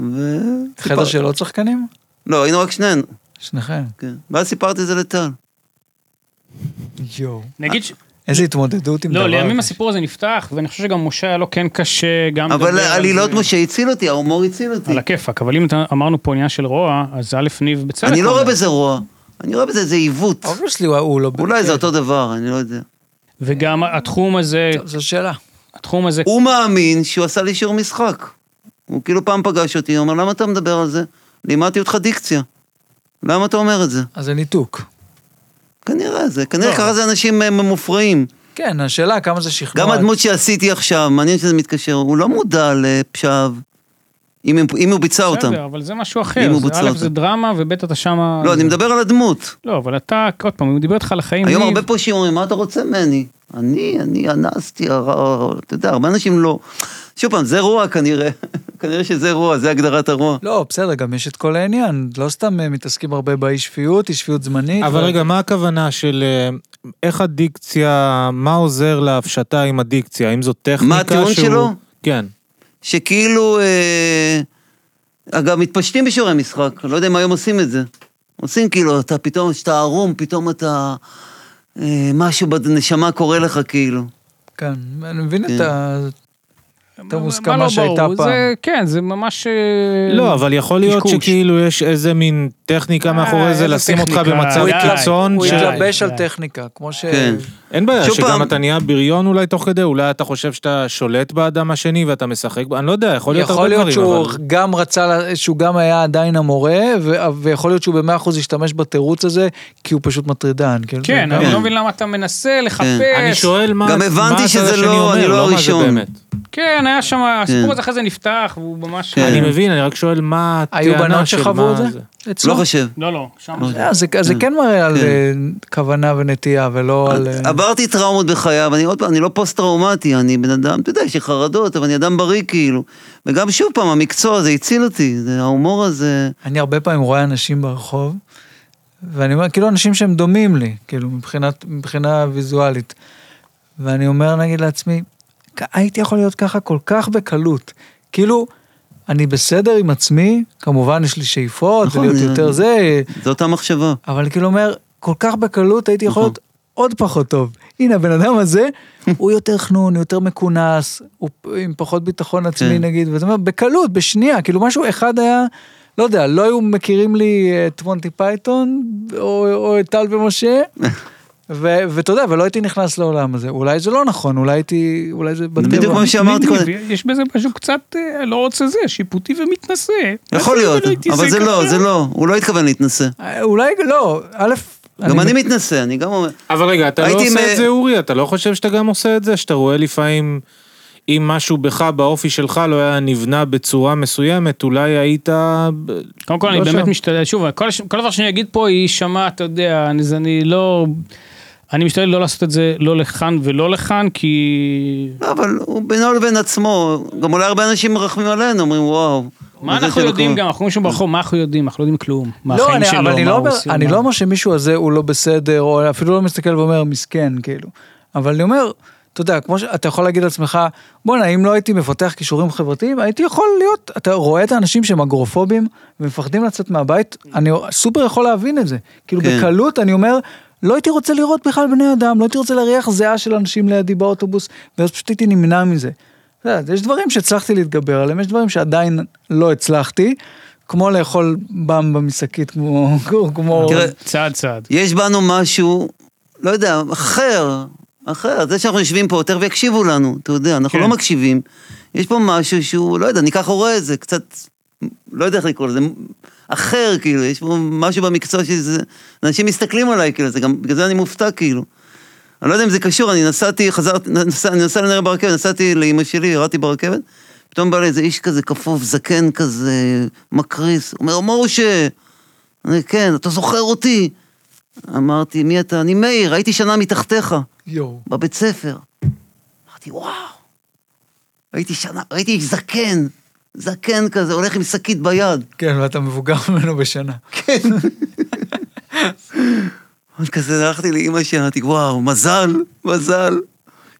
[SPEAKER 4] ו...
[SPEAKER 1] חדר של עוד שחקנים?
[SPEAKER 4] לא, היינו רק שנינו,
[SPEAKER 1] שניכם.
[SPEAKER 4] כן. ואז סיפרתי את זה לטל.
[SPEAKER 1] יואו.
[SPEAKER 3] נגיד ש...
[SPEAKER 1] איזה התמודדות עם דבר.
[SPEAKER 3] לא, לימים
[SPEAKER 1] כזה.
[SPEAKER 3] הסיפור הזה נפתח, ואני חושב שגם משה היה לו כן קשה, גם...
[SPEAKER 4] אבל
[SPEAKER 3] לדבר על
[SPEAKER 4] עלילות
[SPEAKER 3] זה.
[SPEAKER 4] משה הציל אותי, ההומור הציל אותי.
[SPEAKER 3] על הכיפאק, אבל אם אתה- אמרנו פה עניין של רוע, אז א' ניב בצדק.
[SPEAKER 4] אני לא רואה
[SPEAKER 3] אומר.
[SPEAKER 4] בזה רוע, אני רואה בזה איזה עיוות.
[SPEAKER 1] אובייסלי הוא לא...
[SPEAKER 4] אולי זה אותו דבר, אני לא יודע.
[SPEAKER 3] וגם התחום הזה,
[SPEAKER 1] טוב, זו שאלה.
[SPEAKER 3] התחום הזה,
[SPEAKER 4] הוא מאמין שהוא עשה לי שיעור משחק. הוא כאילו פעם פגש אותי, הוא אמר, למה אתה מדבר על זה? לימדתי אותך דיקציה. למה אתה אומר את זה?
[SPEAKER 1] אז זה ניתוק.
[SPEAKER 4] כנראה זה, כנראה
[SPEAKER 1] לא.
[SPEAKER 4] ככה זה אנשים אה, מופרעים.
[SPEAKER 1] כן, השאלה כמה זה שכנוע.
[SPEAKER 4] גם הדמות שעשיתי עכשיו, מעניין שזה מתקשר, הוא לא מודע לפשעיו, אם הם- אם הוא ביצע אותם.
[SPEAKER 3] בסדר, אבל זה משהו
[SPEAKER 4] אם
[SPEAKER 3] אחר.
[SPEAKER 4] הוא
[SPEAKER 3] זה-
[SPEAKER 4] בוצע
[SPEAKER 3] א'
[SPEAKER 4] אותם.
[SPEAKER 3] זה דרמה, וב' אתה שמה...
[SPEAKER 4] לא, אני מדבר על הדמות.
[SPEAKER 3] לא, אבל אתה, עוד פעם, הוא דיבר איתך על החיים.
[SPEAKER 4] היום
[SPEAKER 3] ניב.
[SPEAKER 4] הרבה פושעים אומרים, מה אתה רוצה ממני? אני, אני אנסתי, הר- הר- אתה יודע, הרבה אנשים לא. שוב פעם, זה רוע כנראה. כנראה שזה רוע, זה הגדרת הרוע.
[SPEAKER 1] לא, בסדר, גם יש את כל העניין. לא סתם אה, מתעסקים הרבה באי שפיות, אי שפיות זמנית.
[SPEAKER 2] אבל רגע, מה הכוונה של אה, איך הדיקציה, מה עוזר להפשטה עם הדיקציה? האם זו טכניקה
[SPEAKER 4] מה הטיעון
[SPEAKER 2] שהוא-
[SPEAKER 4] שלו?
[SPEAKER 2] כן.
[SPEAKER 4] שכאילו, אה, אגב, מתפשטים בשיעורי משחק, לא יודע אם היום עושים את זה. עושים כאילו, אתה פתאום, כשאתה ערום, פתאום אתה... אה, משהו בנשמה קורה לך כאילו.
[SPEAKER 1] כן, אני מבין את
[SPEAKER 4] כן.
[SPEAKER 1] ה... את
[SPEAKER 3] מה
[SPEAKER 1] המוסכמה
[SPEAKER 3] לא
[SPEAKER 1] שהייתה
[SPEAKER 3] ברור?
[SPEAKER 1] פעם.
[SPEAKER 3] זה- כן, זה ממש... אה,
[SPEAKER 2] לא, אבל יכול להיות
[SPEAKER 3] קשקוש. אה,
[SPEAKER 2] שכאילו יש איזה מין טכניקה מאחורי
[SPEAKER 3] איזה
[SPEAKER 2] זה, לשים אותך
[SPEAKER 3] טכניקה,
[SPEAKER 2] במצב
[SPEAKER 3] הוא התלבש-
[SPEAKER 2] קיצון.
[SPEAKER 1] הוא
[SPEAKER 2] ש-
[SPEAKER 3] די,
[SPEAKER 1] התלבש על
[SPEAKER 3] די.
[SPEAKER 1] טכניקה, כמו ש...
[SPEAKER 4] כן.
[SPEAKER 2] אין בעיה,
[SPEAKER 4] שוב
[SPEAKER 2] שגם
[SPEAKER 4] פעם-
[SPEAKER 2] אתה נהיה בריון אולי תוך כדי, אולי אתה חושב שאתה שולט באדם השני ואתה משחק, בו, אני לא יודע, יכול להיות
[SPEAKER 1] יכול
[SPEAKER 2] הרבה
[SPEAKER 1] להיות
[SPEAKER 2] דברים,
[SPEAKER 1] שהוא
[SPEAKER 2] אבל...
[SPEAKER 1] גם רצה, ל- שהוא גם היה עדיין המורה, ו- ויכול להיות שהוא במאה אחוז השתמש בתירוץ הזה, כי הוא פשוט מטרידן. כאילו,
[SPEAKER 3] כן,
[SPEAKER 1] זה
[SPEAKER 3] אני
[SPEAKER 1] גם-
[SPEAKER 3] לא מבין למה אתה
[SPEAKER 4] כן.
[SPEAKER 3] מנסה
[SPEAKER 2] אני
[SPEAKER 3] לחפש.
[SPEAKER 2] שואל מה...
[SPEAKER 4] גם
[SPEAKER 2] מה
[SPEAKER 4] הבנתי
[SPEAKER 2] הצד
[SPEAKER 4] שזה
[SPEAKER 2] השני
[SPEAKER 4] לא-
[SPEAKER 2] אומר,
[SPEAKER 4] אני לא
[SPEAKER 2] מה זה
[SPEAKER 4] הראשון.
[SPEAKER 2] באמת.
[SPEAKER 3] כן, היה שם,
[SPEAKER 4] כן.
[SPEAKER 3] הסיפור הזה אחרי זה נפתח, והוא ממש...
[SPEAKER 4] כן.
[SPEAKER 2] אני מבין, אני רק שואל מה
[SPEAKER 1] היו
[SPEAKER 2] הטענה
[SPEAKER 1] בנות
[SPEAKER 2] של
[SPEAKER 1] שחוו
[SPEAKER 2] מה
[SPEAKER 1] את זה?
[SPEAKER 2] זה.
[SPEAKER 1] אצלו?
[SPEAKER 4] לא חושב.
[SPEAKER 3] לא, לא, שם
[SPEAKER 4] לא
[SPEAKER 3] זה...
[SPEAKER 1] אה, זה- זה כן מראה על
[SPEAKER 4] כן.
[SPEAKER 1] אה, כוונה ונטייה, ולא על... אה,
[SPEAKER 4] עברתי טראומות בחייו, אני עוד פעם, אני לא פוסט-טראומטי, אני בן אדם, אתה יודע, יש לי חרדות, אבל אני אדם בריא כאילו. וגם שוב פעם, המקצוע הזה הציל אותי, זה ההומור הזה.
[SPEAKER 1] אני הרבה פעמים רואה אנשים ברחוב, ואני אומר, כאילו אנשים שהם דומים לי, כאילו, מבחינת, מבחינה ויזואלית. ואני אומר, נגיד לעצמי, "כ- הייתי יכול להיות ככה כל כך בקלות. כאילו, אני בסדר עם עצמי, כמובן יש לי שאיפות,
[SPEAKER 4] נכון,
[SPEAKER 1] נכון, ולהיות
[SPEAKER 4] אני-
[SPEAKER 1] יותר זה,
[SPEAKER 4] זו אותה מחשבה.
[SPEAKER 1] אבל אני כאילו אומר, כל כך בקלות הייתי יכול
[SPEAKER 4] נכון.
[SPEAKER 1] להיות עוד פחות טוב. הנה, הבן אדם הזה, הוא יותר חנון, יותר מכונס, הוא פ- עם פחות ביטחון עצמי
[SPEAKER 4] כן.
[SPEAKER 1] נגיד, ואתה אומר, בקלות, בשנייה, כאילו משהו אחד היה, לא יודע, לא היו מכירים לי אה, את מונטי פייתון, או או את טל ומשה. ו- ואתה יודע, ולא הייתי נכנס לעולם הזה, אולי זה לא נכון, אולי הייתי, אולי זה לא- בטבע.
[SPEAKER 4] בדיוק מה שאמרתי קודם.
[SPEAKER 3] מגניב, יש בזה משהו קצת, אה, לא רוצה זה, שיפוטי ומתנשא.
[SPEAKER 4] יכול
[SPEAKER 3] אז
[SPEAKER 4] להיות,
[SPEAKER 3] לא הייתי
[SPEAKER 4] אבל זה
[SPEAKER 3] ככה.
[SPEAKER 4] לא, זה לא, הוא לא התכוון להתנשא.
[SPEAKER 1] אה, אולי, לא, א',
[SPEAKER 4] גם אני מתנשא, אני גם אומר...
[SPEAKER 2] אבל רגע, אתה לא
[SPEAKER 4] הייתי
[SPEAKER 2] עושה
[SPEAKER 4] מ-
[SPEAKER 2] את זה, אורי? אתה לא חושב שאתה גם עושה את זה? שאתה רואה לפעמים, אם משהו בך, באופי שלך, לא היה נבנה בצורה מסוימת, אולי היית... ב-
[SPEAKER 3] קודם כל,
[SPEAKER 2] לא
[SPEAKER 3] אני באמת
[SPEAKER 2] שם.
[SPEAKER 3] משתדל, שוב, כל הש- כל דבר שאני אגיד פה יישמע, אתה יודע, אני- זה- אני לא... אני משתדל לא לעשות את זה לא לכאן ולא לכאן, כי...
[SPEAKER 4] לא, אבל הוא בינו לבין עצמו, גם אולי הרבה אנשים מרחמים עלינו, אומרים וואו.
[SPEAKER 3] מה
[SPEAKER 4] זה כאילו
[SPEAKER 3] אנחנו
[SPEAKER 4] שלא
[SPEAKER 3] יודעים
[SPEAKER 4] קורה."
[SPEAKER 3] גם, אנחנו אומרים שהוא ברחוב, מה אנחנו יודעים? אנחנו לא יודעים כלום. מה
[SPEAKER 1] לא,
[SPEAKER 3] החיים
[SPEAKER 1] אני,
[SPEAKER 3] שלו,
[SPEAKER 1] אבל אני
[SPEAKER 3] מה
[SPEAKER 1] לא
[SPEAKER 3] הוא
[SPEAKER 1] אומר,
[SPEAKER 3] עושה,
[SPEAKER 1] אני
[SPEAKER 3] מה-
[SPEAKER 1] לא אומר שמישהו הזה הוא לא בסדר, או אפילו לא מסתכל ואומר מסכן, כאילו. אבל אני אומר, אתה יודע, כמו שאתה יכול להגיד לעצמך, בואנה, אם לא הייתי מפתח כישורים חברתיים, הייתי יכול להיות, אתה רואה את האנשים שהם אגרופובים ומפחדים לצאת מהבית, אני סופר יכול להבין את זה. כאילו,
[SPEAKER 4] כן.
[SPEAKER 1] בקלות אני אומר, לא הייתי רוצה לראות בכלל בני אדם, לא הייתי רוצה להריח זיעה של אנשים לידי באוטובוס, ואז פשוט הייתי נמנע מזה. אתה יודע, יש דברים שהצלחתי להתגבר עליהם, יש דברים שעדיין לא הצלחתי, כמו לאכול במבה משקית, כמו... כמו...
[SPEAKER 4] תראה,
[SPEAKER 3] צעד צעד.
[SPEAKER 4] יש בנו משהו, לא יודע, אחר, אחר. זה שאנחנו יושבים פה יותר ויקשיבו לנו, אתה יודע, אנחנו
[SPEAKER 3] כן.
[SPEAKER 4] לא מקשיבים. יש פה משהו שהוא, לא יודע, אני ככה רואה את זה, קצת, לא יודע איך לקרוא לזה, אחר, כאילו, יש פה משהו במקצוע שזה, אנשים מסתכלים עליי, כאילו, זה גם, בגלל זה אני מופתע, כאילו. אני לא יודע אם זה קשור, אני נסעתי, חזרתי, נסע, אני נסע לנהר ברכבת, נסעתי לאמא שלי, ירדתי ברכבת, פתאום בא לי איזה איש כזה כפוף, זקן כזה, מקריס, הוא אומר, משה, אני, כן, אתה זוכר אותי? אמרתי, מי אתה? אני מאיר, הייתי שנה מתחתיך,
[SPEAKER 1] יואו.
[SPEAKER 4] בבית ספר. אמרתי, וואו, הייתי שנה, הייתי איש זקן, זקן כזה, הולך עם שקית ביד.
[SPEAKER 1] כן, ואתה מבוגר ממנו בשנה.
[SPEAKER 4] אז כזה הלכתי לאימא שלי, אמרתי, וואו, מזל, מזל.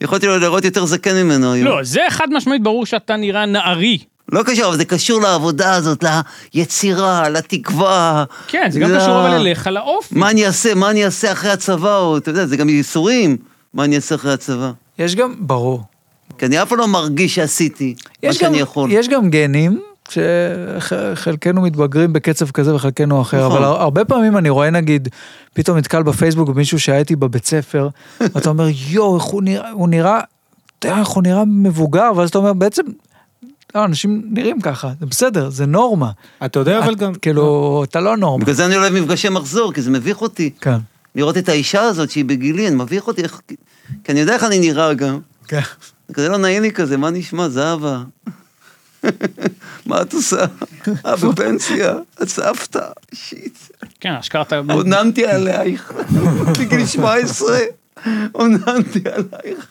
[SPEAKER 4] יכולתי לו לראות יותר זקן ממנו היום.
[SPEAKER 3] לא, זה חד משמעית ברור שאתה נראה נערי.
[SPEAKER 4] לא קשור, אבל זה קשור לעבודה הזאת, ליצירה, לתקווה.
[SPEAKER 3] כן, זה גם
[SPEAKER 4] ל-
[SPEAKER 3] קשור אבל אליך, לאופי.
[SPEAKER 4] מה אני אעשה, מה אני אעשה אחרי הצבא, או אתה יודע, זה גם ייסורים, מה אני אעשה אחרי הצבא.
[SPEAKER 1] יש גם, ברור.
[SPEAKER 4] כי אני אף פעם לא מרגיש שעשיתי מה
[SPEAKER 1] יש גם,
[SPEAKER 4] שאני יכול.
[SPEAKER 1] יש גם גנים, שחלקנו מתבגרים בקצב כזה וחלקנו אחר,
[SPEAKER 4] נכון.
[SPEAKER 1] אבל הר- הרבה פעמים אני רואה נגיד, פתאום נתקל בפייסבוק במישהו שהיה איתי בבית ספר, ואתה אומר, יואו, איך הוא נראה, הוא נראה, אתה יודע, איך הוא נראה מבוגר, ואז אתה אומר, בעצם, לא, אנשים נראים ככה, זה בסדר, זה נורמה.
[SPEAKER 2] אתה יודע, אבל גם...
[SPEAKER 1] כאילו, אתה לא נורמה.
[SPEAKER 4] בגלל זה אני לא אוהב מפגשי מחזור, כי זה מביך אותי.
[SPEAKER 1] כן.
[SPEAKER 4] לראות את האישה הזאת שהיא בגילי, אני מביך אותי, איך... כי אני יודע איך אני נראה גם.
[SPEAKER 1] כן.
[SPEAKER 4] כזה לא נעים לי כזה, מה נשמע, זהבה? מה את עושה? אה, בפנסיה? את סבתא? שיט.
[SPEAKER 3] כן, אשכרה אתה...
[SPEAKER 4] עוננתי עלייך. בגיל 17, עוננתי עלייך.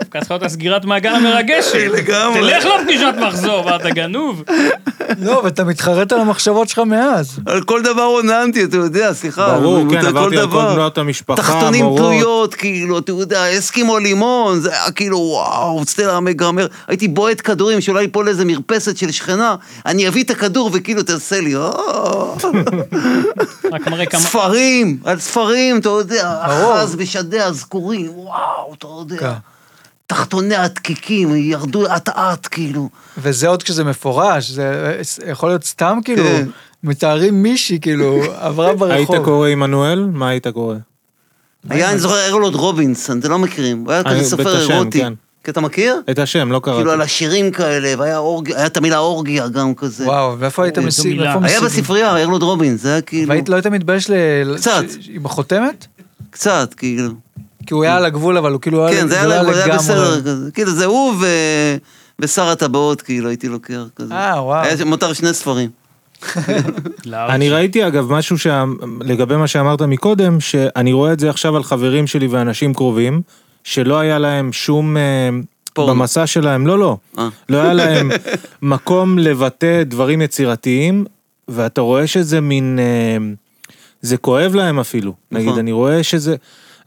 [SPEAKER 3] דווקא צריכה להיות הסגירת מעגל המרגשת.
[SPEAKER 4] לגמרי.
[SPEAKER 3] תלך לפגישת מחזור, מה, אתה גנוב?
[SPEAKER 1] לא, ואתה מתחרט על המחשבות שלך מאז.
[SPEAKER 4] על כל דבר עוננתי, אתה יודע, סליחה.
[SPEAKER 2] ברור,
[SPEAKER 4] על
[SPEAKER 2] כן, עברתי על כל
[SPEAKER 4] דבר.
[SPEAKER 2] בנות המשפחה,
[SPEAKER 4] תחתונים
[SPEAKER 2] המורות.
[SPEAKER 4] תלויות, כאילו, אתה יודע, אסקימו לימון, זה היה כאילו, וואו, סטלה מגרמר. הייתי בועט כדורים שאולי ייפול איזה מרפסת של שכנה, אני אביא את הכדור וכאילו תעשה לי, "אה."
[SPEAKER 3] רק מראה כמה...
[SPEAKER 4] ספרים, על ספרים, אתה יודע,
[SPEAKER 1] ברור.
[SPEAKER 4] אחז בשדה הזכורים, וואו, אתה יודע.
[SPEAKER 1] כן.
[SPEAKER 4] תחתוני הדקיקים ירדו אט-אט, כאילו.
[SPEAKER 1] וזה עוד כשזה מפורש, זה אה, יכול להיות סתם כאילו,
[SPEAKER 4] כן.
[SPEAKER 1] מתארים מישהי כאילו, עברה
[SPEAKER 2] היית
[SPEAKER 1] ברחוב.
[SPEAKER 2] קורא עמנואל? מה היית קורא?
[SPEAKER 4] היה, אני זוכר, ארלוד רובינס, אתם לא מכירים, הוא היה
[SPEAKER 2] אה,
[SPEAKER 4] כזה סופר
[SPEAKER 2] בית השם,
[SPEAKER 4] אירוטי.
[SPEAKER 2] כן.
[SPEAKER 4] כי אתה מכיר?
[SPEAKER 2] את השם, לא
[SPEAKER 4] כאילו על
[SPEAKER 2] קראתי.
[SPEAKER 4] השירים כאלה, והיה אורג- היה את המילה אורגיה גם כזה.
[SPEAKER 1] וואו, ואיפה היית
[SPEAKER 3] איזו
[SPEAKER 1] משיג?
[SPEAKER 3] מילה.
[SPEAKER 1] איפה
[SPEAKER 4] היה
[SPEAKER 1] משיג?
[SPEAKER 4] בספרייה, ארלוד רובינס, זה היה כאילו,
[SPEAKER 1] והיית, לא היית מתבייש ל...
[SPEAKER 4] קצת.
[SPEAKER 1] ש- עם החותמת?
[SPEAKER 4] קצת, כאילו.
[SPEAKER 1] כי הוא היה על הגבול, אבל הוא כאילו
[SPEAKER 4] כן, זה היה להם- זה היה
[SPEAKER 1] לגמרי.
[SPEAKER 4] בסדר כזה. כאילו, זה הוא ו- ושר הטבעות, כאילו, הייתי לוקח כזה.
[SPEAKER 1] אה, וואו.
[SPEAKER 4] היה שם- מותר שני ספרים.
[SPEAKER 3] לארג'.
[SPEAKER 2] אני ראיתי אגב משהו שה- לגבי מה שאמרת מקודם, שאני רואה את זה עכשיו על חברים שלי ואנשים קרובים, שלא היה להם שום... אה,
[SPEAKER 4] פורנו.
[SPEAKER 2] במסע שלהם, לא, לא.
[SPEAKER 4] אה.
[SPEAKER 2] לא היה להם מקום לבטא דברים יצירתיים, ואתה רואה שזה מין... אה, זה כואב להם אפילו. נגיד,
[SPEAKER 4] נכון.
[SPEAKER 2] אני רואה שזה...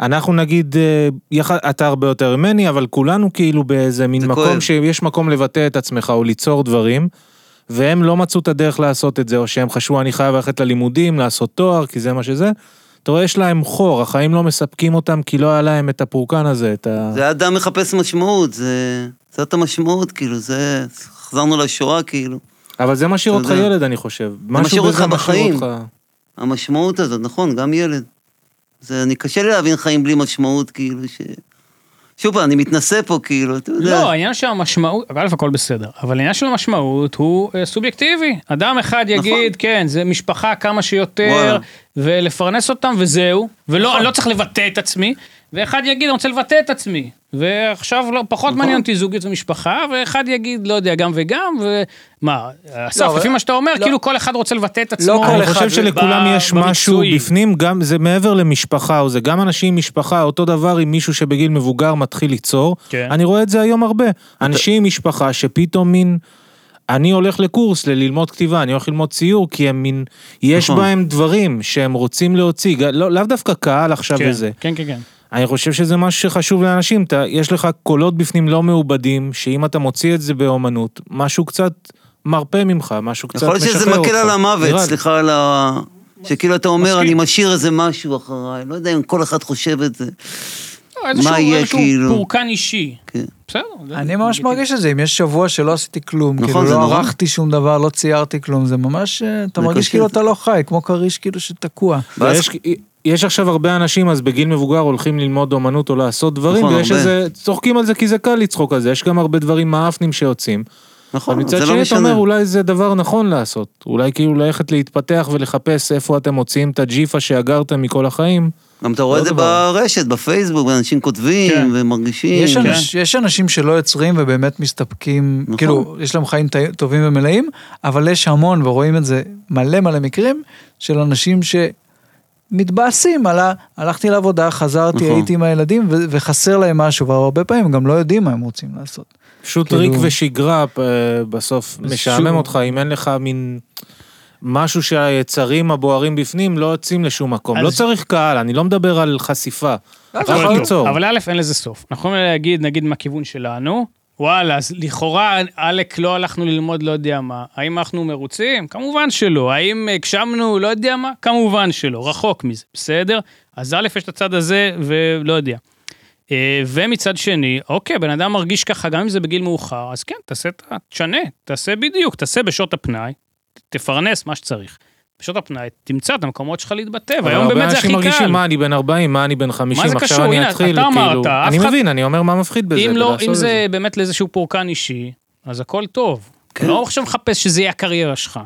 [SPEAKER 2] אנחנו נגיד, אה, יח... אתה הרבה יותר ממני, אבל כולנו כאילו באיזה מין
[SPEAKER 4] זה
[SPEAKER 2] מקום
[SPEAKER 4] כואב.
[SPEAKER 2] שיש מקום לבטא את עצמך או ליצור דברים, והם לא מצאו את הדרך לעשות את זה, או שהם חשבו, אני חייב ללכת ללימודים, לעשות תואר, כי זה מה שזה. אתה רואה, יש להם חור, החיים לא מספקים אותם, כי לא היה להם את הפורקן הזה, את ה...
[SPEAKER 4] זה אדם מחפש משמעות, זה... זאת המשמעות, כאילו, זה... חזרנו לשואה, כאילו.
[SPEAKER 2] אבל זה משאיר אותך
[SPEAKER 4] אתה יודע.
[SPEAKER 2] ילד, אני חושב.
[SPEAKER 4] משאיר
[SPEAKER 2] משהו בזה
[SPEAKER 4] אותך
[SPEAKER 2] משאיר
[SPEAKER 4] בחיים.
[SPEAKER 2] אותך.
[SPEAKER 4] המשמעות הזאת, נכון, גם ילד. זה, אני קשה לי להבין חיים בלי משמעות, כאילו, ש... שוב פעם, אני מתנשא פה, כאילו, אתה יודע.
[SPEAKER 3] לא, העניין של המשמעות, א' הכל בסדר, אבל העניין של המשמעות הוא אה, סובייקטיבי. אדם אחד יגיד, כן, זה משפחה כמה שיותר,
[SPEAKER 4] וואלה.
[SPEAKER 3] ולפרנס אותם וזהו, ולא, אני לא צריך לבטא את עצמי, ואחד יגיד, אני רוצה לבטא את עצמי, ועכשיו לא, פחות מעניין אותי זוגיות ומשפחה, ואחד יגיד, לא יודע, גם וגם, ומה, אסף,
[SPEAKER 1] אבל-
[SPEAKER 3] לפי מה שאתה אומר,
[SPEAKER 1] לא.
[SPEAKER 3] כאילו כל אחד רוצה לבטא את עצמו.
[SPEAKER 1] כל
[SPEAKER 2] אני
[SPEAKER 1] אחד
[SPEAKER 2] חושב שלכולם
[SPEAKER 3] ב-
[SPEAKER 2] יש משהו
[SPEAKER 3] במקצועי.
[SPEAKER 2] בפנים, גם זה מעבר למשפחה, או זה גם אנשים עם משפחה, אותו דבר עם מישהו שבגיל מבוגר מתחיל ליצור.
[SPEAKER 3] כן.
[SPEAKER 2] אני רואה את זה היום הרבה. אנשים עם משפחה שפתאום מין... אני הולך לקורס ללמוד כתיבה, אני הולך ללמוד ציור, כי הם מין... יש
[SPEAKER 4] נכון.
[SPEAKER 2] בהם דברים שהם רוצים להוציא, גם- לא- לאו דווקא קהל עכשיו
[SPEAKER 3] כן,
[SPEAKER 2] וזה.
[SPEAKER 3] כן, כן, כן.
[SPEAKER 2] אני חושב שזה משהו שחשוב לאנשים, אתה, יש לך קולות בפנים לא מעובדים, שאם אתה מוציא את זה באומנות, משהו קצת מרפה ממך, משהו קצת משחרר
[SPEAKER 4] יכול
[SPEAKER 2] אותך.
[SPEAKER 4] להיות שזה מקל על המוות,
[SPEAKER 2] נראה לי.
[SPEAKER 4] סליחה על ה... שכאילו אתה אומר,
[SPEAKER 3] מסכים.
[SPEAKER 4] אני משאיר איזה משהו אחריי, לא יודע אם כל אחד חושב את זה.
[SPEAKER 3] לא, איזשהו-
[SPEAKER 4] יהיה,
[SPEAKER 3] איזשהו
[SPEAKER 4] כאילו?
[SPEAKER 3] פורקן אישי.
[SPEAKER 4] כן.
[SPEAKER 3] בסדר. זה-
[SPEAKER 1] אני ממש מרגיש את זה, אם יש שבוע שלא עשיתי כלום,
[SPEAKER 4] נכון,
[SPEAKER 1] כאילו
[SPEAKER 4] זה
[SPEAKER 1] לא
[SPEAKER 4] נורא.
[SPEAKER 1] ערכתי שום דבר, לא ציירתי כלום, זה ממש, אה, אתה
[SPEAKER 4] זה
[SPEAKER 1] מרגיש
[SPEAKER 4] קשה.
[SPEAKER 1] כאילו אתה לא חי, כמו כריש כאילו שתקוע.
[SPEAKER 4] ואז-
[SPEAKER 2] ויש, יש עכשיו הרבה אנשים אז בגיל מבוגר הולכים ללמוד אומנות או לעשות דברים,
[SPEAKER 4] נכון,
[SPEAKER 2] ויש
[SPEAKER 4] הרבה.
[SPEAKER 2] איזה, צוחקים על זה כי זה קל לצחוק על זה, יש גם הרבה דברים מאפנים שיוצאים. אבל
[SPEAKER 4] נכון,
[SPEAKER 2] מצד
[SPEAKER 4] זה
[SPEAKER 2] שני
[SPEAKER 4] לא
[SPEAKER 2] אתה
[SPEAKER 4] משנה.
[SPEAKER 2] אומר אולי זה דבר נכון לעשות, אולי כאילו ללכת להתפתח ולחפש איפה אתם מוציאים את הג'יפה שאגרתם מכל החיים.
[SPEAKER 4] גם אתה רואה
[SPEAKER 1] לא
[SPEAKER 4] את זה ברשת, בפייסבוק, אנשים
[SPEAKER 3] כן.
[SPEAKER 4] כותבים ומרגישים.
[SPEAKER 1] יש,
[SPEAKER 4] כן.
[SPEAKER 1] אנש, יש אנשים שלא יוצרים ובאמת מסתפקים,
[SPEAKER 4] נכון.
[SPEAKER 1] כאילו, יש להם חיים טי- טובים ומלאים, אבל יש המון, ורואים את זה מלא מלא מקרים, של אנשים שמתבאסים על ה... הלכתי לעבודה, חזרתי,
[SPEAKER 4] נכון.
[SPEAKER 1] הייתי עם הילדים, ו- וחסר להם משהו, והרבה פעמים גם לא יודעים מה הם רוצים לעשות.
[SPEAKER 2] פשוט
[SPEAKER 1] כאילו-
[SPEAKER 2] ריק ושגרה אה, בסוף משעמם
[SPEAKER 1] שוב.
[SPEAKER 2] אותך, אם אין לך מין משהו שהיצרים הבוערים בפנים לא יוצאים לשום מקום.
[SPEAKER 3] אז-
[SPEAKER 2] לא צריך קהל, אני לא מדבר על חשיפה. רק
[SPEAKER 3] אבל-
[SPEAKER 2] לא, ליצור.
[SPEAKER 3] אבל א', אין לזה סוף. אנחנו יכולים להגיד, נגיד מהכיוון שלנו, וואלה, אז לכאורה, עלק, לא הלכנו ללמוד לא יודע מה. האם אנחנו מרוצים? כמובן שלא. האם הגשמנו לא יודע מה? כמובן שלא. רחוק מזה, בסדר? אז א', יש את הצד הזה, ולא יודע. אה, ומצד שני, אוקיי, בן אדם מרגיש ככה, גם אם זה בגיל מאוחר, אז כן, תעשה את ה... תשנה, תעשה בדיוק, תעשה בשעות הפנאי, ת- תפרנס מה שצריך. בשעות הפנאי, תמצא את המקומות שלך להתבטא, והיום באמת זה הכי
[SPEAKER 2] הרבה אנשים
[SPEAKER 3] קל.
[SPEAKER 2] מרגישים מה אני בן 40, מה אני בן 50,
[SPEAKER 3] זה
[SPEAKER 2] עכשיו
[SPEAKER 3] קשור?
[SPEAKER 2] אני
[SPEAKER 3] הנה,
[SPEAKER 2] אתחיל,
[SPEAKER 3] אתה אמרת,
[SPEAKER 2] כאילו,
[SPEAKER 3] אף
[SPEAKER 2] אני
[SPEAKER 3] אחד-
[SPEAKER 2] מבין, אני אומר מה מפחיד בזה,
[SPEAKER 3] אם לא,
[SPEAKER 2] בלעשות
[SPEAKER 3] אם
[SPEAKER 2] את
[SPEAKER 3] זה באמת לאיזשהו פורקן אישי, אז הכל טוב.
[SPEAKER 2] כן.
[SPEAKER 3] אתה לא עכשיו מחפש שזה יהיה הקריירה שלך.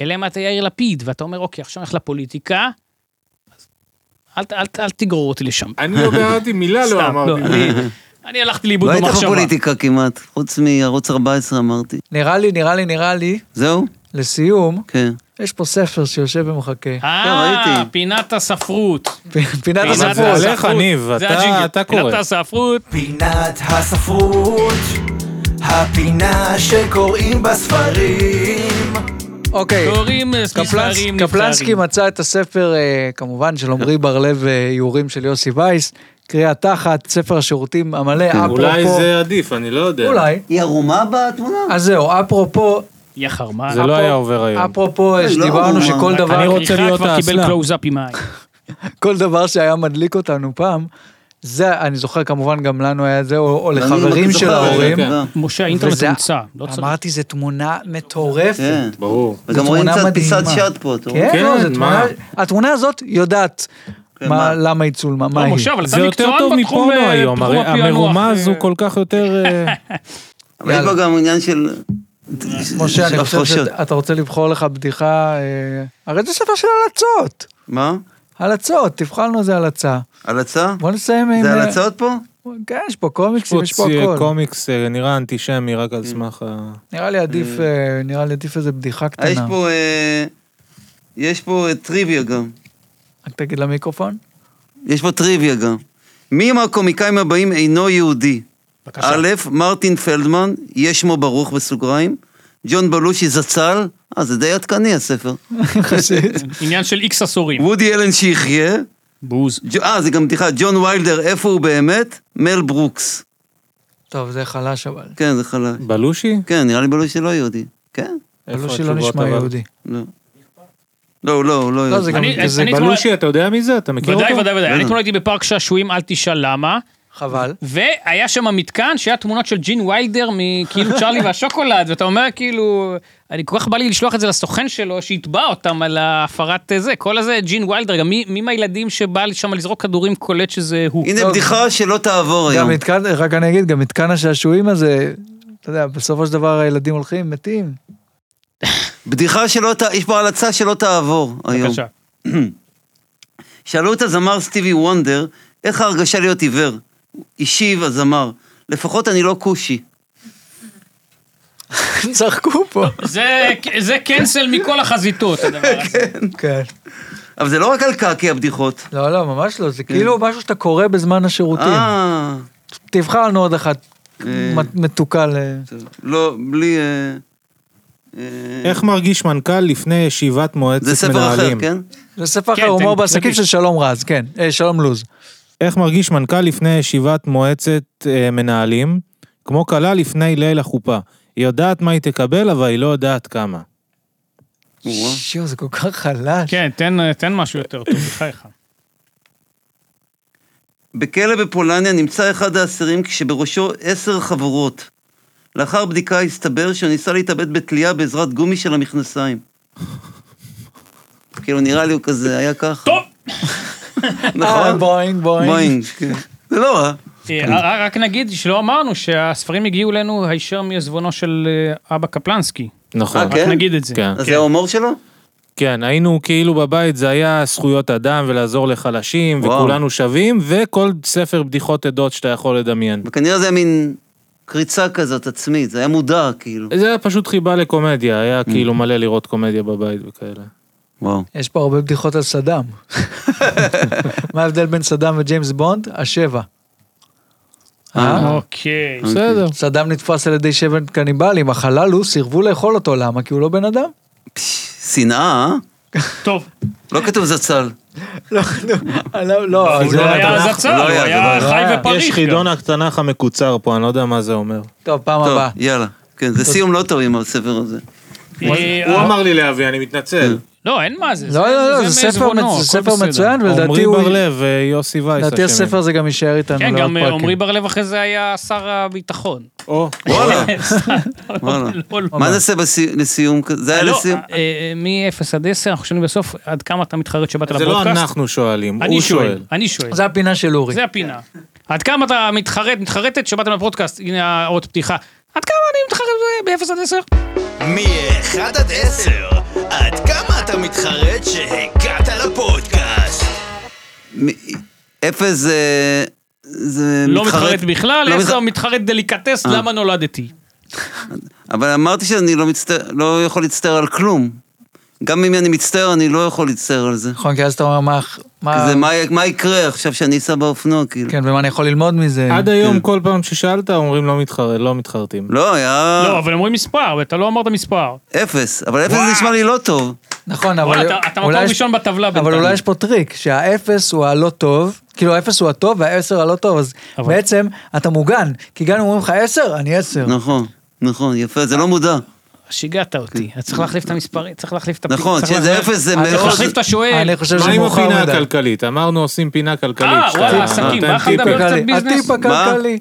[SPEAKER 3] אלא אם אתה יאיר לפיד, ואתה אומר, אוקיי, עכשיו אני הולך לפוליטיקה, אז אל, ת- אל, ת- אל תגרור אותי לשם.
[SPEAKER 2] אני לא בעדתי מילה
[SPEAKER 3] סתם, לא, אני, אני הלכתי לאיבוד
[SPEAKER 4] לא היית
[SPEAKER 3] במחשבה.
[SPEAKER 4] בפוליטיקה כמעט, חוץ מערוץ 14 אמרתי.
[SPEAKER 1] נראה לי, נראה לי, נראה לי,
[SPEAKER 4] זהו?
[SPEAKER 1] לסיום,
[SPEAKER 4] כן.
[SPEAKER 1] יש פה ספר שיושב ומחכה.
[SPEAKER 3] אה,
[SPEAKER 4] ראיתי.
[SPEAKER 3] פינת הספרות.
[SPEAKER 1] כן, פינת
[SPEAKER 3] פינת
[SPEAKER 2] זה
[SPEAKER 1] הספרות.
[SPEAKER 2] עליך, ניב,
[SPEAKER 3] זה
[SPEAKER 2] אתה-
[SPEAKER 3] הג'ינגל.
[SPEAKER 2] אתה קורא.
[SPEAKER 3] פינת הספרות.
[SPEAKER 6] פינת הספרות, הפינה שקוראים בה ספרים.
[SPEAKER 1] אוקיי.
[SPEAKER 3] קוראים אה, מספרים
[SPEAKER 1] קפלנס- קפלנסקי
[SPEAKER 3] נפטרים.
[SPEAKER 1] מצא את הספר, אה, כמובן, של עמרי בר-לב ואיורים של יוסי וייס, קריאה תחת, ספר השירותים המלא, אפרופו...
[SPEAKER 2] אולי זה עדיף, אני לא יודע.
[SPEAKER 1] אולי.
[SPEAKER 4] היא ערומה בתמונה?
[SPEAKER 1] אז זהו, אפרופו,
[SPEAKER 3] יא חרמן.
[SPEAKER 2] זה לא היה עובר היום.
[SPEAKER 1] אפרופו אה,
[SPEAKER 4] לא,
[SPEAKER 1] שדיברנו
[SPEAKER 4] הוא-
[SPEAKER 1] שכל
[SPEAKER 4] אני
[SPEAKER 1] דבר...
[SPEAKER 2] אני רוצה להיות
[SPEAKER 3] כבר קיבל
[SPEAKER 2] האסלה.
[SPEAKER 3] קלוז-אפ עם העין.
[SPEAKER 1] כל דבר שהיה מדליק אותנו פעם, זה, אני זוכר כמובן גם לנו היה זה, או, או לחברים
[SPEAKER 4] אני
[SPEAKER 1] של
[SPEAKER 4] זוכר,
[SPEAKER 1] ההורים.
[SPEAKER 4] כן.
[SPEAKER 3] משה, האינטרנט
[SPEAKER 1] וזה-
[SPEAKER 3] נמצא. לא צריך.
[SPEAKER 1] אמרתי, זו תמונה מטורפת.
[SPEAKER 4] כן.
[SPEAKER 2] ברור.
[SPEAKER 1] זו
[SPEAKER 4] וגם רואים
[SPEAKER 1] תמונה
[SPEAKER 4] קצת
[SPEAKER 1] מדהימה.
[SPEAKER 4] פיסת שד פה, אתה רואה?
[SPEAKER 1] כן, לא,
[SPEAKER 2] כן,
[SPEAKER 1] זו תמונה...
[SPEAKER 2] מה?
[SPEAKER 1] התמונה הזאת יודעת מה,
[SPEAKER 4] כן, מה?
[SPEAKER 1] למה היא צולמה, מה
[SPEAKER 3] לא,
[SPEAKER 1] היא.
[SPEAKER 3] משה, אבל אתה
[SPEAKER 2] זה יותר
[SPEAKER 3] מקצוען
[SPEAKER 2] טוב
[SPEAKER 3] בתחום
[SPEAKER 2] מפורנו
[SPEAKER 3] אה,
[SPEAKER 2] היום,
[SPEAKER 3] בתחום
[SPEAKER 2] הרי
[SPEAKER 3] הפענוח,
[SPEAKER 2] המרומז
[SPEAKER 3] אה,
[SPEAKER 2] הוא כל כך יותר... אה,
[SPEAKER 4] אבל יש בה גם עניין של...
[SPEAKER 1] משה,
[SPEAKER 4] של
[SPEAKER 1] אני חושב
[SPEAKER 4] הפרשות.
[SPEAKER 1] שאתה רוצה לבחור לך בדיחה, אה, הרי זה ספר של הלצות.
[SPEAKER 4] מה?
[SPEAKER 1] הלצות, תבחרנו איזה הלצה.
[SPEAKER 4] הלצה?
[SPEAKER 1] בוא נסיים עם...
[SPEAKER 4] זה
[SPEAKER 1] אה,
[SPEAKER 4] הלצות פה?
[SPEAKER 1] כן, יש פה
[SPEAKER 2] יש פה
[SPEAKER 1] קומיקסים, יש פה
[SPEAKER 2] צי-
[SPEAKER 1] הכל.
[SPEAKER 2] קומיקס אה, נראה אנטישמי רק
[SPEAKER 3] Mm.
[SPEAKER 2] על סמך ה...
[SPEAKER 1] נראה לי עדיף, אה, נראה לי עדיף איזה בדיחה
[SPEAKER 4] אה, יש
[SPEAKER 1] קטנה.
[SPEAKER 4] פה... אה, יש פה אה, טריוויה גם.
[SPEAKER 1] רק תגיד למיקרופון.
[SPEAKER 4] יש פה טריוויה גם. מי מהקומיקאים הבאים אינו יהודי?
[SPEAKER 3] בבקשה.
[SPEAKER 4] א', מרטין פלדמן, יש שמו ברוך בסוגריים, ג'ון בלושי זצ"ל, אה, זה די עדכני הספר.
[SPEAKER 3] עניין של איקס עשורים.
[SPEAKER 4] וודי אלן שיחיה,
[SPEAKER 3] בוז.
[SPEAKER 4] ג'- אה, זה גם בדיחה, ג'ון ויילדר, איפה הוא באמת? מל ברוקס.
[SPEAKER 1] טוב, זה חלש אבל.
[SPEAKER 4] כן, זה חלש.
[SPEAKER 2] בלושי?
[SPEAKER 4] כן, נראה לי בלושי לא יהודי. כן?
[SPEAKER 1] אבל
[SPEAKER 2] איפה
[SPEAKER 1] שלא
[SPEAKER 2] התשובות,
[SPEAKER 1] לא נשמע
[SPEAKER 2] אבל?
[SPEAKER 1] יהודי.
[SPEAKER 4] לא. לא, הוא לא, הוא
[SPEAKER 1] לא,
[SPEAKER 4] לא
[SPEAKER 1] זה
[SPEAKER 4] יהודי.
[SPEAKER 1] גם
[SPEAKER 3] אני-
[SPEAKER 1] כזה
[SPEAKER 3] אני אתמול-
[SPEAKER 2] בלושי, אתה יודע מי זה? אתה מכיר אותו?
[SPEAKER 3] ודאי, ודאי, ודאי. אני אתמול הייתי בפארק שעשועים, אל תשאל למה.
[SPEAKER 1] חבל.
[SPEAKER 3] והיה שם מתקן שהיה תמונות של ג'ין ויילדר מכאילו צ'ארלי והשוקולד, ואתה אומר כאילו, אני כל כך בא לי לשלוח את זה לסוכן שלו, שיתבע אותם על ההפרת אה, זה, כל הזה ג'ין ויילדר, גם מי, מי מהילדים שבא שם לזרוק כדורים קולט שזה הוא.
[SPEAKER 4] הנה בדיחה שלא תעבור
[SPEAKER 1] לא. גם
[SPEAKER 4] היום.
[SPEAKER 1] מתקן, רק אני אגיד, גם מתקן השעשועים הזה, אתה יודע, בסופו של דבר הילדים הולכים, מתים.
[SPEAKER 4] בדיחה שלא, ת- יש פה הלצה שלא תעבור היום.
[SPEAKER 3] בבקשה.
[SPEAKER 4] שאלו את הזמר סטיבי וונדר, איך ההרגשה להיות עיוור? השיב הזמר, לפחות אני לא כושי.
[SPEAKER 1] צחקו פה.
[SPEAKER 3] זה, זה קנסל מכל החזיתות, הדבר הזה.
[SPEAKER 1] כן.
[SPEAKER 4] אבל זה לא רק על קקי הבדיחות.
[SPEAKER 1] לא, לא, ממש לא, זה כאילו משהו שאתה קורא בזמן השירותים.
[SPEAKER 4] כן. אה,
[SPEAKER 1] תבחר לנו עוד אחת מ- מתוקה ל...
[SPEAKER 4] טוב. לא, בלי... אה, אה,
[SPEAKER 2] איך מרגיש מנכ"ל לפני ישיבת מועצת
[SPEAKER 4] זה
[SPEAKER 2] מנהלים?
[SPEAKER 4] ספר אחר, כן?
[SPEAKER 1] זה ספר
[SPEAKER 3] כן,
[SPEAKER 1] אחר, הומור
[SPEAKER 3] תגיד,
[SPEAKER 1] בעסקים
[SPEAKER 3] תגיד.
[SPEAKER 1] של שלום רז, כן, אה, שלום לוז.
[SPEAKER 2] איך מרגיש מנכ"ל לפני ישיבת מועצת אה, מנהלים? כמו כלה לפני ליל החופה. היא יודעת מה היא תקבל, אבל היא לא יודעת כמה.
[SPEAKER 4] וואו.
[SPEAKER 1] שיו, זה כל כך חלש.
[SPEAKER 3] כן, תן, תן משהו יותר טוב, בחייך.
[SPEAKER 4] בכלא בפולניה נמצא אחד האסירים כשבראשו עשר חבורות. לאחר בדיקה הסתבר שהוא ניסה להתאבד בתלייה בעזרת גומי של המכנסיים. כאילו נראה לי הוא כזה, היה ככה.
[SPEAKER 3] טוב.
[SPEAKER 1] אה,
[SPEAKER 4] נכון?
[SPEAKER 1] בוינג, בוינג.
[SPEAKER 4] בוינג. כן. זה לא רע.
[SPEAKER 3] אה, רק נגיד שלא אמרנו שהספרים הגיעו אלינו הישר מעזבונו של אה, אבא קפלנסקי.
[SPEAKER 2] נכון.
[SPEAKER 4] אה,
[SPEAKER 3] רק
[SPEAKER 1] אוקיי.
[SPEAKER 4] כן?
[SPEAKER 3] נגיד את זה.
[SPEAKER 2] כן.
[SPEAKER 4] אז זה ההומור שלו?
[SPEAKER 2] כן, היינו כאילו בבית, זה היה זכויות אדם ולעזור לחלשים,
[SPEAKER 4] וואו.
[SPEAKER 2] וכולנו שווים, וכל ספר בדיחות עדות שאתה יכול לדמיין.
[SPEAKER 4] וכנראה זה היה מין קריצה כזאת עצמית, זה היה מודע כאילו.
[SPEAKER 2] זה היה פשוט חיבה לקומדיה, היה
[SPEAKER 1] Mm.
[SPEAKER 2] כאילו מלא לראות קומדיה בבית וכאלה.
[SPEAKER 1] אוקיי.
[SPEAKER 4] וואו.
[SPEAKER 1] יש פה הרבה בדיחות על סדאם. מה ההבדל בין סדאם וג'יימס בונד? השבע. אה?
[SPEAKER 3] אוקיי.
[SPEAKER 2] בסדר.
[SPEAKER 1] סדאם נתפס על ידי שבט קניבלים, אך הללו סירבו לאכול אותו, למה? כי הוא לא בן אדם.
[SPEAKER 4] שנאה, אה?
[SPEAKER 3] טוב.
[SPEAKER 4] לא
[SPEAKER 3] אה.
[SPEAKER 4] כתוב זצ"ל.
[SPEAKER 1] לא, לא, לא,
[SPEAKER 3] הוא
[SPEAKER 1] זה-
[SPEAKER 3] לא היה
[SPEAKER 1] אנחנו-
[SPEAKER 3] זצ"ל, הוא
[SPEAKER 4] לא היה, זה
[SPEAKER 3] היה
[SPEAKER 4] לא
[SPEAKER 3] חי
[SPEAKER 1] היה.
[SPEAKER 3] ופריך.
[SPEAKER 2] אה, יש חידון התנ"ך המקוצר פה, אני לא יודע מה זה אומר.
[SPEAKER 1] טוב, פעם
[SPEAKER 4] טוב,
[SPEAKER 1] הבאה.
[SPEAKER 4] יאללה. כן, זה סיום לא טוב עם הספר הזה.
[SPEAKER 3] גם. אה, אה,
[SPEAKER 2] לי להביא, אני מתנצל.
[SPEAKER 3] לא, אין מה זה.
[SPEAKER 1] לא, לא, לא, זה ספר
[SPEAKER 3] מעזבונו,
[SPEAKER 1] מצ-
[SPEAKER 3] הכל
[SPEAKER 1] זה ספר
[SPEAKER 3] בסדר.
[SPEAKER 1] מצוין, ולדעתי
[SPEAKER 2] עמרי
[SPEAKER 1] הוא...
[SPEAKER 2] בר-לב ויוסי וייס
[SPEAKER 1] לדעתי
[SPEAKER 2] אשמים.
[SPEAKER 1] הספר הזה גם יישאר איתנו
[SPEAKER 3] כן,
[SPEAKER 1] לעוד
[SPEAKER 3] גם אה,
[SPEAKER 1] פרקים.
[SPEAKER 3] עמרי בר-לב אחרי זה היה שר הביטחון.
[SPEAKER 2] או,
[SPEAKER 4] וואלה.
[SPEAKER 3] לא,
[SPEAKER 4] וואלה.
[SPEAKER 3] לא.
[SPEAKER 4] מה נעשה בסי- לסיום? כ- זה היה
[SPEAKER 3] לא,
[SPEAKER 4] לסיום?
[SPEAKER 3] אה, אה, מ-0 עד 10, אנחנו שומעים בסוף עד כמה אתה מתחרט שבאת
[SPEAKER 2] זה לא
[SPEAKER 3] לפודקאסט.
[SPEAKER 2] אנחנו שואלים,
[SPEAKER 3] אני
[SPEAKER 2] הוא
[SPEAKER 3] שואל,
[SPEAKER 2] שואל.
[SPEAKER 3] אני שואל.
[SPEAKER 1] זה הפינה של אורי.
[SPEAKER 3] זה
[SPEAKER 4] כן.
[SPEAKER 3] הפינה. עד כמה אתה מתחרט, מתחרטת שבאתם לפודקאסט, הנה האות פתיחה. עד כמה אני מתחרט ב-0 עד 10?
[SPEAKER 6] מ-1 עד 10, עד כמה אתה מתחרט שהגעת לפודקאסט?
[SPEAKER 3] אה.
[SPEAKER 4] מ- אפס זה... זה
[SPEAKER 3] לא מתחרט בכלל,
[SPEAKER 4] לא
[SPEAKER 3] 10
[SPEAKER 4] מתח- אה.
[SPEAKER 3] מתחרט דליקטס, למה נולדתי.
[SPEAKER 4] אבל אמרתי שאני לא מצטער, לא יכול להצטער על כלום. גם אם אני מצטער, אני לא יכול להצטער על זה.
[SPEAKER 1] נכון, כי אז אתה אומר, מה... מה-
[SPEAKER 3] אה.
[SPEAKER 4] כי זה מה, מה יקרה עכשיו שאני אסע באופנוע, כאילו.
[SPEAKER 1] כן, ומה אני יכול ללמוד מזה?
[SPEAKER 2] עד היום כל פעם ששאלת אומרים לא מתחרט, לא מתחרטים.
[SPEAKER 4] לא, היה
[SPEAKER 3] לא, אבל אומרים מספר, ואתה לא אמרת מספר.
[SPEAKER 4] אפס, אבל אפס נשמע לי לא טוב.
[SPEAKER 1] נכון,
[SPEAKER 3] וואלה,
[SPEAKER 1] אבל...
[SPEAKER 3] אתה- אתה
[SPEAKER 1] אולי
[SPEAKER 3] מקום
[SPEAKER 1] יש-
[SPEAKER 3] ראשון בטבלה
[SPEAKER 1] אבל
[SPEAKER 3] בינתיים.
[SPEAKER 1] אולי יש פה טריק, שהאפס הוא הלא טוב, כאילו האפס הוא הטוב והעשר הלא טוב, אז
[SPEAKER 3] אבל-
[SPEAKER 1] בעצם אתה מוגן, כי גם אם אומרים לך עשר, אני עשר.
[SPEAKER 4] נכון, נכון, יפה,
[SPEAKER 3] אה,
[SPEAKER 4] זה לא מודע.
[SPEAKER 3] שיגעת אותי. אז צריך להחליף את המספרים, צריך להחליף את הפ...
[SPEAKER 4] כן. נכון,
[SPEAKER 3] צריך
[SPEAKER 4] שזה
[SPEAKER 3] להחליף- אה,
[SPEAKER 4] אפס זה
[SPEAKER 3] צריך
[SPEAKER 4] מאוד...
[SPEAKER 3] להחליף את השואל.
[SPEAKER 1] אני חושב
[SPEAKER 2] מה
[SPEAKER 1] שזה
[SPEAKER 2] עם
[SPEAKER 1] מאוחר
[SPEAKER 2] הפינה
[SPEAKER 1] מדי.
[SPEAKER 2] הכלכלית? אמרנו עושים פינה כלכלית.
[SPEAKER 3] אה,
[SPEAKER 2] שאתה
[SPEAKER 3] וואלה,
[SPEAKER 2] נותן
[SPEAKER 3] עסקים, בא לך
[SPEAKER 2] טיפים.
[SPEAKER 3] לדבר?
[SPEAKER 1] הכלכלי,
[SPEAKER 3] קצת ביזנס.
[SPEAKER 1] הטיפ הכלכלי.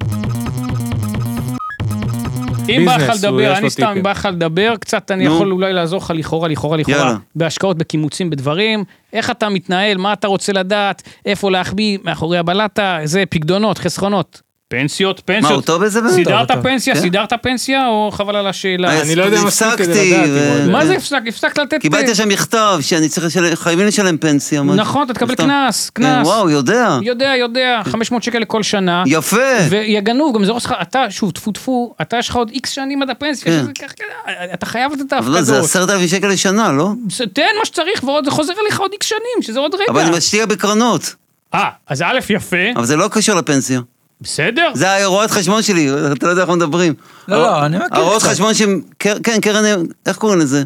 [SPEAKER 3] אם בא לך
[SPEAKER 2] ביזנס, הוא-
[SPEAKER 3] לדבר,
[SPEAKER 2] יש לו
[SPEAKER 3] אני סתם
[SPEAKER 2] טיפים.
[SPEAKER 3] בא לך לדבר קצת, אני
[SPEAKER 4] נו.
[SPEAKER 3] יכול אולי לעזור לך לכאורה, לכאורה, לכאורה.
[SPEAKER 4] יאללה.
[SPEAKER 3] בהשקעות, בקימוצים, בדברים. איך אתה מתנהל, מה אתה רוצה לדעת, איפה להחביא, מאחורי הבלטה, זה פקדונות, חסכונות. פנסיות,
[SPEAKER 4] מה, הוא
[SPEAKER 3] פנסיות.
[SPEAKER 4] טוב בזה? באמת?
[SPEAKER 3] סידרת
[SPEAKER 1] טוב, טוב.
[SPEAKER 3] פנסיה,
[SPEAKER 4] כן.
[SPEAKER 3] סידרת פנסיה, או חבל על השאלה?
[SPEAKER 4] אה,
[SPEAKER 2] אני לא יודע מספיק כדי
[SPEAKER 4] הפסקתי,
[SPEAKER 2] לדעת.
[SPEAKER 4] ו-
[SPEAKER 2] אם הוא-
[SPEAKER 3] מה זה הפסק? הפסקת לתת...
[SPEAKER 4] קיבלתי אה, שם מכתב שאני צריך לשלם, חייבים לשלם פנסיה. מה-
[SPEAKER 3] נכון, אתה תקבל
[SPEAKER 4] מכתב.
[SPEAKER 3] קנס,
[SPEAKER 4] כן,
[SPEAKER 3] קנס.
[SPEAKER 4] וואו, יודע.
[SPEAKER 3] יודע, יודע, 500 שקל לכל שנה.
[SPEAKER 4] כן. יפה.
[SPEAKER 3] ויגנוב, גם זה ראש שלך, אתה, שוב, טפו טפו, אתה יש לך עוד איקס שנים עד הפנסיה,
[SPEAKER 4] כן.
[SPEAKER 3] שזה ככה, ככה, אתה חייב לתת את
[SPEAKER 4] אבל לא, זה
[SPEAKER 3] ההפקדות.
[SPEAKER 4] עשרת אלפים שקל לשנה, לא?
[SPEAKER 3] זה- תן מה שצריך, ועוד זה חוזר אליך עוד איקס שנים, שזה עוד
[SPEAKER 4] אבל
[SPEAKER 3] רגע.
[SPEAKER 4] אני משקיע בקרנות,
[SPEAKER 3] אה, אז א', יפה,
[SPEAKER 4] אבל זה לא קשור לפנסיה.
[SPEAKER 3] בסדר?
[SPEAKER 4] זה הרואת חשבון שלי, אתה לא יודע איך אנחנו מדברים.
[SPEAKER 1] לא, לא, אני מכיר
[SPEAKER 4] הרואת
[SPEAKER 1] קצת.
[SPEAKER 4] חשבון שהם, קר- כן, קרן, איך קוראים לזה?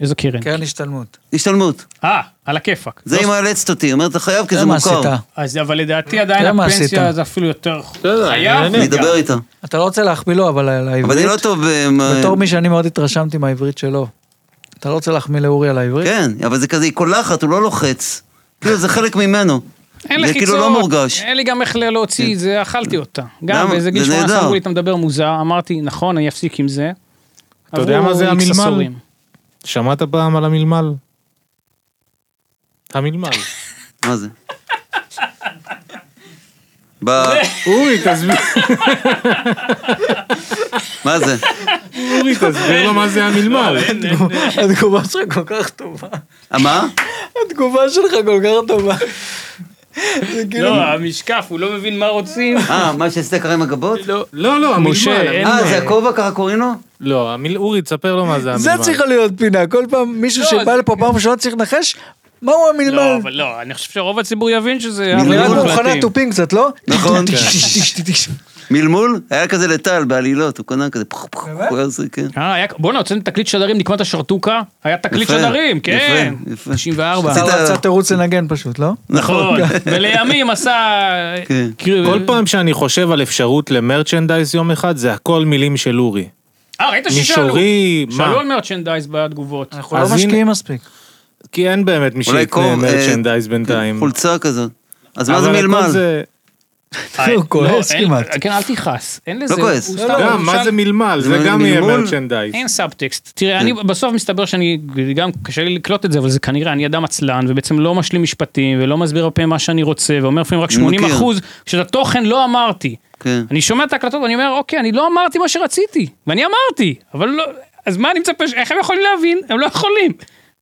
[SPEAKER 3] איזה קרן.
[SPEAKER 2] כן.
[SPEAKER 1] קרן השתלמות.
[SPEAKER 4] השתלמות.
[SPEAKER 3] אה, על הכיפאק.
[SPEAKER 4] זה
[SPEAKER 3] לא-
[SPEAKER 4] היא מאלצת אותי, אומרת, אתה חייב כי
[SPEAKER 1] זה
[SPEAKER 4] זה
[SPEAKER 1] מה
[SPEAKER 4] מוכר.
[SPEAKER 1] עשית.
[SPEAKER 3] אז אבל לדעתי
[SPEAKER 2] אה,
[SPEAKER 3] עדיין
[SPEAKER 1] זה מה
[SPEAKER 3] הפנסיה
[SPEAKER 1] עשית.
[SPEAKER 3] זה אפילו יותר
[SPEAKER 2] בסדר,
[SPEAKER 3] חייב. כן.
[SPEAKER 2] אני
[SPEAKER 4] אני
[SPEAKER 3] גם.
[SPEAKER 4] אדבר איתה.
[SPEAKER 1] אתה לא רוצה להחמיא לו, אבל על
[SPEAKER 4] אבל אני
[SPEAKER 1] העברית.
[SPEAKER 4] לא טוב ב...
[SPEAKER 1] בתור מי שאני מאוד התרשמתי מהעברית שלו. אתה לא רוצה להחמיא לאורי על העברית?
[SPEAKER 4] כן, אבל זה כזה, היא קולחת, הוא לא לוחץ. כאילו, זה חלק ממנו.
[SPEAKER 3] אין
[SPEAKER 4] זה
[SPEAKER 3] לחיצות,
[SPEAKER 4] כאילו לא מורגש.
[SPEAKER 3] אין לי גם איך להוציא את זה, אכלתי אותה. גם
[SPEAKER 4] למה?
[SPEAKER 3] באיזה גיל
[SPEAKER 4] זה
[SPEAKER 3] 18
[SPEAKER 4] נהדר.
[SPEAKER 3] אמרו לי, אתה מדבר מוזר, אמרתי, נכון, אני אפסיק עם זה.
[SPEAKER 2] אתה יודע
[SPEAKER 3] עברו
[SPEAKER 2] מה זה
[SPEAKER 3] איקס
[SPEAKER 2] המלמל?
[SPEAKER 3] עשורים.
[SPEAKER 2] שמעת פעם על המלמל? המלמל.
[SPEAKER 4] מה זה? ב-
[SPEAKER 2] אורי, תסביר
[SPEAKER 4] מה זה?
[SPEAKER 2] אורי, תסביר לו מה זה המלמל.
[SPEAKER 1] התגובה שלך כל כך טובה.
[SPEAKER 4] אה, מה?
[SPEAKER 1] התגובה שלך כל כך טובה. זה כאילו...
[SPEAKER 3] לא, המשקף, הוא לא מבין מה רוצים.
[SPEAKER 4] אה, מה שעשית ככה עם הגבות?
[SPEAKER 2] לא, לא,
[SPEAKER 3] משה, אין-
[SPEAKER 2] המלמל.
[SPEAKER 4] אה, זה הכובע ככה קוראים לו?
[SPEAKER 2] לא, המיל- אורי, תספר לו מה זה המלמל.
[SPEAKER 1] זה צריכה להיות פינה, כל פעם מישהו שבא לפה פעם ראשונה צריך לנחש מהו
[SPEAKER 3] לא,
[SPEAKER 1] המלמל.
[SPEAKER 3] אבל לא, אני חושב שרוב הציבור יבין שזה...
[SPEAKER 1] אבל
[SPEAKER 4] מלמל
[SPEAKER 1] רק
[SPEAKER 3] המלמל.
[SPEAKER 1] מוכנה תופים קצת, לא?
[SPEAKER 4] נכון.
[SPEAKER 1] כן.
[SPEAKER 4] מלמול? היה כזה לטל בעלילות, הוא קנה כזה פח פח, הוא היה עושה, כן.
[SPEAKER 3] אה, היה- בואנה, הוצאנו תקליט שדרים, נקמת השרתוקה, היה תקליט
[SPEAKER 4] יפה,
[SPEAKER 3] שדרים, כן.
[SPEAKER 4] יפה, יפה.
[SPEAKER 3] 94.
[SPEAKER 1] אתה
[SPEAKER 4] רצית-
[SPEAKER 1] רצה תירוץ לנגן פשוט, לא?
[SPEAKER 3] נכון. ולימים עשה...
[SPEAKER 4] כן.
[SPEAKER 3] כאילו-
[SPEAKER 2] כל פעם שאני חושב על אפשרות למרצ'נדייז יום אחד, זה הכל מילים של אורי.
[SPEAKER 3] אה, ראית ששאלו?
[SPEAKER 2] מישורי, מה?
[SPEAKER 3] שאלו על מרצ'נדייז בתגובות.
[SPEAKER 1] אנחנו לא
[SPEAKER 2] אז הנה-
[SPEAKER 1] משקיעים מספיק.
[SPEAKER 2] כי אין באמת מי
[SPEAKER 4] אולי
[SPEAKER 2] שיקנה
[SPEAKER 4] כובע, אה,
[SPEAKER 2] מרצ'נדייז בינתיים.
[SPEAKER 4] חולצה כזאת. אז מה זה
[SPEAKER 2] אבל הכל
[SPEAKER 4] מלמל?
[SPEAKER 2] זה-
[SPEAKER 1] הוא כועס
[SPEAKER 3] לא, אין-
[SPEAKER 1] כמעט.
[SPEAKER 3] כן, אל תכעס. אין לזה...
[SPEAKER 4] לא כועס.
[SPEAKER 3] הוא
[SPEAKER 4] לא,
[SPEAKER 3] סתם- הוא
[SPEAKER 2] גם, מה
[SPEAKER 3] שאל-
[SPEAKER 2] זה מלמל? זה
[SPEAKER 4] זה
[SPEAKER 2] גם יהיה
[SPEAKER 4] מלמול?
[SPEAKER 2] מרצ'נדייז.
[SPEAKER 3] אין סאבטקסט. תראה,
[SPEAKER 4] כן.
[SPEAKER 3] אני בסוף מסתבר שאני, גם קשה לי לקלוט את זה, אבל זה כנראה, אני אדם עצלן, ובעצם לא משלים משפטים, ולא מסביר הרבה פעמים מה שאני רוצה, ואומר לפעמים רק
[SPEAKER 4] אני
[SPEAKER 3] 80
[SPEAKER 4] מכיר.
[SPEAKER 3] אחוז, שאת התוכן לא אמרתי.
[SPEAKER 4] כן.
[SPEAKER 3] אני שומע את ההקלטות ואני אומר, אוקיי, אני לא אמרתי מה שרציתי, ואני אמרתי, אבל לא, אז מה אני מצפה, ש- איך הם יכולים להבין? הם לא יכולים.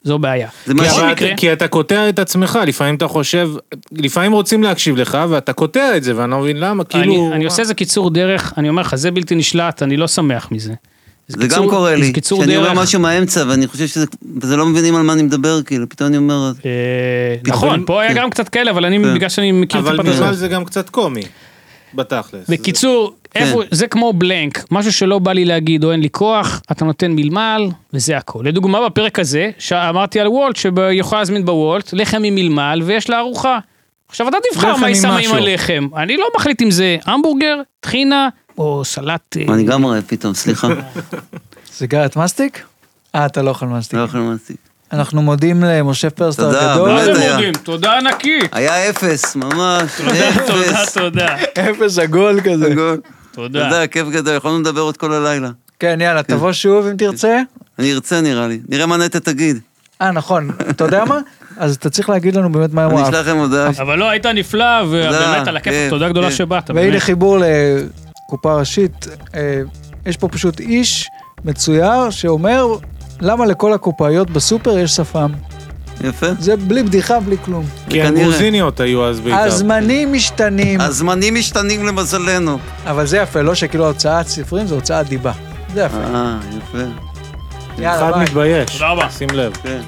[SPEAKER 3] זו בעיה.
[SPEAKER 4] זה מה
[SPEAKER 2] כי
[SPEAKER 4] בכל
[SPEAKER 2] אבל-
[SPEAKER 3] מקרה-
[SPEAKER 2] כי אתה קוטע את עצמך, לפעמים אתה חושב, לפעמים רוצים להקשיב לך, ואתה קוטע את זה, ואני לא מבין למה, כאילו...
[SPEAKER 3] אני, אני עושה איזה קיצור דרך, אני אומר לך, זה בלתי נשלט, אני לא שמח מזה.
[SPEAKER 4] זה גם קורה לי.
[SPEAKER 3] זה קיצור
[SPEAKER 4] שאני
[SPEAKER 3] דרך.
[SPEAKER 4] אומר משהו מהאמצע ואני חושב שזה, וזה לא מבינים על מה אני מדבר, כאילו, פתאום אני אומר,
[SPEAKER 3] אה, נכון, פה
[SPEAKER 4] כן.
[SPEAKER 3] היה גם קצת כאלה, אבל אני, בגלל שאני מכיר
[SPEAKER 2] אבל
[SPEAKER 3] טיפה את
[SPEAKER 2] מלמל
[SPEAKER 3] הדרך.
[SPEAKER 2] זה גם קצת קומי, בתכלס.
[SPEAKER 3] בקיצור,
[SPEAKER 4] כן.
[SPEAKER 3] איפה, זה כמו בלנק, משהו שלא בא לי להגיד או אין לי כוח, אתה נותן מלמל, וזה הכל. לדוגמה, בפרק הזה, שאמרתי על וולט, שיכולה להזמין בוולט, לחם עם מלמל, ויש לה ארוחה. עכשיו אתה תבחר
[SPEAKER 2] לחם
[SPEAKER 3] מה היא
[SPEAKER 2] עם
[SPEAKER 3] שמה עם
[SPEAKER 2] משהו.
[SPEAKER 3] הלחם. אני לא מחליט אם זה המבורגר, טחינה, או סלט... אה,
[SPEAKER 4] אני גם רעב פתאום, סליחה.
[SPEAKER 1] סיגרת מסטיק? אה, אתה לא אוכל מסטיק.
[SPEAKER 4] לא יכול להמשיך.
[SPEAKER 1] אנחנו מודים למשה פרסטר
[SPEAKER 4] תודה,
[SPEAKER 1] הגדול.
[SPEAKER 3] מה
[SPEAKER 4] באמת
[SPEAKER 3] זה
[SPEAKER 4] היה.
[SPEAKER 3] מודים? תודה ענקית.
[SPEAKER 4] היה אפס, ממש,
[SPEAKER 3] תודה,
[SPEAKER 4] אפס.
[SPEAKER 3] תודה.
[SPEAKER 1] אפס עגול כזה.
[SPEAKER 4] גול.
[SPEAKER 3] תודה.
[SPEAKER 4] תודה, כיף גדול, יכולנו לדבר עוד כל הלילה.
[SPEAKER 1] כן, יאללה, תבוא שוב אם תרצה.
[SPEAKER 4] אני ארצה נראה לי, נראה מה נטע תגיד.
[SPEAKER 1] אה, נכון. אתה יודע מה? אז אתה צריך להגיד לנו באמת מה
[SPEAKER 4] אני
[SPEAKER 1] הוא אהב.
[SPEAKER 4] אשלח לכם הודעה.
[SPEAKER 3] אבל לא, היית נפלא, ובאמת על הכיף,
[SPEAKER 4] כן,
[SPEAKER 3] תודה גדולה
[SPEAKER 4] כן.
[SPEAKER 3] שבאת.
[SPEAKER 1] והנה
[SPEAKER 3] באמת.
[SPEAKER 1] חיבור לקופה ראשית. אה, יש פה פשוט איש מצויר שאומר, למה לכל הקופאיות בסופר יש שפם?
[SPEAKER 4] יפה.
[SPEAKER 1] זה בלי בדיחה, בלי כלום.
[SPEAKER 2] כי
[SPEAKER 4] כנראה.
[SPEAKER 2] הגרוזיניות היו אז בעיקר.
[SPEAKER 1] הזמנים משתנים.
[SPEAKER 4] הזמנים משתנים למזלנו.
[SPEAKER 1] אבל זה יפה, לא שכאילו הוצאת ספרים זה הוצאת דיבה. זה יפה.
[SPEAKER 4] אה, יפה.
[SPEAKER 1] יאללה,
[SPEAKER 2] אחד
[SPEAKER 1] ביי.
[SPEAKER 2] מתבייש.
[SPEAKER 3] תודה רבה.
[SPEAKER 2] שים לב.
[SPEAKER 4] כן.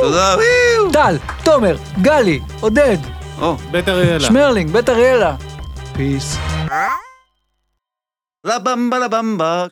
[SPEAKER 4] תודה.
[SPEAKER 1] טל, תומר, גלי, עודד,
[SPEAKER 4] או,
[SPEAKER 2] בית אריאלה.
[SPEAKER 1] שמרלינג, בית אריאלה. פיס.
[SPEAKER 4] לבמבה לבמבה.